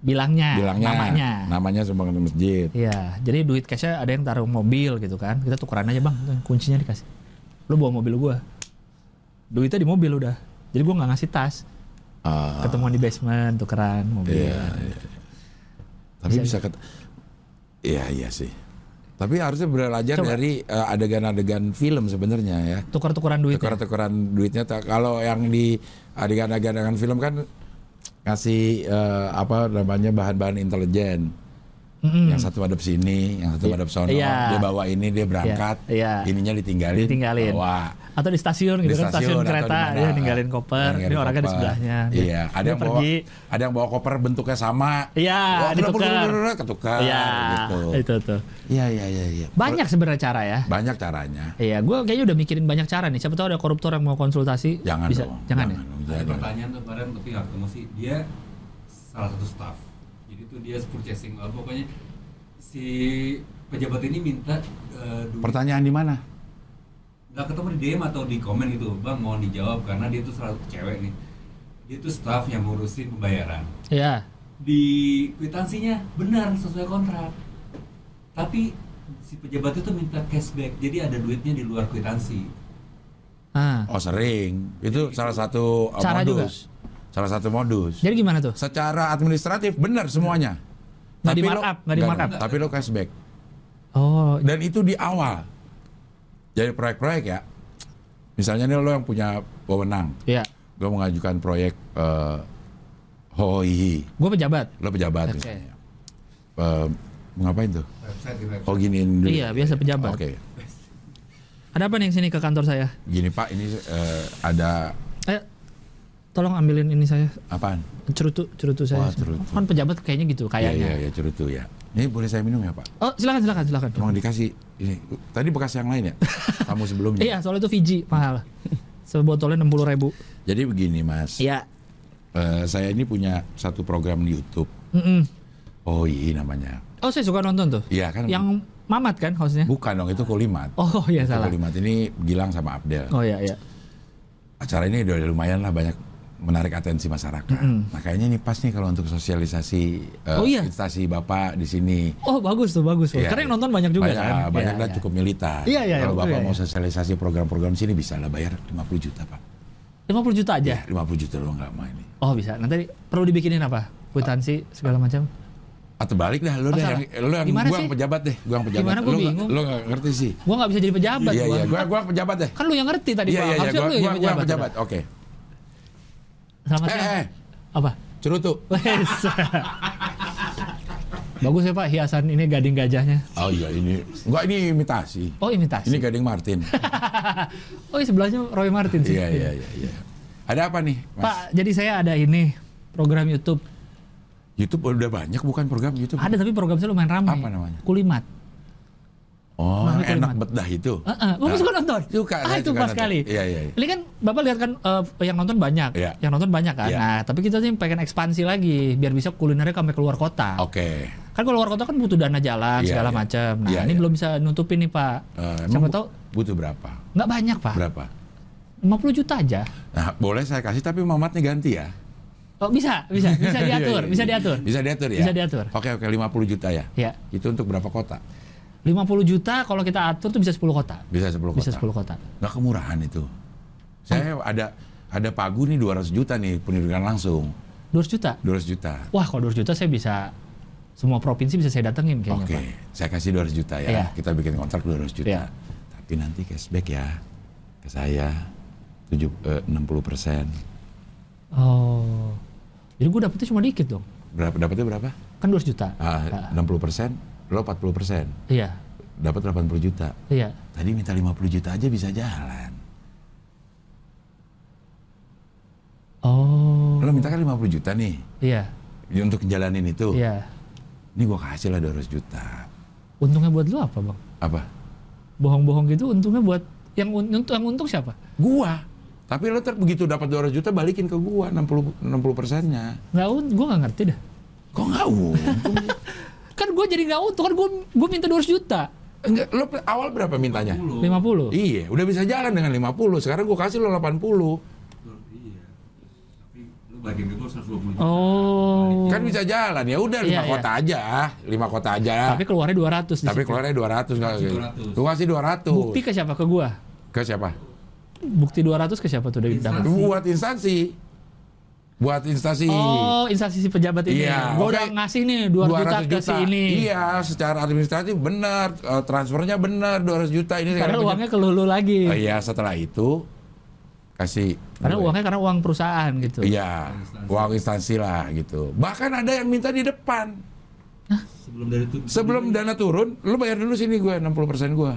Speaker 3: Bilangnya,
Speaker 1: bilangnya
Speaker 3: Nah, namanya.
Speaker 1: namanya sumbangan ke masjid.
Speaker 3: Iya, jadi duit cashnya ada yang taruh mobil gitu kan. Kita tukeran aja bang, Tuh, kuncinya dikasih. Lu bawa mobil gua. Duitnya di mobil udah. Jadi gua nggak ngasih tas.
Speaker 1: Ah,
Speaker 3: ketemuan di basement tukeran mobil
Speaker 1: iya, iya. Tapi
Speaker 3: Bisa-
Speaker 1: bisa ket Iya iya sih. Tapi harusnya belajar
Speaker 3: Coba.
Speaker 1: dari eh, adegan-adegan film sebenarnya ya.
Speaker 3: tukar-tukaran duit ya?
Speaker 1: Tukeran-tukeran duitnya tak- kalau yang di adegan-adegan film kan ngasih eh, apa namanya bahan-bahan intelijen.
Speaker 3: Mm-mm.
Speaker 1: Yang satu madep sini, yang satu
Speaker 3: Iya.
Speaker 1: madep sono, dia
Speaker 3: Iya.
Speaker 1: bawa ini, dia berangkat,
Speaker 3: Iya.
Speaker 1: ininya ditinggalin,
Speaker 3: Ditinggalin.
Speaker 1: bawa.
Speaker 3: atau di stasiun
Speaker 1: di
Speaker 3: gitu kan
Speaker 1: stasiun
Speaker 3: stasiun,
Speaker 1: atau
Speaker 3: kereta
Speaker 1: di mana.
Speaker 3: dia ninggalin koper
Speaker 1: Ninggalin
Speaker 3: ini orangnya di
Speaker 1: koper.
Speaker 3: sebelahnya Dia-
Speaker 1: iya ada
Speaker 3: dia
Speaker 1: yang bawa
Speaker 3: pergi
Speaker 1: ada yang bawa koper bentuknya sama
Speaker 3: Iya,
Speaker 1: Wah, kenapa
Speaker 3: ditukar.
Speaker 1: lu- lu- lu- lu- ketukar
Speaker 3: iya
Speaker 1: gitu
Speaker 3: itu tuh
Speaker 1: iya iya iya iya.
Speaker 3: banyak sebenarnya cara ya
Speaker 1: banyak caranya
Speaker 3: iya gue kayaknya udah mikirin banyak cara nih siapa tahu ada koruptor yang mau konsultasi
Speaker 1: jangan
Speaker 3: bisa
Speaker 1: dong
Speaker 3: jangan, ya
Speaker 1: dong,
Speaker 2: Ada
Speaker 1: jangan.
Speaker 2: pertanyaan tuh kemarin tapi nggak ketemu sih. Dia salah satu staff. Jadi tuh dia purchasing apa pokoknya si pejabat ini minta eh, duit.
Speaker 1: pertanyaan di mana
Speaker 2: nggak ketemu di DM atau di komen gitu bang mohon dijawab karena dia tuh salah satu cewek nih dia tuh staff yang ngurusin pembayaran
Speaker 3: iya
Speaker 2: di kwitansinya benar sesuai kontrak tapi si pejabat itu minta cashback jadi ada duitnya di luar kwitansi
Speaker 3: Ah.
Speaker 1: oh sering itu salah satu eh,
Speaker 3: Cara juga.
Speaker 1: modus salah satu modus
Speaker 3: jadi gimana tuh
Speaker 1: secara administratif benar semuanya
Speaker 3: Nggak di
Speaker 1: Tapi lo-
Speaker 3: markup, nggak di markup.
Speaker 1: tapi lo cashback
Speaker 3: oh
Speaker 1: dan itu di awal jadi proyek-proyek ya misalnya nih lo yang punya wewenang
Speaker 3: iya
Speaker 1: gue mengajukan proyek eh, hoi
Speaker 3: gue pejabat
Speaker 1: lo pejabat
Speaker 3: Oke.
Speaker 1: misalnya. Eh, ngapain tuh
Speaker 2: website di website
Speaker 1: oh giniin dulu.
Speaker 3: Iya, biasa pejabat.
Speaker 1: oke
Speaker 3: ada apa nih yang sini ke kantor saya
Speaker 1: gini pak ini eh, ada
Speaker 3: eh tolong ambilin ini saya
Speaker 1: apaan
Speaker 3: cerutu cerutu saya
Speaker 1: Wah, cerutu.
Speaker 3: kan pejabat kayaknya gitu
Speaker 1: Iya,
Speaker 3: kayaknya
Speaker 1: iya, ya cerutu ya ini boleh saya minum ya pak
Speaker 3: Oh, silakan silakan silakan.
Speaker 1: emang dikasih ini tadi bekas yang
Speaker 3: [laughs]
Speaker 1: lain ya tamu sebelumnya [laughs]
Speaker 3: Iya, soalnya itu Fiji mahal. Sebotolnya 60 ribu.
Speaker 1: jadi begini mas
Speaker 3: Iya.
Speaker 1: eh, saya ini punya satu program di YouTube.
Speaker 3: Mm-mm.
Speaker 1: Oh iya namanya.
Speaker 3: Oh saya suka nonton tuh.
Speaker 1: Iya kan?
Speaker 3: Yang Mamat kan hostnya?
Speaker 1: Bukan dong itu Kolimat.
Speaker 3: Oh iya
Speaker 1: Itu
Speaker 3: salah.
Speaker 1: Kolimat ini Gilang sama Abdel.
Speaker 3: Oh iya iya.
Speaker 1: Acara ini udah lumayan lah banyak menarik atensi masyarakat.
Speaker 3: Mm-mm.
Speaker 1: Nah kayaknya ini pas nih kalau untuk sosialisasi eh,
Speaker 3: Oh, iya.
Speaker 1: instansi Bapak di sini.
Speaker 3: Oh bagus tuh bagus. tuh.
Speaker 1: Iya,
Speaker 3: Karena yang
Speaker 1: iya.
Speaker 3: nonton banyak juga
Speaker 1: banyak,
Speaker 3: kan.
Speaker 1: ah, Banyak
Speaker 3: Iya,
Speaker 1: dan
Speaker 3: iya.
Speaker 1: cukup militan.
Speaker 3: Iya, iya,
Speaker 1: Kalau
Speaker 3: betul,
Speaker 1: Bapak
Speaker 3: iya,
Speaker 1: mau
Speaker 3: iya.
Speaker 1: sosialisasi program-program sini bisa lah bayar 50 juta Pak.
Speaker 3: 50 juta aja.
Speaker 1: 50 juta lo nggak main ini.
Speaker 3: Oh bisa. Nanti perlu dibikinin apa? Kuitansi segala macam.
Speaker 1: Atau balik Ah, dah, lo
Speaker 3: Oh,
Speaker 1: deh
Speaker 3: salah.
Speaker 1: yang, lo yang
Speaker 3: Gimana
Speaker 1: gua yang
Speaker 3: sih?
Speaker 1: pejabat deh, gua yang pejabat.
Speaker 3: Gimana gua
Speaker 1: Lo nggak-
Speaker 3: bingung.
Speaker 1: Lo nggak ngerti sih.
Speaker 3: Gua nggak bisa jadi pejabat.
Speaker 1: Iya
Speaker 3: gua.
Speaker 1: iya, gua gua yang pejabat deh.
Speaker 3: Kan lu yang ngerti tadi
Speaker 1: Iya
Speaker 3: Pak.
Speaker 1: iya, iya,
Speaker 3: Harusnya
Speaker 1: gua
Speaker 3: lu
Speaker 1: gua
Speaker 3: yang
Speaker 1: gua yang
Speaker 3: pejabat. ya?
Speaker 1: pejabat. Oke.
Speaker 3: Selamat
Speaker 1: Eh,
Speaker 3: siang.
Speaker 1: eh.
Speaker 3: Apa?
Speaker 1: Cerutu.
Speaker 3: Wes. [laughs] Bagus ya Pak hiasan ini gading gajahnya.
Speaker 1: Oh iya ini, enggak ini imitasi.
Speaker 3: Oh imitasi.
Speaker 1: Ini Gading
Speaker 3: [laughs]
Speaker 1: Martin.
Speaker 3: oh sebelahnya Roy Martin sih.
Speaker 1: iya iya iya iya. Ada apa nih, Mas?
Speaker 3: Pak, jadi saya ada ini program YouTube.
Speaker 1: YouTube udah banyak bukan program YouTube?
Speaker 3: Ada tapi program saya lumayan ramai.
Speaker 1: Apa namanya?
Speaker 3: Kulimat. Eh,
Speaker 1: Oh,
Speaker 3: Mami
Speaker 1: enak
Speaker 3: Kulimat.
Speaker 1: bedah itu.
Speaker 3: Heeh, Bapak suka nonton?
Speaker 1: Suka,
Speaker 3: ah,
Speaker 1: saya
Speaker 3: itu
Speaker 1: suka
Speaker 3: pas
Speaker 1: nonton.
Speaker 3: sekali.
Speaker 1: Iya, iya, iya.
Speaker 3: Ini kan Bapak lihat kan eh, yang nonton banyak,
Speaker 1: Iya.
Speaker 3: yang nonton banyak kan.
Speaker 1: Iya.
Speaker 3: Nah, tapi kita sih pengen ekspansi lagi biar bisa kulinernya sampai keluar kota.
Speaker 1: Oke. eh,
Speaker 3: Kan kalau keluar kota kan butuh dana jalan
Speaker 1: Iya,
Speaker 3: segala
Speaker 1: iya.
Speaker 3: macam. Nah,
Speaker 1: Iya,
Speaker 3: ini
Speaker 1: iya.
Speaker 3: belum bisa nutupin nih Pak.
Speaker 1: Eh,
Speaker 3: Siapa
Speaker 1: emang bu-
Speaker 3: tahu Ah.
Speaker 1: butuh berapa?
Speaker 3: nggak banyak Pak.
Speaker 1: Berapa?
Speaker 3: 50 juta aja.
Speaker 1: Nah, boleh saya kasih tapi mamatnya ganti ya.
Speaker 3: Oh, bisa,
Speaker 1: [laughs]
Speaker 3: bisa, bisa
Speaker 1: Iya, iya,
Speaker 3: diatur,
Speaker 1: iya.
Speaker 3: bisa diatur.
Speaker 1: Bisa diatur ya.
Speaker 3: Bisa diatur.
Speaker 1: Oke oke 50 juta ya.
Speaker 3: Ya.
Speaker 1: Itu untuk berapa kota?
Speaker 3: 50 juta kalau kita atur tuh bisa 10 kota.
Speaker 1: Bisa 10 kota.
Speaker 3: Bisa Hmm. 10 kota.
Speaker 1: Nggak kemurahan itu. Saya ada ada pagu nih 200 juta nih pendidikan langsung.
Speaker 3: 200 juta.
Speaker 1: 200 juta.
Speaker 3: Wah, kalau 200 juta saya bisa semua provinsi bisa saya datengin kayaknya,
Speaker 1: Oke,
Speaker 3: Iya, Pak.
Speaker 1: saya kasih 200 juta ya.
Speaker 3: Iya.
Speaker 1: Kita bikin kontrak 200 juta.
Speaker 3: Iya.
Speaker 1: Tapi nanti cashback ya ke saya 7 eh, 60 persen.
Speaker 3: Oh. Jadi gue dapetnya cuma dikit dong.
Speaker 1: Berapa dapatnya berapa?
Speaker 3: Kan 200 juta.
Speaker 1: Ah,
Speaker 3: Ah,
Speaker 1: 60 persen, lo 40 persen,
Speaker 3: iya.
Speaker 1: dapat 80 juta.
Speaker 3: Iya.
Speaker 1: Tadi minta 50 juta aja bisa jalan.
Speaker 3: Oh.
Speaker 1: Lo minta kan 50 juta nih
Speaker 3: Iya.
Speaker 1: Ya, untuk jalanin itu.
Speaker 3: Iya.
Speaker 1: Ini gua kasih lah 200 juta.
Speaker 3: Untungnya buat lu apa, Bang?
Speaker 1: Apa?
Speaker 3: Bohong-bohong gitu untungnya buat yang un- untung yang untung siapa?
Speaker 1: Gua. Tapi lo ter begitu dapat 200 juta balikin ke gua 60 60 persennya.
Speaker 3: Nggak un- gua nggak ngerti dah.
Speaker 1: Kok nggak
Speaker 3: [laughs]
Speaker 1: untung?
Speaker 3: Kan gue jadi nggak untung kan gue gue minta 200 juta.
Speaker 1: Enggak, lo pe- awal berapa mintanya?
Speaker 3: 50.
Speaker 2: 50.
Speaker 1: Iya, udah bisa jalan dengan 50. Sekarang gua kasih lo 80.
Speaker 2: Betul, Iya. Tapi lu bagian itu harus 120 juta.
Speaker 3: Oh.
Speaker 1: Kan bisa jalan. Ya udah 5
Speaker 3: Iya, iya.
Speaker 1: kota aja, 5 kota aja.
Speaker 3: Tapi keluarnya 200 di
Speaker 1: Tapi
Speaker 3: situ.
Speaker 1: keluarnya 200 nggak?
Speaker 2: 200.
Speaker 1: Lu kasih 200.
Speaker 3: Bukti kan- ke siapa? Ke gua.
Speaker 1: Ke siapa?
Speaker 3: Bukti 200 ke siapa tuh dari dapat?
Speaker 2: Instansi.
Speaker 1: Buat instansi. Buat instansi.
Speaker 3: Oh, instansi si pejabat ini.
Speaker 1: Iya,
Speaker 3: Gua
Speaker 1: oke.
Speaker 3: udah ngasih nih 200, juta, ke si ini.
Speaker 1: Iya, secara administratif benar, eh, transfernya benar 200 juta ini
Speaker 3: Karena
Speaker 1: sekarang
Speaker 3: uangnya ke lulu lagi.
Speaker 1: punya- iya, Oh, iya, setelah itu kasih
Speaker 3: Karena
Speaker 1: gue.
Speaker 3: uangnya karena uang perusahaan gitu.
Speaker 1: Iya, uang instansi lah gitu. Bahkan ada yang minta di depan.
Speaker 2: Sebelum dari itu.
Speaker 1: Sebelum dana turun, lu bayar dulu sini gue 60% gue.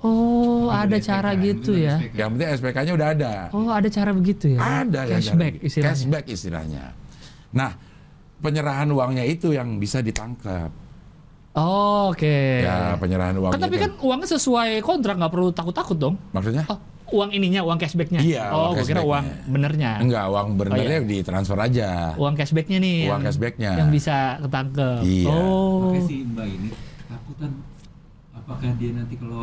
Speaker 3: Oh,
Speaker 1: Iya.
Speaker 3: ada
Speaker 2: dari
Speaker 3: cara
Speaker 2: SPK,
Speaker 3: gitu
Speaker 2: dari
Speaker 3: ya.
Speaker 2: SPK.
Speaker 1: Yang penting SPK-nya udah ada.
Speaker 3: Oh, ada cara begitu ya.
Speaker 1: Ada yang
Speaker 3: cashback
Speaker 1: jarang-
Speaker 3: istilahnya.
Speaker 1: Cashback istilahnya. Nah, penyerahan uangnya itu yang bisa ditangkap.
Speaker 3: Oh, oke.
Speaker 1: Ya, penyerahan uangnya.
Speaker 3: Kan tapi
Speaker 1: itu.
Speaker 3: kan uangnya sesuai kontrak nggak perlu takut-takut dong.
Speaker 1: maksudnya?
Speaker 3: Oh, uang ininya, uang cashbacknya.
Speaker 1: Iya,
Speaker 3: Oh,
Speaker 1: uang
Speaker 3: gua kira
Speaker 1: cashbacknya.
Speaker 3: uang benernya.
Speaker 1: Enggak, uang benernya
Speaker 3: iya. Oh, iya.
Speaker 1: ditransfer aja.
Speaker 3: Uang cashbacknya nih.
Speaker 1: Uang
Speaker 3: yang-
Speaker 1: cashbacknya.
Speaker 3: Yang bisa ketangkep.
Speaker 1: Iya.
Speaker 3: Oh.
Speaker 2: Makanya si Mbak ini takutan apakah dia nanti kalau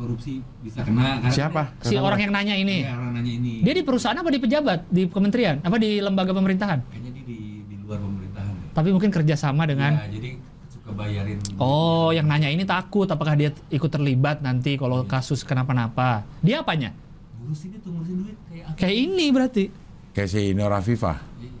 Speaker 2: korupsi bisa kena karena
Speaker 1: Siapa?
Speaker 3: Si
Speaker 1: Kenapa?
Speaker 3: orang yang nanya ini.
Speaker 2: Ya, orang nanya ini.
Speaker 3: Dia di perusahaan apa di pejabat? Di kementerian? Apa di lembaga pemerintahan?
Speaker 2: kayaknya dia di, di luar pemerintahan. ya.
Speaker 3: Tapi mungkin kerjasama dengan
Speaker 2: Ya, jadi suka bayarin.
Speaker 3: Oh, yang nanya ini takut apakah dia ikut terlibat nanti kalau kasus kenapa-napa. Dia apanya?
Speaker 2: Ngurusin itu ngurusin duit kayak apa?
Speaker 3: Kayak ini berarti.
Speaker 1: Kayak si Nora Viva.
Speaker 2: Iya.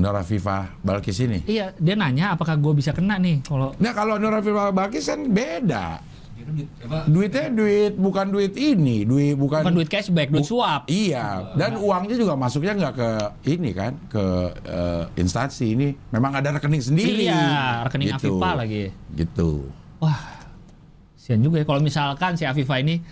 Speaker 1: Nora Viva Balkis ini.
Speaker 3: Iya, dia nanya apakah gue bisa kena nih kalau
Speaker 1: Nah, kalau Nora Viva Balkis kan beda.
Speaker 2: Dia kan duit apa?
Speaker 1: Duitnya duit bukan duit ini, duit bukan,
Speaker 3: bukan duit cashback, duit
Speaker 1: Kan Bu-
Speaker 3: suap.
Speaker 1: Iya, dan uangnya juga masuknya nggak ke ini kan, ke eh, instansi ini. Memang ada rekening sendiri.
Speaker 3: Iya, rekening Aviva lagi.
Speaker 1: Gitu.
Speaker 3: Wah, sian juga ya kalau misalkan si Afifa ini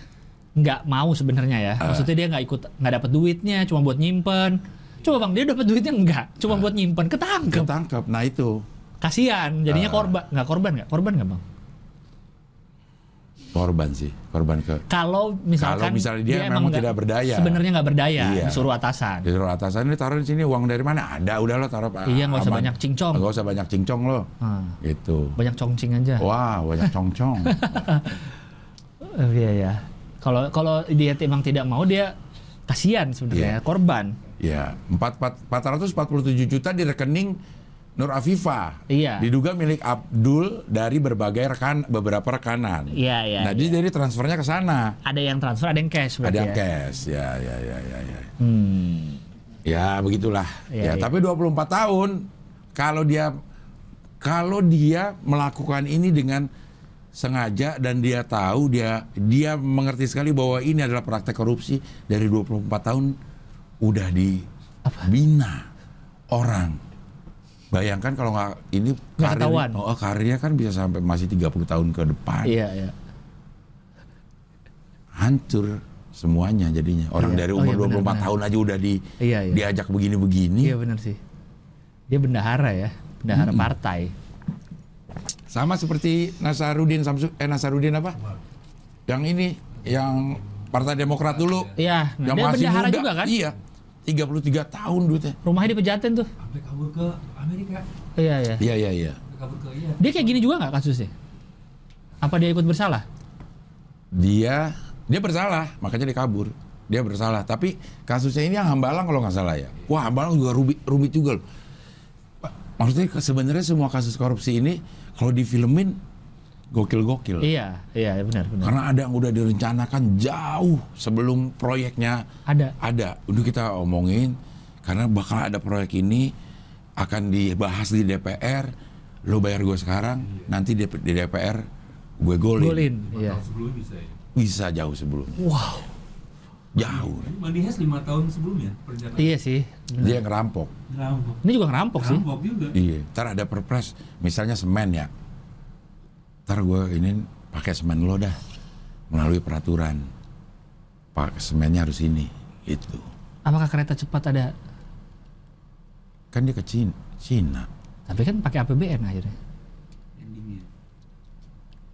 Speaker 3: nggak mau sebenarnya ya.
Speaker 1: Ah.
Speaker 3: Maksudnya dia nggak ikut nggak dapat duitnya, cuma buat nyimpen. Coba bang, dia dapat duitnya nggak, cuma buat nyimpen. Ketangkep.
Speaker 1: Ah. Ketangkep. Ah. Nah itu.
Speaker 3: Kasihan, jadinya korban. Nggak korban nggak? Korban nggak bang?
Speaker 1: korban sih korban ke
Speaker 3: Kalau misalkan
Speaker 1: Kalau misalnya dia memang
Speaker 3: nggak-
Speaker 1: tidak berdaya.
Speaker 3: sebenarnya nggak berdaya,
Speaker 1: Iya.
Speaker 3: disuruh atasan.
Speaker 1: disuruh atasan ini taruh di sini uang dari mana ada udah lo taruh Pak.
Speaker 3: Iya, nggak usah
Speaker 1: Aman.
Speaker 3: banyak cincong.
Speaker 1: nggak usah banyak cincong lo
Speaker 3: Hmm.
Speaker 1: gitu
Speaker 3: Banyak congcing aja.
Speaker 1: [laughs] wah banyak
Speaker 3: [laughs]
Speaker 1: congcong
Speaker 3: Eh, Iya ya. Kalau kalau dia memang tidak mau dia kasihan
Speaker 1: Iya.
Speaker 3: sebenarnya korban.
Speaker 1: ya empat empat- 447 juta di rekening Nur Afifah
Speaker 3: Iya.
Speaker 1: diduga milik Abdul dari berbagai rekan beberapa rekanan
Speaker 3: Iya, iya,
Speaker 1: nah jadi dari transfernya ke sana
Speaker 3: Ada yang transfer, ada yang cash
Speaker 1: ada
Speaker 3: berarti
Speaker 1: yang
Speaker 3: ya.
Speaker 1: cash ya ya ya ya ya
Speaker 3: Hmm.
Speaker 1: ya begitulah ya
Speaker 3: Iya, iya.
Speaker 1: tapi 24 tahun kalau dia kalau dia melakukan ini dengan sengaja dan dia tahu dia dia mengerti sekali bahwa ini adalah praktek korupsi dari 24 tahun udah dibina orang bayangkan kalau nggak ini
Speaker 3: Nggak
Speaker 1: karir
Speaker 3: ketahuan.
Speaker 1: oh, karirnya kan bisa sampai masih 30 tahun ke depan
Speaker 3: Iya, iya.
Speaker 1: hancur semuanya jadinya orang
Speaker 3: Iya.
Speaker 1: dari
Speaker 3: Oh,
Speaker 1: umur
Speaker 3: iya,
Speaker 1: 24
Speaker 3: benar, benar.
Speaker 1: tahun aja udah di
Speaker 3: Iya, iya.
Speaker 1: diajak begini-begini
Speaker 3: Iya benar sih. Dia bendahara ya, bendahara partai.
Speaker 1: sama seperti Nasaruddin Samsu eh Nasaruddin apa yang ini yang Partai Demokrat dulu
Speaker 3: Iya, nah,
Speaker 1: yang
Speaker 3: dia
Speaker 1: masih
Speaker 3: bendahara
Speaker 1: muda
Speaker 3: juga kan?
Speaker 1: iya 33 tahun duitnya
Speaker 3: Rumahnya di Pejaten tuh.
Speaker 2: sampai kabur ke Amerika
Speaker 3: Iya, iya.
Speaker 1: iya iya iya
Speaker 2: sampai kabur ke iya
Speaker 3: Dia kayak gini juga nggak kasusnya? Apa dia ikut bersalah?
Speaker 1: dia dia bersalah makanya dia kabur dia bersalah tapi kasusnya ini yang Hambalang kalau nggak salah ya wah Hambalang juga rumit rumit juga loh Pak, maksudnya ke- sebenarnya semua kasus korupsi ini kalau difilmin gokil-gokil
Speaker 3: Iya, iya benar benar.
Speaker 1: Karena ada yang udah direncanakan jauh sebelum proyeknya
Speaker 3: Ada.
Speaker 1: ada. Udah kita omongin karena bakal ada proyek ini akan dibahas di DPR. Lo bayar gue sekarang, nanti di di DPR gue golin.
Speaker 3: Golin,
Speaker 2: lima
Speaker 3: iya.
Speaker 2: tahun sebelumnya bisa ya
Speaker 1: Bisa jauh sebelumnya.
Speaker 3: Wow.
Speaker 1: Jauh.
Speaker 2: Mandihes lima tahun sebelumnya perencanaan
Speaker 3: Iya sih. benar.
Speaker 1: Dia ngerampok.
Speaker 2: ngerampok
Speaker 3: Ini juga ngerampok sih.
Speaker 2: ngerampok juga
Speaker 1: Iya. Ntar ada perpres, misalnya semen ya. Ntar gue ini pakai semen lo dah melalui peraturan. Pak semennya harus ini, gitu.
Speaker 3: Apakah kereta cepat ada?
Speaker 1: Kan dia ke Cin- Cina.
Speaker 3: Tapi kan pakai APBN akhirnya.
Speaker 2: endingnya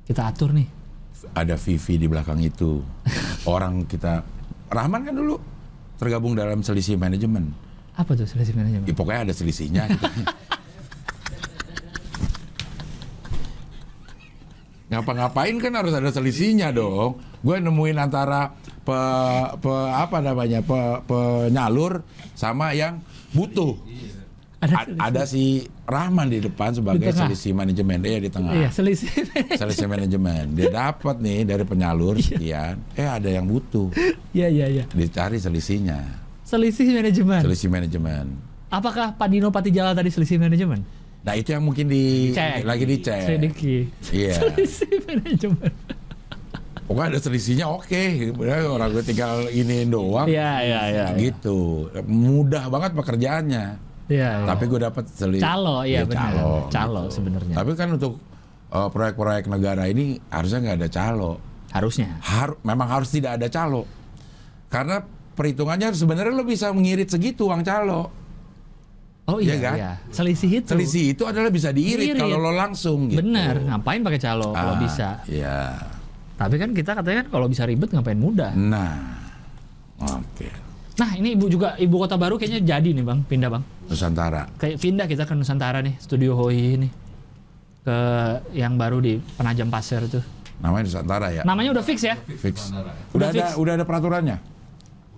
Speaker 3: Kita atur nih.
Speaker 1: ada Vivi di belakang itu. Orang kita Rahman kan dulu tergabung dalam selisih manajemen.
Speaker 3: Apa tuh selisih manajemen?
Speaker 1: Ya, pokoknya ada selisihnya. gitu. Ngapa-ngapain kan harus ada selisihnya dong. Gue nemuin antara pe, pe- apa namanya pe- penyalur sama yang butuh.
Speaker 3: Ada
Speaker 1: A- ada si Rahman di depan sebagai
Speaker 3: tengah.
Speaker 1: selisih manajemen ya di tengah.
Speaker 3: Iya, selisih. [laughs]
Speaker 1: Selisih manajemen. Dia dapat nih dari penyalur sekian. Eh ada yang butuh.
Speaker 3: Iya, iya, iya.
Speaker 1: Dicari selisihnya.
Speaker 3: Selisih manajemen.
Speaker 1: Selisih manajemen.
Speaker 3: Apakah Pak Dino Patijala tadi selisih manajemen?
Speaker 1: Nah itu yang mungkin di
Speaker 3: Dicek.
Speaker 1: lagi dicek.
Speaker 3: Selidiki.
Speaker 1: Iya.
Speaker 3: [laughs] Selisih manajemen.
Speaker 1: Pokoknya ada selisihnya oke. Sebenarnya Orang gue tinggal ini doang.
Speaker 3: Iya, iya, iya.
Speaker 1: Gitu. Mudah banget pekerjaannya.
Speaker 3: Iya. iya.
Speaker 1: Tapi gue dapat selisih.
Speaker 3: calo, iya benar. Calo,
Speaker 1: Calo.
Speaker 3: sebenarnya.
Speaker 1: Tapi kan untuk eh, proyek-proyek negara ini harusnya nggak ada calo.
Speaker 3: Harusnya.
Speaker 1: Har- memang harus tidak ada calo karena perhitungannya sebenarnya lo bisa mengirit segitu uang calo
Speaker 3: Oh
Speaker 1: Iya
Speaker 3: iya,
Speaker 1: kan?
Speaker 3: iya. Selisih itu.
Speaker 1: selisih itu adalah bisa diirit
Speaker 3: Diirit.
Speaker 1: kalau lo langsung gitu.
Speaker 3: Bener, ngapain pakai calo kalau
Speaker 1: Ah,
Speaker 3: bisa.
Speaker 1: ya
Speaker 3: Tapi kan kita katanya kan kalau bisa ribet ngapain mudah.
Speaker 1: nah oke
Speaker 3: Nah ini ibu juga ibu kota baru kayaknya jadi nih bang, pindah bang.
Speaker 1: Nusantara
Speaker 3: Kayak pindah kita ke Nusantara nih, studio Hoi ini ke yang baru di Penajam Pasir tuh.
Speaker 1: namanya Nusantara ya
Speaker 3: Namanya udah fix ya?
Speaker 1: fix
Speaker 2: Nusantara
Speaker 1: udah
Speaker 3: Udah
Speaker 1: ada
Speaker 3: fix.
Speaker 1: udah ada peraturannya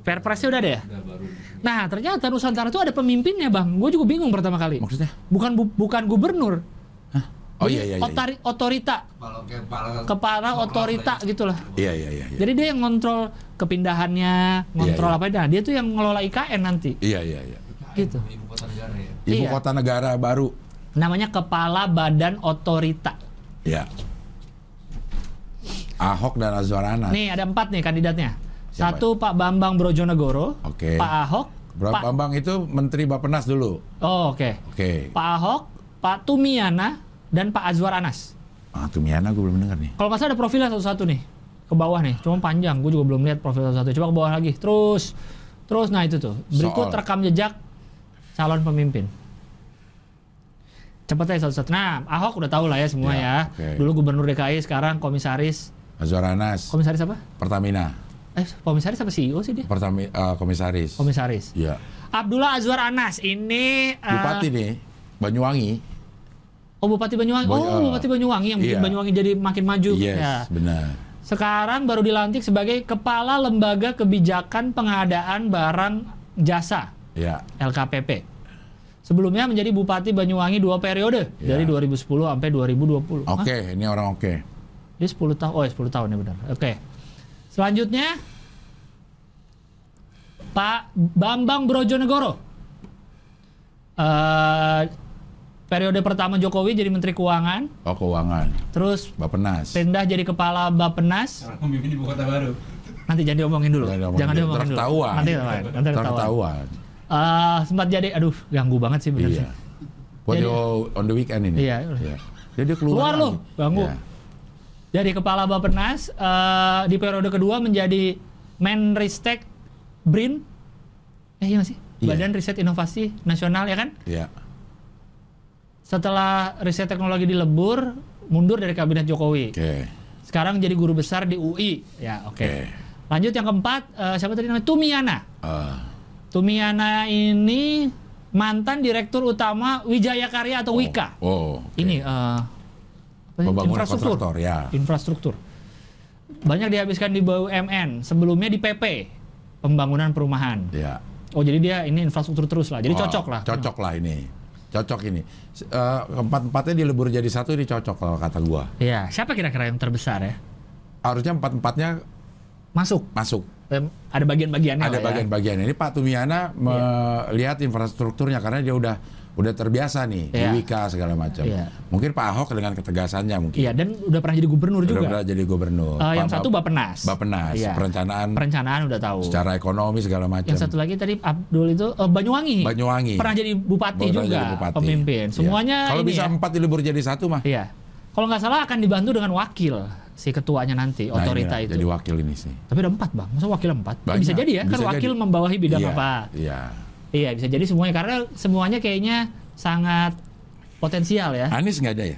Speaker 3: Perpresnya udah ada ya?
Speaker 2: udah baru
Speaker 3: Nah ternyata Nusantara tuh ada pemimpinnya bang. Gue juga bingung pertama kali.
Speaker 1: maksudnya
Speaker 3: Bukan bu- bukan gubernur.
Speaker 1: oh
Speaker 3: Jadi
Speaker 1: iya iya iya
Speaker 3: otari- otorita,
Speaker 2: kalau kepala
Speaker 3: kepala otorita gitulah.
Speaker 1: iya iya iya iya
Speaker 3: Jadi dia yang ngontrol kepindahannya, ngontrol
Speaker 1: iya.
Speaker 3: apa nah, dia tuh yang ngelola IKN nanti.
Speaker 1: iya iya iya
Speaker 3: Gitu.
Speaker 2: ibu kota negara ya
Speaker 1: ibu
Speaker 3: Iya.
Speaker 1: kota negara baru
Speaker 3: Namanya Kepala Badan Otorita.
Speaker 1: ya Ahok dan Azwar Anas
Speaker 3: Nih ada empat nih kandidatnya.
Speaker 1: Ah. Siapa?
Speaker 3: Satu Pak Bambang Brojonegoro,
Speaker 1: Oke.
Speaker 3: Pak Ahok,
Speaker 1: Bra-
Speaker 3: Pak
Speaker 1: Bambang itu Menteri Bapenas dulu
Speaker 3: Oh, oke.
Speaker 1: oke
Speaker 3: Pak Ahok, Pak Tumiana, dan Pak Azwar Anas.
Speaker 1: Ah, Tumiana gue belum dengar nih.
Speaker 3: Kalau nggak salah ada profilnya satu-satu nih ke bawah nih, cuma panjang. Gue juga belum lihat profil satu-satu. Coba ke bawah lagi. Terus, terus nah itu tuh. Berikut
Speaker 1: Soal.
Speaker 3: rekam jejak calon pemimpin. Cepet aja satu-satu. Nah, Ahok udah tahu lah ya
Speaker 1: Ya,
Speaker 3: semua ya.
Speaker 1: oke.
Speaker 3: Dulu gubernur DKI, sekarang komisaris
Speaker 1: Azwaranas,
Speaker 3: Komisaris apa?
Speaker 1: Pertamina,
Speaker 3: Eh, komisaris apa CEO sih dia?
Speaker 1: Pertami, eh, komisaris.
Speaker 3: Komisaris.
Speaker 1: Iya.
Speaker 3: Abdullah Azwar Anas ini eh,
Speaker 1: Bupati nih, Banyuwangi.
Speaker 3: Oh Bupati Banyuwangi.
Speaker 1: Bany-
Speaker 3: oh Bupati Banyuwangi yang bikin
Speaker 1: Iya.
Speaker 3: Banyuwangi jadi makin maju.
Speaker 1: Yes,
Speaker 3: Ya.
Speaker 1: benar.
Speaker 3: Sekarang baru dilantik sebagai Kepala Lembaga Kebijakan Pengadaan Barang Jasa
Speaker 1: Ya,
Speaker 3: LKPP. Sebelumnya menjadi Bupati Banyuwangi dua periode
Speaker 1: Iya.
Speaker 3: dari 2010 sampai 2020.
Speaker 1: oke,
Speaker 3: Hah?
Speaker 1: ini orang oke.
Speaker 3: Dia 10 tahun. Oh, ya 10 tahun ya benar. Oke. Selanjutnya Pak Bambang Brojonegoro. Eh, periode pertama Jokowi jadi Menteri Keuangan,
Speaker 1: Oh, keuangan,
Speaker 3: terus
Speaker 1: Bapenas.
Speaker 3: pindah jadi kepala Bappenas.
Speaker 2: Sekarang pemimpin ibu kota baru.
Speaker 3: Nanti jangan diomongin dulu.
Speaker 1: Jangan diomongin Iya.
Speaker 3: Jangan
Speaker 1: dulu.
Speaker 3: diomongin dulu.
Speaker 1: Ntar ketahuan.
Speaker 3: Nanti ketahuan. Nanti
Speaker 1: Ntar
Speaker 3: ketahuan.
Speaker 1: ketahuan.
Speaker 3: Eh, sempat jadi aduh ganggu banget sih bener
Speaker 1: Iya.
Speaker 3: sih.
Speaker 1: Buat
Speaker 3: Jadi-
Speaker 1: dia on the weekend ini.
Speaker 3: Iya.
Speaker 1: Jadi dia keluar,
Speaker 3: Keluar lu,
Speaker 1: lagi.
Speaker 3: ganggu.
Speaker 1: Iya.
Speaker 3: Jadi kepala Bappenas eh, di periode kedua menjadi Menristek BRIN. Eh iya nggak sih?
Speaker 1: Iya.
Speaker 3: Badan Riset Inovasi Nasional ya kan?
Speaker 1: Iya.
Speaker 3: Setelah riset teknologi dilebur, mundur dari kabinet Jokowi.
Speaker 1: Oke.
Speaker 3: Sekarang jadi guru besar di UI. Ya, oke.
Speaker 1: Oke.
Speaker 3: Lanjut yang keempat, eh, siapa tadi namanya? Tumiana.
Speaker 1: Eh,
Speaker 3: Tumiana ini mantan direktur utama Wijaya Karya atau Wika.
Speaker 1: Oh, oh, oke.
Speaker 3: Ini eh, apa sih?
Speaker 1: Pembangunan
Speaker 3: infrastruktur.
Speaker 1: kontraktor, ya.
Speaker 3: Infrastruktur. Banyak dihabiskan di BUMN, sebelumnya di PP, pembangunan perumahan.
Speaker 1: Iya.
Speaker 3: Oh, jadi dia ini infrastruktur terus lah. Jadi
Speaker 1: Oh,
Speaker 3: cocok lah.
Speaker 1: Cocok lah ini. Cocok ini. S- eh, empat-empatnya dilebur jadi satu ini cocok kalau kata gua.
Speaker 3: Iya, siapa kira-kira yang terbesar ya?
Speaker 1: Harusnya empat-empatnya
Speaker 3: Masuk.
Speaker 1: masuk.
Speaker 3: Em, Ada bagian-bagiannya
Speaker 1: Ada
Speaker 3: lah ya.
Speaker 1: bagian-bagian ini Pak
Speaker 3: Iya.
Speaker 1: Tumiana melihat infrastrukturnya karena dia udah udah terbiasa nih di
Speaker 3: Iya.
Speaker 1: Wika segala macam.
Speaker 3: Iya.
Speaker 1: Mungkin Pak Ahok dengan ketegasannya mungkin.
Speaker 3: Iya, dan udah pernah jadi gubernur
Speaker 1: Udah
Speaker 3: juga.
Speaker 1: pernah jadi gubernur.
Speaker 3: Eh, yang
Speaker 1: Pak
Speaker 3: satu
Speaker 1: Bap-
Speaker 3: Bapenas.
Speaker 1: Bapenas,
Speaker 3: Iya.
Speaker 1: perencanaan
Speaker 3: Perencanaan udah tahu.
Speaker 1: secara ekonomi segala macam.
Speaker 3: Yang satu lagi tadi Abdul itu eh, Banyuwangi.
Speaker 1: Banyuwangi.
Speaker 3: Pernah jadi bupati
Speaker 1: Baru
Speaker 3: juga,
Speaker 1: jadi bupati.
Speaker 3: pemimpin.
Speaker 1: Iya.
Speaker 3: Semuanya
Speaker 1: Kalau
Speaker 3: ini
Speaker 1: bisa
Speaker 3: ya.
Speaker 1: empat dilebur jadi satu mah.
Speaker 3: Iya. Kalau nggak salah akan dibantu dengan wakil si ketuanya nanti,
Speaker 1: Nah,
Speaker 3: Iya, otorita
Speaker 1: inilah,
Speaker 3: itu.
Speaker 1: Jadi wakil ini sih.
Speaker 3: Tapi ada empat bang, masa wakil empat?
Speaker 1: Banyak.
Speaker 3: Bisa jadi ya, kan
Speaker 1: Bisa
Speaker 3: wakil
Speaker 1: jadi.
Speaker 3: membawahi bidang
Speaker 1: Iya,
Speaker 3: apa?
Speaker 1: Iya.
Speaker 3: Iya bisa jadi semuanya karena semuanya kayaknya sangat potensial ya.
Speaker 1: Anies nggak ada ya?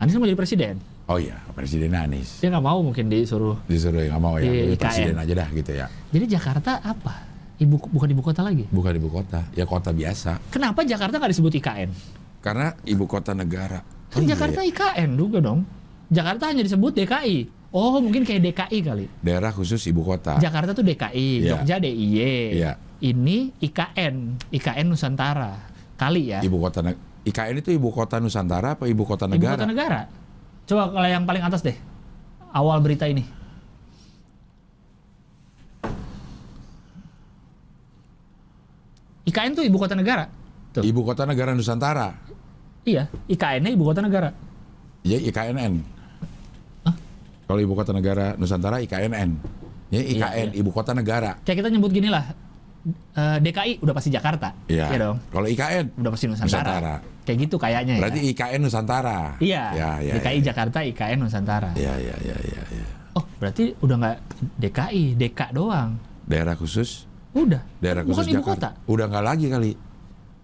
Speaker 3: Anies kan mau jadi presiden,
Speaker 1: Oh iya, Presiden Anies.
Speaker 3: dia nggak mau mungkin disuruh.
Speaker 1: Disuruh ya, nggak mau ya,
Speaker 3: Iya,
Speaker 1: Jadi
Speaker 3: IKN.
Speaker 1: presiden aja dah gitu ya.
Speaker 3: Jadi Jakarta apa? Ibu bukan ibu kota lagi.
Speaker 1: Bukan ibu kota, ya kota biasa.
Speaker 3: Kenapa Jakarta nggak disebut IKN?
Speaker 1: Karena ibu kota negara.
Speaker 3: Kan
Speaker 1: Oh, iya,
Speaker 3: Jakarta
Speaker 1: ya.
Speaker 3: IKN juga dong. Jakarta hanya disebut DKI. Oh mungkin kayak DKI kali.
Speaker 1: daerah khusus ibu kota.
Speaker 3: Jakarta tuh DKI,
Speaker 1: Iya.
Speaker 3: Jogja DIY.
Speaker 1: Iya.
Speaker 3: Ini IKN, IKN Nusantara. Kali ya.
Speaker 1: ibu kota neg- IKN itu ibu kota Nusantara apa ibu kota
Speaker 3: Ibu
Speaker 1: negara?
Speaker 3: kota negara. Coba kalau yang paling atas deh. Awal berita ini. IKN tuh ibu kota negara. Tuh.
Speaker 1: Ibu kota negara Nusantara.
Speaker 3: Iya, IKN-nya ibu kota negara.
Speaker 1: Ya IKNN. Kalau ibu kota negara Nusantara IKNN. Ya IKN
Speaker 3: iya.
Speaker 1: ibu kota negara.
Speaker 3: Kayak kita nyebut gini lah. eh, DKI udah pasti Jakarta.
Speaker 1: Iya.
Speaker 3: dong.
Speaker 1: Kalau IKN
Speaker 3: Udah pasti Nusantara.
Speaker 1: Nusantara.
Speaker 3: Kayak gitu kayaknya ya.
Speaker 1: berarti IKN Nusantara.
Speaker 3: Iya.
Speaker 1: Ya, ya,
Speaker 3: DKI
Speaker 1: ya.
Speaker 3: Jakarta, IKN Nusantara.
Speaker 1: Ya, ya, ya, ya, ya.
Speaker 3: Oh, berarti udah nggak DKI, DK doang.
Speaker 1: Daerah khusus
Speaker 3: Udah.
Speaker 1: daerah
Speaker 3: Bukan
Speaker 1: khusus
Speaker 3: ibu kota.
Speaker 1: Jakarta. Udah nggak lagi kali.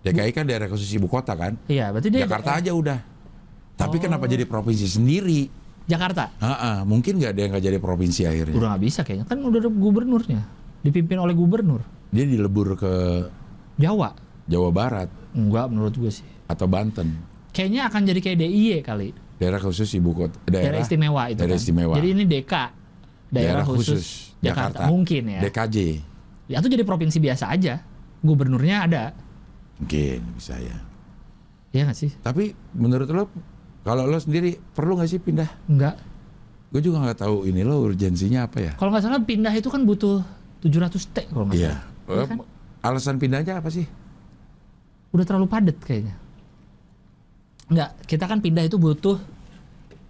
Speaker 1: DKI kan daerah khusus ibu kota kan?
Speaker 3: Iya, berarti dia Oh.
Speaker 1: Jakarta aja udah. Tapi kenapa jadi provinsi sendiri?
Speaker 3: Jakarta.
Speaker 1: Iya. Ha-ha, mungkin nggak ada yang nggak jadi provinsi akhirnya.
Speaker 3: Udah nggak bisa kayaknya. Kan udah ada gubernurnya. Dipimpin oleh gubernur.
Speaker 1: Dia dilebur ke
Speaker 3: Jawa.
Speaker 1: Jawa Barat
Speaker 3: Enggak menurut gue sih.
Speaker 1: atau Banten.
Speaker 3: Kayaknya akan jadi kayak DIY kali.
Speaker 1: Daerah khusus ibu kota
Speaker 3: Daerah,
Speaker 1: daerah,
Speaker 3: istimewa itu
Speaker 1: daerah
Speaker 3: kan.
Speaker 1: istimewa.
Speaker 3: Jadi ini DK. Daerah, khusus, Jakarta. Mungkin ya.
Speaker 1: DKJ.
Speaker 3: Ya Atau jadi provinsi biasa aja. Gubernurnya ada.
Speaker 1: Mungkin bisa ya.
Speaker 3: Iya nggak sih?
Speaker 1: Tapi menurut lo kalau lo sendiri perlu nggak sih pindah?
Speaker 3: Enggak.
Speaker 1: Gue juga nggak tahu ini lo urgensinya apa ya.
Speaker 3: Kalau nggak salah pindah itu kan butuh 700 T kalau nggak
Speaker 1: Iya.
Speaker 3: salah. Iya kan?
Speaker 1: Eh, Alasan pindahnya apa sih?
Speaker 3: Udah terlalu padat kayaknya. Enggak, kita kan pindah itu butuh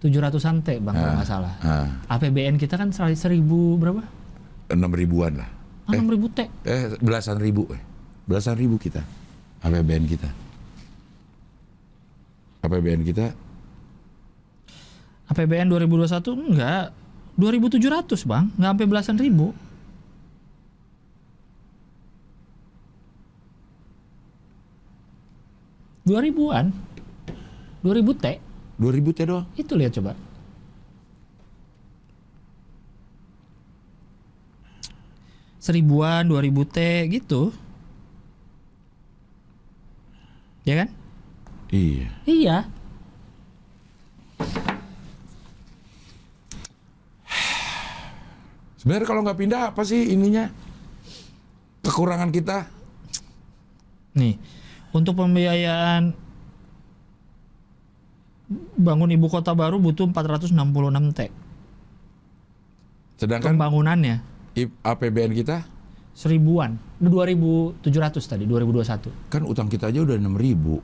Speaker 3: 700-an T Bang kalau nggak salah.
Speaker 1: ah.
Speaker 3: APBN kita kan seratus seribu berapa? Ah,
Speaker 1: Enam ribuan lah. Eh.
Speaker 3: Enam ribu T.
Speaker 1: Eh belasan ribu, eh. belasan ribu kita APBN kita. APBN kita
Speaker 3: APBN 2021 enggak 2700 bang nggak sampai belasan ribu dua ribuan dua ribu T
Speaker 1: 2000 T doang.
Speaker 3: itu lihat coba seribuan, dua ribu T gitu. Ya kan?
Speaker 1: Iya.
Speaker 3: Iya.
Speaker 1: Sebenarnya kalau nggak pindah apa sih ininya? Kekurangan kita?
Speaker 3: Nih, untuk pembiayaan bangun ibu kota baru butuh 466 T
Speaker 1: Sedangkan
Speaker 3: pembangunannya
Speaker 1: I- APBN kita
Speaker 3: seribuan 2700 tadi 2021
Speaker 1: kan utang kita aja udah 6.000 ribu.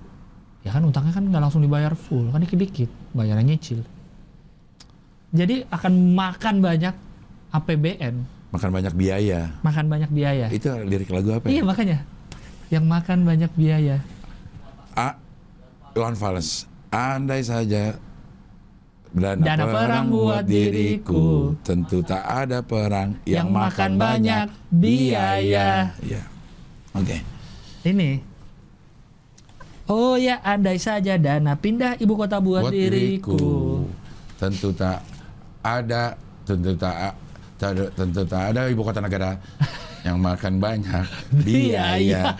Speaker 3: ya kan utangnya kan nggak langsung dibayar full kan dikit-dikit bayarannya cil jadi akan makan banyak APBN
Speaker 1: Makan banyak biaya.
Speaker 3: makan banyak biaya
Speaker 1: Itu lirik lagu apa
Speaker 3: iya
Speaker 1: ya?
Speaker 3: makanya yang makan banyak biaya
Speaker 1: A. Iwan Fals. Andai saja Dana,
Speaker 3: Dana perang buat diriku.
Speaker 1: Tentu tak ada perang
Speaker 3: Yang
Speaker 1: Yang, makan,
Speaker 3: makan
Speaker 1: banyak,
Speaker 3: banyak biaya.
Speaker 1: Iya. Oke
Speaker 3: ini oh ya andai saja dana pindah ibu kota buat, diriku.
Speaker 1: Tentu tak ada Tentu tak a- tak ada- Tentu tak ada ibu kota
Speaker 3: [laughs]
Speaker 1: negara Yang makan banyak Biaya
Speaker 3: Biaya.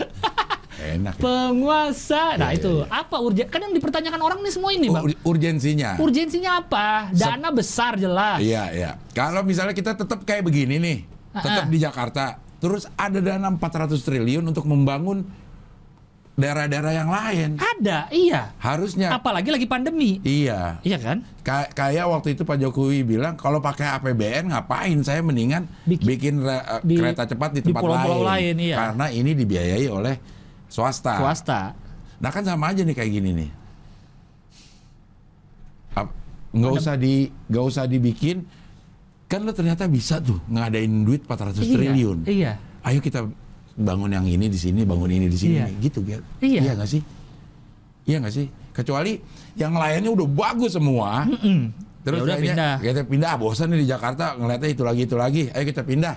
Speaker 1: Enak ya
Speaker 3: penguasa
Speaker 1: Iya,
Speaker 3: nah itu
Speaker 1: iya, Oh,
Speaker 3: apa urgen kan yang dipertanyakan orang nih semua ini bang
Speaker 1: Ur- Urgensinya
Speaker 3: urgensinya apa dana besar jelas
Speaker 1: Iya, iya. Kalau misalnya kita tetap kayak begini nih, tetap
Speaker 3: Ah-ah.
Speaker 1: di Jakarta, terus ada dana 400 triliun untuk membangun daerah-daerah yang lain.
Speaker 3: ada iya
Speaker 1: Harusnya
Speaker 3: apalagi lagi pandemi
Speaker 1: iya.
Speaker 3: iya kan
Speaker 1: Ka- kayak waktu itu Pak Jokowi bilang kalau pakai APBN ngapain? Saya mendingan bikin,
Speaker 3: Bikin-
Speaker 1: re- eh,
Speaker 3: di-
Speaker 1: kereta cepat di
Speaker 3: di
Speaker 1: tempat
Speaker 3: pulau-pulau
Speaker 1: lain,
Speaker 3: lain, iya.
Speaker 1: karena ini dibiayai oleh swasta.
Speaker 3: swasta
Speaker 1: Nah kan sama aja nih kayak gini nih. Ap- Nggak usah di nggak usah dibikin. Kan lo ternyata bisa tuh ngadain duit 400
Speaker 3: Iya,
Speaker 1: triliun.
Speaker 3: iya
Speaker 1: Ayo kita bangun yang ini di sini, bangun ini di sini,
Speaker 3: Iya.
Speaker 1: nih. gitu Gil.
Speaker 3: Iya.
Speaker 1: Iya nggak sih? Iya nggak sih? Kecuali yang lainnya udah bagus semua. Terus
Speaker 3: Ya udah
Speaker 1: kayaknya
Speaker 3: pindah.
Speaker 1: kita pindah, bosan nih di Jakarta ngeliatnya itu lagi itu lagi. Ayo kita pindah.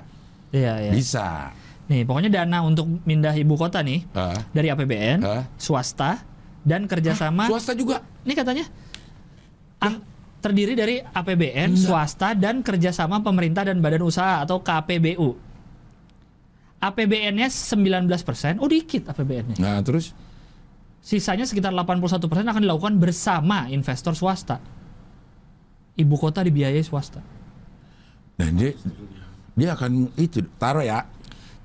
Speaker 3: iya iya
Speaker 1: Bisa.
Speaker 3: nih pokoknya dana untuk pindah ibu kota nih
Speaker 1: Ah.
Speaker 3: dari APBN
Speaker 1: Hah?
Speaker 3: swasta dan kerjasama
Speaker 1: Swasta juga.
Speaker 3: ini katanya ang- terdiri dari APBN swasta dan kerjasama pemerintah dan badan usaha atau KPBU APBN-nya 19%, oh dikit APBN-nya.
Speaker 1: Nah terus
Speaker 3: Sisanya sekitar 81% akan dilakukan bersama investor swasta. Ibu kota dibiayai swasta.
Speaker 1: Dan Nah, dia dia akan itu taruh ya.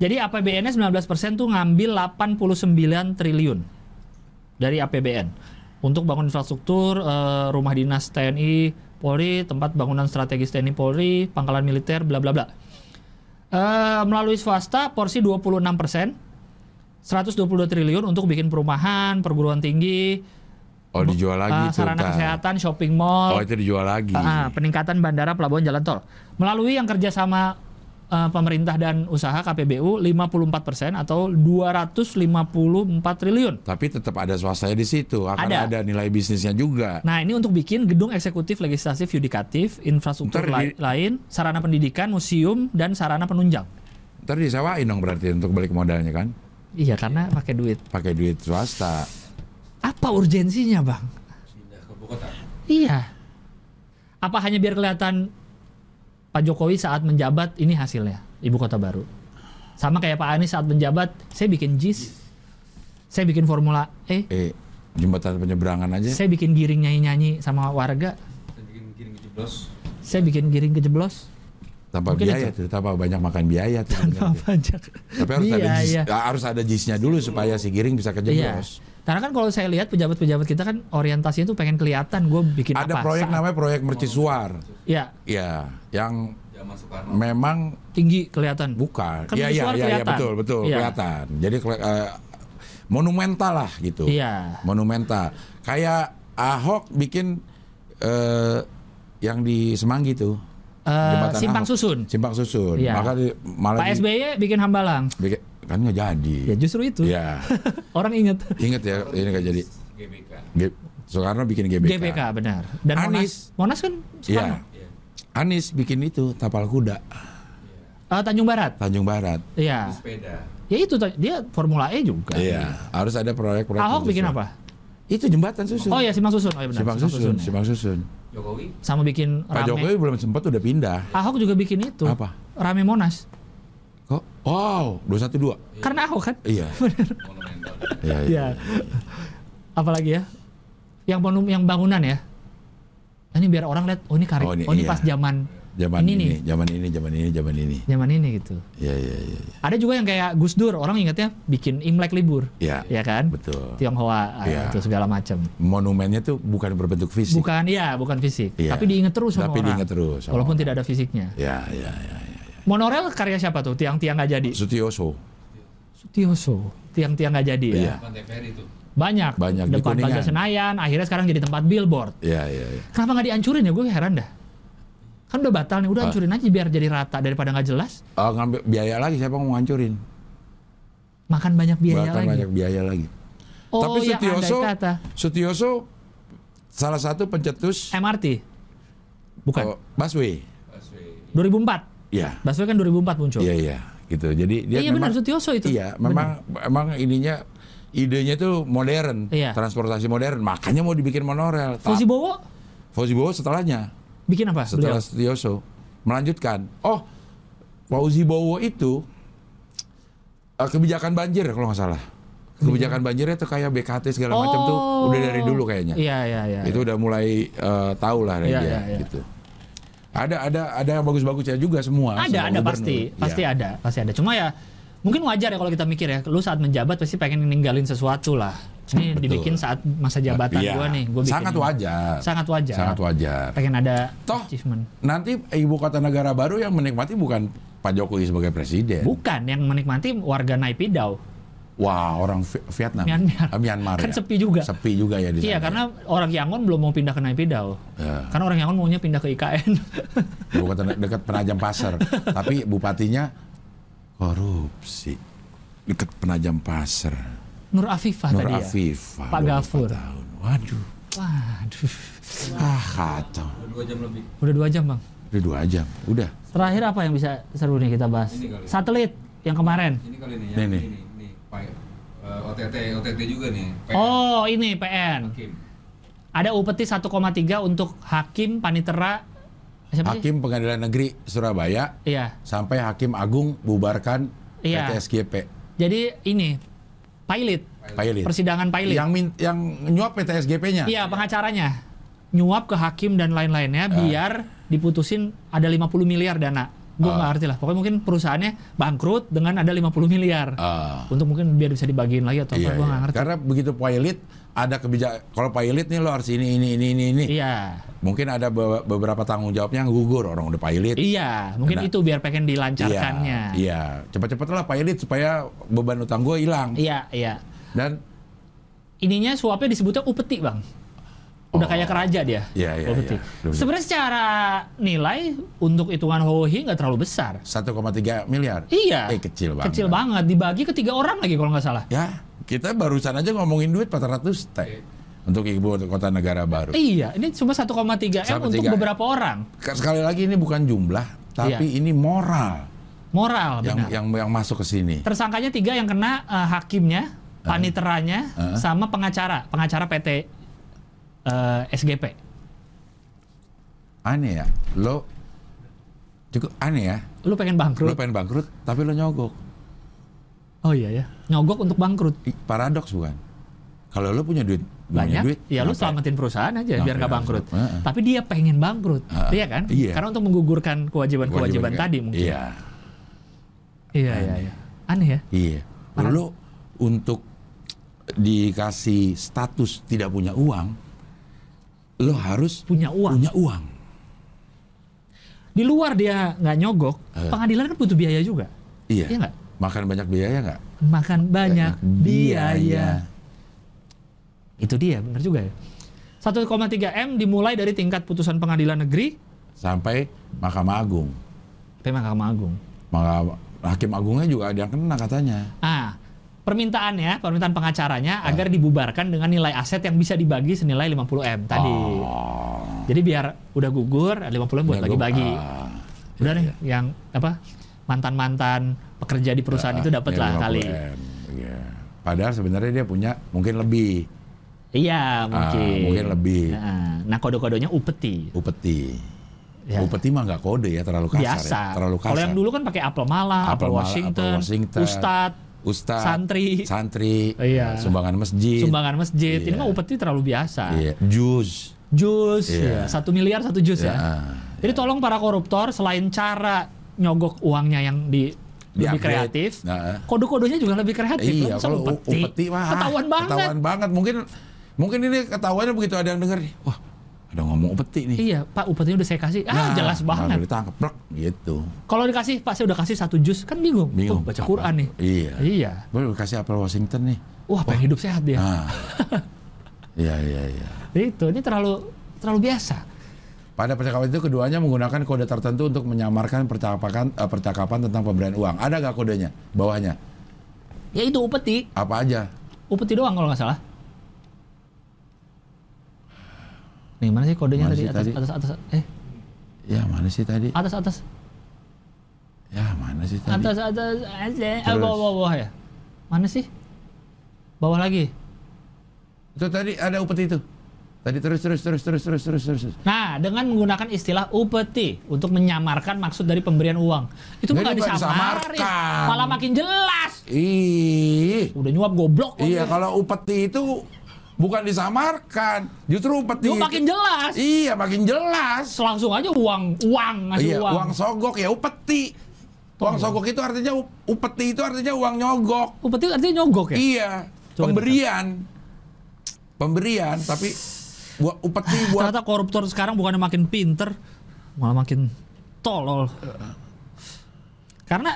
Speaker 3: Jadi APBN-nya 19% tuh ngambil 89 triliun dari APBN untuk bangun infrastruktur eh, rumah dinas TNI Polri, tempat bangunan strategis TNI Polri, pangkalan militer bla bla bla. Eh, melalui swasta porsi 26%, 122 triliun untuk bikin perumahan, perguruan tinggi,
Speaker 1: Oh dijual
Speaker 3: eh,
Speaker 1: lagi tuh.
Speaker 3: sarana
Speaker 1: Tar.
Speaker 3: kesehatan, shopping
Speaker 1: Oh
Speaker 3: mall,
Speaker 1: itu dijual lagi.
Speaker 3: Ah, peningkatan bandara, pelabuhan, jalan tol. Melalui yang kerjasama eh, pemerintah dan usaha KPBU 54% atau 254 triliun.
Speaker 1: Tapi tetap ada swastanya di situ. Akan ada,
Speaker 3: Ada.
Speaker 1: nilai bisnisnya juga.
Speaker 3: Nah ini untuk bikin gedung eksekutif, legislatif, yudikatif,
Speaker 1: Ntar
Speaker 3: infrastruktur
Speaker 1: di-
Speaker 3: lai- lain, sarana pendidikan, museum, dan sarana penunjang.
Speaker 1: Ntar disewain dong berarti untuk balik modalnya kan.
Speaker 3: Iya karena pakai duit.
Speaker 1: Pakai duit swasta.
Speaker 3: Apa urgensinya bang?
Speaker 2: pindah ke ibu kota.
Speaker 3: Iya. Apa hanya biar kelihatan Pak Jokowi saat menjabat ini hasilnya ibu kota baru. Sama kayak Pak Anies saat menjabat, saya bikin JIS, saya bikin Formula E,
Speaker 1: Eh jembatan penyeberangan aja.
Speaker 3: saya bikin giring nyanyi-nyanyi sama warga,
Speaker 2: Saya bikin giring jeblos.
Speaker 3: saya bikin giring kejeblos,
Speaker 1: Tanpa
Speaker 3: Mungkin
Speaker 1: biaya
Speaker 3: itu.
Speaker 1: tuh. Tanpa banyak makan biaya tuh.
Speaker 3: tanpa
Speaker 1: sebenarnya.
Speaker 3: pajak.
Speaker 1: Tapi harus ada
Speaker 3: Gitu. Iya,
Speaker 1: jis,
Speaker 3: iya.
Speaker 1: ah, harus ada jisnya dulu supaya si giring bisa
Speaker 3: Iya.
Speaker 1: kejeblos.
Speaker 3: Karena kan kalau saya lihat pejabat-pejabat kita kan orientasinya tuh pengen kelihatan gue bikin
Speaker 1: Ada
Speaker 3: apa.
Speaker 1: proyek
Speaker 3: saat-
Speaker 1: namanya proyek mercusuar.
Speaker 3: Ya,
Speaker 1: Ya, yang
Speaker 2: Zaman Soekarno.
Speaker 1: memang
Speaker 3: tinggi kelihatan.
Speaker 1: Bukan.
Speaker 3: Kan
Speaker 1: Iya, iya,
Speaker 3: visual
Speaker 1: iya, iya,
Speaker 3: kelihatan.
Speaker 1: betul, betul,
Speaker 3: Iya.
Speaker 1: kelihatan. Jadi keli- eh, monumental lah gitu.
Speaker 3: Iya.
Speaker 1: Monumental. Kayak Ahok bikin eh, yang di Semanggi tuh.
Speaker 3: Eh,
Speaker 1: jembatan
Speaker 3: simpang susun.
Speaker 1: Simpang susun.
Speaker 3: Iya.
Speaker 1: Maka di- malah
Speaker 3: Pak
Speaker 1: di-
Speaker 3: SBY bikin hambalang.
Speaker 1: bikin- kan nggak jadi.
Speaker 3: Ya justru itu.
Speaker 1: Iya.
Speaker 3: Orang ingat.
Speaker 1: Ingat ya, ini nggak jadi.
Speaker 2: GBK.
Speaker 1: G- Soekarno bikin GBK.
Speaker 3: GBK benar. Dan
Speaker 1: Anies.
Speaker 3: Monas, Monas kan Soekarno.
Speaker 1: Iya. Anies bikin itu tapal kuda
Speaker 3: Eh, Tanjung Barat.
Speaker 1: Tanjung Barat.
Speaker 2: Di
Speaker 3: Iya.
Speaker 2: sepeda.
Speaker 3: Ya itu ta- dia Formula E juga.
Speaker 1: Iya, harus ada proyek-proyek.
Speaker 3: Ahok bikin
Speaker 1: mercusuar.
Speaker 3: apa?
Speaker 1: Itu jembatan susun.
Speaker 3: Oh ya Simpang Susun. Oh ya benar.
Speaker 1: Simpang susun,
Speaker 3: ya.
Speaker 1: simpang susun.
Speaker 2: Jokowi.
Speaker 3: Sama bikin
Speaker 1: Pak
Speaker 3: rame.
Speaker 1: Jokowi belum sempat udah pindah.
Speaker 3: Ahok juga bikin itu.
Speaker 1: Apa?
Speaker 3: Rame Monas.
Speaker 1: Kok? Wow, 212.
Speaker 3: Karena Ahok kan? [laughs]
Speaker 1: Iya.
Speaker 2: monumental.
Speaker 1: Iya, iya.
Speaker 3: Iya. Apalagi ya? Yang ponu- yang bangunan ya. Nah, Ini biar orang lihat, oh ini karya,
Speaker 1: Oh,
Speaker 3: oh
Speaker 1: ini-
Speaker 3: ini,
Speaker 1: iya.
Speaker 3: pas zaman
Speaker 1: Zaman
Speaker 3: Ini
Speaker 1: ini,
Speaker 3: nih.
Speaker 1: zaman ini, zaman ini, zaman ini.
Speaker 3: zaman ini gitu.
Speaker 1: Iya, iya, iya. iya.
Speaker 3: Ada juga yang kayak Gus Dur, orang ingatnya bikin Imlek libur,
Speaker 1: Iya.
Speaker 3: ya kan?
Speaker 1: Betul.
Speaker 3: Tionghoa ah,
Speaker 1: Iya.
Speaker 3: itu segala macam.
Speaker 1: Monumennya tuh bukan berbentuk fisik.
Speaker 3: Bukan, ya, bukan fisik,
Speaker 1: Iya.
Speaker 3: tapi diingat terus sama
Speaker 1: Tapi
Speaker 3: orang.
Speaker 1: diingat terus sama
Speaker 3: walaupun
Speaker 1: orang.
Speaker 3: tidak ada fisiknya.
Speaker 1: Iya, iya, iya. iya.
Speaker 3: Monorel karya siapa tuh? Tiang-tiang nggak jadi.
Speaker 1: Sutioso.
Speaker 3: Sutioso, tiang-tiang nggak jadi ya.
Speaker 1: Iya.
Speaker 2: Pantai Ferry tuh.
Speaker 3: Banyak.
Speaker 1: Banyak di
Speaker 3: Depan
Speaker 1: Kuningan.
Speaker 3: Plaza Senayan, akhirnya sekarang jadi tempat billboard.
Speaker 1: Iya, iya, iya.
Speaker 3: Kenapa nggak dihancurin ya? Gue heran dah. Kan udah batal nih,
Speaker 1: Ah.
Speaker 3: udah hancurin aja biar jadi rata daripada nggak jelas.
Speaker 1: Oh, ngambil biaya lagi siapa mau ngancurin?
Speaker 3: Makan banyak biaya
Speaker 1: Bahkan
Speaker 3: lagi.
Speaker 1: banyak biaya lagi.
Speaker 3: Oh,
Speaker 1: Tapi
Speaker 3: yang andai
Speaker 1: Sutioso,
Speaker 3: kata.
Speaker 1: Sutioso salah satu pencetus
Speaker 3: MRT. Eh, Bukan.
Speaker 1: oh, busway.
Speaker 2: Busway.
Speaker 3: 2004.
Speaker 1: Iya.
Speaker 3: Baswedan kan 2004 muncul.
Speaker 1: Iya, iya. Gitu. Jadi dia
Speaker 3: Iya,
Speaker 1: memang
Speaker 3: benar, Sutioso itu.
Speaker 1: Iya, memang memang ininya idenya tuh modern,
Speaker 3: Iya.
Speaker 1: transportasi modern. Makanya mau dibikin monorel.
Speaker 3: Fauzi Bowo
Speaker 1: Fauzi Bowo setelahnya,
Speaker 3: bikin apa?
Speaker 1: setelah
Speaker 3: beliau?
Speaker 1: Setioso melanjutkan. Oh, Fauzi Bowo itu eh, kebijakan banjir kalau nggak salah. Kebijakan banjirnya tuh kayak BKT segala macam tuh
Speaker 3: Oh.
Speaker 1: udah dari dulu kayaknya.
Speaker 3: Iya, iya, iya.
Speaker 1: Itu udah mulai eh, tahu lah dari
Speaker 3: Iya,
Speaker 1: dia
Speaker 3: iya, iya.
Speaker 1: gitu. Ada ada ada yang bagus-bagusnya juga semua.
Speaker 3: ada,
Speaker 1: semua
Speaker 3: ada
Speaker 1: gubernur.
Speaker 3: pasti,
Speaker 1: Iya.
Speaker 3: pasti ada, pasti ada. Cuma ya mungkin wajar ya kalau kita mikir ya, lu saat menjabat pasti pengen ninggalin sesuatu lah. Ini
Speaker 1: Betul.
Speaker 3: dibikin saat masa jabatan
Speaker 1: Iya.
Speaker 3: gua nih, gua bikin
Speaker 1: Sangat
Speaker 3: ini.
Speaker 1: wajar.
Speaker 3: Sangat wajar.
Speaker 1: Sangat wajar.
Speaker 3: Pengen ada
Speaker 1: Toh.
Speaker 3: achievement.
Speaker 1: Nanti ibu kota negara baru yang menikmati bukan Pak Jokowi sebagai presiden.
Speaker 3: Bukan yang menikmati warga Naipidau.
Speaker 1: Wah, orang Vi- Vietnam.
Speaker 3: Myanmar.
Speaker 1: Ah, Myanmar
Speaker 3: Kan
Speaker 1: ya.
Speaker 3: sepi juga.
Speaker 1: Sepi juga ya di sana.
Speaker 3: Iya, karena orang Yangon belum mau pindah ke Naipidau.
Speaker 1: Ya.
Speaker 3: Karena orang Yangon maunya pindah ke IKN.
Speaker 1: ibu kota ne- dekat Penajam Pasar, tapi bupatinya korupsi. Dekat Penajam Pasar.
Speaker 3: [laughs] Nur Afifah
Speaker 1: Nur
Speaker 3: tadi ya.
Speaker 1: Afifah.
Speaker 3: Pak
Speaker 1: 24
Speaker 3: Gafur.
Speaker 1: tahun. Waduh.
Speaker 3: Waduh.
Speaker 1: Ah, kacau.
Speaker 2: Udah dua jam lebih.
Speaker 3: Udah dua jam, Bang.
Speaker 1: Udah dua jam. Udah.
Speaker 3: Terakhir apa yang bisa seru nih kita bahas?
Speaker 2: Ini kali.
Speaker 3: Satelit yang kemarin.
Speaker 2: Ini kali nih,
Speaker 1: Nih,
Speaker 2: yang
Speaker 1: nih.
Speaker 2: ini, nih, Pak- eh, OTT, OTT juga nih. Pak
Speaker 3: Oh, ini PN.
Speaker 2: Hakim.
Speaker 3: Ada upeti 1,3 untuk hakim, panitera, siapa sih?
Speaker 1: Hakim Pengadilan Negeri Surabaya
Speaker 3: Iya.
Speaker 1: sampai Hakim Agung bubarkan
Speaker 3: Iya.
Speaker 1: PT SGP.
Speaker 3: Jadi ini pilot,
Speaker 1: Pilot.
Speaker 3: persidangan pilot.
Speaker 1: Iya. Yang min- yang nyuap PT SGP-nya.
Speaker 3: Iya, pengacaranya nyuap ke hakim dan lain-lainnya
Speaker 1: Iya.
Speaker 3: biar diputusin ada 50 miliar dana. Gue
Speaker 1: Ah.
Speaker 3: nggak ngerti lah. Pokoknya mungkin perusahaannya bangkrut dengan ada 50 miliar.
Speaker 1: Ah.
Speaker 3: Untuk mungkin biar bisa dibagiin lagi atau
Speaker 1: Iya,
Speaker 3: apa, gue
Speaker 1: iya.
Speaker 3: nggak ngerti.
Speaker 1: Karena begitu pilot ada kebijakan kalau pilot nih lo harus ini ini ini ini ini.
Speaker 3: Iya.
Speaker 1: Mungkin ada be- beberapa tanggung jawabnya yang gugur orang udah pilot.
Speaker 3: Iya, mungkin
Speaker 1: Kena.
Speaker 3: itu biar pengen dilancarkannya.
Speaker 1: Nah. Iya, cepat-cepat lah pilot supaya beban utang gue hilang.
Speaker 3: Iya, iya.
Speaker 1: Dan
Speaker 3: Ininya suapnya disebutnya upeti, Bang. Udah
Speaker 1: Oh.
Speaker 3: kayak keraja dia.
Speaker 1: Iya, iya,
Speaker 3: upeti.
Speaker 1: iya. Betul.
Speaker 3: Sebenarnya secara nilai untuk hitungan hohi nggak terlalu besar.
Speaker 1: 1,3 miliar.
Speaker 3: Iya.
Speaker 1: Eh kecil banget.
Speaker 3: Kecil banget dibagi ke tiga orang lagi kalau nggak salah.
Speaker 1: Ya, kita barusan aja ngomongin duit 400 T untuk ibu kota negara baru.
Speaker 3: Iya, ini cuma 1,3 M
Speaker 1: 1,3
Speaker 3: untuk
Speaker 1: M.
Speaker 3: beberapa orang.
Speaker 1: Sekali lagi ini bukan jumlah, tapi ini moral
Speaker 3: Moral
Speaker 1: yang ya.
Speaker 3: Iya. benar.
Speaker 1: yang yang masuk ke sini.
Speaker 3: Tersangkanya tiga yang kena eh, hakimnya, paniteranya,
Speaker 1: Eh.
Speaker 3: sama pengacara, pengacara PT eh, SGP.
Speaker 1: Aneh ya, lo cukup aneh ya.
Speaker 3: Lu pengen
Speaker 1: Lo
Speaker 3: bangkrut?
Speaker 1: pengen bangkrut, tapi lo nyogok.
Speaker 3: Oh iya ya, nyogok untuk bangkrut.
Speaker 1: Ih, Paradoks bukan? Kalau lo punya duit, gua punya
Speaker 3: banyak
Speaker 1: duit,
Speaker 3: ya lu
Speaker 1: kenapa?
Speaker 3: selamatin perusahaan aja
Speaker 1: Kenapa
Speaker 3: biar nggak
Speaker 1: ya?
Speaker 3: bangkrut
Speaker 1: Heeh.
Speaker 3: tapi dia pengen bangkrut
Speaker 1: Heeh.
Speaker 3: iya kan
Speaker 1: Iya.
Speaker 3: karena untuk menggugurkan kewajiban-kewajiban
Speaker 1: Kewajiban-
Speaker 3: tadi mungkin
Speaker 1: Iya,
Speaker 3: iya iya iya. aneh ya
Speaker 1: iya. Lo untuk dikasih status tidak punya uang, lo harus
Speaker 3: punya uang
Speaker 1: punya uang.
Speaker 3: di luar dia nggak nyogok
Speaker 1: Heeh.
Speaker 3: pengadilan kan butuh biaya juga
Speaker 1: Iya.
Speaker 3: Iya nggak?
Speaker 1: Makan banyak biaya nggak?
Speaker 3: makan banyak biaya itu dia benar juga ya 1,3 m dimulai dari tingkat putusan pengadilan negeri
Speaker 1: Sampai Mahkamah Agung.
Speaker 3: sampai Mahkamah Agung
Speaker 1: Maka Hakim Agungnya juga ada yang kena katanya.
Speaker 3: ah permintaannya permintaan pengacaranya agar dibubarkan dengan nilai aset yang bisa dibagi senilai 50 m tadi
Speaker 1: Oh.
Speaker 3: Jadi biar udah gugur, ada 50 buat
Speaker 1: Ya, gua-
Speaker 3: bagi-bagi.
Speaker 1: ah,
Speaker 3: udah
Speaker 1: iya,
Speaker 3: nih
Speaker 1: iya.
Speaker 3: yang apa? Mantan-mantan pekerja di perusahaan Kan itu dapat
Speaker 1: Ini
Speaker 3: lah
Speaker 1: 50
Speaker 3: kali.
Speaker 1: M, iya. Padahal sebenarnya dia punya mungkin lebih
Speaker 3: Iya, mungkin.
Speaker 1: Ah, mungkin lebih.
Speaker 3: Nah, nah, kode-kodenya upeti.
Speaker 1: upeti.
Speaker 3: Ya.
Speaker 1: Bupati mah nggak kode ya, terlalu kasar.
Speaker 3: biasa.
Speaker 1: Ya, terlalu kasar.
Speaker 3: Kalau yang dulu kan pakai apel malam,
Speaker 1: Apel
Speaker 3: apel,
Speaker 1: malam,
Speaker 3: Washington,
Speaker 1: apel Washington,
Speaker 3: Ustad,
Speaker 1: Ustaz,
Speaker 3: Santri.
Speaker 1: santri,
Speaker 3: Iya.
Speaker 1: sumbangan masjid,
Speaker 3: sumbangan masjid.
Speaker 1: Iya.
Speaker 3: Ini mah upeti terlalu biasa.
Speaker 1: iya. juz.
Speaker 3: Jus,
Speaker 1: Iya.
Speaker 3: ya, satu miliar satu jus
Speaker 1: Iya,
Speaker 3: ya. Jadi tolong para koruptor selain cara nyogok uangnya yang di, lebih
Speaker 1: Di-upgrade.
Speaker 3: kreatif,
Speaker 1: Nah.
Speaker 3: kode-kodenya juga lebih kreatif.
Speaker 1: Iya,
Speaker 3: Nggak bisa
Speaker 1: kalau u-
Speaker 3: upeti.
Speaker 1: upeti mah ah,
Speaker 3: ketahuan banget.
Speaker 1: Ketahuan banget. Mungkin mungkin ini ketahuannya begitu ada yang denger nih. Wah, ada ngomong upeti nih.
Speaker 3: Iya, Pak upetinya udah saya kasih. Ah,
Speaker 1: Nah,
Speaker 3: jelas banget.
Speaker 1: baru ditangkap, plek, gitu.
Speaker 3: Kalau dikasih, Pak saya udah kasih satu jus, kan bingung.
Speaker 1: Bingung.
Speaker 3: Oh, baca
Speaker 1: apa?
Speaker 3: Quran nih.
Speaker 1: Iya.
Speaker 3: Iya.
Speaker 1: Baru kasih apel Washington nih.
Speaker 3: Wah, pengen hidup sehat dia.
Speaker 1: Nah. Iya, iya, iya.
Speaker 3: Itu, ini terlalu terlalu biasa.
Speaker 1: Pada percakapan itu keduanya menggunakan kode tertentu untuk menyamarkan percakapan eh, percakapan tentang pemberian uang. Ada gak kodenya? Bawahnya.
Speaker 3: Ya itu upeti,
Speaker 1: Apa aja?
Speaker 3: upeti doang kalau nggak salah. Nih, mana sih kodenya
Speaker 1: Mana
Speaker 3: tadi?
Speaker 1: sih
Speaker 3: Atas,
Speaker 1: tadi?
Speaker 3: atas atas eh
Speaker 1: Ya mana sih tadi?
Speaker 3: atas atas
Speaker 1: Ya mana sih tadi?
Speaker 3: atas atas atas eh,
Speaker 1: Terus.
Speaker 3: bawah bawah bawah ya. Mana sih? Bawah lagi.
Speaker 1: Itu tadi ada upeti itu. Tadi terus terus terus terus terus terus terus. terus.
Speaker 3: Nah, dengan menggunakan istilah upeti untuk menyamarkan maksud dari pemberian uang. Itu
Speaker 1: Jadi
Speaker 3: nggak
Speaker 1: nggak
Speaker 3: disamarin,
Speaker 1: disamarkan.
Speaker 3: malah makin jelas.
Speaker 1: Ih.
Speaker 3: Udah nyuap goblok. kok
Speaker 1: Iya
Speaker 3: dia.
Speaker 1: kalau upeti itu bukan disamarkan, justru upeti.
Speaker 3: Lu
Speaker 1: itu-
Speaker 3: makin jelas.
Speaker 1: Iya makin jelas.
Speaker 3: Langsung aja uang, uang ngasih
Speaker 1: Iya,
Speaker 3: uang.
Speaker 1: uang sogok ya upeti. Uang sogok itu artinya up- upeti itu artinya uang nyogok.
Speaker 3: Upeti artinya nyogok ya?
Speaker 1: Iya,
Speaker 3: Coba
Speaker 1: pemberian. Pemberian tapi buat
Speaker 3: Ah,
Speaker 1: upeti buat
Speaker 3: Ternyata koruptor sekarang bukannya makin pinter, malah makin tolol. Karena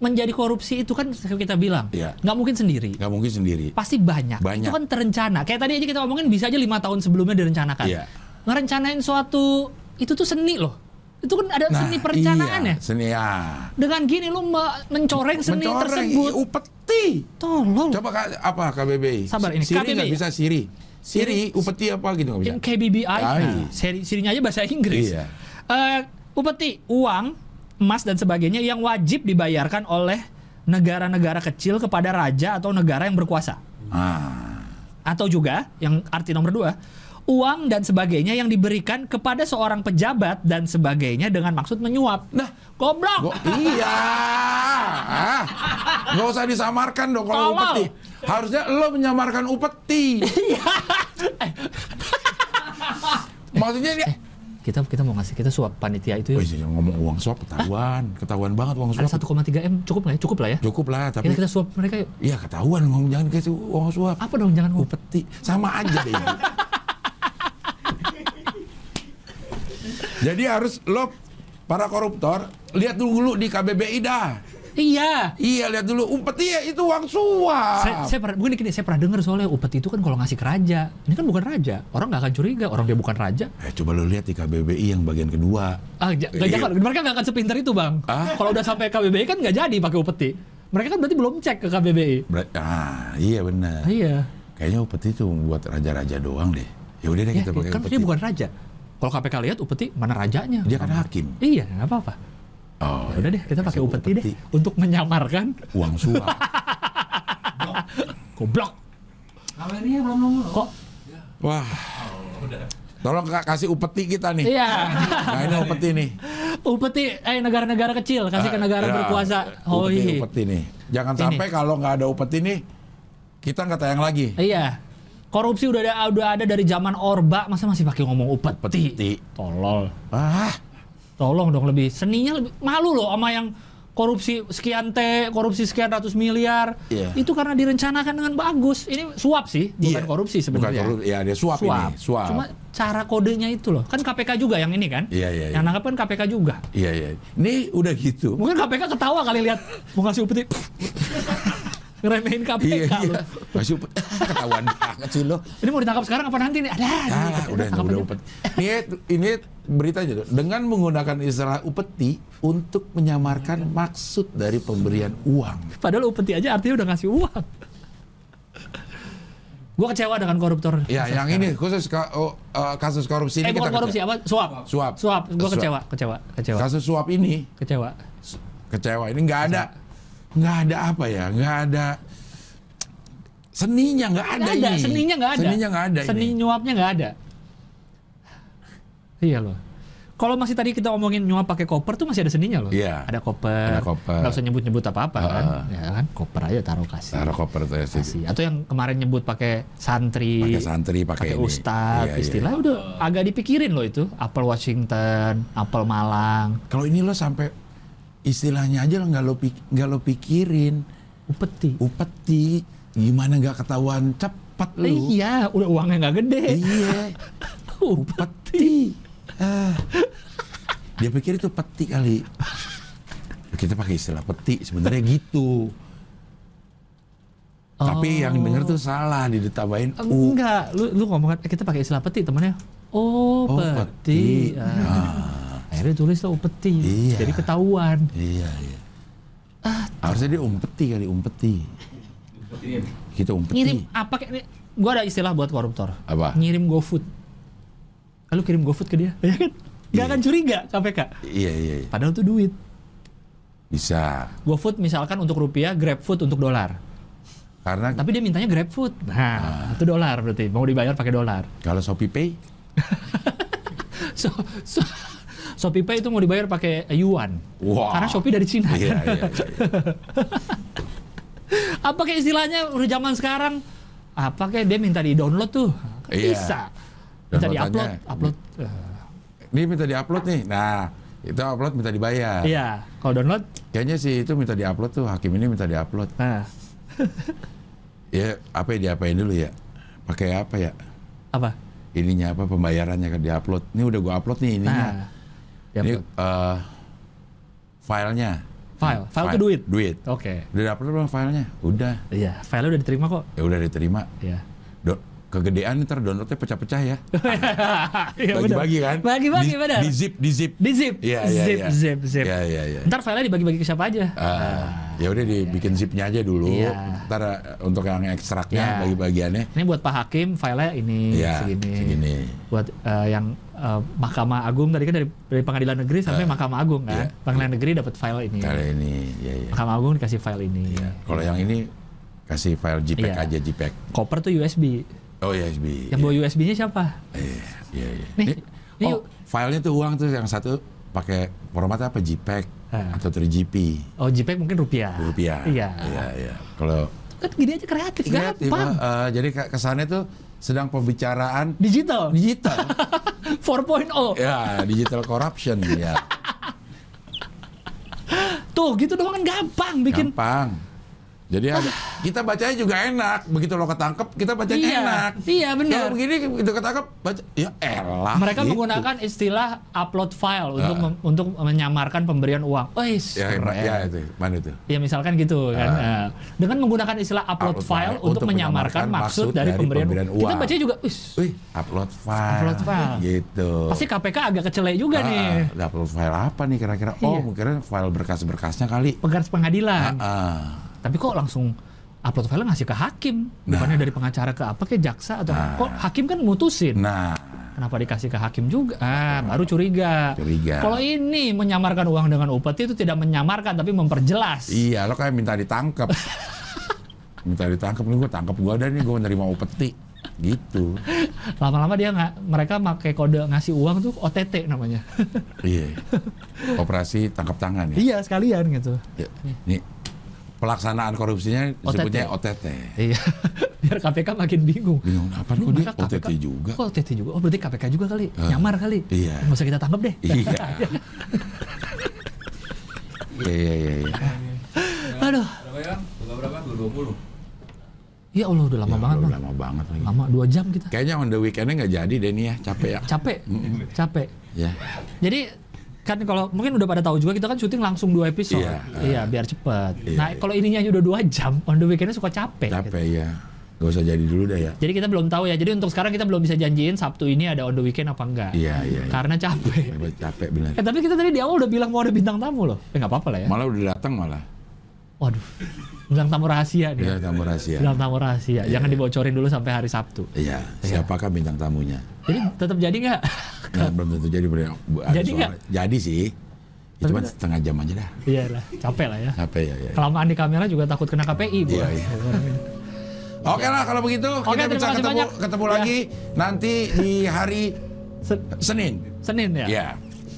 Speaker 3: menjadi korupsi itu kan seperti kita bilang,
Speaker 1: Iya.
Speaker 3: nggak mungkin sendiri.
Speaker 1: nggak mungkin sendiri.
Speaker 3: Pasti banyak.
Speaker 1: Banyak.
Speaker 3: Itu kan terencana. Kayak tadi aja kita ngomongin bisa aja lima tahun sebelumnya direncanakan.
Speaker 1: Iya.
Speaker 3: Ngerencanain suatu itu tuh seni loh. Itu kan ada seni perencanaan
Speaker 1: iya,
Speaker 3: ya.
Speaker 1: Seni ya.
Speaker 3: Dengan gini lu me- mencoreng seni
Speaker 1: Mencoreng,
Speaker 3: tersebut.
Speaker 1: iya, upeti.
Speaker 3: Tolol.
Speaker 1: Coba Kak- apa KBBI?
Speaker 3: Sabar, ini
Speaker 1: Siri
Speaker 3: KBBI.
Speaker 1: nggak bisa Siri. Siri, upeti apa gitu nggak bisa.
Speaker 3: Yang KBBI, nah,
Speaker 1: Ai.
Speaker 3: seri sirinya aja bahasa Inggris.
Speaker 1: Iya.
Speaker 3: Eh, upeti uang, emas dan sebagainya yang wajib dibayarkan oleh negara-negara kecil kepada raja atau negara yang berkuasa.
Speaker 1: Ah,
Speaker 3: Atau juga yang arti nomor dua, uang dan sebagainya yang diberikan kepada seorang pejabat dan sebagainya dengan maksud menyuap.
Speaker 1: Nah.
Speaker 3: goblok.
Speaker 1: gua- iya. Ah, nggak usah disamarkan dong kalau
Speaker 3: Tolol.
Speaker 1: upeti. Harusnya lo menyamarkan
Speaker 3: [laughs]
Speaker 1: upeti.
Speaker 3: Iya.
Speaker 1: Maksudnya dia
Speaker 3: Kita kita mau ngasih kita suap panitia itu ya.
Speaker 1: Wih, jangan Oh, iya, ngomong uang suap ketahuan, ketahuan banget uang
Speaker 3: Ada
Speaker 1: suap.
Speaker 3: 1,3 M cukup nggak ya? Cukup lah ya.
Speaker 1: iya. Cukup lah, tapi
Speaker 3: Kita, kita suap mereka yuk.
Speaker 1: iya ketahuan ngomong jangan kayak itu, uang suap.
Speaker 3: Apa dong jangan ngomong.
Speaker 1: Upeti sama aja deh. Jadi harus lo para koruptor lihat dulu di KBBI dah.
Speaker 3: Iya.
Speaker 1: Iya lihat dulu upeti ya itu uang suap.
Speaker 3: saya, saya pernah begini gini, saya pernah dengar soalnya upet itu kan kalau ngasih ke raja ini kan bukan raja orang nggak akan curiga orang dia bukan raja
Speaker 1: Eh, coba lo lihat di KBBI yang bagian kedua.
Speaker 3: ah ja- nggak
Speaker 1: Iya.
Speaker 3: jangan mereka nggak akan sepinter itu bang
Speaker 1: Ah?
Speaker 3: kalau udah sampai KBBI kan nggak jadi pakai upeti mereka kan berarti belum cek ke KBBI
Speaker 1: Ber- ah iya benar.
Speaker 3: iya
Speaker 1: Kayaknya upeti itu buat raja-raja doang deh. Ya udah deh
Speaker 3: ya,
Speaker 1: kita pakai
Speaker 3: kan
Speaker 1: upeti.
Speaker 3: dia bukan raja kalau KPK lihat upeti mana rajanya
Speaker 1: Dia kan hakim.
Speaker 3: iya nggak apa-apa
Speaker 1: Oh,
Speaker 3: Ya udah deh kita pakai upeti, deh untuk menyamarkan
Speaker 1: Uang
Speaker 3: [laughs]
Speaker 1: suap.
Speaker 3: goblok
Speaker 2: Kameranya ya? belum nongol.
Speaker 3: kok
Speaker 1: Wah. Tolong Kak, kasih upeti kita nih.
Speaker 3: iya [laughs]
Speaker 1: Nah ini upeti nih.
Speaker 3: upeti eh negara-negara kecil kasih ke kan negara
Speaker 1: Ya,
Speaker 3: berkuasa oh
Speaker 1: upeti,
Speaker 3: iya
Speaker 1: upeti nih. Jangan
Speaker 3: Ini.
Speaker 1: sampai kalau nggak ada upeti nih kita nggak tayang lagi.
Speaker 3: Iya. Korupsi udah ada, udah ada dari zaman Orba, masa masih pakai ngomong upeti?
Speaker 1: Upeti.
Speaker 3: Tolol.
Speaker 1: Ah,
Speaker 3: Tolong dong lebih seninya lebih malu loh sama yang korupsi sekian T, korupsi sekian ratus miliar.
Speaker 1: Iya.
Speaker 3: Itu karena direncanakan dengan bagus. Ini suap sih, bukan
Speaker 1: iya.
Speaker 3: korupsi sebenarnya.
Speaker 1: Bukan korupsi, ya dia suap,
Speaker 3: Suap.
Speaker 1: ini, suap.
Speaker 3: Cuma cara kodenya itu loh. Kan KPK juga yang ini kan?
Speaker 1: Iya, iya,
Speaker 3: Yang
Speaker 1: iya.
Speaker 3: nangkap kan KPK juga.
Speaker 1: Iya iya. Ini udah gitu.
Speaker 3: Mungkin KPK ketawa kali lihat mau ngasih
Speaker 1: [laughs]
Speaker 3: upeti. Ngeremehin KPK
Speaker 1: Iya
Speaker 3: loh.
Speaker 1: iya. Masih upeti. [laughs] Ketahuan banget sih lo.
Speaker 3: Ini mau ditangkap sekarang apa nanti nih? Ada.
Speaker 1: Ah, udah
Speaker 3: tangkap
Speaker 1: udah
Speaker 3: aja.
Speaker 1: upeti. Ini ini berita aja tuh. Dengan menggunakan istilah upeti untuk menyamarkan maksud dari pemberian uang.
Speaker 3: Padahal upeti aja artinya udah ngasih uang. Gua kecewa dengan koruptor.
Speaker 1: Ya, yang ini khusus ka- oh, eh, kasus korupsi
Speaker 3: eh
Speaker 1: ini
Speaker 3: bukan
Speaker 1: kita
Speaker 3: korupsi
Speaker 1: kece-
Speaker 3: apa? Suap.
Speaker 1: Suap.
Speaker 3: Suap. Gua
Speaker 1: Suap.
Speaker 3: kecewa, kecewa, kecewa,
Speaker 1: Kasus suap ini
Speaker 3: kecewa.
Speaker 1: s- kecewa ini nggak ada nggak ada apa ya nggak ada seninya nggak ada,
Speaker 3: Nggak ada,
Speaker 1: ini
Speaker 3: seninya nggak ada.
Speaker 1: seninya nggak ada
Speaker 3: Seni
Speaker 1: ini
Speaker 3: nyuapnya nggak ada. Iya loh. Kalau masih tadi kita omongin nyuap pakai koper tuh masih ada seninya loh.
Speaker 1: Iya.
Speaker 3: Ada
Speaker 1: Ada
Speaker 3: koper.
Speaker 1: koper.
Speaker 3: Nggak usah nyebut-nyebut apa-apa kan.
Speaker 1: Heeh.
Speaker 3: Ya kan, koper aja taruh kasih.
Speaker 1: Taruh koper tuh ya, sih.
Speaker 3: Kasih. Atau yang kemarin nyebut pakai santri.
Speaker 1: Pakai santri, pakai
Speaker 3: pakai
Speaker 1: ini.
Speaker 3: ustad,
Speaker 1: Iya, iya.
Speaker 3: istilah udah agak dipikirin loh itu. Apel Washington, apel Malang,
Speaker 1: Kalau ini lo sampai istilahnya aja lo nggak lo pik- nggak lo pikirin,
Speaker 3: upeti.
Speaker 1: upeti, gimana nggak ketahuan cepet lo.
Speaker 3: Iya, udah uangnya nggak gede.
Speaker 1: Iya,
Speaker 3: [laughs] upeti.
Speaker 1: peti. Ah. Dia pikir itu peti kali. Kita pakai istilah peti sebenarnya gitu. Tapi yang denger tuh salah ditambahin u.
Speaker 3: Oh. Enggak, lu lu ngomong eh, kita pakai istilah peti temennya. Oh,
Speaker 1: Oh,
Speaker 3: peti.
Speaker 1: peti.
Speaker 3: Ah. Akhirnya tulis tuh upeti.
Speaker 1: Iya.
Speaker 3: Jadi ketahuan.
Speaker 1: Iya, iya.
Speaker 3: Ah.
Speaker 1: Harusnya dia umpeti kali, umpeti.
Speaker 2: Seperti ini.
Speaker 1: Kita umpeti.
Speaker 3: Ngirim apa kayak ini- gua ada istilah buat koruptor.
Speaker 1: Apa?
Speaker 3: Ngirim GoFood. Lalu kirim GoFood ke dia, [laughs] ya kan? Gak
Speaker 1: Iya.
Speaker 3: akan curiga KPK.
Speaker 1: Iya, iya, iya.
Speaker 3: Padahal tuh duit.
Speaker 1: Bisa.
Speaker 3: GoFood misalkan untuk rupiah, GrabFood untuk dolar.
Speaker 1: Karena
Speaker 3: Tapi dia mintanya GrabFood. Nah, itu dolar berarti. Mau dibayar pakai dolar. [laughs]
Speaker 1: kalau Shopee Pay,
Speaker 3: So, so, ShopeePay itu mau dibayar pakai yuan.
Speaker 1: Wah.
Speaker 3: Karena Shopee dari Cina. kan?
Speaker 1: iya, iya, iya.
Speaker 3: [laughs] apa kayak istilahnya udah zaman sekarang apa kayak dia minta di download tuh Kan
Speaker 1: Iya.
Speaker 3: bisa minta di upload
Speaker 1: Downloadannya.
Speaker 3: upload Eh,
Speaker 1: Ini minta diupload nih. Nah, itu upload minta dibayar.
Speaker 3: Eh, iya kalau download
Speaker 1: Kayaknya sih itu minta diupload tuh hakim ini minta diupload.
Speaker 3: nah
Speaker 1: Ya, apa ya diapain dulu ya? Pakai apa ya?
Speaker 3: apa
Speaker 1: Ininya apa pembayarannya kan diupload. Ini udah gua upload nih ininya.
Speaker 3: nah
Speaker 1: ini
Speaker 3: di-upload.
Speaker 1: eh, filenya.
Speaker 3: file file tuh duit
Speaker 1: Duit.
Speaker 3: oke
Speaker 1: Udah diupload belum filenya? Udah.
Speaker 3: iya file udah diterima kok
Speaker 1: Ya udah diterima.
Speaker 3: iya [laughs]
Speaker 1: Do- kegedean ntar downloadnya pecah-pecah ya.
Speaker 3: Iya, bener.
Speaker 1: Bagi-bagi kan?
Speaker 3: bagi-bagi
Speaker 1: Di-
Speaker 3: benar
Speaker 1: Di zip, di zip.
Speaker 3: di zip
Speaker 1: Iya, iya,
Speaker 3: zip
Speaker 1: iya.
Speaker 3: zip zip
Speaker 1: Iya, iya, iya.
Speaker 3: ntar filenya dibagi-bagi ke siapa aja
Speaker 1: Ah, ya udah dibikin zipnya aja dulu.
Speaker 3: Iya.
Speaker 1: Ntar eh, untuk yang ekstraknya
Speaker 3: Iya.
Speaker 1: bagi-bagiannya.
Speaker 3: ini buat Pak Hakim filenya ini
Speaker 1: Iya,
Speaker 3: segini.
Speaker 1: segini.
Speaker 3: buat eh, yang eh, Mahkamah Agung tadi kan dari, dari Pengadilan Negeri sampai Mahkamah Agung
Speaker 1: iya.
Speaker 3: kan Pengadilan Negeri dapat file ini
Speaker 1: Kali ini, ya, ya.
Speaker 3: Mahkamah Agung dikasih file ini
Speaker 1: Iya. Kalau yang ini kasih file JPEG
Speaker 3: Iya.
Speaker 1: aja JPEG.
Speaker 3: koper tuh USB
Speaker 1: Oh ya USB.
Speaker 3: yang bawa USB-nya siapa
Speaker 1: Iya, iya, iya.
Speaker 3: Nih,
Speaker 1: Nih,
Speaker 3: nih,
Speaker 1: oh,
Speaker 3: yuk.
Speaker 1: filenya tuh uang tuh yang satu pakai format apa JPEG
Speaker 3: Ah.
Speaker 1: atau 3GP
Speaker 3: oh JPEG mungkin rupiah
Speaker 1: rupiah.
Speaker 3: iya
Speaker 1: iya. iya. Kalau
Speaker 3: kan gini aja kreatif,
Speaker 1: Kreatif,
Speaker 3: gampang
Speaker 1: eh, jadi ke- kesannya tuh sedang pembicaraan
Speaker 3: digital [laughs] oh.
Speaker 1: digital.
Speaker 3: 4.0
Speaker 1: ya, digital corruption ya.
Speaker 3: tuh gitu doang kan gampang bikin
Speaker 1: Gampang. Jadi ada, kita bacanya juga enak. Begitu lo ketangkep, kita bacanya
Speaker 3: Iya,
Speaker 1: enak.
Speaker 3: iya, benar.
Speaker 1: Kalau begini itu ketangkep, baca ya elah.
Speaker 3: mereka
Speaker 1: gitu.
Speaker 3: menggunakan istilah upload file untuk
Speaker 1: Ah.
Speaker 3: mem- untuk menyamarkan pemberian uang Wais,
Speaker 1: ya,
Speaker 3: keren.
Speaker 1: ya itu, mana itu?
Speaker 3: Ya misalkan gitu kan. Eh, dengan menggunakan istilah upload, file untuk menyamarkan maksud dari pemberian, uang. Kita baca juga, "Wih,
Speaker 1: Wih, upload file.
Speaker 3: Upload file.
Speaker 1: Gitu.
Speaker 3: pasti KPK agak kecelek juga
Speaker 1: Ah,
Speaker 3: nih.
Speaker 1: ah, upload file apa nih kira-kira? Oh,
Speaker 3: Iya.
Speaker 1: mungkin file berkas-berkasnya kali.
Speaker 3: Penggaris pengadilan.
Speaker 1: Ah,
Speaker 3: Tapi kok langsung upload file ngasih ke hakim, bukannya dari pengacara ke apa ke jaksa atau
Speaker 1: Nah.
Speaker 3: kok hakim kan mutusin.
Speaker 1: nah,
Speaker 3: Kenapa dikasih ke hakim juga? Ah, baru curiga.
Speaker 1: Curiga.
Speaker 3: Kalau ini menyamarkan uang dengan upeti itu tidak menyamarkan tapi memperjelas.
Speaker 1: iya lo kayak minta ditangkap.
Speaker 3: [laughs]
Speaker 1: minta ditangkap nih gue tangkap gue ada nih gue nerima upeti gitu
Speaker 3: Lama-lama dia nggak mereka pakai kode ngasih uang tuh OTT namanya.
Speaker 1: iya operasi tangkap tangan ya
Speaker 3: iya, sekalian gitu.
Speaker 1: Ya, Ini pelaksanaan korupsinya disebutnya OTT.
Speaker 3: Iya, [laughs] biar KPK makin bingung.
Speaker 1: Bingung apa kok dia
Speaker 3: Ini mereka
Speaker 1: OTT
Speaker 3: KPK
Speaker 1: juga?
Speaker 3: Oh, OTT juga. Oh, berarti KPK juga kali. Nyamar kali.
Speaker 1: iya.
Speaker 3: Nggak usah kita tangkap deh. [laughs]
Speaker 1: Iya. Iya iya iya. iya.
Speaker 3: Aduh.
Speaker 2: Berapa ya? Buka berapa? 220.
Speaker 3: Ya Allah, udah lama
Speaker 1: Ya,
Speaker 3: banget,
Speaker 1: udah
Speaker 3: Bang.
Speaker 1: Lama banget lagi.
Speaker 3: Lama, dua jam kita.
Speaker 1: Kayaknya on the weekendnya nggak jadi deh nih ya, capek ya.
Speaker 3: Capek. Capek.
Speaker 1: Ya.
Speaker 3: Jadi kan kalau mungkin udah pada tahu juga kita kan syuting langsung dua episode.
Speaker 1: Iya.
Speaker 3: biar cepet.
Speaker 1: Iya,
Speaker 3: nah,
Speaker 1: iya.
Speaker 3: kalau ininya aja udah dua jam, on the weekend-nya suka capek. gitu.
Speaker 1: Capek ya. Gak usah jadi dulu deh ya.
Speaker 3: Jadi kita belum tahu ya. Jadi untuk sekarang kita belum bisa janjiin Sabtu ini ada on the weekend apa enggak.
Speaker 1: Iya iya. iya.
Speaker 3: Karena capek.
Speaker 1: Memang capek benar.
Speaker 3: Eh, tapi kita tadi di awal udah bilang mau ada bintang tamu loh. Eh, nggak apa-apa lah ya.
Speaker 1: Malah udah datang malah.
Speaker 3: Waduh, bilang tamu rahasia nih. ya.
Speaker 1: Udah tamu rahasia.
Speaker 3: Bilang tamu rahasia. Jangan dibocorin dulu sampai hari Sabtu.
Speaker 1: Iya. Siapakah bintang tamunya?
Speaker 3: Jadi tetap jadi
Speaker 1: [laughs]
Speaker 3: nggak?
Speaker 1: Nah, belum tentu jadi. bener. Ada
Speaker 3: Jadi
Speaker 1: suara.
Speaker 3: nggak?
Speaker 1: Jadi sih. Ya, cuma setengah jam aja dah.
Speaker 3: Iya lah, capek lah ya.
Speaker 1: Capek ya. ya.
Speaker 3: Kelamaan di kamera juga takut kena KPI, Bu.
Speaker 1: Iya, iya. Oke lah kalau begitu
Speaker 3: Oke,
Speaker 1: kita
Speaker 3: terima
Speaker 1: bisa
Speaker 3: kasih
Speaker 1: ketemu
Speaker 3: banyak.
Speaker 1: ketemu
Speaker 3: Ya.
Speaker 1: lagi nanti di hari
Speaker 3: Se-
Speaker 1: Senin.
Speaker 3: Senin ya.
Speaker 1: Ya.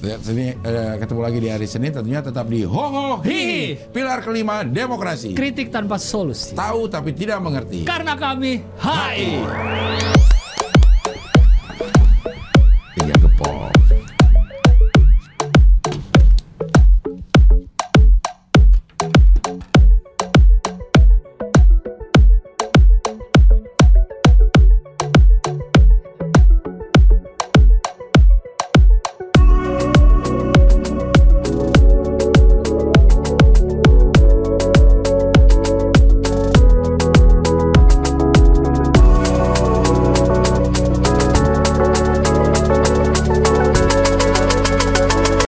Speaker 1: Ya, sini, eh, ketemu lagi di hari Senin tentunya tetap di Ho Ho Hi Pilar kelima demokrasi
Speaker 3: Kritik tanpa solusi.
Speaker 1: Tahu tapi tidak mengerti
Speaker 3: Karena kami HI.